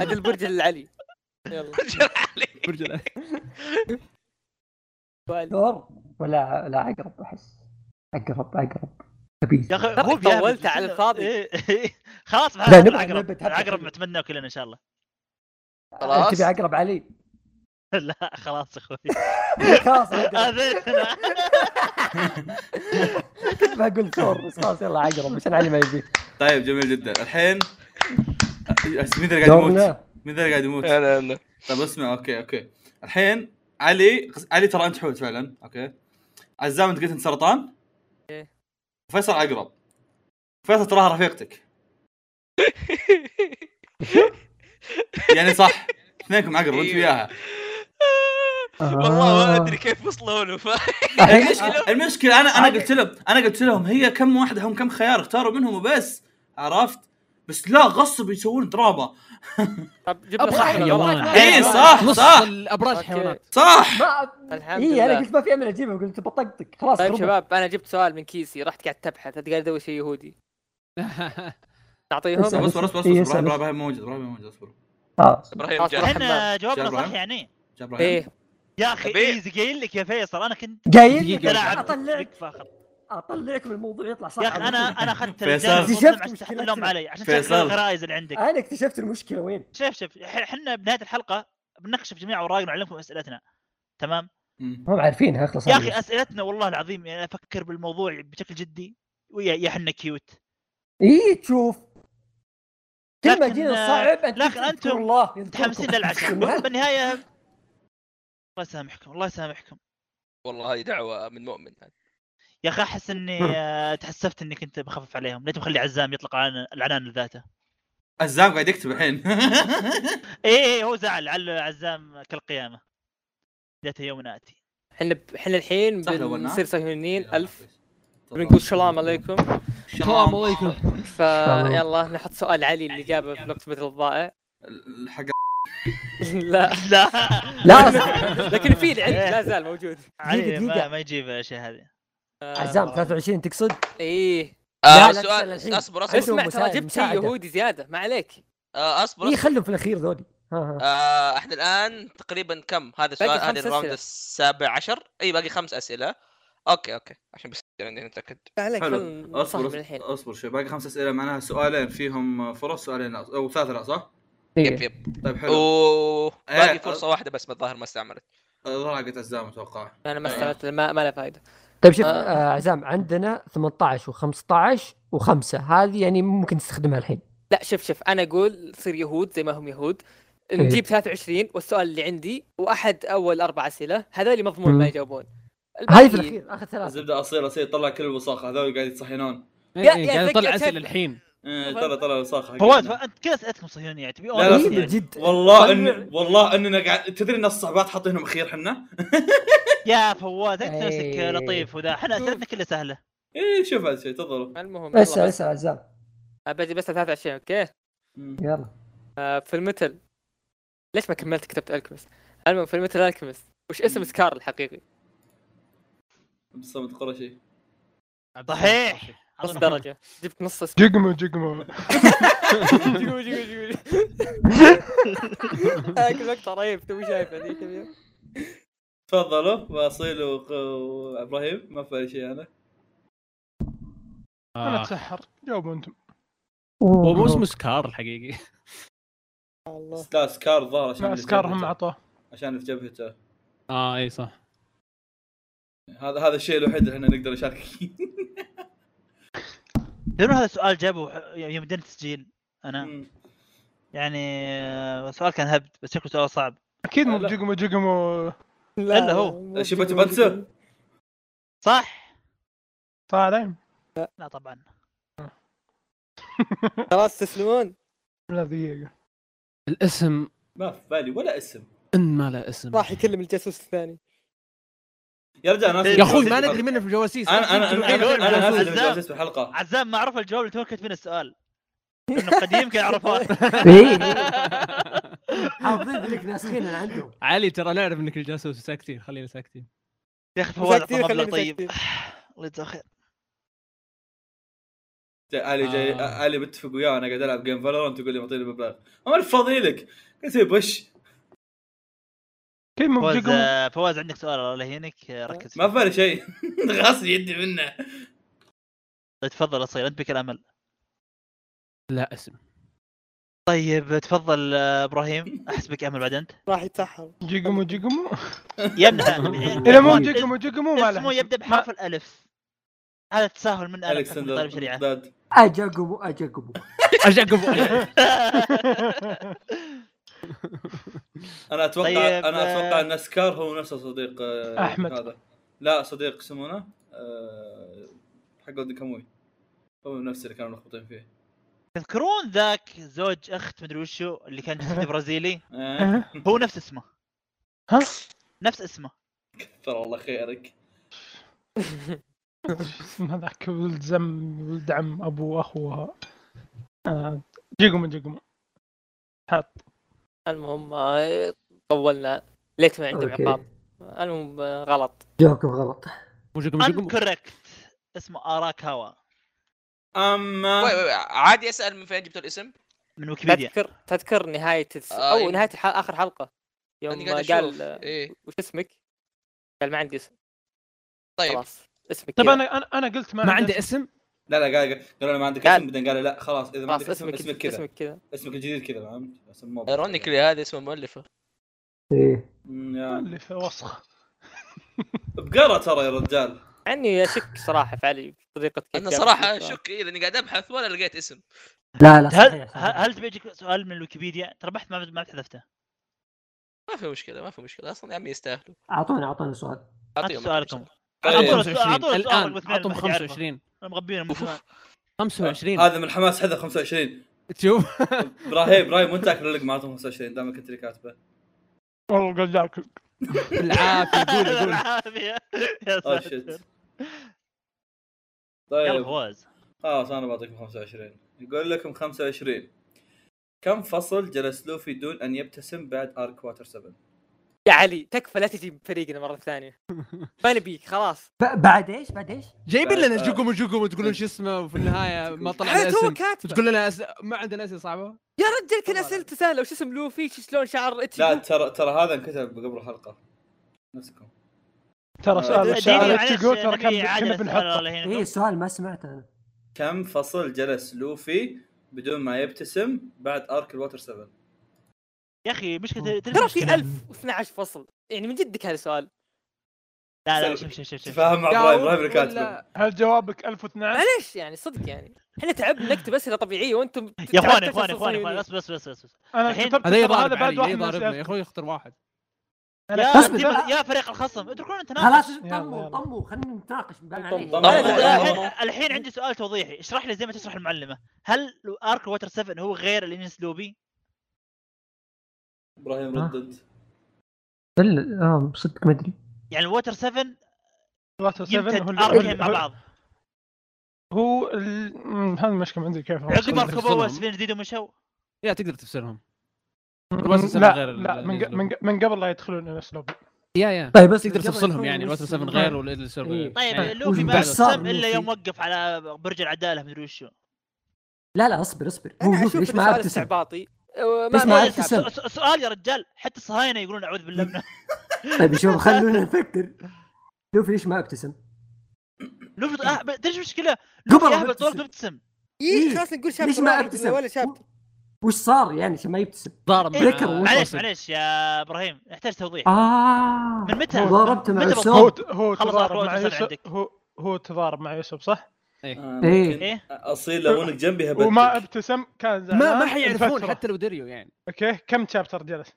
Speaker 7: اجل برج العلي يلا
Speaker 4: برج الأسد.
Speaker 7: سؤال
Speaker 2: دور ولا لا عقرب احس عقرب عقرب خبيث
Speaker 5: يا اخي
Speaker 7: ترى
Speaker 5: هو بيعمل-
Speaker 7: طولت على الفاضي.
Speaker 5: إيه، إيه. خلاص
Speaker 2: لا،
Speaker 5: هذا
Speaker 2: نبغى-
Speaker 5: العقرب
Speaker 2: نبغى-
Speaker 5: العقرب نتمناه كلنا ان شاء الله
Speaker 3: خلاص.
Speaker 2: تبي عقرب علي
Speaker 5: لا خلاص اخوي
Speaker 2: خلاص عقرب.
Speaker 5: اذيتنا
Speaker 2: كنت بقول ثور بس خلاص يلا عقرب عشان علي ما يبي
Speaker 1: طيب جميل جدا الحين أس- مين ذا اللي قاعد يموت؟
Speaker 2: دورنا
Speaker 1: مين ذا اللي قاعد يموت؟
Speaker 3: انا انا
Speaker 1: طيب اسمع اوكي اوكي الحين علي علي ترى انت حوت فعلا اوكي عزام انت قلت انت سرطان
Speaker 7: إيه.
Speaker 1: فيصل عقرب فيصل تراها رفيقتك يعني صح اثنينكم عقرب انت
Speaker 3: أيوه.
Speaker 1: وياها
Speaker 3: والله ما
Speaker 2: آه.
Speaker 3: ادري كيف وصلوا له ف...
Speaker 1: المشكله المشكله انا انا
Speaker 2: عادي.
Speaker 1: قلت لهم انا قلت لهم هي كم واحده هم كم خيار اختاروا منهم وبس عرفت بس لا غصب يسوون دراما
Speaker 7: طب جبنا
Speaker 4: ابغى
Speaker 7: صح ولا
Speaker 4: حيوان
Speaker 7: غلط؟
Speaker 1: إيه، صح،
Speaker 4: نص
Speaker 1: صح.
Speaker 4: الابراج
Speaker 7: أوكي.
Speaker 4: حيوانات
Speaker 1: صح
Speaker 2: ما
Speaker 7: الحمد
Speaker 2: اي انا
Speaker 7: لله
Speaker 2: إيه، قلت ما في امل اجيبه قلت بطقطق خلاص
Speaker 7: طيب
Speaker 2: ضربه.
Speaker 7: شباب انا جبت سؤال من كيسي رحت قاعد تبحث أنت قاعد تدور شيء يهودي
Speaker 2: اسأل.
Speaker 7: تعطيهم
Speaker 1: طيب، اصبر اصبر اصبر
Speaker 2: إيه، اسأل.
Speaker 1: ابراهيم إبراهيم موجود ابراهيم موجود اصبر
Speaker 2: آه.
Speaker 3: ابراهيم جاء
Speaker 7: أصبر.
Speaker 5: احنا جوابنا
Speaker 1: جاب
Speaker 5: صح يعني
Speaker 1: جاء ابراهيم
Speaker 7: ايه
Speaker 5: يا اخي
Speaker 3: أبي-
Speaker 5: ايزي قايل لك يا فيصل انا كنت
Speaker 2: قايل لك
Speaker 4: دقيقة.
Speaker 5: ألعب.
Speaker 2: اطلعك
Speaker 5: بك فخر
Speaker 2: اطلعك من الموضوع يطلع صح
Speaker 5: يا اخي انا انا اخذت
Speaker 1: فيصل.
Speaker 5: الجانب
Speaker 2: اكتشفت
Speaker 5: المظلم عشان تحل
Speaker 2: مشكلتنا.
Speaker 5: اللوم علي عشان
Speaker 1: فيصل.
Speaker 5: تحل الغرائز اللي عندك
Speaker 2: انا اكتشفت المشكله وين
Speaker 5: شوف شوف احنا بنهايه الحلقه بنكشف جميع اوراقنا ونعلمكم اسئلتنا تمام
Speaker 1: مم.
Speaker 2: هم عارفينها اخلص
Speaker 5: يا اخي اسئلتنا والله العظيم يعني افكر بالموضوع بشكل جدي ويا يا حنا كيوت
Speaker 2: اي تشوف كل ما
Speaker 5: لكن- آه،
Speaker 2: جينا صعب انت
Speaker 5: لكن أنتم
Speaker 2: تذكر الله يذكركم.
Speaker 5: متحمسين للعشاء بالنهايه الله يسامحكم الله يسامحكم
Speaker 3: والله هذه دعوه من مؤمن آه،
Speaker 5: يا اخي احس اني آه، تحسفت اني كنت بخفف عليهم ليت مخلي عزام يطلق عن- العنان لذاته
Speaker 1: عزام قاعد يكتب الحين
Speaker 5: اي اي إيه، هو زعل على عزام كالقيامه ذات يوم ناتي
Speaker 7: احنا احنا الحين
Speaker 1: سهلة ولا؟
Speaker 7: بنصير صهيونيين
Speaker 1: إيه،
Speaker 7: الف بنقول سلام عليكم
Speaker 4: السلام عليكم
Speaker 7: فيلا نحط سؤال علي اللي جابه في نقطة الضائع
Speaker 1: الحق
Speaker 7: لا
Speaker 5: لا
Speaker 2: لا أصبر.
Speaker 7: لكن في العلم لا زال موجود
Speaker 5: علي ما,
Speaker 2: دقيقة.
Speaker 5: ما يجيب الاشياء هذه
Speaker 2: عزام 23 تقصد؟
Speaker 7: ايه
Speaker 2: لا، لا،
Speaker 3: آه
Speaker 2: تسأل
Speaker 3: سؤال
Speaker 2: الحين.
Speaker 3: اصبر اصبر
Speaker 2: عندهم
Speaker 7: اسمع ترى
Speaker 2: مساعد-
Speaker 7: جبت شيء
Speaker 2: مساعدة.
Speaker 7: يهودي زيادة ما عليك
Speaker 3: آه، اصبر
Speaker 7: إيه.
Speaker 2: اي خلهم في الاخير ذولي ها ها
Speaker 3: آه، احنا الان تقريبا كم هذا السؤال
Speaker 7: خمس
Speaker 3: هذا الراوند
Speaker 7: أسئلة.
Speaker 3: السابع عشر اي باقي خمس اسئله اوكي اوكي عشان بس يعني عندي نتاكد
Speaker 7: عليك
Speaker 1: حلو
Speaker 7: خلنا نصحب
Speaker 1: اصبر
Speaker 7: الحين
Speaker 1: اصبر شوي باقي خمس اسئله معناها سؤالين فيهم فرص سؤالين لا او ثلاثه لا صح؟
Speaker 3: يب
Speaker 2: إيه.
Speaker 3: يب
Speaker 1: طيب حلو
Speaker 3: وباقي
Speaker 1: آه،
Speaker 3: فرصه واحده بس ما الظاهر ما استعملت
Speaker 1: ضاقت ازدام اتوقع
Speaker 7: انا ما استعملت ما, ما له فائده
Speaker 2: طيب شوف
Speaker 7: آه.
Speaker 2: آه، عزام عندنا 18 و15 و5 هذه يعني ممكن تستخدمها الحين
Speaker 7: لا شوف شوف انا اقول تصير يهود زي ما هم يهود
Speaker 2: إيه.
Speaker 7: نجيب 23 والسؤال اللي عندي واحد اول اربع اسئله هذول مضمون
Speaker 2: مم.
Speaker 7: ما يجاوبون
Speaker 2: هذه في
Speaker 7: الباقي-
Speaker 2: الاخير اخر ثلاثه
Speaker 1: الزبده اصير اصير طلع كل الوساخه هذول قاعد يتصحنون
Speaker 4: إيه،
Speaker 7: يا-
Speaker 4: إيه،
Speaker 7: يا
Speaker 4: قاعد
Speaker 7: ذكي
Speaker 4: اطلع
Speaker 7: أسد.
Speaker 4: اسئله الحين
Speaker 1: إيه، طلع طلع الوساخه
Speaker 5: فواز انت كذا اسئلتكم صهيونيه يعني تبي
Speaker 1: لا، لا،
Speaker 5: honest
Speaker 2: غريبه
Speaker 5: يعني.
Speaker 2: جدا
Speaker 1: والله
Speaker 2: طلع.
Speaker 1: ان والله اننا قاعد تدري ان الصعبات حاطينهم اخير حنا
Speaker 5: يا فواز انت نفسك
Speaker 2: إيه.
Speaker 5: لطيف وذا احنا اسئلتنا كلها سهله
Speaker 1: ايه شوف هذا الشيء تفضلوا
Speaker 7: المهم
Speaker 2: اسال
Speaker 7: يلا
Speaker 2: اسال عزام
Speaker 7: بدي بس 23 اوكي
Speaker 1: مم.
Speaker 2: يلا
Speaker 7: آه، في المثل ليش ما كملت كتبت الكمس المهم في المثل الكمس وش اسم سكار الحقيقي
Speaker 1: عبد الصمد قرشي
Speaker 5: صحيح
Speaker 7: نص درجه جبت نص اسم
Speaker 6: جقمه جقمه
Speaker 7: جيبوا- جيبوا- جيبوا- جيبوا. هاك مقطع رهيب توي شايفه ذيك اليوم.
Speaker 1: تفضلوا واصيل وق- وابراهيم ما في شيء انا
Speaker 6: انا اتسحر جاوبوا انتم
Speaker 4: آه. هو مو اسمه سكار الحقيقي
Speaker 1: لا سكار ظهر عشان
Speaker 6: لا،
Speaker 1: اللي في
Speaker 6: اسكار هم
Speaker 1: جبهته.
Speaker 6: اعطوه
Speaker 1: عشان اللي في جبهته
Speaker 4: اه اي صح
Speaker 1: هذا هذا الشيء الوحيد اللي احنا نقدر نشارك فيه
Speaker 5: لانه هذا السؤال جابه ح- يوم بدينا التسجيل انا
Speaker 1: مم.
Speaker 5: يعني آه، السؤال كان هبد بس شكله سؤال صعب
Speaker 6: اكيد مو
Speaker 1: لا.
Speaker 6: جقمه جقمه
Speaker 7: لا،
Speaker 5: إلا هو.
Speaker 7: مو
Speaker 1: شوف انت
Speaker 7: جيبوا-
Speaker 1: بنسى
Speaker 7: جيبوا.
Speaker 5: صح
Speaker 6: صار عليهم
Speaker 5: لا طبعا
Speaker 7: خلاص تسلمون
Speaker 6: لا دقيقه
Speaker 4: الاسم
Speaker 1: ما في بالي ولا اسم
Speaker 4: ان ما لا اسم
Speaker 7: راح يكلم الجاسوس الثاني
Speaker 1: يا رجال انا
Speaker 4: يا اخوي ما ندري منه في الجواسيس
Speaker 1: انا انا
Speaker 4: يمكن
Speaker 1: انا
Speaker 4: يعرف
Speaker 1: انا انا
Speaker 4: الجواسيس.
Speaker 1: اسف الجواسيس في الحلقه
Speaker 5: عزام ما عرف الجواب اللي تو كتبنا السؤال انه قديم كان عرفه
Speaker 2: ايه حافظين لك ناسخينها عندهم
Speaker 4: علي ترى نعرف انك الجاسوس ساكتين خلينا ساكتين
Speaker 5: يا اخي فواز
Speaker 7: مساكتين،
Speaker 5: اعطى مبلغ
Speaker 7: خلينا
Speaker 5: طيب
Speaker 7: مساكتين.
Speaker 5: الله يجزاه خير
Speaker 1: الي جاي
Speaker 4: آه.
Speaker 1: الي متفق وياه انا قاعد العب جيم فالورانت تقول لي معطيني مبلغ انا فاضي لك قلت له بش
Speaker 6: اكيد مو
Speaker 5: فواز
Speaker 6: بجقمه
Speaker 5: آه، فواز عندك سؤال الله يهينك آه، ركز
Speaker 1: ما في
Speaker 5: فيه
Speaker 1: بالي شيء غصب يدي منه
Speaker 5: تفضل اصيل انت بك الامل
Speaker 4: لا اسم
Speaker 5: طيب تفضل آه، ابراهيم احسبك امل بعد انت
Speaker 7: راح يتسحر
Speaker 6: جقمه جقمه
Speaker 5: يا ابن الحلال.
Speaker 6: اذا مو جقمه جقمه ما
Speaker 5: اسمه
Speaker 6: له
Speaker 5: يبدا بحرف الالف هذا تساهل من الف حكم
Speaker 1: الكسندر
Speaker 5: طالب شريعه
Speaker 1: بغداد
Speaker 2: اجاقبو اجاقبو
Speaker 4: اجاكم
Speaker 1: انا اتوقع
Speaker 5: طيب،
Speaker 1: انا
Speaker 5: آه.
Speaker 1: اتوقع ان سكار هو نفسه صديق آه،
Speaker 6: أحمد.
Speaker 1: هذا لا صديق يسمونه آه، حق ولد كموي هو نفسه اللي كانوا ملخبطين فيه
Speaker 5: تذكرون ذاك زوج اخت مدري وشو اللي كان جنسيته برازيلي
Speaker 1: آه،
Speaker 6: أه.
Speaker 5: هو نفس اسمه
Speaker 6: ها؟
Speaker 5: نفس اسمه
Speaker 1: كثر الله خيرك
Speaker 6: اسم هذاك ولد زم ولد عم ابو اخوها آه، جقمه جقمه حط
Speaker 7: المهم آه، طولنا ليت ما عندهم
Speaker 2: أوكي.
Speaker 7: عقاب المهم آه، غلط
Speaker 2: جاوبكم غلط
Speaker 4: وجكم
Speaker 5: ان
Speaker 4: جكم
Speaker 5: كوركت اسمه اراكاوا
Speaker 1: اما
Speaker 3: وي- وي- وي، عادي اسال من فين جبتوا الاسم؟
Speaker 5: من ويكيبيديا
Speaker 7: تذكر تذكر نهايه الس...
Speaker 3: آه،
Speaker 7: او
Speaker 3: يمكن.
Speaker 7: نهايه الح... اخر حلقه يوم
Speaker 3: أنا
Speaker 7: آه،
Speaker 3: قاعد
Speaker 7: قال
Speaker 3: اشوف
Speaker 7: آه،
Speaker 3: ايه
Speaker 7: وش اسمك؟ قال ما عندي اسم
Speaker 3: طيب
Speaker 7: خلاص اسمك
Speaker 6: طيب
Speaker 7: كذا.
Speaker 6: انا انا انا قلت
Speaker 4: ما عندي اسم
Speaker 1: لا لا قال قال انا ما عندك
Speaker 7: قال.
Speaker 1: اسم بعدين قال لا خلاص اذا ما
Speaker 7: خلاص
Speaker 1: عندك اسم
Speaker 7: اسمك
Speaker 1: اسمك كذا
Speaker 7: اسمك كذا
Speaker 1: اسمك الجديد كذا فهمت بس الموضوع
Speaker 3: ايرونيكلي هذا اسم المؤلفه
Speaker 2: ايه
Speaker 1: أمم، يا-
Speaker 6: اللي في وسخ
Speaker 1: بقرة ترى يا رجال
Speaker 7: عني اشك صراحه في علي في طريقه كيف
Speaker 3: انا
Speaker 7: جاب
Speaker 3: صراحه
Speaker 7: الاسم.
Speaker 3: شك إيه، لاني قاعد ابحث ولا لقيت اسم
Speaker 2: لا لا
Speaker 5: هل
Speaker 2: صحيح
Speaker 5: هل-
Speaker 2: صحيح.
Speaker 5: هل تبي يجيك سؤال من ويكيبيديا ترى بحث ما ما حذفته
Speaker 3: ما في مشكله ما في مشكله اصلا يا عمي يستاهلوا
Speaker 2: اعطونا اعطونا سؤال
Speaker 5: هاتوا سؤالكم
Speaker 1: طيب،
Speaker 5: أعطونا سؤال- أعطونا
Speaker 4: 25
Speaker 5: سؤال
Speaker 4: الان
Speaker 5: رقم اثنين
Speaker 4: اعطهم
Speaker 5: ما حد يعرفه. آه.
Speaker 4: 25
Speaker 5: أنا مغبينهم من
Speaker 3: أوف.
Speaker 5: زمان.
Speaker 4: 25
Speaker 1: هذا من الحماس حذف 25
Speaker 4: شوف
Speaker 1: ابراهيم ابراهيم وانت اكل اللقمه معطهم 25 دامك انت اللي كاتبه
Speaker 6: والله قال ذاك
Speaker 4: بالعافيه قول
Speaker 5: الله
Speaker 4: قول
Speaker 5: العافية. يا
Speaker 1: اوه
Speaker 5: ساتر
Speaker 1: شيت
Speaker 5: يلا
Speaker 1: Oh, طيب
Speaker 5: فواز
Speaker 1: خلاص انا بعطيكم 25 يقول لكم 25 كم فصل جلس لوفي دون ان يبتسم بعد ارك واتر 7
Speaker 7: يا علي تكفى لا تجي بفريقنا مره ثانيه ما نبيك خلاص
Speaker 2: ب- بعد ايش بعد ايش؟
Speaker 4: جايبين
Speaker 7: طيب،
Speaker 4: لنا جوكومو جوكومو تقولون شو اسمه وفي النهايه ما طلع لنا
Speaker 7: عاد آه. هو
Speaker 4: اسم
Speaker 7: كاتبه
Speaker 4: تقول لنا أس... ما عندنا اسئله صعبه
Speaker 7: يا رجل كان اسئلته سهله وش اسم لوفي شو- شلون شعر اتشي
Speaker 1: لا ترى ترى هذا انكتب قبل الحلقه نفسكم
Speaker 6: ترى
Speaker 1: آه،
Speaker 6: سؤال
Speaker 1: ديني
Speaker 6: سؤال
Speaker 5: معلش،
Speaker 6: تشيجو ترى
Speaker 5: نبي
Speaker 6: كان
Speaker 5: عادل
Speaker 6: كنا إيه.
Speaker 5: السؤال
Speaker 6: بنحطه
Speaker 5: اللي هنا.
Speaker 2: اي السؤال إيه، ما سمعته انا
Speaker 1: كم فصل جلس لوفي بدون ما يبتسم بعد ارك الوتر 7
Speaker 5: يا اخي مشكله تدري
Speaker 7: ترى
Speaker 5: مشكلة؟
Speaker 7: في 1012 فصل يعني من جدك هذا السؤال
Speaker 5: لا لا شوف شوف شوف شوف
Speaker 1: تفاهم مع ابراهيم ابراهيم اللي كاتبه
Speaker 4: ولا-
Speaker 6: هل جوابك 1012
Speaker 7: معليش يعني صدق يعني احنا تعبنا نكتب اسئله طبيعيه وانتم
Speaker 5: يا اخواني
Speaker 7: تعبتوا
Speaker 5: اخواني
Speaker 7: تفصل
Speaker 5: اخواني
Speaker 7: صهيونية.
Speaker 5: اخواني اصبر اصبر اصبر اصبر
Speaker 6: انا
Speaker 5: الحين-
Speaker 6: كتبت
Speaker 4: هذا
Speaker 6: ترى
Speaker 4: يضارب
Speaker 6: هذا
Speaker 4: بعد
Speaker 6: بعد واحد من
Speaker 4: يضاربنا يا
Speaker 6: الأسئلة.
Speaker 4: اخوي اختر واحد
Speaker 6: أنا
Speaker 5: يا
Speaker 2: اصبر.
Speaker 5: تيم- يا فريق الخصم اتركونا نتناقش
Speaker 2: خلاص
Speaker 6: يلا،
Speaker 2: طموا
Speaker 6: يلا.
Speaker 2: طموا خلينا نتناقش بقى معليش.
Speaker 1: طم- طم.
Speaker 5: أنا-
Speaker 1: طبعاً.
Speaker 5: أنا
Speaker 1: طبعاً.
Speaker 5: الحين- الحين عندي سؤال توضيحي اشرح لي زي ما تشرح المعلمه هل ارك ووتر 7 هو غير الانسلوبي
Speaker 1: ابراهيم
Speaker 2: ها؟
Speaker 1: ردد
Speaker 2: بل اه صدق ما ادري
Speaker 5: يعني ووتر 7
Speaker 6: واتر 7 هو
Speaker 5: يمتد
Speaker 6: اللي-
Speaker 5: اركهم مع
Speaker 6: هو-
Speaker 5: بعض
Speaker 6: هو ال- مم، هذا المشكله ما ادري كيف هو.
Speaker 5: عقب ركبوا
Speaker 4: يفصلهم.
Speaker 5: سفين جديد ومشوا
Speaker 4: يا تقدر تفسرهم
Speaker 6: مم،
Speaker 4: الوتر 7
Speaker 6: لا
Speaker 4: غير ال-
Speaker 6: لا من ق-
Speaker 4: الأسلوب.
Speaker 6: من ق- من قبل لا يدخلون الاسلوب
Speaker 4: يا يا
Speaker 2: طيب بس
Speaker 4: تقدر
Speaker 2: قبل
Speaker 4: تفصلهم
Speaker 2: يكون
Speaker 4: يعني الوتر 7
Speaker 2: الس-
Speaker 4: غير والسيرفر
Speaker 2: إيه.
Speaker 4: غير
Speaker 5: طيب
Speaker 4: يعني
Speaker 5: لوفي ما
Speaker 4: بعد.
Speaker 5: ابتسم الا
Speaker 2: لوفي.
Speaker 5: يوم وقف على برج العداله مدري وشو
Speaker 2: لا لا اصبر اصبر هو
Speaker 7: انا
Speaker 2: شوف
Speaker 7: اشوف
Speaker 2: ليش
Speaker 7: إنه
Speaker 2: ما
Speaker 7: سؤال
Speaker 2: ابتسم
Speaker 7: استعباطي أه،
Speaker 2: ليش
Speaker 7: ما
Speaker 2: ما
Speaker 7: ما
Speaker 2: أبتسم؟
Speaker 7: يتعب.
Speaker 5: طيب، س- س- سؤال يا رجال حتى الصهاينه يقولون اعوذ بالله منه
Speaker 2: طيب شوف خلونا نفكر شوف ليش ما ابتسم
Speaker 5: لوفي آه، ب- تدري شو المشكله؟
Speaker 2: قبل
Speaker 5: لوفي
Speaker 2: ما
Speaker 5: اهبل طول
Speaker 2: ابتسم.
Speaker 5: مبتسم
Speaker 2: إيه.
Speaker 7: إيه، خلاص نقول شاب
Speaker 2: ليش ما
Speaker 7: براهيم
Speaker 2: ابتسم
Speaker 7: ولا شاب
Speaker 2: وش صار يعني عشان ما يبتسم
Speaker 4: ضارب
Speaker 5: إيه،
Speaker 4: مع-
Speaker 2: ذكر
Speaker 6: آه،
Speaker 2: وش آه،
Speaker 5: معليش
Speaker 4: وصل.
Speaker 5: معليش يا ابراهيم نحتاج توضيح
Speaker 2: اه
Speaker 5: من متى؟
Speaker 2: ضربت
Speaker 5: من
Speaker 2: مع
Speaker 5: متى
Speaker 6: هو
Speaker 2: السوق
Speaker 5: بالضبط؟
Speaker 6: ت- هو
Speaker 5: خلص
Speaker 6: تضارب
Speaker 5: أخوات
Speaker 6: مع
Speaker 5: وصل
Speaker 6: يوسف
Speaker 5: عندك.
Speaker 6: هو هو تضارب مع يوسف صح؟
Speaker 1: آه،
Speaker 2: إيه.
Speaker 1: ممكن
Speaker 5: إيه؟
Speaker 1: اصيل لو انك جنبي هبتك
Speaker 6: وما ابتسم كان زعلان
Speaker 5: آه.
Speaker 4: ما ما حيعرفون
Speaker 6: الفترة.
Speaker 4: حتى لو دريوا يعني
Speaker 6: اوكي كم شابتر جلس؟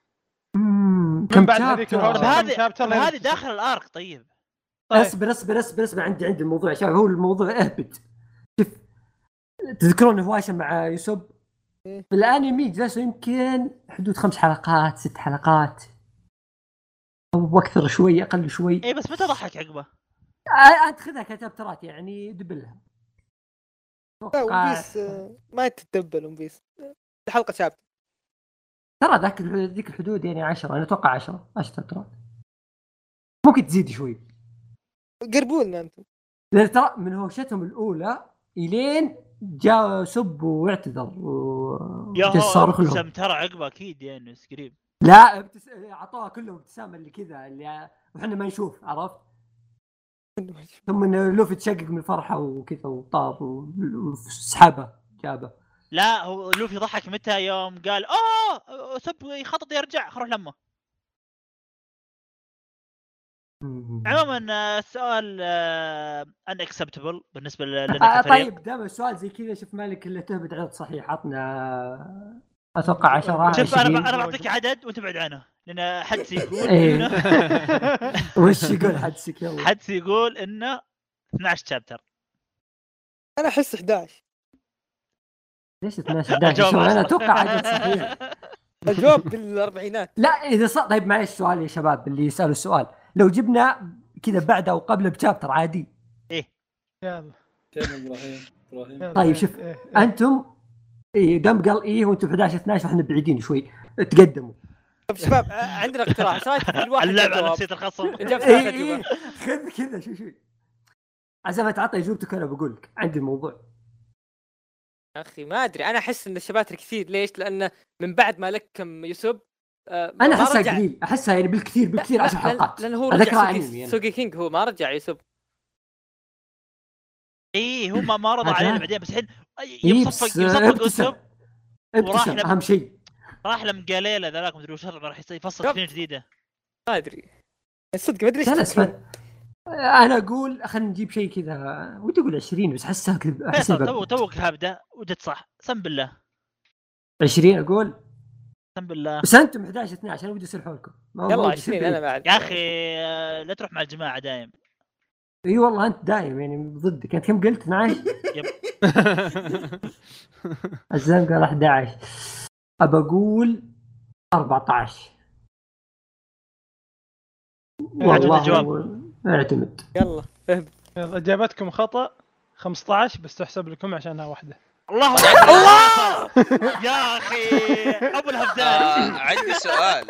Speaker 2: مم،
Speaker 6: من
Speaker 2: كم
Speaker 6: بعد هذيك
Speaker 5: طب
Speaker 2: شابتر طيب.
Speaker 6: الهرجة. كم
Speaker 5: هذه
Speaker 6: شابتر
Speaker 5: طب
Speaker 6: لين
Speaker 5: هذه
Speaker 6: تسجل؟
Speaker 5: داخل الارك طيب
Speaker 6: طيب.
Speaker 2: اصبر اصبر اصبر اصبر عندي عندي الموضوع شوف هو الموضوع اهبد شوف تذكرون هواشه مع يوسف
Speaker 7: إيه.
Speaker 2: في الانمي جلسوا يمكن حدود خمس حلقات ست حلقات او اكثر شوي اقل شوي
Speaker 6: إيه.
Speaker 5: اي إيه، بس متى ضحك عقبه؟
Speaker 2: آه، انت خذها كتبترات يعني دبلها
Speaker 7: لا
Speaker 2: آه،
Speaker 7: ون بيس آه، ما تتدبل ون بيس الحلقه شاب
Speaker 2: ترى ذاك الح- ذيك الحدود يعني 10 انا اتوقع 10 10 تبترات ممكن تزيد شوي
Speaker 7: قربوا لنا انتم
Speaker 2: لان ترى من هوشتهم الاولى الين جاء سب واعتذر و
Speaker 5: يا
Speaker 2: جالس صارخ لهم
Speaker 5: ابتسم ترى عقبه اكيد يعني قريب
Speaker 2: لا ابتس... اعطوها كلهم ابتسامه اللي كذا اللي واحنا ما نشوف عرفت؟ ثم ان لوفي تشقق من الفرحه وكذا وطار و- وسحبه جابه
Speaker 5: لا هو لوفي ضحك متى يوم قال اوه سب يخطط يرجع خروح لمه عموما آه، السؤال ان اكسبتبل بالنسبه ل- لنا
Speaker 2: آه
Speaker 5: كفريق
Speaker 2: طيب دام السؤال زي كذا شوف مالك الا تهبد عدد صحيح عطنا اتوقع 10
Speaker 5: شوف انا
Speaker 2: 20
Speaker 5: انا بعطيك عدد وانت بعد عنه لان حدس يقول
Speaker 2: إيه.
Speaker 5: انه
Speaker 2: وش يقول حدسك يلا
Speaker 5: حدس يقول انه 12 شابتر
Speaker 7: انا احس 11
Speaker 2: ليش 12 11
Speaker 5: أجاوب
Speaker 2: شوف انا
Speaker 5: عشرة.
Speaker 2: اتوقع عدد صحيح
Speaker 7: الجواب بالاربعينات
Speaker 2: لا اذا صار طيب معلش سؤال يا شباب اللي يسالوا السؤال لو جبنا كذا بعد او قبل بشابتر عادي
Speaker 6: يلا
Speaker 1: كم ابراهيم ابراهيم
Speaker 6: يلا.
Speaker 2: طيب، شوف.
Speaker 6: إيه، إيه.
Speaker 2: انتم إيه دم قال ايه وانتم 11 12 احنا بعيدين شوي تقدموا
Speaker 7: طب شباب آه، عندنا اقتراح ايش رايكم كل واحد
Speaker 5: اللعب
Speaker 7: يجيب
Speaker 5: على
Speaker 7: جواب
Speaker 5: نفسيه الخصم
Speaker 7: جاب
Speaker 2: إيه
Speaker 7: ثلاثة
Speaker 2: إيه
Speaker 7: جواب
Speaker 2: خذ كذا شوي شوي عشان ما تعطي اجوبتك انا بقول لك عندي الموضوع
Speaker 7: يا اخي ما ادري انا احس ان الشباتر كثير ليش؟ لانه من بعد ما لكم يوسف آه، ما
Speaker 2: انا احسها
Speaker 7: رجع-
Speaker 2: قليل احسها يعني بالكثير بالكثير
Speaker 7: لا،
Speaker 2: 10
Speaker 7: لأن-
Speaker 2: حلقات
Speaker 7: لانه هو
Speaker 2: أذكرها
Speaker 7: رجع
Speaker 2: أنمي
Speaker 7: سوقي,
Speaker 2: أنا.
Speaker 7: سوقي كينج هو ما رجع يوسف
Speaker 5: ايه هو ما- ما رضى
Speaker 2: عشان.
Speaker 5: علينا بعدين بس الحين
Speaker 2: إيه،
Speaker 5: يصفق
Speaker 2: بس
Speaker 5: يصفق
Speaker 2: ابتسم
Speaker 5: اسلوب وراح
Speaker 2: ابتسم
Speaker 5: لب-
Speaker 2: اهم شيء
Speaker 5: راح لمقاليله ذاك مدري وش راح يفصل
Speaker 7: طب.
Speaker 5: سفينه جديده
Speaker 7: ما ادري صدق ما ادري ايش
Speaker 2: جلس
Speaker 7: تفكرون.
Speaker 2: فن. انا اقول خلينا نجيب شيء كذا ودي اقول 20 بس احسها كذا احسها
Speaker 5: فيصل تو
Speaker 2: بب-
Speaker 5: توك هابده وجت صح سم بالله
Speaker 2: 20 اقول
Speaker 5: سم بالله
Speaker 2: بس انتم 11 12 انا ودي اصير حولكم ما- ما
Speaker 7: يلا
Speaker 2: ودي
Speaker 7: 20
Speaker 2: أصير
Speaker 7: انا بعد
Speaker 5: يا اخي آه، لا تروح مع الجماعه دايم
Speaker 2: اي والله انت دايم يعني ضدك انت كم قلت 12 الزلم قال 11 ابى اقول 14
Speaker 6: إيه،
Speaker 2: والله
Speaker 5: الجواب.
Speaker 2: اعتمد
Speaker 7: يلا
Speaker 6: يلا اجابتكم خطا 15 بس تحسب لكم عشانها واحده
Speaker 5: الله الله يا اخي ابو الهبدان
Speaker 3: آه، عندي سؤال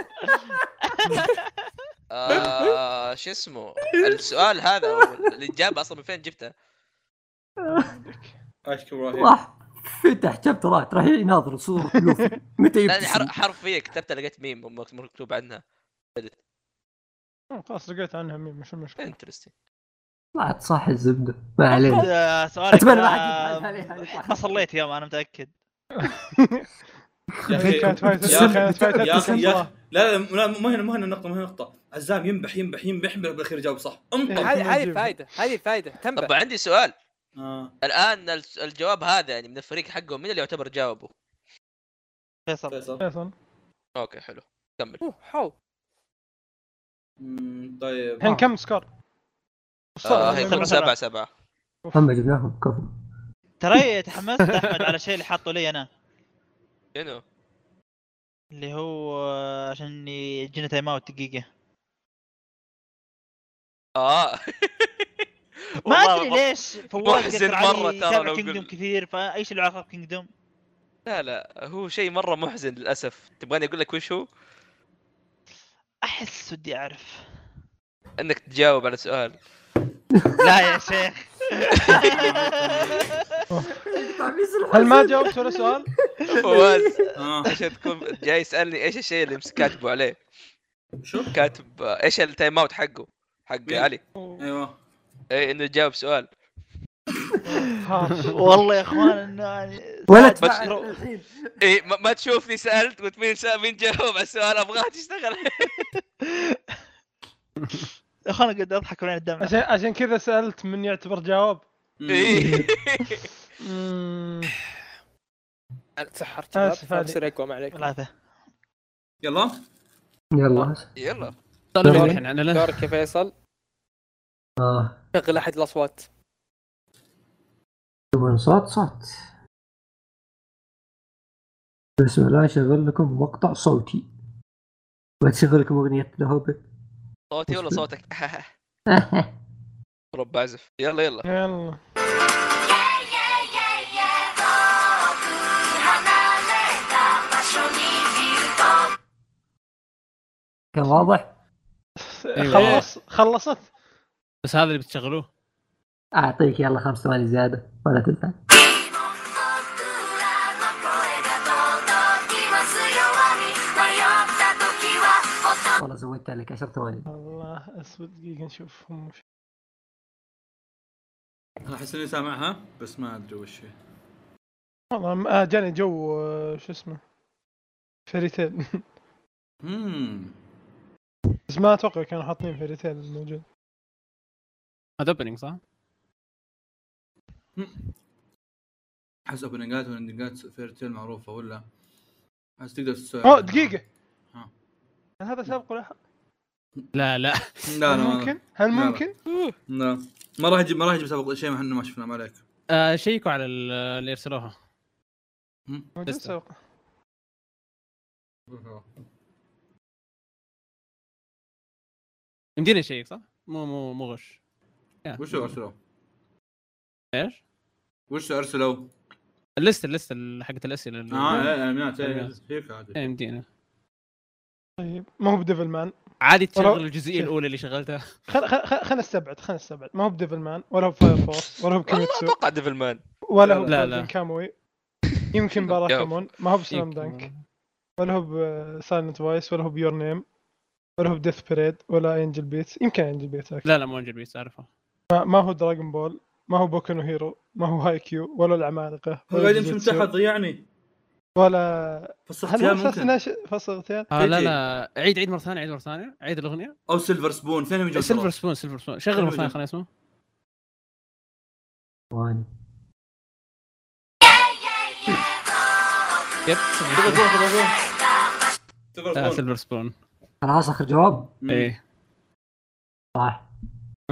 Speaker 3: آه، شو اسمه السؤال هذا أو الاجابه اصلا من فين جبتها؟
Speaker 1: اشكر ابراهيم
Speaker 2: راح فتح شابترات راح يناظر صور كلوف متى
Speaker 3: لاني
Speaker 2: يبتسم
Speaker 3: حر- حرفيا كتبتها لقيت ميم مكتوب عنها
Speaker 6: مم، خلاص لقيت عنها ميم مش المشكله
Speaker 3: انترستنج
Speaker 2: طلعت صح الزبده ما علينا
Speaker 5: آه، سؤالك
Speaker 2: أتمنى ما
Speaker 5: ذا
Speaker 2: حد يبحث عليها.
Speaker 5: ما صليت يوم انا متاكد
Speaker 1: يا اخي
Speaker 6: يعني إيه، كانت فايتة-
Speaker 1: يا أخي-
Speaker 6: كانت فايتة
Speaker 1: يا أخي- يا أخي.
Speaker 6: صراحة.
Speaker 1: لا لا لا مو هنا مو هنا النقطة مو هنا النقطة عزام ينبح ينبح ينبح ينبح بالاخير جاوب صح انطر
Speaker 6: إيه.
Speaker 7: هذه هذه فائده هذه فائده
Speaker 3: طب
Speaker 7: تنبه
Speaker 3: عندي سؤال
Speaker 1: آه.
Speaker 3: الان الس- الجواب هذا يعني من الفريق حقه مين اللي يعتبر جاوبه؟
Speaker 5: فيصل
Speaker 1: فيصل
Speaker 6: فيصل
Speaker 3: اوكي حلو كمل
Speaker 7: أوه، حو
Speaker 1: مم، طيب
Speaker 6: الحين كم سكور؟
Speaker 3: آه،
Speaker 5: هي
Speaker 3: هيكون
Speaker 5: مثلاً-
Speaker 3: سبعة سبعة
Speaker 2: هم جبناهم كفو
Speaker 5: ترى تحمست احمد على شيء اللي حاطه لي انا
Speaker 3: شنو؟
Speaker 5: اللي هو آه، عشان يجينا تايم اوت دقيقه
Speaker 3: اه
Speaker 5: ما
Speaker 3: والله
Speaker 5: ادري ليش فواز
Speaker 3: محزن
Speaker 5: قصر علي
Speaker 3: مرة ترى
Speaker 5: يتابع
Speaker 3: لو
Speaker 5: كينجدوم
Speaker 3: قل-
Speaker 5: كثير فايش له علاقه بكينجدوم؟
Speaker 3: لا لا هو شيء مره محزن للاسف تبغاني اقول لك وش هو؟
Speaker 5: احس ودي اعرف
Speaker 3: انك تجاوب على سؤال
Speaker 5: لا يا شيخ
Speaker 6: هل ما جاوبت ولا سؤال؟
Speaker 3: فواز
Speaker 1: آه.
Speaker 3: عشان تكون جاي يسالني ايش الشيء اللي مس- كاتبه عليه
Speaker 1: شو؟
Speaker 3: كاتب آه، ايش التايم اوت حقه حق
Speaker 1: مين؟
Speaker 3: علي
Speaker 1: ايوه
Speaker 3: اي انه جاوب سؤال
Speaker 6: هاش.
Speaker 5: والله يا اخوان انه يعني
Speaker 2: ولا
Speaker 5: ساعات
Speaker 2: تفعل
Speaker 5: بس-
Speaker 2: الحين
Speaker 3: اي إيه، ما, ما تشوفني سالت قلت مين سأل مين جاوب على السؤال ابغاها تشتغل
Speaker 5: يا اخوان قاعد اضحك وين الدمع
Speaker 6: عشان عشان كذا سالت من يعتبر جواب
Speaker 1: مم.
Speaker 6: إيه.
Speaker 3: اي
Speaker 6: مم،
Speaker 7: أنا تسحرت شباب
Speaker 6: آسف عليك.
Speaker 7: فبصير اقوى ما عليك
Speaker 5: ثلاثة
Speaker 1: يلا
Speaker 2: يلا
Speaker 3: يلا
Speaker 4: سؤال
Speaker 7: طيب.
Speaker 2: دوري.
Speaker 4: واضح يعني انا
Speaker 5: طيب.
Speaker 4: لا-
Speaker 7: دورك يا فيصل
Speaker 2: اه
Speaker 7: شغل احد الاصوات
Speaker 2: طبعا صوت صوت بسم الله اشغل لكم مقطع صوتي وتشغل لكم اغنية الهوبت
Speaker 3: صوتي ولا صوتك رب عزف يلا يلا
Speaker 6: يلا
Speaker 2: كان واضح؟
Speaker 4: أيوة.
Speaker 6: خلص خلصت
Speaker 4: بس هذا اللي بتشغلوه
Speaker 2: اعطيك يلا خمس ثواني زيادة ولا تنسى والله زودت عليك 10 ثواني
Speaker 6: الله اسود دقيقه نشوف هم وش-
Speaker 1: انا احس اني سامعها بس ما ادري وش هي
Speaker 6: والله ما- آه، جاني جو آه، شو اسمه فيريتيل
Speaker 1: مم.
Speaker 6: بس ما اتوقع كانوا حاطين فيريتيل الموجود
Speaker 4: هذا اوبننج صح؟
Speaker 1: احس اوبننجات والاندنجات فيرتيل معروفه ولا احس تقدر تستوعب
Speaker 6: اوه دقيقه
Speaker 1: أه، ها.
Speaker 6: هل هذا سابق ولا
Speaker 4: لا لا
Speaker 1: لا
Speaker 6: هل
Speaker 1: لا ما-
Speaker 6: ممكن هل
Speaker 1: لا، لا.
Speaker 6: ممكن
Speaker 1: لا ما راح يجيب ما راح يجيب سابق شيء ما احنا ما شفنا ما عليك
Speaker 4: آه شيكوا على ال- اللي ارسلوها
Speaker 6: موجود
Speaker 4: لسه.
Speaker 6: سابق
Speaker 4: يمديني اشيك صح؟ مو مو مو غش يا.
Speaker 1: وش ارسلوا؟
Speaker 4: ايش؟
Speaker 1: وش ارسلوا؟
Speaker 4: اللست اللست ال- حقت الاسئله اللي
Speaker 1: اه آه، إيه، الميات إيه،
Speaker 4: الميات.
Speaker 1: هيك عادي
Speaker 4: إيه، يمدينا
Speaker 6: طيب ما هو بديفل مان
Speaker 4: عادي تشغل
Speaker 6: والله-
Speaker 4: الجزئيه الاولى اللي شغلتها
Speaker 6: خل خل خل خل نستبعد خل نستبعد ما هو بديفل مان ولا هو فاير فورس ولا هو
Speaker 3: والله
Speaker 6: كيميتسو
Speaker 3: اتوقع ديفل مان
Speaker 6: ولا هو
Speaker 4: لا،
Speaker 6: لا
Speaker 4: لا.
Speaker 6: لا كاموي يمكن باراكامون ما هو بسلام
Speaker 4: يمكن.
Speaker 6: دانك ولا هو سايلنت فويس ولا هو بيور نيم ولا هو بديث بريد ولا انجل بيت يمكن انجل بيت أكيد.
Speaker 4: لا لا مو انجل بيس اعرفها
Speaker 6: ما, ما هو دراغون بول ما هو بوكو نو هيرو ما هو هاي كيو ولا العمالقه
Speaker 1: هو
Speaker 6: ولا
Speaker 1: قاعد يمشي من
Speaker 6: جوجوتسو،
Speaker 1: تحت ضيعني
Speaker 6: ولا هل
Speaker 1: فسختيان
Speaker 6: هو اساسا
Speaker 1: ممكن
Speaker 6: ناش- فصل اغتيال
Speaker 4: آه لا
Speaker 1: جي.
Speaker 4: لا عيد عيد مره ثانيه عيد مره ثانيه عيد الاغنيه
Speaker 1: او سيلفر سبون اثنينهم
Speaker 6: إيه،
Speaker 1: يجون
Speaker 4: سيلفر
Speaker 1: سيلفر
Speaker 4: سبون سيلفر سبون شغل
Speaker 1: حلو
Speaker 4: مره ثانيه
Speaker 1: جدا.
Speaker 4: خليني اسمه
Speaker 2: ثواني
Speaker 4: يب آه،
Speaker 6: آه،
Speaker 1: سبون سيلفر
Speaker 4: سيلفر سبون
Speaker 2: خلاص اخر جواب
Speaker 1: سبون
Speaker 4: ايه
Speaker 2: صح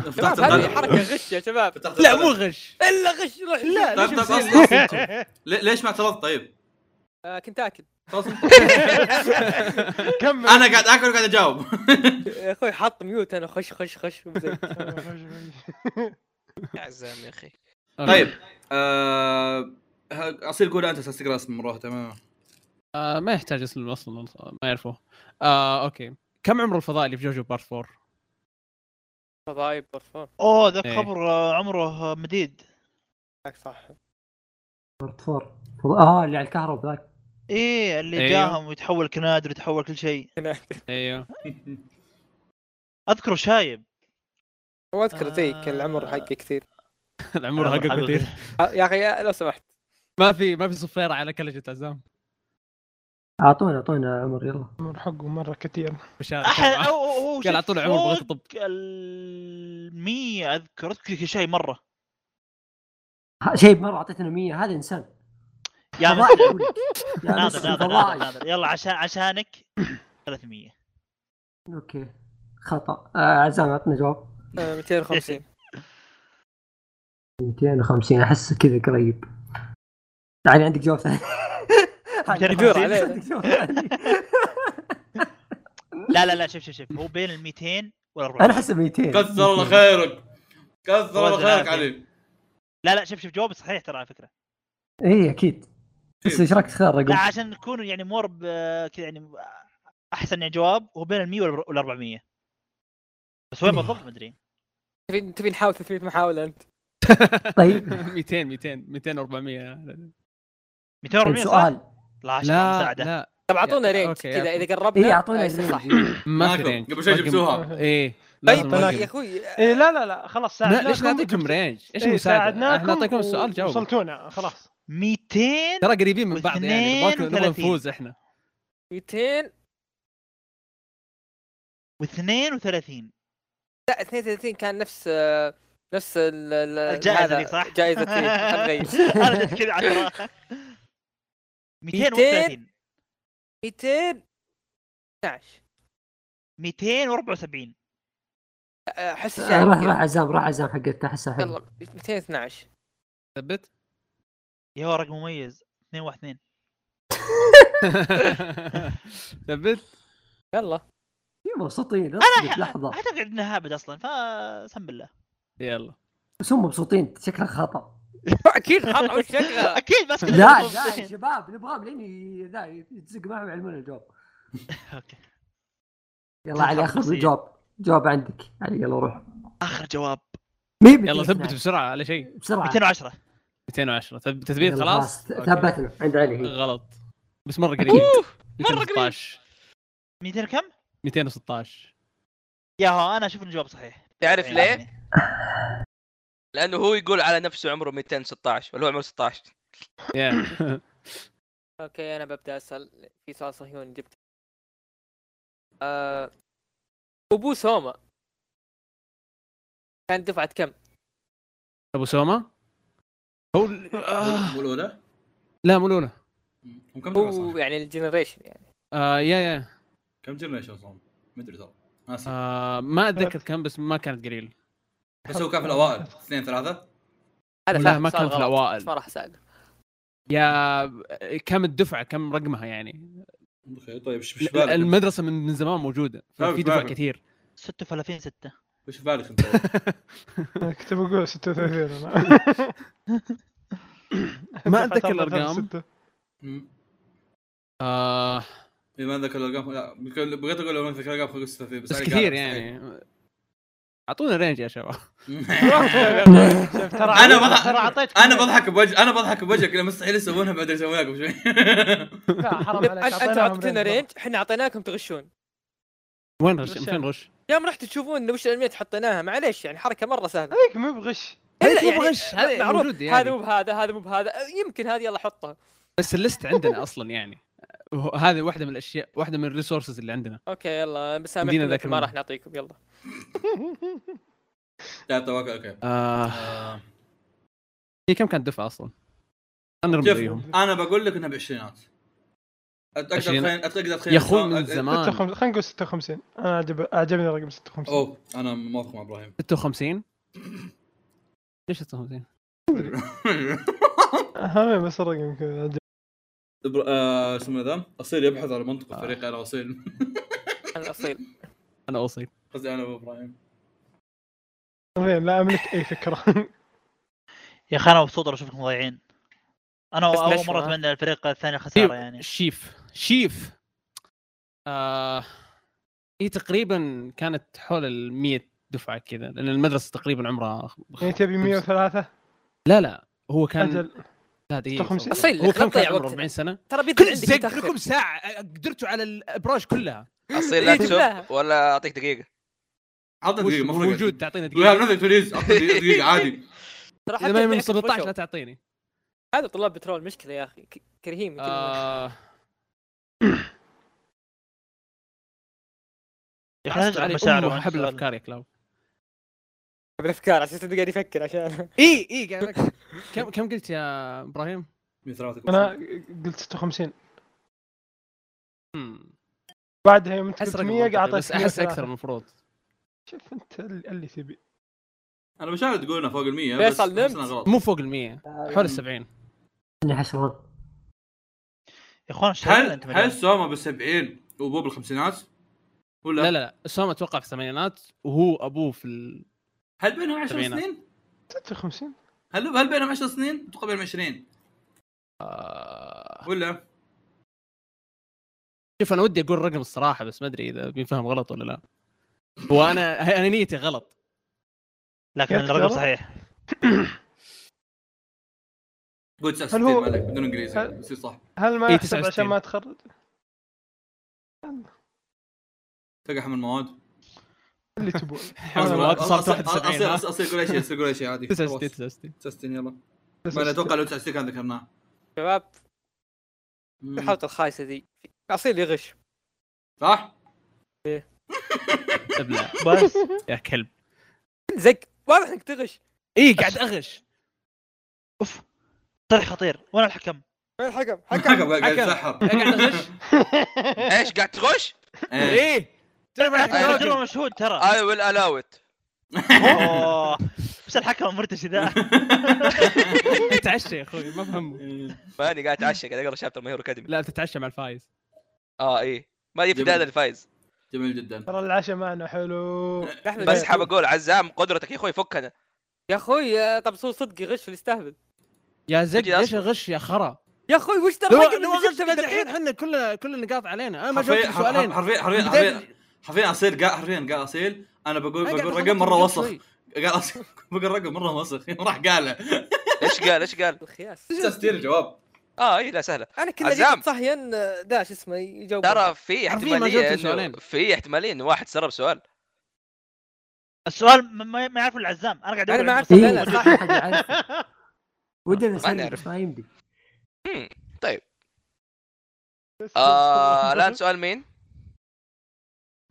Speaker 1: فتحت
Speaker 7: شباب هذه
Speaker 1: القلب
Speaker 7: حركه غش يا شباب
Speaker 1: فتحت
Speaker 4: لا
Speaker 1: القلب.
Speaker 4: مو غش
Speaker 7: الا غش روح لا
Speaker 1: طيب طيب أصلاً- لي- ليش ما اعترضت طيب؟
Speaker 7: آه كنت اكل
Speaker 1: خلاص انت-
Speaker 6: كمل
Speaker 1: انا قاعد اكل وقاعد اجاوب
Speaker 7: يا اخوي حاط ميوت انا خش خش خش وزي.
Speaker 3: يا عزام يا اخي
Speaker 1: طيب آه، ه- اصير قول انت اساس تقرا
Speaker 4: طيب.
Speaker 1: اسم مره تمام
Speaker 4: آه ما يحتاج اسم اصلا ما يعرفوه آه اوكي كم عمر الفضاء اللي في جوجو بارت 4؟
Speaker 7: فضايب برفور
Speaker 5: اوه ذاك
Speaker 4: إيه.
Speaker 5: خبر آه، عمره آه، مديد
Speaker 7: صح
Speaker 2: بارت 4 اه اللي على الكهرب ذاك
Speaker 5: ايه اللي
Speaker 4: أيوه.
Speaker 5: جاهم ويتحول كنادر يتحول كل شيء
Speaker 4: ايوه
Speaker 5: اذكره شايب
Speaker 7: هو اذكر
Speaker 4: آه.
Speaker 7: ذيك العمر حقه كثير
Speaker 4: العمر
Speaker 5: عمر
Speaker 4: حقه
Speaker 5: حقه
Speaker 4: كثير
Speaker 7: آه، يا اخي لو سمحت
Speaker 4: ما في ما في صفيره على كلجة عزام
Speaker 2: اعطونا اعطونا عمر يلا
Speaker 6: عمر حقه مره كثير
Speaker 4: بشار
Speaker 5: احد أو- أو- أو
Speaker 4: قال اعطونا عمر
Speaker 5: فوق
Speaker 4: بغيت اطب
Speaker 5: المية اذكر اذكر شيء مره
Speaker 2: ه- شيء مره اعطيتنا 100 هذا انسان
Speaker 5: يا
Speaker 2: فضائي
Speaker 5: مسكين.
Speaker 2: أقول لك. يا
Speaker 5: ناظر
Speaker 2: مسكين
Speaker 5: ناظر
Speaker 2: فضائي.
Speaker 5: ناظر ناظر يلا عشان عشانك 300
Speaker 2: اوكي خطا آه، عزام اعطنا جواب
Speaker 7: آه، 250
Speaker 2: 250 احس كذا قريب علي عندك جواب ثاني علي،
Speaker 5: يدور
Speaker 2: عندك
Speaker 7: عليه.
Speaker 2: جواب ثاني.
Speaker 5: لا لا لا شوف شوف شوف هو بين ال 200 وال
Speaker 2: انا
Speaker 5: 400
Speaker 2: احس 200
Speaker 1: كثر الله خيرك كثر الله
Speaker 5: والله
Speaker 1: خيرك
Speaker 5: لا.
Speaker 1: علي
Speaker 5: لا لا شوف شوف جوابي صحيح ترى على فكره
Speaker 2: اي اكيد إيه، بس ايش رايك تختار رقم
Speaker 5: لا عشان نكون يعني مور ب- كذا يعني احسن يعني جواب هو بين ال 100 وال 400 بس وين بالضبط ما ادري
Speaker 7: تبي تبي نحاول 300 محاوله انت
Speaker 2: طيب
Speaker 4: 200 200 200 400
Speaker 5: 200 400 صح؟
Speaker 2: سؤال
Speaker 5: لا عشان
Speaker 4: لا
Speaker 5: مساعده
Speaker 4: لا
Speaker 7: طب اعطونا
Speaker 4: يا-
Speaker 7: رينج
Speaker 4: أوكي،
Speaker 7: كذا
Speaker 4: أوكي.
Speaker 7: اذا قربنا
Speaker 2: اي اعطونا
Speaker 5: إيه،
Speaker 7: آه، صح
Speaker 2: إيه،
Speaker 4: ما في
Speaker 1: معكم.
Speaker 4: رينج
Speaker 1: قبل شوي
Speaker 4: ما
Speaker 1: جبتوها.
Speaker 4: قم- ايه
Speaker 7: طيب طيب،
Speaker 4: لازم
Speaker 6: أنا-
Speaker 4: رقم.
Speaker 7: يا اخوي
Speaker 6: إيه لا لا لا خلاص
Speaker 4: لا
Speaker 6: ساعدناكم
Speaker 4: ليش نعطيكم رينج؟ ايش
Speaker 6: إيه،
Speaker 4: المساعدة؟ احنا
Speaker 6: ساعدناكم
Speaker 4: نعطيكم السؤال
Speaker 6: و-
Speaker 4: جاوب
Speaker 6: وصلتونا خلاص
Speaker 5: 200
Speaker 4: ترى قريبين من بعض يعني نبغاك- نبغى
Speaker 5: 32.
Speaker 4: نفوز احنا
Speaker 7: 200
Speaker 5: و32
Speaker 7: لا 32 كان نفس آه، نفس ال- ال-
Speaker 5: الجائزه
Speaker 7: هذا،
Speaker 5: ذيك صح؟
Speaker 7: جائزة ذيك، خلنا نغير.
Speaker 5: انا أدري كذا عشرة 230
Speaker 7: 212
Speaker 5: 274
Speaker 7: آه، احس
Speaker 2: آه، راح راح
Speaker 7: شايف
Speaker 2: عزام راح عزام حقتنا احسها حلو
Speaker 7: يلا 212
Speaker 4: ثبت
Speaker 5: يا هو رقم مميز 2 و 2
Speaker 4: ثبت
Speaker 7: يلا
Speaker 2: إيه، مبسوطين
Speaker 5: انا
Speaker 2: اصبر لحظه
Speaker 5: اعتقد انها هابد اصلا فسم بالله
Speaker 4: يلا
Speaker 2: بس هم مبسوطين شكلها خطا
Speaker 7: اكيد خطا وش شكلها
Speaker 5: اكيد بس كذا
Speaker 2: لا
Speaker 5: بالضبط.
Speaker 2: لا يا شباب نبغاهم لين ي- ذا يتزق معهم يعلمونا الجواب
Speaker 5: اوكي
Speaker 2: يلا علي اخر
Speaker 5: شخصية.
Speaker 2: جواب جواب عندك علي يلا روح
Speaker 5: اخر جواب
Speaker 2: آه. مين
Speaker 4: يلا ثبت
Speaker 2: 212
Speaker 4: بسرعه على شيء
Speaker 2: بسرعه
Speaker 5: 210
Speaker 4: 210 ثب- تثبيت
Speaker 2: يلا
Speaker 4: خلاص
Speaker 2: ث-
Speaker 4: أوكي. أه.
Speaker 2: ثبتنا عند علي
Speaker 4: غلط بس مره قريب
Speaker 7: مرة قريب.
Speaker 4: 216
Speaker 5: 200 كم؟
Speaker 4: 216
Speaker 5: يا هو انا اشوف إن الجواب صحيح
Speaker 3: تعرف
Speaker 5: يعني
Speaker 3: ليه؟ لانه هو يقول على نفسه عمره 216 ولا هو عمره 16
Speaker 4: يا.
Speaker 7: اوكي انا ببدا اسال في سؤال صهيوني جبت آه... ابو سوما كان دفعة كم؟
Speaker 4: ابو سوما هو ال- آه.
Speaker 1: مو الاولى
Speaker 4: لا مو لولا
Speaker 1: هم كم جنريشن
Speaker 7: هو
Speaker 1: صح؟
Speaker 7: يعني الجنريشن يعني
Speaker 4: آه يا يا
Speaker 1: كم جنريشن صار؟ ما ادري ترى ناسي
Speaker 4: آه ما اتذكر كم بس ما كانت قليل
Speaker 1: بس هو كان في الاوائل اثنين ثلاثه
Speaker 7: هذا
Speaker 4: لا،
Speaker 7: فاهم
Speaker 4: ما
Speaker 7: سؤال
Speaker 4: كان في
Speaker 7: غلط،
Speaker 4: الأوائل.
Speaker 7: بس ما راح اساله
Speaker 4: يا كم الدفعه كم رقمها يعني
Speaker 1: أوكي، طيب ايش في
Speaker 4: ال-
Speaker 1: بالك؟
Speaker 4: المدرسه من من زمان موجوده
Speaker 1: عارف،
Speaker 4: في دفع
Speaker 1: عارف.
Speaker 4: كثير
Speaker 5: 36 6
Speaker 1: ايش في بالك انت؟
Speaker 6: كنت بقول 36 انا
Speaker 4: ما أتذكر
Speaker 6: دفعت
Speaker 4: الأرقام.
Speaker 6: 456.
Speaker 1: مم.
Speaker 4: آه
Speaker 1: إيه، ما اتذكر الارقام لا بقول- بغيت اقول لو ما اتذكر الارقام 36
Speaker 4: بس
Speaker 1: أنا
Speaker 4: كثير
Speaker 1: قاعد-
Speaker 4: يعني اعطونا رينج يا شباب
Speaker 6: شوف، ترى
Speaker 1: أنا
Speaker 6: عطيت-
Speaker 1: بضحك-
Speaker 6: ترى اعطيتك
Speaker 1: انا بضحك بوجه انا بضحك بوجهك لأن مستحيل يسوونها ما ادري يسوونها قبل شوي
Speaker 6: لا حرام عليك
Speaker 7: انت
Speaker 6: أعطيناهم
Speaker 7: اعطيتنا
Speaker 6: رينج.
Speaker 7: رينج احنا اعطيناكم تغشون
Speaker 4: وين غش
Speaker 6: غش
Speaker 4: فين غش؟
Speaker 7: يوم رحت تشوفون وش الانميات حطيناها معليش يعني حركه مره سهله
Speaker 6: هذيك مو بغش
Speaker 7: هلا
Speaker 4: مو
Speaker 7: يعني
Speaker 4: بغش، هذا
Speaker 7: معروف،
Speaker 4: موجود يعني.
Speaker 7: هذا مو بهذا هذا مو بهذا أه، يمكن هذه يلا حطها
Speaker 4: بس الليست عندنا اصلا يعني وه- هذه واحده من الاشياء واحده من الريسورسز اللي عندنا
Speaker 7: اوكي يلا
Speaker 4: مدينة
Speaker 7: بسامحكم
Speaker 4: ذاك
Speaker 7: لكن ما
Speaker 4: المرة.
Speaker 7: راح نعطيكم يلا
Speaker 1: لا توكل اوكي
Speaker 4: آه
Speaker 1: آه،
Speaker 4: هي كم كانت دفعه اصلا؟ خلينا نرمي
Speaker 1: شوف
Speaker 4: زيهم
Speaker 1: انا بقول لك انها بالعشرينات اقدر
Speaker 4: عشرين-
Speaker 1: أتخيل- اقدر اتخيل
Speaker 4: يا اخوي من
Speaker 1: أقدر-
Speaker 4: زمان
Speaker 6: 56 خلينا نقول 56 انا عجب عجبني رقم 56
Speaker 1: اوه انا موافق مع ابراهيم
Speaker 4: 56 ليش 56
Speaker 6: اهم آه، بس الرقم كذا عجب.
Speaker 1: إبر- آه، اسمه ذا اصيل يبحث على
Speaker 4: آه.
Speaker 1: منطقه فريق انا اصيل
Speaker 7: انا اصيل
Speaker 4: انا اوصي
Speaker 1: قصدي انا وابراهيم
Speaker 6: زين، لا املك اي فكره
Speaker 5: يا اخي انا مبسوط اشوفكم ضايعين انا
Speaker 7: بس
Speaker 5: اول
Speaker 7: نشوة.
Speaker 5: مره اتمنى
Speaker 2: طيب،
Speaker 5: الفريق الثاني خساره يعني
Speaker 4: شيف شيف آه هي تقريبا كانت حول ال 100 دفعه كذا لان المدرسه تقريبا عمرها خ-
Speaker 6: يعني تبي 103
Speaker 4: لا لا هو كان
Speaker 6: اجل
Speaker 4: لا دقيقة،
Speaker 6: 56
Speaker 4: صبر.
Speaker 7: أصيل
Speaker 4: هو
Speaker 7: لك، لا
Speaker 4: كم كان
Speaker 7: تضيع
Speaker 4: عمره إيه،
Speaker 7: وقتنا.
Speaker 4: 40 سنه
Speaker 7: ترى بيطلع
Speaker 4: كل
Speaker 7: عندك
Speaker 4: زق
Speaker 7: متأخر.
Speaker 4: لكم ساعه قدرتوا على الابراج كلها
Speaker 3: اصير
Speaker 7: إيه،
Speaker 3: لا
Speaker 7: جيب
Speaker 3: تسب
Speaker 7: لها.
Speaker 3: ولا اعطيك دقيقه
Speaker 1: عطنا
Speaker 4: وش
Speaker 1: دقيقه ما فرقت.
Speaker 4: موجود تعطينا
Speaker 1: We have
Speaker 4: دقيقه
Speaker 1: nothing to lose عطنا دقيقة- دقيقه عادي
Speaker 7: ترى حتى
Speaker 4: اذا ما هي
Speaker 7: في
Speaker 4: من
Speaker 7: عكس الفوشو.
Speaker 4: 17 لا تعطيني
Speaker 7: هذا طلاب بترول مشكله يا اخي ك- كرهين من كل ناحية.
Speaker 4: آه،
Speaker 5: يحتاج على
Speaker 4: علي
Speaker 5: مشاعره
Speaker 4: أمه
Speaker 5: عن
Speaker 4: حبل
Speaker 5: السؤال.
Speaker 4: الافكار يا كلاو
Speaker 7: بالافكار عشان تبدا قاعد يفكر عشان
Speaker 4: اي اي إيه، قاعد أفكر. كم كم قلت يا ابراهيم؟
Speaker 1: 153.
Speaker 6: انا قلت 56
Speaker 4: مم،
Speaker 6: بعدها يوم انت
Speaker 4: احس
Speaker 6: قلت
Speaker 4: رقم
Speaker 6: 100
Speaker 4: منطقي،
Speaker 6: اعطيك
Speaker 4: بس احس
Speaker 6: 103.
Speaker 4: اكثر المفروض
Speaker 6: شوف انت اللي اللي تبي
Speaker 1: انا مشاهد تقولنا فوق ال 100 بس
Speaker 7: فيصل
Speaker 1: أحس
Speaker 7: نمت.
Speaker 1: إنها غلط
Speaker 4: مو فوق ال 100 حول ال 70
Speaker 2: 10
Speaker 5: يا اخوان ايش شغلنا انت
Speaker 1: هل هل
Speaker 5: مليان؟
Speaker 1: سوما بال 70 وبوب بالخمسينات؟ ولا
Speaker 4: لا لا لا اسامه اتوقع في الثمانينات وهو ابوه في ال...
Speaker 1: هل بينهم 10
Speaker 4: سبعينات.
Speaker 1: سنين؟
Speaker 6: 56
Speaker 1: هل هل بينهم 10 سنين؟ اتوقع بينهم 20
Speaker 4: آه،
Speaker 1: ولا
Speaker 4: شوف انا ودي اقول رقم الصراحه بس ما ادري اذا بينفهم غلط ولا لا هو انا انا نيتي غلط
Speaker 5: لكن
Speaker 6: يا أخي
Speaker 5: الرقم
Speaker 6: والله.
Speaker 5: صحيح
Speaker 1: قول 69
Speaker 6: هو-
Speaker 1: ما عليك بدون انجليزي
Speaker 6: هل-
Speaker 1: بيصير صح
Speaker 6: هل ما
Speaker 4: إيه،
Speaker 6: يحسب
Speaker 4: 69.
Speaker 6: عشان ما تخرج؟
Speaker 1: تلقى حمل مواد
Speaker 6: اللي تبون
Speaker 4: حمل مواد صارت 71
Speaker 1: اصير
Speaker 4: ها؟
Speaker 1: اصير اصير قول اي شيء اصير قول اي شيء عادي
Speaker 4: 69
Speaker 1: 69
Speaker 4: 69
Speaker 1: يلا ما انا اتوقع لو 69 كان ذكرناه
Speaker 7: شباب
Speaker 1: مم.
Speaker 7: الحلقه الخايسه ذي اصيل يغش
Speaker 1: صح؟
Speaker 4: ابلع
Speaker 5: بس
Speaker 4: يا كلب
Speaker 7: زق واضح انك تغش
Speaker 4: اي إيه، قاعد اغش
Speaker 5: اوف طرح خطير وين الحكم؟
Speaker 7: وين الحكم؟
Speaker 1: حكم
Speaker 7: حكم
Speaker 1: قاعد قاعد
Speaker 4: حكم.
Speaker 1: يسحر
Speaker 4: قاعد اغش
Speaker 3: ايش قاعد تغش؟
Speaker 1: إيه.
Speaker 4: اي تعرف
Speaker 3: أيوة.
Speaker 4: أنا
Speaker 5: تجربه مشهود ترى
Speaker 3: اي ويل الاو ات
Speaker 5: أوه. بس الحكم مرتش ذا
Speaker 4: إيه، تتعشى يا اخوي ما فهمه
Speaker 1: إيه.
Speaker 3: ماني قاعد اتعشى قاعد اقرا شابتر ماهيرو اكاديمي
Speaker 4: لا تتعشى مع الفايز
Speaker 3: اه اي ما
Speaker 1: جميل.
Speaker 3: يفدى هذا الفايز
Speaker 1: جميل جدا
Speaker 6: ترى العشاء معنا حلو
Speaker 7: نحن
Speaker 3: بس
Speaker 7: جاي.
Speaker 3: حاب اقول عزام قدرتك يا اخوي فكنا
Speaker 7: يا اخوي آه، طب صو صدق يغش اللي يستهبل
Speaker 4: يا زق
Speaker 3: أجي أصبر.
Speaker 4: ليش اغش يا خرا
Speaker 7: يا اخوي وش ترى
Speaker 4: لو
Speaker 7: الرقم
Speaker 4: لو
Speaker 7: اللي
Speaker 4: غشت
Speaker 7: جبته
Speaker 4: الحين
Speaker 7: دحين؟
Speaker 4: احنا كل كل النقاط علينا انا ما جاوبت
Speaker 1: حرفيا
Speaker 4: سؤالين
Speaker 1: حرفيا حرفيا حرفيا حرفيا اصيل قاع حرفيا قاع اصيل انا بقول بقول رقم مره وسخ قال اصيل بقول رقم مره وسخ راح قاله
Speaker 3: ايش قال ايش قال؟
Speaker 7: الخياس
Speaker 1: 69 الجواب
Speaker 3: اه اي لا سهله
Speaker 7: انا كنا
Speaker 3: عزام.
Speaker 7: جيت صحيا آه، داش اسمه يجاوب
Speaker 3: ترى في
Speaker 4: عارفين ما جاوبت
Speaker 3: احتماليه
Speaker 4: سؤالين.
Speaker 3: انه في احتماليه انه واحد سرب سؤال
Speaker 5: السؤال ما- ما ما يعرفه الا عزام انا قاعد
Speaker 7: انا
Speaker 5: أقول
Speaker 7: ما اعرف
Speaker 5: عزام.
Speaker 7: لا لا
Speaker 2: إيه.
Speaker 7: صح
Speaker 2: ودنا
Speaker 3: ما
Speaker 2: نسلم
Speaker 3: نعرف.
Speaker 2: بس ما يمدي
Speaker 3: آه الان سؤال مين؟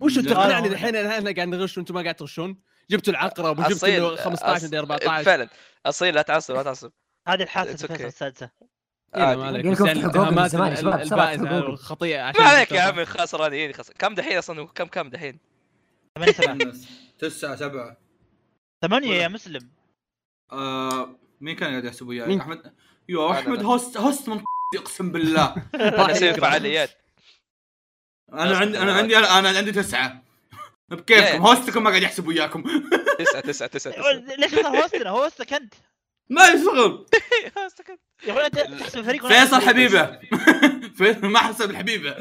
Speaker 4: وش
Speaker 1: لا.
Speaker 4: تقنعني الحين احنا قاعد نغش وانتم ما قاعد تغشون؟ جبتوا العقرب وجبتوا إنه
Speaker 3: اصيل
Speaker 4: 15
Speaker 3: أص-
Speaker 4: مدري 14
Speaker 3: فعلا اصيل لا تعصب لا تعصب
Speaker 5: هذه الحادثه
Speaker 3: It's okay.
Speaker 5: الفيصل السادسه
Speaker 4: إيه، ما عليك
Speaker 2: يقول
Speaker 4: بس
Speaker 2: لكم
Speaker 4: يعني
Speaker 2: افتحوا جوجل
Speaker 4: الاتهامات
Speaker 2: زمان يا شباب، سرعة
Speaker 4: البائسه
Speaker 2: جوجل.
Speaker 4: والخطيئه عشان
Speaker 3: ما عليك يا
Speaker 4: جبتوها.
Speaker 3: عمي خسرانين خسر كم دحين اصلا كم كم دحين؟
Speaker 5: 8 7
Speaker 1: 9 7
Speaker 5: 8 يا مسلم
Speaker 1: آه، مين كان قاعد يحسب وياي؟
Speaker 4: مين؟
Speaker 1: احمد يو احمد هوست هوست من اقسم بالله
Speaker 3: انا اسوي فعاليات
Speaker 1: انا عندي انا عندي انا عندي تسعه بكيفكم هوستكم ما قاعد يحسب وياكم
Speaker 3: تسعة تسعة تسعة تسعة
Speaker 5: ليش صار هوستنا هو هوستك انت
Speaker 1: ما لي شغل
Speaker 5: يا اخوي انت تحسب فريق وأنا
Speaker 1: فيصل
Speaker 5: أحسب-
Speaker 1: حبيبه فيصل ما حسب الحبيبه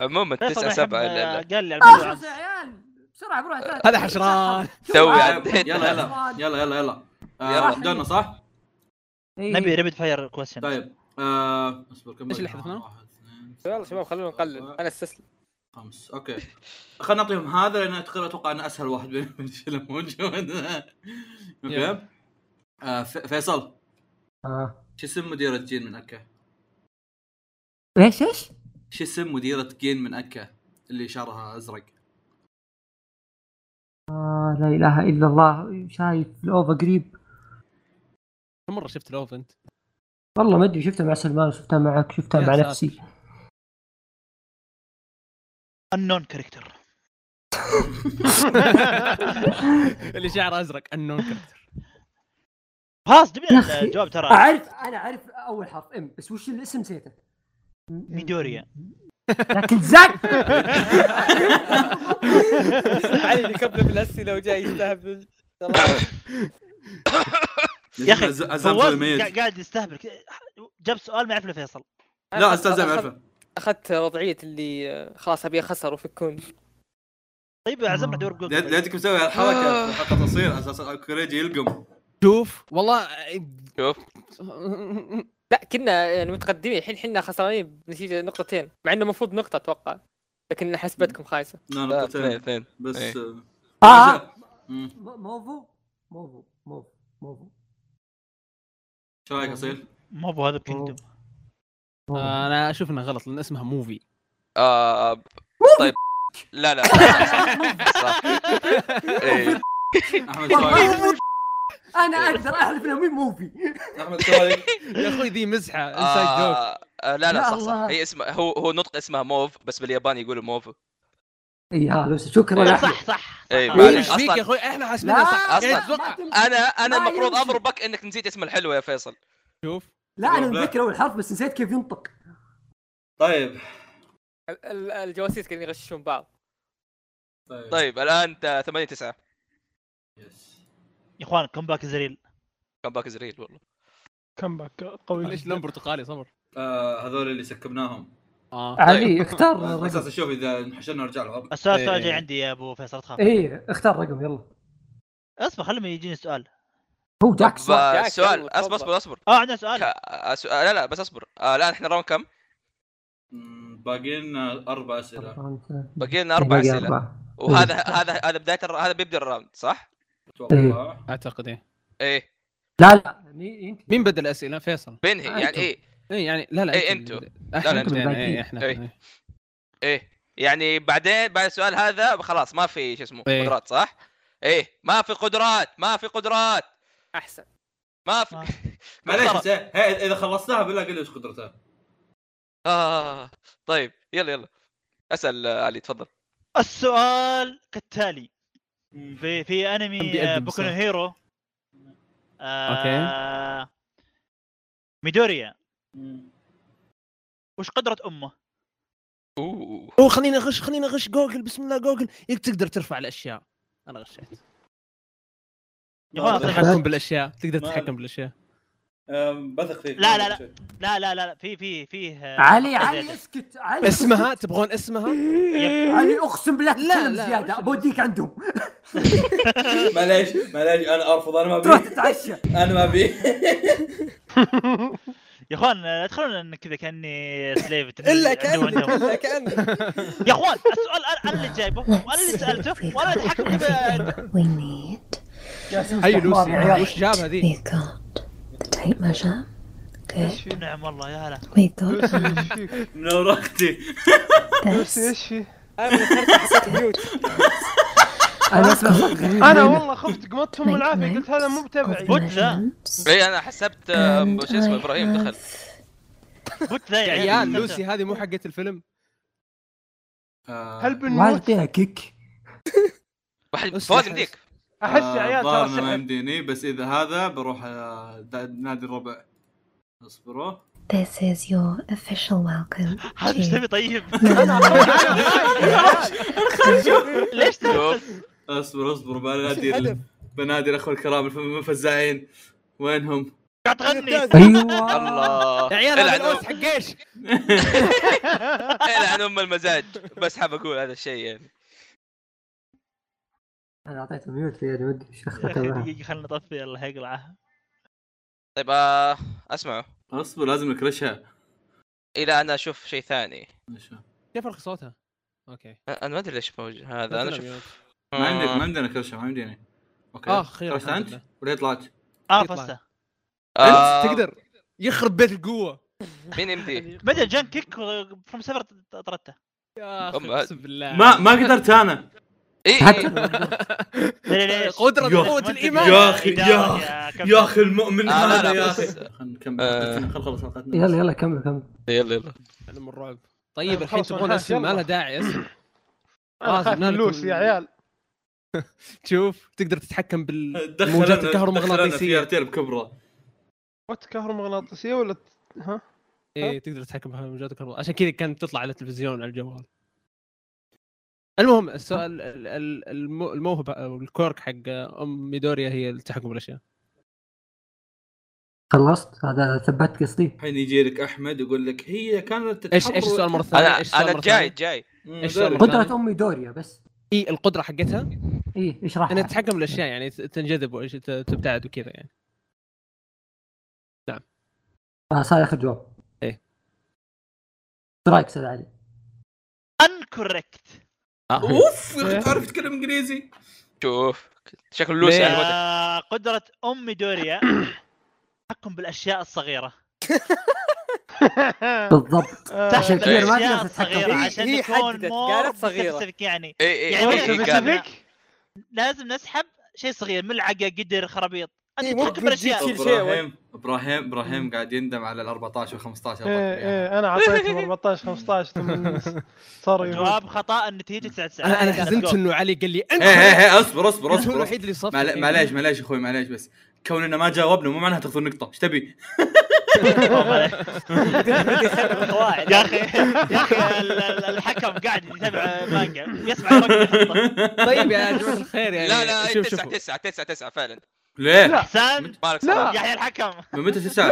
Speaker 3: عموما
Speaker 5: فيصل ما
Speaker 3: تسعة
Speaker 5: يحب-
Speaker 3: سبعة لا لا
Speaker 5: قال لي على الموضوع
Speaker 2: يا عيال بسرعه بروح
Speaker 4: هذا حشران
Speaker 3: توي
Speaker 1: يلا
Speaker 3: عديت
Speaker 1: يلا يلا يلا يلا آه،
Speaker 3: يلا.
Speaker 1: بدأنا صح؟
Speaker 2: إيه.
Speaker 5: نبي ريبد فاير كويشن
Speaker 1: طيب آه، اصبر كم
Speaker 4: إيش اللي
Speaker 1: باقي؟
Speaker 4: حذفناه؟
Speaker 1: واحد، اثنين،
Speaker 7: يلا شباب خلونا نقلل
Speaker 1: أربعة،
Speaker 7: انا استسلم
Speaker 1: خمس اوكي خلنا نعطيهم هذا لان أعتقد- اتوقع انه اسهل واحد بين- بين الشله موجود اوكي
Speaker 4: يلا.
Speaker 1: آه، ف- فيصل
Speaker 2: آه.
Speaker 1: شو اسم مديرة جين من اكا؟
Speaker 2: ايش ايش؟
Speaker 1: شو اسم مديرة جين من اكا اللي شعرها ازرق؟
Speaker 2: آه، لا اله الا الله شايف الاوفا قريب
Speaker 4: كم مره شفت لوف انت؟
Speaker 2: والله ما ادري شفتها مع سلمان شفتها معك شفتها
Speaker 4: يا
Speaker 2: مع
Speaker 4: ساتر.
Speaker 2: نفسي
Speaker 5: النون كاركتر
Speaker 4: اللي شعره ازرق النون كاركتر
Speaker 5: خلاص
Speaker 2: يا
Speaker 5: جبنا
Speaker 2: أخي.
Speaker 5: الجواب ترى
Speaker 2: اعرف انا اعرف اول حرف ام بس وش الاسم نسيته
Speaker 5: ميدوريا
Speaker 2: لكن زاك
Speaker 7: علي اللي قبله بالاسئله وجاي يستهبل يلا.
Speaker 5: يا أخي،
Speaker 1: أز- أزام
Speaker 5: فواز
Speaker 1: سليم ميت.
Speaker 5: قا- قاعد يستهبل كذا. جاب سؤال ما يعرف له فيصل
Speaker 1: لا استاذ زين
Speaker 7: أخذت-
Speaker 1: عارفه
Speaker 7: اخذت وضعيه اللي آه، خلاص ابي اخسر وفكون
Speaker 5: طيب عزمنا دور جولد
Speaker 1: لا
Speaker 5: طيب.
Speaker 1: لا تكون مسوي الحركه حلقه تصوير اساسا كوريجي يلقم
Speaker 4: شوف والله
Speaker 3: شوف
Speaker 7: لا كنا يعني متقدمين الحين حنا خسرانين بنتيجه نقطتين مع انه المفروض نقطه اتوقع لكن حسبتكم خايسه
Speaker 1: لا
Speaker 3: لا، اثنين
Speaker 1: نقطتين
Speaker 3: اثنين
Speaker 1: بس
Speaker 3: طيب، إيه.
Speaker 1: آه،
Speaker 2: اه
Speaker 1: مم.
Speaker 2: م- موفو موفو موفو موفو
Speaker 1: شو رايك اصيل؟
Speaker 5: مو ابو هذا بكينجدوم
Speaker 4: انا اشوف انها غلط لان اسمها موفي
Speaker 3: آه طيب لا لا صح ايه
Speaker 1: احمد شو رايك؟
Speaker 2: انا اقدر احلف انه مين موفي
Speaker 1: احمد شو رايك؟
Speaker 4: يا اخوي ذي مزحه انسايد جوك
Speaker 3: آه آه، لا
Speaker 2: يا
Speaker 3: لا صح صح
Speaker 2: الله.
Speaker 3: هي اسمها هو هو نطق اسمها موف بس بالياباني يقولوا موف
Speaker 2: اي هذا شكرا يا
Speaker 5: صح
Speaker 2: احمد
Speaker 5: صح صح
Speaker 3: إيه،
Speaker 5: صح.
Speaker 3: معليش.
Speaker 4: ايش فيك يا اخوي احنا حاسبينها صح
Speaker 3: أصلاً.
Speaker 4: يعني تتوقع-
Speaker 3: انا انا
Speaker 2: ما
Speaker 3: المفروض
Speaker 2: يمشي.
Speaker 3: اضربك انك نسيت اسم الحلوه يا فيصل
Speaker 4: شوف
Speaker 2: لا انا متذكر اول حرف بس نسيت كيف ينطق
Speaker 1: طيب
Speaker 7: ال- ال- الجواسيس كانوا يغششون بعض
Speaker 3: طيب الان تا- 8 9
Speaker 1: يس.
Speaker 5: يا اخوان كم باك زريل
Speaker 3: كم باك زريل والله
Speaker 6: كم باك قوي
Speaker 4: ليش لون برتقالي صبر
Speaker 1: آه، هذول اللي سكبناهم
Speaker 4: اه
Speaker 2: علي اختار
Speaker 1: على
Speaker 2: رقم
Speaker 1: اساس اشوف اذا انحشرنا ارجع العرض
Speaker 5: السؤال
Speaker 4: إيه.
Speaker 5: السؤال
Speaker 1: يعني.
Speaker 5: جاي عندي يا ابو فيصل لا تخاف
Speaker 2: اي اختار رقم يلا
Speaker 5: اصبر خليني يجيني سؤال
Speaker 2: هو جاك
Speaker 3: ب-
Speaker 2: صح
Speaker 7: جاك،
Speaker 3: السؤال
Speaker 7: يلا،
Speaker 3: اصبر اصبر
Speaker 7: تفضل.
Speaker 3: اصبر
Speaker 5: اه عندنا سؤال
Speaker 3: كا- سؤال- لا لا بس اصبر آه، الان احنا راوند كم؟
Speaker 1: مم، باقي لنا اربع اسئله
Speaker 3: باقي لنا اربع
Speaker 2: باقي
Speaker 3: اسئله
Speaker 2: أربعة.
Speaker 3: وهذا هذا هذا بدايه الر- هذا بيبدا الراوند صح؟
Speaker 1: اتوقع
Speaker 4: اعتقد ايه
Speaker 3: ايه
Speaker 2: لا لا ني- انت
Speaker 4: مين بدا الاسئله فيصل
Speaker 3: بنهي
Speaker 2: آه،
Speaker 3: يعني
Speaker 2: أنتم.
Speaker 3: ايه
Speaker 4: اي يعني لا لا
Speaker 3: إيه،
Speaker 4: أنت
Speaker 3: أنتوا.
Speaker 4: اللي بدأ. احنا
Speaker 3: لا،
Speaker 4: أنتوا
Speaker 2: أنتوا
Speaker 4: يعني إيه،
Speaker 2: الباقيين.
Speaker 4: احنا
Speaker 3: إيه.
Speaker 4: إيه.
Speaker 3: ايه يعني بعدين بعد السؤال هذا خلاص ما في شو اسمه
Speaker 4: إيه.
Speaker 3: قدرات صح؟ ايه ما في قدرات ما في قدرات
Speaker 7: احسن
Speaker 3: ما في
Speaker 5: آه.
Speaker 1: معليش بس، هي- هي- اذا خلصناها بالله قل لي ايش قدرتها
Speaker 3: آه طيب يلا يلا اسال آه، علي تفضل
Speaker 5: السؤال كالتالي في في
Speaker 4: كان
Speaker 5: انمي
Speaker 4: بيقدم
Speaker 5: آه، بوكو نو
Speaker 4: بسرعة.
Speaker 5: هيرو آه، ميدوريا وش قدرة امه؟
Speaker 3: اوه
Speaker 4: اوه خليني اغش خليني اغش جوجل بسم الله جوجل يك تقدر ترفع الاشياء انا غشيت
Speaker 5: يا اخوان
Speaker 1: ما-
Speaker 5: أصلاً-
Speaker 4: تتحكم بالاشياء تقدر
Speaker 1: ما-
Speaker 4: تتحكم بالاشياء
Speaker 1: أم، بثق فيك
Speaker 5: لا، لا، لا. لا لا لا لا في في فيه آه،
Speaker 2: علي
Speaker 5: نقطة
Speaker 2: علي
Speaker 5: زيادة.
Speaker 2: اسكت علي
Speaker 4: اسمها تبغون اسمها
Speaker 2: علي اقسم بالله
Speaker 4: لا،
Speaker 2: تتكلم
Speaker 4: لا،
Speaker 2: زياده
Speaker 4: وش-
Speaker 2: بوديك عندهم
Speaker 1: معليش معليش انا ارفض انا ما
Speaker 2: تروح
Speaker 1: ابي
Speaker 2: تتعشى
Speaker 1: انا ما ابي
Speaker 5: يا اخوان آه، لا تخلونا إن كذا كاني سليف
Speaker 7: الا
Speaker 5: عندهم-
Speaker 7: كانك
Speaker 5: عندهم.
Speaker 7: الا كانك
Speaker 5: يا اخوان السؤال أنا- انا اللي جايبه وانا اللي سالته وانا اللي حكمت ب-
Speaker 8: We need
Speaker 4: هاي
Speaker 2: أخبار يا عيال.
Speaker 4: لوسي وش جابها ذي
Speaker 8: we got a tape measure. Good.
Speaker 6: ايش فيك؟
Speaker 5: نعم والله يا هلا
Speaker 8: We got
Speaker 6: لوسي ايش فيك؟
Speaker 1: منور اختي
Speaker 6: لوسي
Speaker 8: this.
Speaker 6: ايش فيك؟
Speaker 7: انا بنفرتك حسيت ميوت
Speaker 2: انا اسمع صوت غريب
Speaker 6: انا
Speaker 2: هنا.
Speaker 6: والله خفت قمتهم العافيه قلت هذا مو
Speaker 8: Of
Speaker 6: متابعي
Speaker 8: the
Speaker 5: What the-
Speaker 8: measurements.
Speaker 3: اي انا حسبت آه،
Speaker 8: And
Speaker 3: شو اسمه
Speaker 8: I
Speaker 3: ابراهيم
Speaker 8: have
Speaker 3: دخل
Speaker 5: قلت ذا
Speaker 4: يا عيال لوسي هذه مو حقت الفيلم
Speaker 1: آه،
Speaker 6: هل بنموت؟
Speaker 2: والديكك
Speaker 3: واحد
Speaker 4: أصلح-
Speaker 3: فوز مديك
Speaker 6: احس يا عيال ترى
Speaker 1: آه، ضارنا ما
Speaker 6: سحر
Speaker 1: يمديني بس اذا هذا بروح آه، دا- نادي الربع اصبروا
Speaker 8: This is your official welcome
Speaker 5: هذا ايش
Speaker 8: to
Speaker 5: تبي طيب؟
Speaker 3: ليش شوف
Speaker 1: اصبر اصبر بنادي
Speaker 7: الهدف
Speaker 1: ال- بنادي الاخوه الكرام الف- الفزاعين وينهم؟
Speaker 5: قاعد تغني
Speaker 2: ايوه
Speaker 3: الله
Speaker 4: يا عيال
Speaker 3: العن
Speaker 4: هذا الأوس
Speaker 3: أم-
Speaker 4: حق ايش
Speaker 3: العن ام المزاج بس حاب اقول هذا الشيء يعني
Speaker 2: انا اعطيته ميوت يا ودي
Speaker 5: يا
Speaker 2: شخته
Speaker 5: أخي
Speaker 2: معه
Speaker 5: دقيقة خلنا نطفي الله يقلعه
Speaker 3: طيب آه اسمعوا
Speaker 1: اصبر لازم نكرشها
Speaker 3: الى انا اشوف شيء ثاني
Speaker 1: إيش هو؟
Speaker 4: كيف ارخي صوتها؟ اوكي
Speaker 3: أ- انا ما ادري ليش موجود هذا آه، انا اشوف
Speaker 1: ما عندك ما عندنا كرشه ما عندنا اوكي
Speaker 4: آه، خير،
Speaker 1: كرشت
Speaker 4: الحمد
Speaker 1: انت
Speaker 4: لله.
Speaker 1: ولا هي طلعت؟
Speaker 5: اعرف
Speaker 4: يطلع.
Speaker 5: هسه
Speaker 3: آه،
Speaker 4: انت تقدر يخرب بيت القوه
Speaker 3: مين يمدي
Speaker 5: بدا جان كيك فروم سيفر طردته
Speaker 4: يا اخي
Speaker 3: أم هاد.
Speaker 4: اقسم بالله
Speaker 1: ما ما قدرت انا
Speaker 3: اي
Speaker 4: قدرة
Speaker 1: يا-
Speaker 4: قوة الإيمان
Speaker 1: يا أخي، يا يا اخي المؤمن
Speaker 3: آه، لا،
Speaker 1: هذا
Speaker 3: لا،
Speaker 1: يا
Speaker 3: بس-
Speaker 1: اخي خلينا نكمل
Speaker 3: آه.
Speaker 1: خلينا نخلص حلقتنا
Speaker 2: يلا يلا كمل كمل
Speaker 3: يلا يلا
Speaker 4: علم الرعب طيب الحين
Speaker 6: خلاص،
Speaker 4: تبغون
Speaker 6: والله،
Speaker 4: اسم ما
Speaker 6: يلا.
Speaker 4: لها داعي اسم
Speaker 6: انا
Speaker 4: آه،
Speaker 6: خايف
Speaker 4: جبنا
Speaker 6: من
Speaker 4: لكم-
Speaker 6: لوسي يا عيال
Speaker 4: تشوف تقدر تتحكم
Speaker 1: دخلنا-
Speaker 4: بالموجات
Speaker 1: دخلنا في
Speaker 4: الكهرومغناطيسية
Speaker 1: ارتيل بكبره
Speaker 6: وات كهرومغناطيسيه ولا ت- ها؟
Speaker 4: ايه تقدر تتحكم بالموجات الكهرومغناطيسية عشان كذا كانت تطلع على التلفزيون على الجوال المهم السؤال ال- ال- الم- الموهبة او الكورك حق ام ميدوريا هي التحكم بالاشياء
Speaker 2: خلصت هذا ثبت قصدي
Speaker 1: الحين يجي لك احمد يقول لك هي كانت
Speaker 4: ايش
Speaker 1: تتحرك-
Speaker 4: ايش السؤال مرة ثانية؟
Speaker 3: انا
Speaker 4: ايش السؤال
Speaker 3: انا
Speaker 4: مرة
Speaker 3: جاي
Speaker 4: ثانية؟
Speaker 3: جاي
Speaker 1: مم،
Speaker 4: إيش
Speaker 1: داري.
Speaker 4: السؤال؟
Speaker 2: قدرة امي دوريا بس
Speaker 4: اي القدره حقتها
Speaker 2: ايه اشرح
Speaker 4: انها تتحكم بالاشياء يعني ت- تنجذب وايش ت- تبتعد وكذا يعني
Speaker 2: آه، صار اخر جواب
Speaker 4: إيه.
Speaker 2: ايش رايك استاذ علي؟
Speaker 5: انكوركت
Speaker 1: آه. اوف يا اخي تعرف تتكلم انجليزي
Speaker 3: شوف شكل لوسي
Speaker 4: ليه؟
Speaker 3: على الوضع.
Speaker 5: آه، قدرة أم دوريا تحكم بالأشياء الصغيرة
Speaker 2: بالضبط عشان كذا ما
Speaker 5: بالأشياء
Speaker 2: تقدر تتحكم.
Speaker 5: الصغيرة
Speaker 2: هي-
Speaker 5: عشان
Speaker 7: هي
Speaker 5: تكون
Speaker 7: حددت،
Speaker 5: مور
Speaker 7: قالت صغيرة.
Speaker 5: specific يعني
Speaker 3: إيه، إيه،
Speaker 5: يعني
Speaker 3: إيه،
Speaker 5: وش
Speaker 3: قال-
Speaker 5: specific؟ لازم نسحب شيء صغير ملعقة قدر خرابيط
Speaker 7: إيه،
Speaker 5: أنت
Speaker 7: مو
Speaker 5: تحكم بالأشياء
Speaker 7: بتجيك. كل شيء
Speaker 1: ابراهيم ابراهيم ابراهيم قاعد يندم على ال 14 وال
Speaker 4: إيه،
Speaker 1: 15
Speaker 6: ايه ايه انا اعطيتهم 14 15 ثم صاروا يهود
Speaker 5: جواب خطأ النتيجة 9 9
Speaker 4: انا انا حزنت انه علي قال لي انت
Speaker 1: ايه ايه ايه اصبر اصبر
Speaker 4: أنت
Speaker 1: اصبر,
Speaker 4: هو
Speaker 1: أصبر.
Speaker 4: الوحيد اللي صفر
Speaker 1: معل- معليش معليش اخوي معليش بس كوننا ما جاوبنا مو معناها تاخذون نقطه ايش تبي؟
Speaker 7: قواعد
Speaker 5: يا أخي يا أخي ال- ال- الحكم قاعد يتابع مانجا يسمع الرقم
Speaker 4: طيب يا جماعه الخير يعني
Speaker 3: لا لا إيه،
Speaker 4: شوف
Speaker 3: 9
Speaker 4: شوف
Speaker 3: 9 9 9 فعلا
Speaker 1: ليه؟
Speaker 6: لا.
Speaker 5: حسان
Speaker 3: مبارك
Speaker 6: لا.
Speaker 3: صراحه
Speaker 5: يحيى الحكم
Speaker 4: آه،
Speaker 1: من متى تسال؟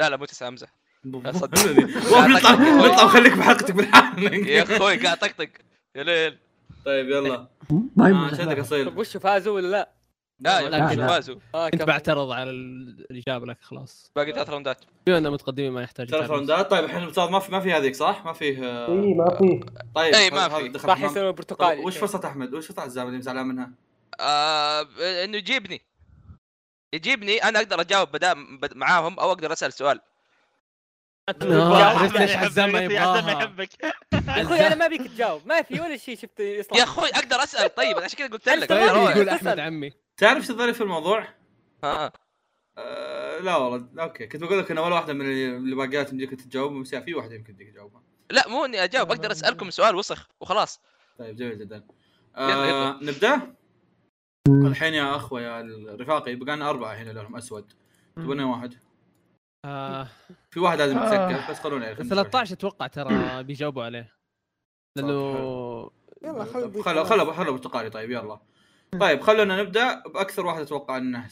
Speaker 3: لا لا مو 9 امزح لا، صدق.
Speaker 1: نطلع نطلع وخليك بحلقتك
Speaker 3: يا
Speaker 1: بالحال
Speaker 3: اخوي قاعد طقطق يا ليل
Speaker 1: طيب يلا
Speaker 2: ما
Speaker 1: آه،
Speaker 2: يمزح
Speaker 1: شدك
Speaker 2: لا.
Speaker 7: طب
Speaker 4: طيب،
Speaker 1: اصير
Speaker 7: وش طيب، فازوا ولا لا؟
Speaker 3: لا
Speaker 1: لا،
Speaker 3: يمكن
Speaker 2: لا.
Speaker 3: فازوا
Speaker 7: آه
Speaker 4: انت
Speaker 7: كفو.
Speaker 4: بعترض على ال- الاجابه لك خلاص
Speaker 3: باقي ثلاث راوندات
Speaker 4: بما ان متقدمين ما يحتاج
Speaker 1: ثلاث
Speaker 4: يتعرض.
Speaker 1: راوندات طيب الحين الاستاذ ما في ما في هذيك صح؟ ما فيه آه،
Speaker 2: اي إيه، ما في
Speaker 1: طيب
Speaker 3: إي، إيه، ما
Speaker 1: هذا
Speaker 3: في.
Speaker 1: دخل
Speaker 7: راح
Speaker 1: حمام.
Speaker 7: يصير
Speaker 1: طيب،
Speaker 7: برتقالي
Speaker 1: وش فرصه احمد؟ وش فرصه عزام اللي زعلان منها؟
Speaker 3: آه انه يجيبني يجيبني انا اقدر اجاوب بدا بد- معاهم او اقدر اسال سؤال
Speaker 4: آه، عرفت
Speaker 5: أحمد
Speaker 4: ليش
Speaker 5: يحبك،
Speaker 4: حزام ما
Speaker 5: حزام
Speaker 4: يبغاها.
Speaker 5: يحبك
Speaker 7: يا اخوي انا ما بيك تجاوب ما في ولا شيء شفت
Speaker 3: يا
Speaker 7: اصلا
Speaker 3: اخوي اقدر اسال طيب عشان كذا قلت لك
Speaker 7: طيب،
Speaker 3: يا روي.
Speaker 4: يقول
Speaker 7: تسأل.
Speaker 4: احمد عمي
Speaker 1: تعرف ايش الظريف في الموضوع؟
Speaker 3: ها
Speaker 1: آه، لا والله اوكي كنت بقول لك ان ولا واحده من اللي اللي باقيات يمديك تجاوبهم بس في واحده يمكن يمديك تجاوبها
Speaker 3: لا مو اني اجاوب اقدر اسالكم سؤال وسخ وخلاص
Speaker 1: طيب جميل جدا
Speaker 3: يلا،
Speaker 1: آه
Speaker 3: يلا.
Speaker 1: نبدا الحين يا اخوه يا رفاقي بقى لنا اربعه هنا لونهم اسود تبون واحد
Speaker 4: آه،
Speaker 1: في واحد لازم
Speaker 6: آه.
Speaker 1: يتسكر بس خلونا يعني
Speaker 4: 13 اتوقع ترى بيجاوبوا عليه لانه
Speaker 9: يلا خلوا
Speaker 1: طيب، خلوا خلوا خلوا برتقالي طيب يلا طيب خلونا نبدا باكثر واحد اتوقع انه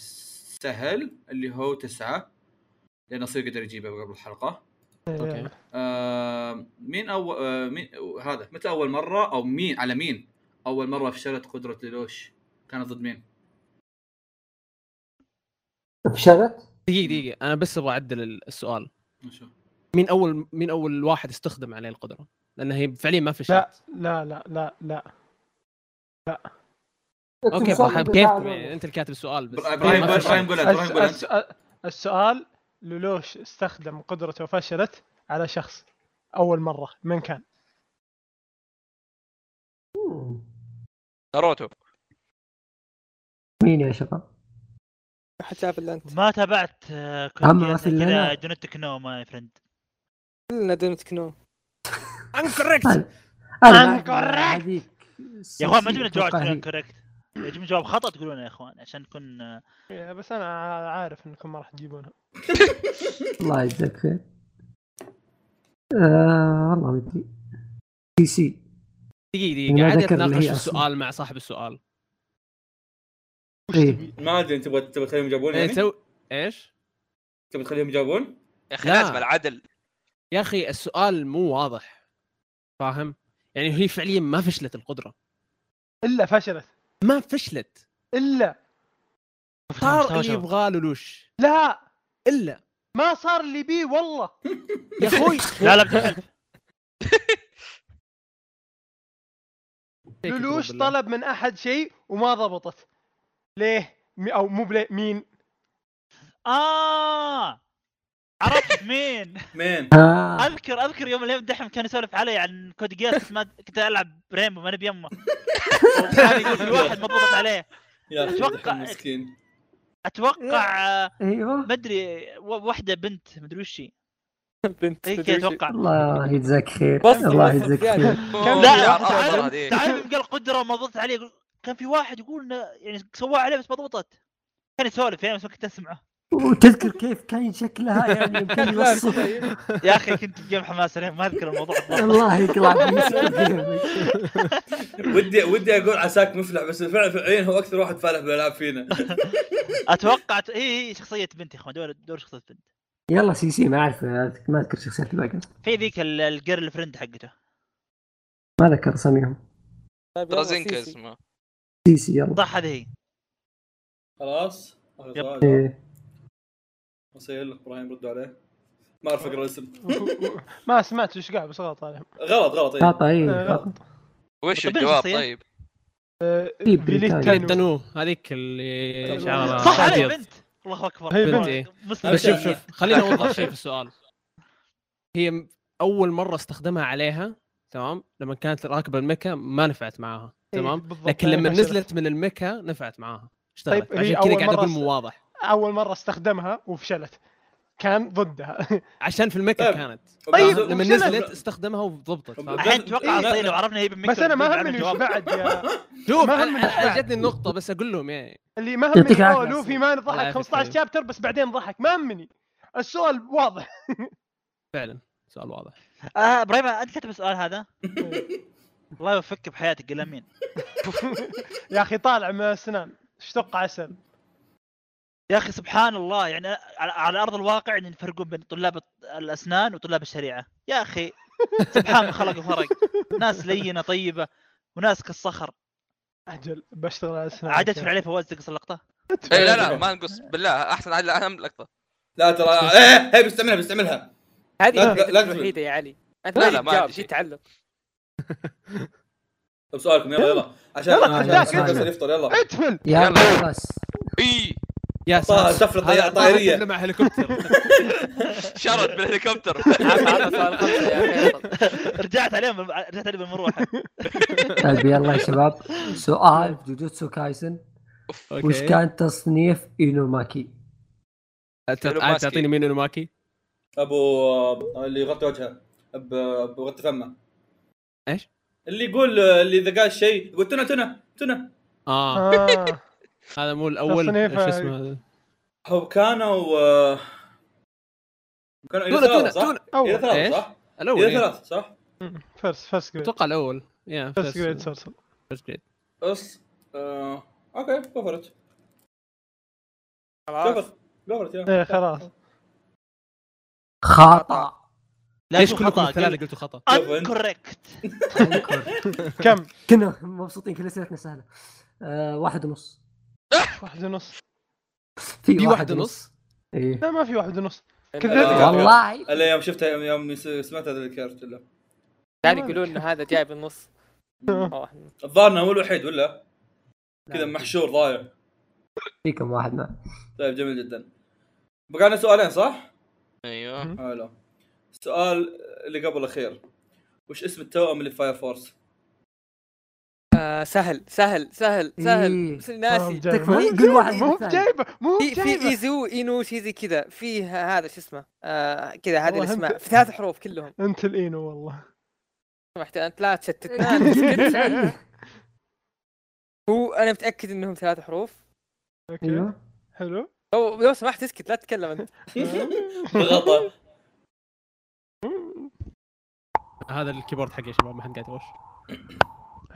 Speaker 1: سهل اللي هو تسعه لان اصير قدر يجيبه قبل الحلقه
Speaker 6: إيه،
Speaker 4: اوكي
Speaker 1: آه مين اول آه مين هذا متى اول مره او مين على مين اول مره فشلت قدره لوش كانت ضد مين؟
Speaker 2: فشلت
Speaker 4: دقيقه دقيقه انا بس ابغى اعدل السؤال
Speaker 1: نشوف.
Speaker 4: مين اول مين اول واحد استخدم عليه القدره؟ لان هي فعليا ما في شرط
Speaker 6: لا لا لا لا
Speaker 4: اوكي
Speaker 2: سؤال
Speaker 4: فحب
Speaker 2: بالله عليك.
Speaker 4: كيفكم يعني انت اللي كاتب السؤال بس
Speaker 6: إيه،
Speaker 1: إبراهيم-
Speaker 4: ما في
Speaker 1: إبراهيم-
Speaker 4: شرط.
Speaker 1: إبراهيم قول إبراهيم
Speaker 6: الس-
Speaker 1: قول
Speaker 6: الس- السؤال لولوش استخدم قدرته وفشلت على شخص اول مره من كان؟
Speaker 3: ناروتو
Speaker 2: مين يا شباب؟
Speaker 9: حد شاف الا انت
Speaker 5: ما تابعت آه، كل
Speaker 2: أما
Speaker 5: كذا-
Speaker 2: في الليلة.
Speaker 5: كذا جنتك نو ماي فريند
Speaker 9: كلنا دونت نو
Speaker 2: أنا-
Speaker 5: أنا
Speaker 2: ما أعرف هذيك.
Speaker 5: يا اخوان ما تجون
Speaker 2: أتوقع
Speaker 5: جواب تقولون
Speaker 2: هي.
Speaker 5: كوريكت يجون جواب خطا تقولونه يا اخوان عشان نكون آه،
Speaker 6: إيه، بس انا عارف انكم ما راح تجيبونها
Speaker 2: الله يجزاك خير آه، والله ودي سي سي
Speaker 4: دقيقه
Speaker 2: ما
Speaker 4: دقيقه عادي
Speaker 2: ذكر اللي
Speaker 4: اتناقش
Speaker 2: هي
Speaker 4: في
Speaker 2: أصلاً.
Speaker 4: السؤال مع صاحب السؤال
Speaker 2: إيه.
Speaker 1: ما ادري انت تبغى تبغى تخليهم يجاوبون
Speaker 4: إيه،
Speaker 1: يعني؟
Speaker 4: تو ايش؟
Speaker 1: تبغى تخليهم يجاوبون؟
Speaker 3: يا اخي
Speaker 4: لا.
Speaker 3: لازم العدل
Speaker 4: يا اخي السؤال مو واضح فاهم؟ يعني هي فعليا ما فشلت القدره
Speaker 6: الا فشلت
Speaker 4: ما فشلت
Speaker 6: الا
Speaker 4: صار
Speaker 5: مستوى
Speaker 4: اللي
Speaker 5: شباب.
Speaker 4: يبغاه لولوش
Speaker 6: لا
Speaker 4: الا
Speaker 6: ما صار اللي بيه والله
Speaker 4: يا اخوي
Speaker 5: لا لا بتحل
Speaker 6: لولوش
Speaker 4: بالله.
Speaker 6: طلب من احد شيء وما ضبطت ليه م- او مو بليه مين
Speaker 5: اه عرفت مين
Speaker 1: مين؟
Speaker 2: آه،
Speaker 5: اذكر اذكر يوم اللي دحم كان يسولف علي عن كود جياس ما كنت العب ريمبو ماني بيمه وكان يقول في واحد مضبوط عليه
Speaker 1: يا أخي
Speaker 5: أتوقع-
Speaker 1: دحين مسكين
Speaker 5: اتوقع آه،
Speaker 2: ايوه
Speaker 5: ما ادري و- واحده بنت مدري وش هي
Speaker 7: بنت
Speaker 5: هي كذا اتوقع
Speaker 2: الله يجزاك خير
Speaker 7: بس
Speaker 2: الله
Speaker 7: بس
Speaker 2: يجزاك
Speaker 7: زيادة.
Speaker 2: خير
Speaker 6: كم
Speaker 5: لا
Speaker 6: يا
Speaker 3: عرفت
Speaker 6: أخي؟
Speaker 3: القدرة
Speaker 5: تعال
Speaker 3: هذه.
Speaker 5: تعال يوم قال قدره ما ضبطت عليه يقول- كان في واحد يقول إنه يعني سواه عليه بس ما ضبطت كان يسولف يعني بس ما كنت اسمعه
Speaker 2: وتذكر كيف كان شكلها يعني يمكن يوصف
Speaker 5: يا اخي كنت بجيب حماس عليه ما اذكر الموضوع بالضبط.
Speaker 2: الله يقلع بيسك
Speaker 1: ودي ودي اقول عساك مفلح بس فعلا فعليا هو اكثر واحد فالح بالالعاب فينا
Speaker 5: اتوقع ت- اي اي شخصيه بنت يا اخوان دور دور شخصيه بنت
Speaker 2: يلا سي سي ما اعرف ما اذكر شخصيات الباقي
Speaker 5: في ذيك ال- الجيرل فريند حقته
Speaker 2: ما ذكر اساميهم
Speaker 9: طيب يلا،
Speaker 3: درازينكا
Speaker 9: سيسي.
Speaker 3: اسمه
Speaker 2: سيسي يلا
Speaker 5: صح هذه هي
Speaker 1: خلاص آخر
Speaker 5: يب.
Speaker 1: سؤال.
Speaker 2: إيه.
Speaker 1: وصيل ابراهيم ردوا عليه ما اعرف اقرا الاسم
Speaker 6: ما سمعت ايش قاعد بس غلط عليهم
Speaker 1: غلط غلط إيه.
Speaker 2: خطا اي
Speaker 6: آه، غلط
Speaker 3: وش
Speaker 5: طب
Speaker 3: الجواب
Speaker 5: الشخصية؟
Speaker 3: طيب؟
Speaker 2: في
Speaker 6: فيليت
Speaker 2: بريطانيا.
Speaker 6: تانو.
Speaker 4: دنو هذيك اللي شعرها
Speaker 5: صح علي
Speaker 4: أبيض.
Speaker 5: بنت الله اكبر
Speaker 6: هي
Speaker 4: بنت، إيه.
Speaker 5: مسلم
Speaker 4: بس شوف
Speaker 5: شوف
Speaker 4: شوف خليني اوضح شيء في السؤال هي م- اول مره استخدمها عليها تمام لما كانت راكبه المكا ما نفعت معاها
Speaker 6: إيه،
Speaker 4: تمام
Speaker 6: بالضبط،
Speaker 4: لكن
Speaker 6: أنا
Speaker 4: لما
Speaker 6: بشرح.
Speaker 4: نزلت من المكا نفعت معاها اشتغلت
Speaker 6: طيب، هي
Speaker 4: عشان
Speaker 6: أول
Speaker 4: كذا قاعد
Speaker 6: مرة
Speaker 4: اقول
Speaker 6: س-
Speaker 4: مو واضح
Speaker 6: اول مره استخدمها وفشلت كان ضدها
Speaker 4: عشان في المكا
Speaker 1: طيب.
Speaker 4: كانت
Speaker 6: طيب،
Speaker 4: لما
Speaker 6: وش أنا-
Speaker 4: نزلت استخدمها وضبطت
Speaker 1: طب-
Speaker 4: فاهم؟
Speaker 1: أحيانا
Speaker 5: الحين توقع
Speaker 1: إيه، لا،
Speaker 5: اصيل
Speaker 1: لا.
Speaker 5: لو عرفنا هي بالمكتب
Speaker 6: بس انا ما
Speaker 5: بنعرف
Speaker 6: همني وش
Speaker 5: الجواب.
Speaker 6: بعد يا
Speaker 4: شوف
Speaker 6: ما
Speaker 4: أنا-
Speaker 6: هم
Speaker 4: أنا-
Speaker 6: نفعت.
Speaker 4: انا جتني النقطه بس اقول لهم يعني
Speaker 6: اللي ما
Speaker 2: يعطيك
Speaker 6: همني اوه
Speaker 2: العافية
Speaker 6: لوفي
Speaker 2: أصلاً.
Speaker 6: ما
Speaker 4: الله
Speaker 6: ضحك
Speaker 4: يعافيك
Speaker 6: 15
Speaker 4: حبيبي.
Speaker 6: شابتر بس بعدين ضحك ما همني السؤال واضح
Speaker 4: فعلا سؤال واضح
Speaker 5: آه، ابراهيم انت كاتب السؤال هذا الله يوفقك بحياتك قل امين
Speaker 6: يا اخي طالع من السنان اشتق عسل
Speaker 5: يا اخي سبحان الله يعني على, على ارض الواقع ان يفرقون بين طلاب الط- الاسنان وطلاب الشريعه يا اخي سبحان من خلق وفرق ناس لينه طيبه وناس كالصخر
Speaker 6: اجل بشتغل على السنان
Speaker 5: عاد ادفع عليه فواز تقص اللقطه
Speaker 3: اي إيه، لا لا ما نقص بالله احسن على اهم لقطه
Speaker 1: لا ترى ايه هي بستعملها بستعملها لا-
Speaker 7: هذه
Speaker 1: لا
Speaker 7: الفكرة
Speaker 1: تقول.
Speaker 7: الوحيده يا علي انت
Speaker 3: لا،
Speaker 7: ما
Speaker 3: لا، ما
Speaker 7: جبت جواب
Speaker 3: عندي شيء.
Speaker 7: جيت تعلق
Speaker 1: طب سؤالكم يلا يلا عشان
Speaker 6: يلا،
Speaker 1: عشان-
Speaker 6: خذاك،
Speaker 1: عشان
Speaker 6: اسمع.
Speaker 1: فيصل يفطر يلا
Speaker 6: اتفل
Speaker 2: يا
Speaker 3: يلا.
Speaker 2: خلاص
Speaker 3: اي
Speaker 4: يا ساتر
Speaker 1: سفرة
Speaker 4: هذا
Speaker 1: طيارة- طائرية.
Speaker 4: اللي مع هليكوبتر
Speaker 3: شرد بالهليكوبتر
Speaker 7: عطى عطى سؤال خمسه يا فيصل
Speaker 5: رجعت عليهم رجعت عليهم بالمروحه
Speaker 2: طيب يلا يا شباب سؤال في جوجوتسو كايسن وش
Speaker 4: اوكي
Speaker 2: كان تصنيف إينوماكي؟
Speaker 4: أنت- أنت تعطيني مين نوماكي
Speaker 1: ابو آه، اللي يغطي وجهه ب- بغطي فمه
Speaker 4: إيش؟
Speaker 1: اللي يقول آه، اللي اذا قال شيء يقول تنا تنا تنا
Speaker 4: اه
Speaker 6: آه.
Speaker 4: هذا مو الاول
Speaker 6: تصنيف-
Speaker 4: شو اسمه هذا؟
Speaker 1: هو كانوا آه، كانوا الى
Speaker 4: تونا- تونا-
Speaker 1: ثلاثة صح؟
Speaker 4: تونا.
Speaker 1: الى
Speaker 6: اول
Speaker 1: ثلاثة
Speaker 4: إيش؟
Speaker 1: صح؟
Speaker 4: الاول
Speaker 1: الى
Speaker 4: إيه.
Speaker 1: ثلاثة صح؟
Speaker 6: فيرست فيرست جريد
Speaker 4: اتوقع الاول يا
Speaker 6: فيرست جريد سورسل
Speaker 4: فيرست جريد
Speaker 1: اص آه، اوكي كفرت
Speaker 7: خلاص
Speaker 1: كفرت كفرت يا
Speaker 6: ايه خلاص
Speaker 2: خطأ
Speaker 5: لا
Speaker 4: ليش
Speaker 5: شوف
Speaker 4: كلكم
Speaker 5: خطا
Speaker 4: الثلاثه قلتوا خطا؟
Speaker 5: انكوركت
Speaker 6: كم؟
Speaker 2: كنا مبسوطين كل اسئلتنا سهله آه واحد ونص
Speaker 6: واحد ونص
Speaker 2: في,
Speaker 4: في
Speaker 2: واحد
Speaker 4: واحد
Speaker 2: ونص
Speaker 4: ونص
Speaker 2: ايه
Speaker 6: لا ما في واحد ونص
Speaker 1: آه.
Speaker 2: والله
Speaker 1: الا يوم شفتها يوم يوم سمعت هذا الكارت الا
Speaker 7: كان يقولون ان هذا جاي بالنص والله.
Speaker 1: الظاهر انه هو الوحيد ولا؟
Speaker 4: نعم.
Speaker 1: كذا محشور ضايع
Speaker 2: في كم واحد معه
Speaker 1: طيب جميل جدا بقى لنا سؤالين صح؟
Speaker 3: ايوه
Speaker 1: حلو السؤال اللي قبل الاخير وش اسم التوأم اللي في فاير فورس؟
Speaker 7: آه، سهل سهل سهل سهل
Speaker 2: إيه.
Speaker 7: بس ناسي
Speaker 2: تكفى
Speaker 6: مو
Speaker 2: قول واحد
Speaker 6: مو
Speaker 2: ثاني.
Speaker 6: جايبه مو
Speaker 7: في في
Speaker 6: جايبه
Speaker 7: ايزو اينو شيء زي كذا في ه- هذا شو اسمه آه كذا هذه
Speaker 6: والله
Speaker 7: الاسماء
Speaker 6: أنت-
Speaker 7: في ثلاث حروف كلهم
Speaker 6: انت الاينو والله
Speaker 7: سمحت انت لا تشتتنا أنا مسكت.
Speaker 2: إيه.
Speaker 7: هو انا متاكد انهم ثلاث حروف
Speaker 6: اوكي
Speaker 2: ايوه
Speaker 6: حلو
Speaker 7: لو لو سمحت اسكت لا تتكلم انت
Speaker 1: بغطا
Speaker 4: هذا الكيبورد حقي يا شباب ما حد قاعد يغش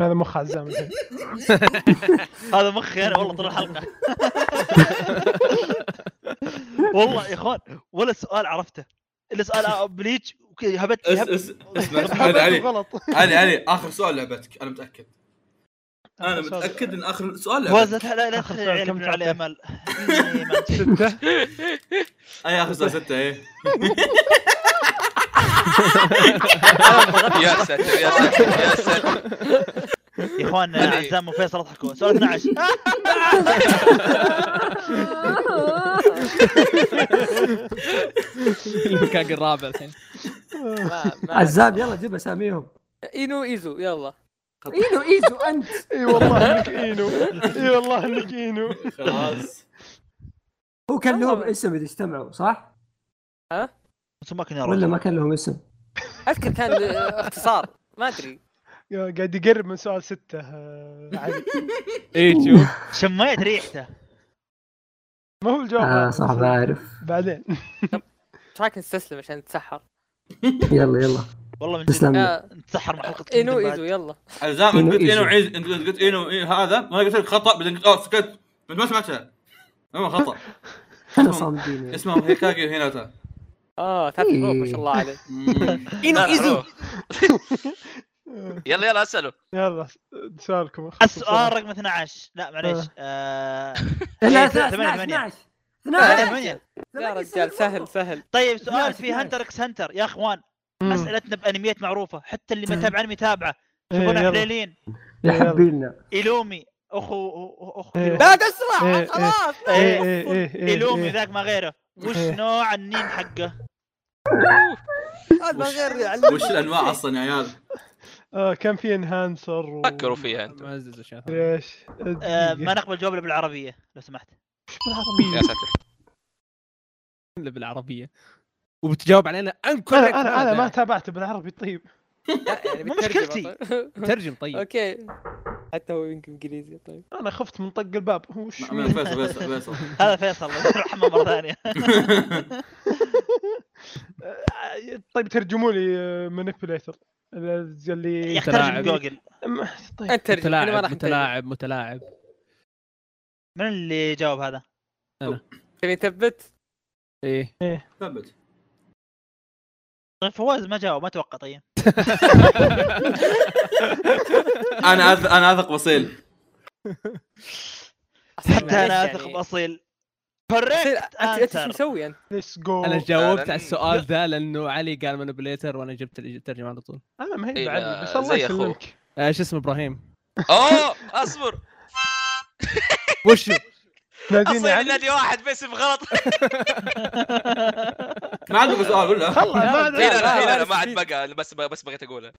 Speaker 6: هذا مخ عزام الحين
Speaker 5: هذا مخي انا والله طول الحلقه والله يا اخوان ولا سؤال عرفته الا سؤال بليتش وكذا هبت
Speaker 1: اس
Speaker 5: هبت
Speaker 1: اس اسمع اسمع علي علي
Speaker 6: غلط
Speaker 1: علي علي اخر سؤال لعبتك انا متاكد انا
Speaker 6: آخر سؤال.
Speaker 1: متاكد ان اخر سؤال
Speaker 5: فواز لا
Speaker 1: لعبتك
Speaker 5: تح- لا لا
Speaker 6: آخر
Speaker 5: تخلي
Speaker 6: سؤال
Speaker 5: العيال
Speaker 6: كم
Speaker 5: يبنون علي
Speaker 6: تعطيه؟
Speaker 5: امل إيه، ما أدري.
Speaker 6: ستة
Speaker 1: اي اخر سؤال سته ايه
Speaker 3: يا ساتر يا ساتر يا ساتر
Speaker 5: يا اخوان
Speaker 3: هذه-
Speaker 5: عزام وفيصل اضحكوا سؤال آه، 12
Speaker 4: المكان الرابع الحين
Speaker 7: ما ما
Speaker 2: عزام يلا جيب اساميهم
Speaker 7: اينو ايزو يلا
Speaker 2: ايزو ايزو انت
Speaker 6: اي والله انك اينو اي والله انك اينو
Speaker 1: خلاص
Speaker 2: هو كان لهم
Speaker 7: والله.
Speaker 2: اسم اذا اجتمعوا صح؟
Speaker 5: ثم ما كنا
Speaker 2: ولا
Speaker 5: رجل
Speaker 2: ما كان لهم اسم؟
Speaker 7: اذكر كان آه، اختصار ما ادري
Speaker 6: قاعد يقرب من سؤال ستة آه، علي
Speaker 4: اي شوف
Speaker 5: شميت ريحته
Speaker 6: ما هو الجواب
Speaker 2: آه
Speaker 6: هذا.
Speaker 2: صح ما اعرف
Speaker 6: بعدين
Speaker 7: ايش رايك نستسلم عشان نتسحر
Speaker 2: يلا يلا
Speaker 5: والله من جد
Speaker 2: تسلم لي.
Speaker 7: آه،
Speaker 5: نتسحر مع حلقه
Speaker 6: إيه،
Speaker 7: اينو ايزو يلا
Speaker 1: عزام انت قلت
Speaker 2: إنه إيزي.
Speaker 1: اينو عيز انت قلت اينو إيه هذا وانا قلت لك خطا بعدين قلت اوه سكت انت ما سمعتها هو خطا
Speaker 2: احنا صامدين
Speaker 1: اسمهم هيكاجي هيناتا
Speaker 7: آه، اه ثلاث حروف ما شاء الله عليك
Speaker 1: مم.
Speaker 3: اينو ايزو يلا يلا اساله
Speaker 6: يلا سؤالكم
Speaker 5: السؤال رقم 12 لا معليش آه،
Speaker 2: لا
Speaker 5: إيه،
Speaker 2: 12
Speaker 5: ثمانية، ثمانية.
Speaker 2: 12 12
Speaker 5: ثمانية، ثمانية.
Speaker 7: يا رجال سهل سهل
Speaker 5: طيب سؤال
Speaker 2: 12.
Speaker 5: في هنتر اكس هنتر يا اخوان
Speaker 6: مم.
Speaker 5: اسئلتنا بانميات معروفه حتى اللي ما تابع انمي تابعه
Speaker 6: إيه،
Speaker 5: شوفونا
Speaker 6: يلا.
Speaker 5: حليلين
Speaker 2: يا حبيبنا
Speaker 5: ايلومي اخو اخو
Speaker 6: إيه.
Speaker 5: إيلومي.
Speaker 7: لا
Speaker 6: إيه،
Speaker 7: تسرع خلاص
Speaker 5: إيه،
Speaker 6: ايه ايه ايه ايه
Speaker 5: ايلومي
Speaker 6: إيه.
Speaker 5: ذاك ما غيره وش
Speaker 6: إيه.
Speaker 5: نوع النين حقه؟
Speaker 7: هذا ما
Speaker 1: وش-
Speaker 7: غير يعني.
Speaker 1: وش
Speaker 7: يعلمك
Speaker 1: الانواع اصلا يا عيال؟
Speaker 6: آه، كان في انهانسر و...
Speaker 3: فكروا فيها انت
Speaker 4: معزز اشياء ثانية.
Speaker 6: مدري ايش
Speaker 5: آه، ما
Speaker 6: دقيقة.
Speaker 5: نقبل جواب إلا بالعربيه لو سمحت
Speaker 3: يا ساتر
Speaker 4: إلا بالعربيه وبتجاوب علينا انكر
Speaker 6: انا انا انا ما تابعت بالعربي طيب
Speaker 7: لا، يعني
Speaker 5: مو
Speaker 7: بالترجمة
Speaker 5: مشكلتي.
Speaker 7: طيب.
Speaker 4: ترجم طيب
Speaker 7: اوكي حتى هو يمكن انجليزي طيب
Speaker 6: انا خفت من طق الباب هو وش
Speaker 1: لا، من فيصل فيصل فيصل
Speaker 5: هذا فيصل الله يرحمه مره ثانيه
Speaker 6: آه، طيب ترجموا لي مانيبيوليتر اللي
Speaker 5: يا اخي
Speaker 4: متلاعب.
Speaker 5: ترجم جوجل
Speaker 6: أم- طيب
Speaker 7: انت ترجم احنا ما
Speaker 4: متلاعب
Speaker 7: راح نترجم.
Speaker 4: متلاعب متلاعب
Speaker 5: من اللي جاوب هذا؟
Speaker 7: تبي نثبت
Speaker 4: ايه
Speaker 1: ثبت
Speaker 5: طيب فواز ما جاوب ما توقع طيب
Speaker 1: انا أث... انا اثق بصيل
Speaker 5: حتى انا
Speaker 7: معليش
Speaker 5: اثق
Speaker 7: يعني.
Speaker 5: باصيل
Speaker 7: بصير-
Speaker 5: كوريكت
Speaker 7: انت انت ايش
Speaker 5: انسر
Speaker 7: مسوي انت؟
Speaker 6: ليتس جو
Speaker 4: انا
Speaker 6: انا
Speaker 4: جاوبت
Speaker 3: فعلاً.
Speaker 4: على السؤال ذا لانه علي قال مانيبيليتر وانا جبت الترجمه على طول
Speaker 6: ما هي
Speaker 3: إيه،
Speaker 6: بعلي بس
Speaker 3: لا،
Speaker 6: الله
Speaker 3: زي أخوك.
Speaker 6: يسلمك
Speaker 4: آه، شو اسمه ابراهيم
Speaker 3: اوه اصبر
Speaker 4: وشو
Speaker 6: ناديني
Speaker 3: اصلا
Speaker 6: علي
Speaker 3: نادي واحد باسم غلط
Speaker 1: ما عندك سؤال ولا؟
Speaker 6: خلاص ما
Speaker 3: لا لا
Speaker 6: أدري.
Speaker 3: لا لا، لا ما عاد بقى أنا بس بس بغيت اقولها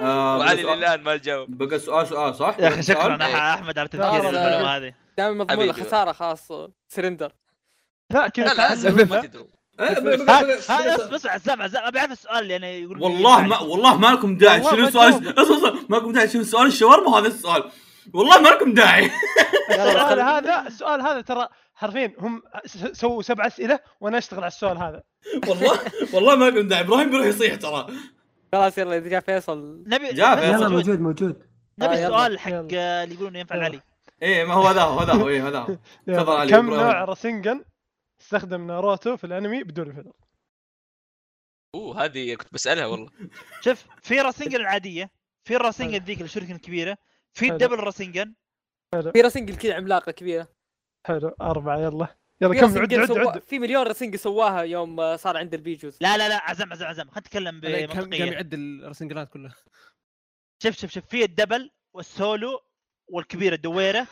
Speaker 1: آه، بقى
Speaker 3: وعلي
Speaker 1: سؤال-
Speaker 3: للان ما جاوب
Speaker 1: بقى سؤال سؤال صح؟
Speaker 5: يا اخي شكرا
Speaker 1: سؤال؟
Speaker 5: أح- احمد على تذكير
Speaker 7: لا، لا، لا.
Speaker 5: المعلومه هذه
Speaker 7: دام مضمون
Speaker 3: حبيبي.
Speaker 7: خساره خلاص سرندر
Speaker 6: لا كذا
Speaker 3: لا لا
Speaker 6: تعال.
Speaker 3: أسف، ما تدرون
Speaker 1: إيه، بقى- بقى-
Speaker 5: ها-
Speaker 1: بقى-
Speaker 5: ها اصبر اصبر عزام عزام ابي اعرف السؤال لان يقول لي-
Speaker 1: والله ما والله ما لكم داعي
Speaker 7: والله
Speaker 1: شنو
Speaker 7: ما
Speaker 1: سؤال
Speaker 7: جاوب.
Speaker 1: اصبر اصبر ما لكم داعي شنو سؤال الشاورما هذا السؤال والله ما لكم داعي
Speaker 6: السؤال هذا السؤال هذا ترى حرفيا هم س- سووا سبع اسئله وانا اشتغل على السؤال هذا
Speaker 1: والله والله ما لكم داعي ابراهيم بيروح يصيح ترى
Speaker 7: خلاص يلا اذا جاء فيصل
Speaker 5: نبي
Speaker 1: جاء
Speaker 5: نبي
Speaker 1: فيصل.
Speaker 2: يلا
Speaker 5: سؤال-
Speaker 2: موجود موجود
Speaker 5: نبي
Speaker 7: آه، يلا،
Speaker 5: سؤال حق آه،
Speaker 6: يلا.
Speaker 5: اللي يقولون ينفع
Speaker 6: يلا.
Speaker 5: علي
Speaker 1: ايه ما هو هذا هو هذا هو ايه هذا هو
Speaker 6: يلا.
Speaker 1: تفضل علي
Speaker 6: كم
Speaker 1: إبراهيم.
Speaker 6: نوع راسنجن استخدم ناروتو في الانمي بدون الفيلر
Speaker 3: اوه هذه كنت بسالها والله
Speaker 5: شوف في راسنجن العاديه في الراسنجن ذيك الشركه الكبيره في
Speaker 6: حلو.
Speaker 5: الدبل راسنجن
Speaker 7: في راسنجل كذا عملاقه كبيره
Speaker 6: حلو اربعه يلا يلا
Speaker 7: في
Speaker 6: كم عد
Speaker 7: راسنجل
Speaker 6: عد
Speaker 7: سوا...
Speaker 6: عد
Speaker 7: في مليون راسنجل سواها يوم آه، صار عند البيجوز
Speaker 5: لا لا لا عزام عزام عزام خلينا نتكلم
Speaker 4: علي كم كم
Speaker 5: بمنطقيه
Speaker 4: يعد الرسنجلات كلها
Speaker 5: شوف شوف شوف في الدبل والسولو والكبيره الدويره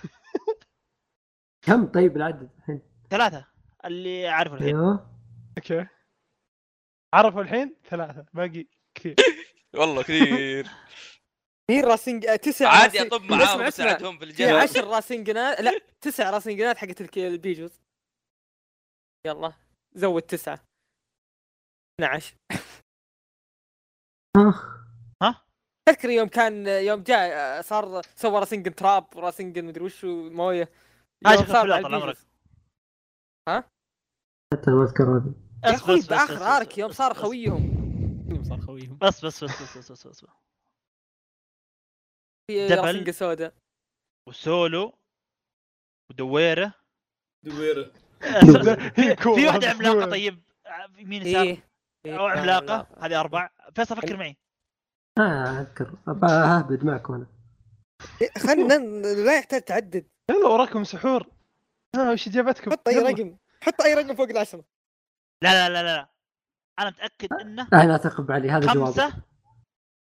Speaker 2: كم طيب العدد الحين؟
Speaker 5: ثلاثه اللي اعرفه الحين
Speaker 2: ايوه
Speaker 6: اوكي عرفوا الحين ثلاثه باقي كثير
Speaker 3: والله كثير
Speaker 7: في راسنج آه، تسع
Speaker 3: عادي
Speaker 7: راسنج-
Speaker 3: اطب معاهم
Speaker 7: اسمع، اسمع.
Speaker 3: اساعدهم في
Speaker 7: في
Speaker 3: الجنة
Speaker 7: عشر راسنجنات لا تسع راسنجنات حقت الك- البيجوز يلا زود تسعه 12
Speaker 2: اخ
Speaker 7: تذكر يوم كان يوم جاء آه، صار سوى راسنجن تراب وراسنجن مدري وش مويه
Speaker 5: هاي
Speaker 7: يوم
Speaker 5: شوف
Speaker 7: صار
Speaker 5: الفيلر
Speaker 7: مع
Speaker 5: طال عمرك.
Speaker 7: البيجوز.
Speaker 2: حتى ما اذكر هذا
Speaker 7: يا
Speaker 5: اصبر
Speaker 7: اخوي
Speaker 5: اصبر اصبر
Speaker 7: باخر
Speaker 5: اصبر
Speaker 7: ارك يوم صار
Speaker 5: اصبر
Speaker 7: خويهم
Speaker 4: صار خويهم
Speaker 5: اصبر اصبر اصبر اصبر اصبر, أصبر.
Speaker 7: في
Speaker 5: دبل.
Speaker 7: راسنجل سودا
Speaker 5: وسولو ودويره
Speaker 1: دويره
Speaker 5: في واحده عملاقه طيب يمين يسار
Speaker 7: ايه
Speaker 6: إيه،
Speaker 5: او عملاقه هذه اربع فيصل فكر معي
Speaker 2: اه اذكر ابغى اهبد معكم انا
Speaker 7: إيه، خلنا لا يحتاج تعدد
Speaker 6: يلا وراكم سحور ها وش اجابتكم؟
Speaker 7: حط اي
Speaker 6: يلا.
Speaker 7: رقم حط اي رقم فوق العشره
Speaker 5: لا لا لا لا لا انا متاكد
Speaker 6: أه،
Speaker 5: انه
Speaker 2: لا انا اثق علي هذا جوابك
Speaker 5: خمسه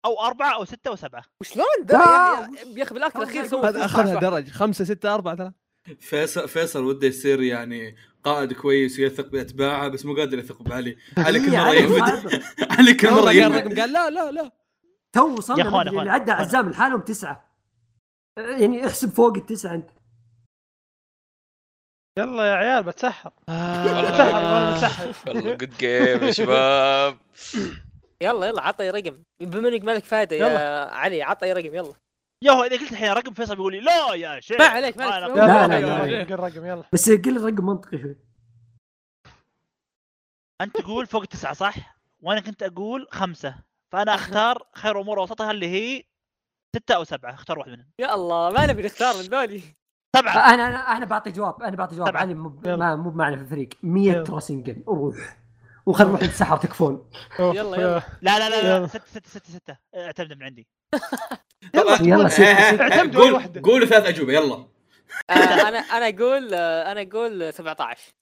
Speaker 5: او اربعه او سته او سبعه
Speaker 7: وشلون يعني ده
Speaker 2: آه.
Speaker 7: يا أخي- يا اخي بالاكل الاخير سوى
Speaker 4: هذا اخذها درج خمسة ستة أربعة ثلاثة
Speaker 1: فيصل فيصل وده يصير يعني قائد كويس ويثق باتباعه بس مو قادر يثق بعلي علي
Speaker 2: إيه،
Speaker 1: كل مره يهبد علي كل مره
Speaker 4: قال
Speaker 1: يهبد
Speaker 4: رقم قال لا لا لا
Speaker 2: تو وصلنا
Speaker 5: يا أخوان،
Speaker 2: مدري
Speaker 5: أخوان،
Speaker 2: اللي عدى
Speaker 5: أخوان.
Speaker 2: عزام لحالهم تسعه آه، يعني احسب فوق التسعه انت
Speaker 6: يلا يا عيال بتسحر بتسحر
Speaker 2: آه.
Speaker 6: والله
Speaker 3: والله
Speaker 6: بتسحر
Speaker 3: والله جود جيم يا شباب
Speaker 7: يلا يلا عطي رقم بما انك مالك فايده يا
Speaker 6: يلا.
Speaker 7: علي عطي رقم يلا
Speaker 5: يا هو اذا قلت الحين رقم فيصل بيقول لي لا يا شيخ
Speaker 7: ما عليك، ما
Speaker 5: أنا
Speaker 7: عليك.
Speaker 5: بقول-
Speaker 2: لا،
Speaker 6: يلا
Speaker 2: لا،
Speaker 6: قل
Speaker 2: لا.
Speaker 6: الرقم، قل الرقم يلا
Speaker 2: بس قل الرقم منطقي شوي
Speaker 5: انت تقول فوق التسعه صح؟ وانا كنت اقول خمسه
Speaker 6: أه.
Speaker 5: فانا اختار خير امور وسطها اللي هي سته او سبعه اختار واحد منهم
Speaker 7: يا الله ما نبي نختار من ذولي
Speaker 2: آه،
Speaker 6: أه.
Speaker 5: سبعه
Speaker 2: انا انا انا بعطي جواب انا بعطي جواب
Speaker 5: طبعاً.
Speaker 2: علي مو ب-
Speaker 6: يلا.
Speaker 2: ما- مو معنا في الفريق 100
Speaker 6: يلا.
Speaker 2: راسنجل روح وخل نروح للسحر تكفون
Speaker 6: أوف،
Speaker 9: يلا،
Speaker 6: يا-
Speaker 5: لا لا لا لا
Speaker 6: يلا.
Speaker 5: ستة ستة ستة ستة اعتمد من عندي
Speaker 2: يلا
Speaker 6: ستة.
Speaker 2: ستة.
Speaker 6: اعتمدوا على
Speaker 1: إيه، قول
Speaker 6: واحدة.
Speaker 1: قولوا ثلاث اجوبه يلا
Speaker 7: آه، انا انا اقول آه، انا اقول 17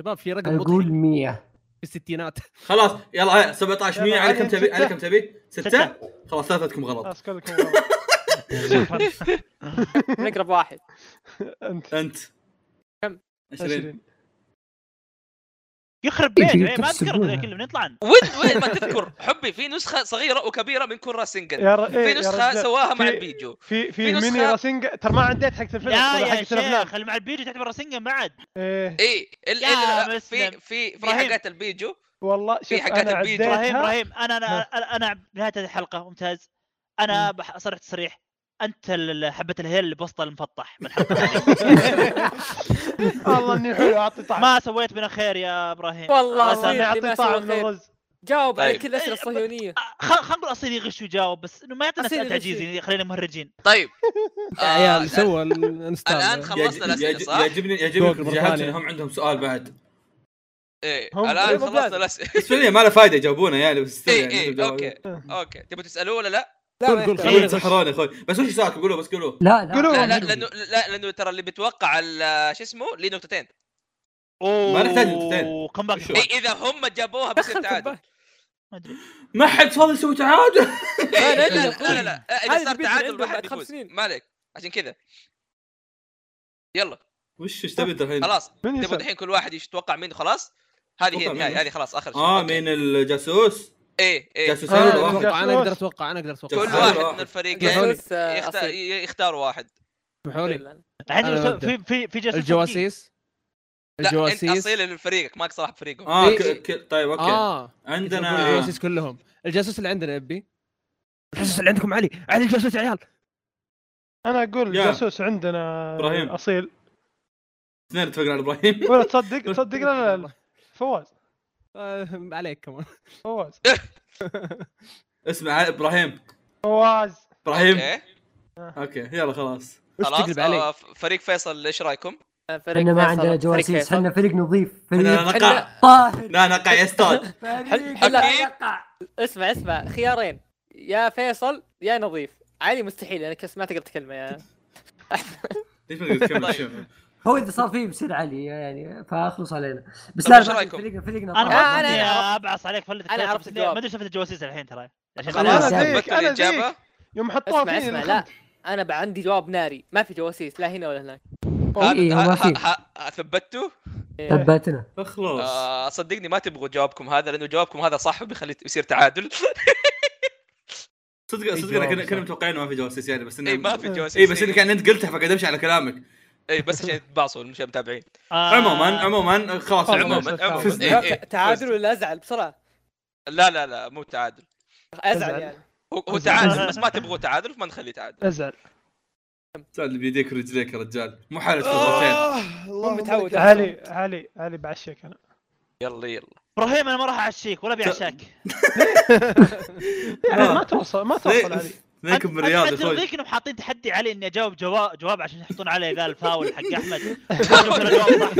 Speaker 4: شباب في رقم
Speaker 2: اقول
Speaker 4: مضحك
Speaker 2: 100
Speaker 4: في الستينات
Speaker 3: آه،
Speaker 1: خلاص يلا آه، ها، 17 100
Speaker 6: يلا،
Speaker 1: على كم
Speaker 6: علي
Speaker 1: تبي
Speaker 6: ستة.
Speaker 1: على كم تبي؟ ستة؟
Speaker 5: ستة.
Speaker 1: خلاص ثلاثتكم غلط
Speaker 6: خلاص كلكم غلط.
Speaker 5: شوف
Speaker 7: نقرب واحد
Speaker 6: انت
Speaker 1: انت
Speaker 7: كم؟
Speaker 1: 20
Speaker 6: 20
Speaker 5: يخرب بيت
Speaker 2: إيه،
Speaker 5: إيه، ما اذكر
Speaker 2: تحسبونها.
Speaker 5: كله نطلع
Speaker 3: وين وين ما تذكر حبي في نسخه صغيره وكبيره من كورا سنجل
Speaker 6: يا ر... إيه،
Speaker 3: في
Speaker 6: يا
Speaker 3: نسخه
Speaker 6: رجال،
Speaker 3: سواها مع
Speaker 6: في-
Speaker 3: البيجو
Speaker 6: في في
Speaker 3: في نسخة-
Speaker 6: ميني راسينج ترى ما عديت حق الفيلم
Speaker 5: لا
Speaker 6: ولا
Speaker 5: يا
Speaker 6: حق الافلام
Speaker 5: شيخ اللي مع البيجو تعتبر سنجل بعد
Speaker 6: ايه
Speaker 3: اي إيه، ال...
Speaker 5: يا
Speaker 3: ال... في في
Speaker 5: مسلم.
Speaker 3: في
Speaker 5: إبراهيم.
Speaker 3: حقات البيجو
Speaker 6: والله شوف
Speaker 3: حقات
Speaker 6: انا
Speaker 3: البيج.
Speaker 6: عديتها-
Speaker 5: ابراهيم ابراهيم انا انا
Speaker 6: ها.
Speaker 5: انا, أنا نهايه هذه الحلقه ممتاز انا بح- صريح تصريح انت ال- حبه الهيل اللي بوسط المفطح من الحلقه
Speaker 6: والله اني حلو اعطي طعم
Speaker 5: ما سويت من الخير يا ابراهيم
Speaker 7: والله
Speaker 5: أصلاً
Speaker 7: العظيم
Speaker 6: انا
Speaker 7: اللي
Speaker 6: اعطي
Speaker 7: ما سوى
Speaker 6: طعم
Speaker 7: خير.
Speaker 6: للرز
Speaker 7: جاوب على
Speaker 3: طيب.
Speaker 7: كل الاسئله
Speaker 5: إيه، أب-
Speaker 7: الصهيونيه
Speaker 5: خل- خلينا نقول اصيل يغش ويجاوب بس انه ما يعطينا
Speaker 7: أصيل
Speaker 5: اسئله
Speaker 7: يغش
Speaker 5: تعجيزي خلينا مهرجين
Speaker 3: طيب
Speaker 4: يا
Speaker 3: آه،
Speaker 4: عيال
Speaker 3: الآن-
Speaker 4: سوى الانستال
Speaker 3: الان خلصنا الاسئله
Speaker 1: يعجب-
Speaker 3: صح؟
Speaker 1: يعجبني
Speaker 4: دوك
Speaker 1: يعجبني جهات
Speaker 4: بريطانيا.
Speaker 1: انهم عندهم سؤال بعد
Speaker 3: ايه
Speaker 6: هم-
Speaker 3: الان
Speaker 7: هم
Speaker 3: خلصنا
Speaker 7: بلاد.
Speaker 3: الاسئله
Speaker 1: بس فعليا ما له فائده يجاوبونه يعني بس still
Speaker 3: اي
Speaker 1: يعني
Speaker 3: اي
Speaker 1: تبدأ-
Speaker 3: اوكي اوكي إيه، تبغوا تسالوه ولا لا؟
Speaker 7: لا ما
Speaker 4: قول- قول
Speaker 7: يحتاج.
Speaker 4: خلينا
Speaker 1: قولوا
Speaker 4: نغش.
Speaker 1: سحروني يا اخوي بس وش ساعتكم قولوا بس قولوا
Speaker 2: لا طيب. لا
Speaker 6: قولوا.
Speaker 3: لا لا لانه لا لانه ترى اللي بيتوقع ال- شو اسمه ليه نقطتين
Speaker 1: ما نحتاج نقطتين.
Speaker 5: كم باك
Speaker 1: شو؟
Speaker 3: إيه، اذا هم جابوها بس
Speaker 7: دخل
Speaker 3: تعادل
Speaker 7: كباك.
Speaker 5: ما أدري.
Speaker 1: ما حد فاضي يسوي تعادل
Speaker 3: إيه، لا
Speaker 7: لا،
Speaker 3: لا
Speaker 7: لا،
Speaker 3: لا لا آه، اذا
Speaker 7: هذه
Speaker 3: صار
Speaker 7: البيت اللي
Speaker 3: تعادل
Speaker 7: عندهم
Speaker 3: ما حد
Speaker 7: بعد خمس
Speaker 3: بيفوز
Speaker 7: سنين.
Speaker 3: ما عليك عشان كذا يلا
Speaker 1: وش ايش تبي انت الحين؟
Speaker 3: خلاص
Speaker 6: من
Speaker 3: تبغى
Speaker 6: يسأل
Speaker 3: الحين كل واحد يتوقع مين خلاص هذه هي
Speaker 1: توقع مين
Speaker 3: النهايه
Speaker 1: بس.
Speaker 3: هذه خلاص اخر شيء
Speaker 1: اه
Speaker 3: أوكي.
Speaker 1: مين الجاسوس؟
Speaker 3: ايه ايه
Speaker 1: جاسوسين ولا
Speaker 4: آه،
Speaker 1: واحد؟
Speaker 4: أتوقع، انا اقدر اتوقع انا اقدر
Speaker 3: كل
Speaker 4: اتوقع
Speaker 1: جاسوس.
Speaker 3: واحد
Speaker 1: واحد.
Speaker 3: من الفريقين
Speaker 7: جاسوس، آه،
Speaker 3: يخت-
Speaker 7: أصيل.
Speaker 3: ي- يختار واحد
Speaker 4: اسمحوا لي
Speaker 7: لا، لا.
Speaker 5: عندي
Speaker 4: أنا
Speaker 5: سو- في في في جاسوس
Speaker 4: الجواسيس
Speaker 3: لا انت
Speaker 4: الجواسيس
Speaker 3: اصيل من فريقك ماك صلاح بفريقهم
Speaker 1: اه
Speaker 4: إيه.
Speaker 1: ك- ك- طيب اوكي
Speaker 4: اه يتوقعون
Speaker 1: عندنا
Speaker 4: الجواسيس كلهم الجاسوس اللي عندنا ابي الجاسوس اللي عندكم علي علي الجاسوس يا عيال
Speaker 6: انا اقول
Speaker 1: يا.
Speaker 6: جاسوس عندنا
Speaker 1: إبراهيم.
Speaker 6: اصيل
Speaker 1: اثنين اتفقنا على ابراهيم
Speaker 6: ولا تصدق تصدق لا لا لا فواز
Speaker 4: آه، عليك كمان
Speaker 6: فواز
Speaker 1: اسمع ابراهيم
Speaker 6: فواز
Speaker 1: ابراهيم
Speaker 3: اوكي
Speaker 1: اوكي يلا خلاص
Speaker 4: وش
Speaker 3: خلاص
Speaker 4: تقلب علي
Speaker 3: آه، ف- فريق فيصل ايش رايكم؟
Speaker 7: فريق
Speaker 2: احنا ما
Speaker 7: فيصل،
Speaker 2: عندنا
Speaker 7: فريق
Speaker 2: جواسيس
Speaker 7: فيصل.
Speaker 2: احنا فريق نظيف
Speaker 1: احنا
Speaker 2: فريق
Speaker 1: نقع
Speaker 2: طاهر
Speaker 1: لا نقع يا استاذ
Speaker 2: فريق
Speaker 7: حل-
Speaker 2: لا
Speaker 3: حكيم.
Speaker 2: يقع
Speaker 7: اسمع اسمع خيارين يا فيصل يا نظيف علي مستحيل انا كس ما تقدر تكلمه يا
Speaker 1: ليش ما تقدر
Speaker 4: طيب.
Speaker 1: تكمل الشغل؟
Speaker 2: هو اذا صار فيه بصير علي يعني فاخلص علينا بس
Speaker 3: طيب
Speaker 2: لا
Speaker 3: وش
Speaker 2: لا،
Speaker 3: رأيكم؟
Speaker 2: فريق فريقنا
Speaker 5: انا
Speaker 2: طاهر.
Speaker 5: ما
Speaker 7: آه، أنا-
Speaker 5: أدري،
Speaker 7: أنا
Speaker 5: ابعص عليك فلتك
Speaker 7: أنا
Speaker 5: بس
Speaker 7: عرفت
Speaker 5: ليه-
Speaker 7: الجواب.
Speaker 5: ما ادري شفت الجواسيس الحين ترى عشان
Speaker 6: انا
Speaker 2: خلاص.
Speaker 5: أنا-
Speaker 6: ذيك
Speaker 3: ثبتوا
Speaker 6: انا ذيك
Speaker 3: الاجابه
Speaker 6: يوم حطوها
Speaker 7: اسمع
Speaker 6: فيني
Speaker 7: اسمع
Speaker 6: دخلت.
Speaker 7: لا انا بقى عندي جواب ناري ما في جواسيس لا هنا ولا هناك
Speaker 2: إيه،
Speaker 3: هذا-
Speaker 2: هو
Speaker 3: ه-
Speaker 2: في.
Speaker 3: ه- ه- ثبتوا؟
Speaker 7: إيه.
Speaker 2: ثبتنا
Speaker 1: طيب، اخلص
Speaker 3: آه، صدقني ما تبغوا جوابكم هذا لانه جوابكم هذا صح وبيخلي يصير تعادل
Speaker 1: صدق صدق أنا كنا كنا متوقعين ما في جواسيس يعني بس انه
Speaker 3: اي إيه، ما في جواسيس
Speaker 1: اي بس انك يعني انت قلتها فقد امشي على كلامك
Speaker 3: اي بس عشان يتبعصوا المتابعين
Speaker 5: آه،
Speaker 1: عموما عموما خلاص
Speaker 6: خلاص،
Speaker 1: عموما
Speaker 3: عموما عموما
Speaker 1: فزنا.
Speaker 3: إيه،
Speaker 7: لا،
Speaker 3: إيه.
Speaker 7: ت- تعادل ولا ازعل بسرعه
Speaker 3: لا لا لا مو تعادل
Speaker 7: ازعل يعني
Speaker 3: هو هو تعادل بس ما تبغوا تعادل فما نخليه تعادل
Speaker 6: ازعل
Speaker 1: تعال اللي بيديك ورجليك يا رجال مو حالة
Speaker 3: آه.
Speaker 1: خبرتين
Speaker 7: مو متعود
Speaker 6: علي علي علي بعشيك انا
Speaker 3: يلا يلا
Speaker 5: ابراهيم انا ما راح اعشيك ولا بيعشاك
Speaker 6: يعني ما توصل ما توصل علي
Speaker 1: اثنينكم من الرياض يا اخوي
Speaker 5: ترضيك انهم حاطين تحدي علي اني اجاوب جواب جواب عشان يحطون علي ذا الفاول حق احمد أجاوب أنا جواب صح.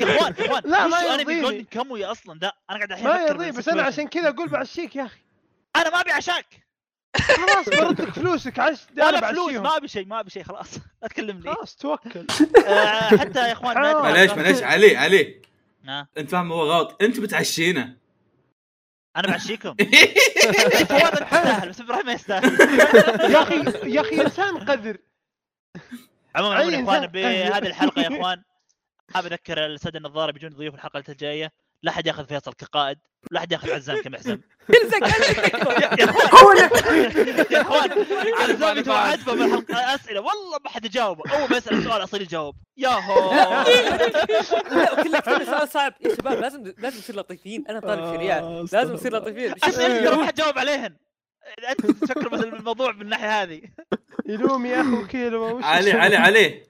Speaker 5: يا اخوان يا اخوان
Speaker 6: لا، ما
Speaker 5: وش انا
Speaker 6: يرضيني.
Speaker 5: بيجولدن كموي اصلا ده انا قاعد الحين
Speaker 6: ما
Speaker 5: أفكر
Speaker 6: يرضي بس انا
Speaker 5: بالsituation.
Speaker 6: عشان كذا اقول بعشيك يا اخي
Speaker 5: انا ما ابي عشاك
Speaker 6: خلاص بردك فلوسك عش انا
Speaker 5: ولا فلوس
Speaker 6: بعشيهم
Speaker 5: ما ابي شيء ما ابي شيء خلاص لا تكلمني
Speaker 6: خلاص توكل
Speaker 5: آه، حتى يا اخوان ما
Speaker 6: حرام.
Speaker 1: معليش
Speaker 5: يدري-
Speaker 1: معليش علي علي
Speaker 5: آه،
Speaker 1: انت فاهم هو غلط انت بتعشينا
Speaker 5: انا بعشيكم فواز أنت تستاهل بس ابراهيم ما يستاهل
Speaker 6: يا اخي يا اخي انسان قذر
Speaker 5: عموما عموما
Speaker 6: أي
Speaker 5: يا اخوان
Speaker 6: إنسان. أي.
Speaker 5: بهذه الحلقه يا اخوان حاب اذكر السد النظاره بيجون ضيوف الحلقه الجايه لا احد ياخذ فيصل كقائد ولا احد ياخذ عزام كمحزم
Speaker 7: يلزق عليك
Speaker 5: يا اخوان
Speaker 2: هو لك
Speaker 5: يا اخوان عزام يتوحد بالحلقه اسئله والله ما حد يجاوبه اول ما يسال سؤال اصيل يجاوب يا هو
Speaker 7: لا كله كله سؤال صعب يا شباب لازم لازم نصير لطيفين انا طالب
Speaker 4: آه،
Speaker 7: شريعه طيب،
Speaker 1: آه،
Speaker 7: لازم نصير لطيفين شوف
Speaker 5: اسئله ترى ما حد جاوب عليهن انت تفكر مثلا الموضوع من الناحيه هذه
Speaker 6: يلوم يا اخي وكيلو وش
Speaker 1: علي علي علي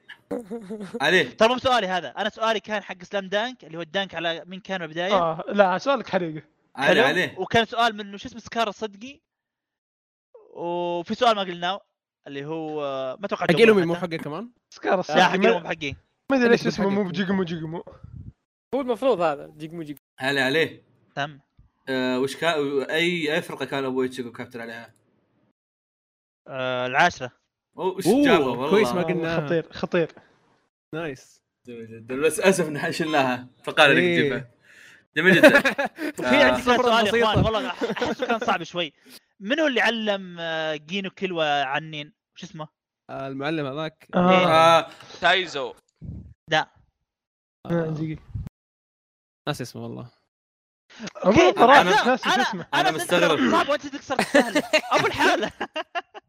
Speaker 1: علي
Speaker 5: ترى مو سؤالي هذا انا سؤالي كان حق سلام دانك اللي هو الدانك على مين كان بالبدايه
Speaker 6: اه لا سؤالك حريقه
Speaker 1: علي
Speaker 5: حلو؟
Speaker 1: علي
Speaker 5: وكان سؤال من شو اسمه سكار الصدقي وفي سؤال ما قلناه اللي هو ما توقع
Speaker 4: حقي لهم مو حقي كمان
Speaker 6: سكار
Speaker 5: لا حق
Speaker 6: الصاحب
Speaker 5: لهم
Speaker 6: ما
Speaker 5: حقي
Speaker 6: ما ادري ليش اسمه مو بجقمو جقمو
Speaker 7: هو المفروض هذا جيجمو جيجمو
Speaker 1: علي عليه
Speaker 5: تم
Speaker 1: آه وش كان اي اي فرقه كان ابو يتشيكو كابتن عليها؟
Speaker 5: آه العاشره
Speaker 1: أوه، وش
Speaker 4: أوه،
Speaker 1: جابه والله
Speaker 4: كويس ما
Speaker 6: آه،
Speaker 4: قلناها.
Speaker 6: خطير خطير
Speaker 4: نايس
Speaker 1: جميل جدا بس اسف ان شلناها فقال لك
Speaker 4: إيه.
Speaker 1: تجيبها جميل جدا
Speaker 4: في عندي
Speaker 1: آه.
Speaker 5: بس
Speaker 4: فرصة
Speaker 5: آه، سؤال يا اخوان
Speaker 4: بسيطة
Speaker 5: والله أح- احسه كان صعب شوي من هو اللي علم آه، جينو كيلوا عنين وش اسمه؟
Speaker 4: آه، المعلم هذاك
Speaker 6: اه
Speaker 1: آه
Speaker 3: تايزو
Speaker 4: آه،
Speaker 6: دقيقة.
Speaker 4: ناس اسمه والله
Speaker 6: أوكي، ترى
Speaker 1: أنا-
Speaker 6: أنا ناسي شو اسمه.
Speaker 1: أنا
Speaker 5: بس
Speaker 1: مستغرب.
Speaker 5: أكثر صعب وانت تكسر السهل ابو الحاله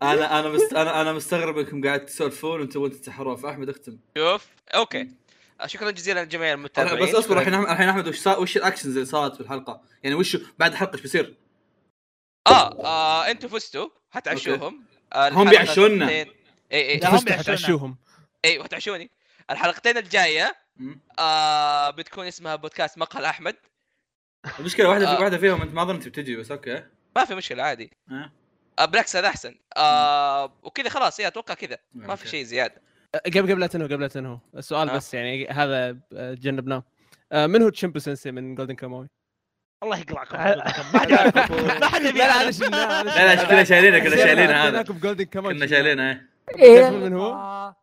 Speaker 1: انا انا مست... انا انا مستغرب انكم قاعد تسولفون وانتم وانت تحرف احمد اختم
Speaker 3: شوف اوكي شكرا جزيلا لجميع
Speaker 1: أنا
Speaker 3: المتابعين
Speaker 1: بس اصبر
Speaker 3: شكراً.
Speaker 1: الحين أحمد- الحين احمد وش صار وش الاكشنز اللي صارت في الحلقه؟ يعني وش بعد الحلقه ايش بيصير؟
Speaker 3: اه, آه انتوا فزتوا حتعشوهم آه إيه،
Speaker 1: هم بيعشونا.
Speaker 3: اي
Speaker 1: إيه،
Speaker 3: اي
Speaker 5: لا، هم
Speaker 4: فزتوا
Speaker 5: يعشونا.
Speaker 4: حتعشوهم
Speaker 3: اي إيه، وتعشوني الحلقتين الجايه
Speaker 1: مم.
Speaker 3: آه بتكون اسمها بودكاست مقهى احمد
Speaker 1: المشكله واحده
Speaker 3: آه.
Speaker 1: واحده فيهم انت ما ظننت بتجي بس اوكي
Speaker 3: ما في مشكله عادي
Speaker 1: آه.
Speaker 3: آه بالعكس هذا احسن آه وكذا خلاص يا اتوقع كذا ما في
Speaker 1: أوكي.
Speaker 3: شيء زياده
Speaker 4: آه، قبل قبل لا تنهو قبل لا تنهو السؤال
Speaker 3: آه.
Speaker 4: بس يعني هذا آه، تجنبناه آه، من هو تشمبو سensei من جولدن كاموي؟
Speaker 5: الله يقلعكم ما حد يعرفكم. ما حد يبي يعرف.
Speaker 1: لا لا كنا شايلينه كنا شايلينه هذا
Speaker 4: كنا جولدن كاموي
Speaker 1: كنا شايلينه ايه
Speaker 4: تعرفون من هو؟
Speaker 2: آه،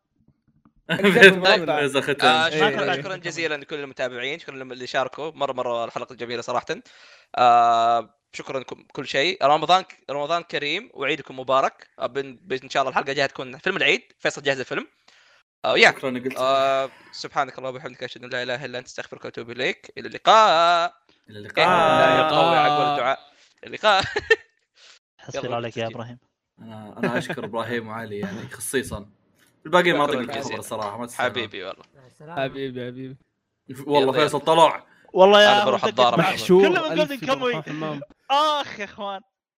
Speaker 3: طيب.
Speaker 1: بس
Speaker 3: آه
Speaker 1: اختها
Speaker 3: شكرا
Speaker 4: إيه.
Speaker 3: شكرا جزيلا لكل المتابعين شكرا اللي شاركوا مره مره الحلقه جميله صراحه آه شكرا لكم كل شيء رمضان رمضان كريم وعيدكم مبارك آه، بن... بن- ان شاء الله الحلقه الجايه تكون فيلم العيد فيصل جاهز الفيلم آه وياك
Speaker 1: شكرا قلت
Speaker 3: آه سبحانك اللهم وبحمدك اشهد ان لا اله الا انت استغفرك واتوب اليك الى اللقاء
Speaker 1: الى
Speaker 3: إيه،
Speaker 1: اللقاء
Speaker 3: لا يقوي عقب الدعاء اللقاء
Speaker 5: حسبي
Speaker 3: يلا،
Speaker 5: الله عليك يا
Speaker 3: تسجيل.
Speaker 5: ابراهيم
Speaker 1: انا انا اشكر ابراهيم وعلي يعني خصيصا الباقي ما اطق
Speaker 3: شكراً
Speaker 1: الخبر
Speaker 3: جزيلاً.
Speaker 1: الصراحه ما تستاهل.
Speaker 3: حبيبي والله
Speaker 2: مع السلامة.
Speaker 4: حبيبي حبيبي
Speaker 1: والله
Speaker 3: يلا، يلا.
Speaker 1: فيصل طلع
Speaker 5: والله
Speaker 3: أنا
Speaker 5: يا
Speaker 3: بروح
Speaker 5: مدقق
Speaker 3: أتضارب.
Speaker 5: معكم.
Speaker 4: محشور
Speaker 5: كلهم
Speaker 4: ألف
Speaker 5: جولدن
Speaker 4: يبقى
Speaker 5: كاموي
Speaker 4: حمام
Speaker 5: اخ يا اخوان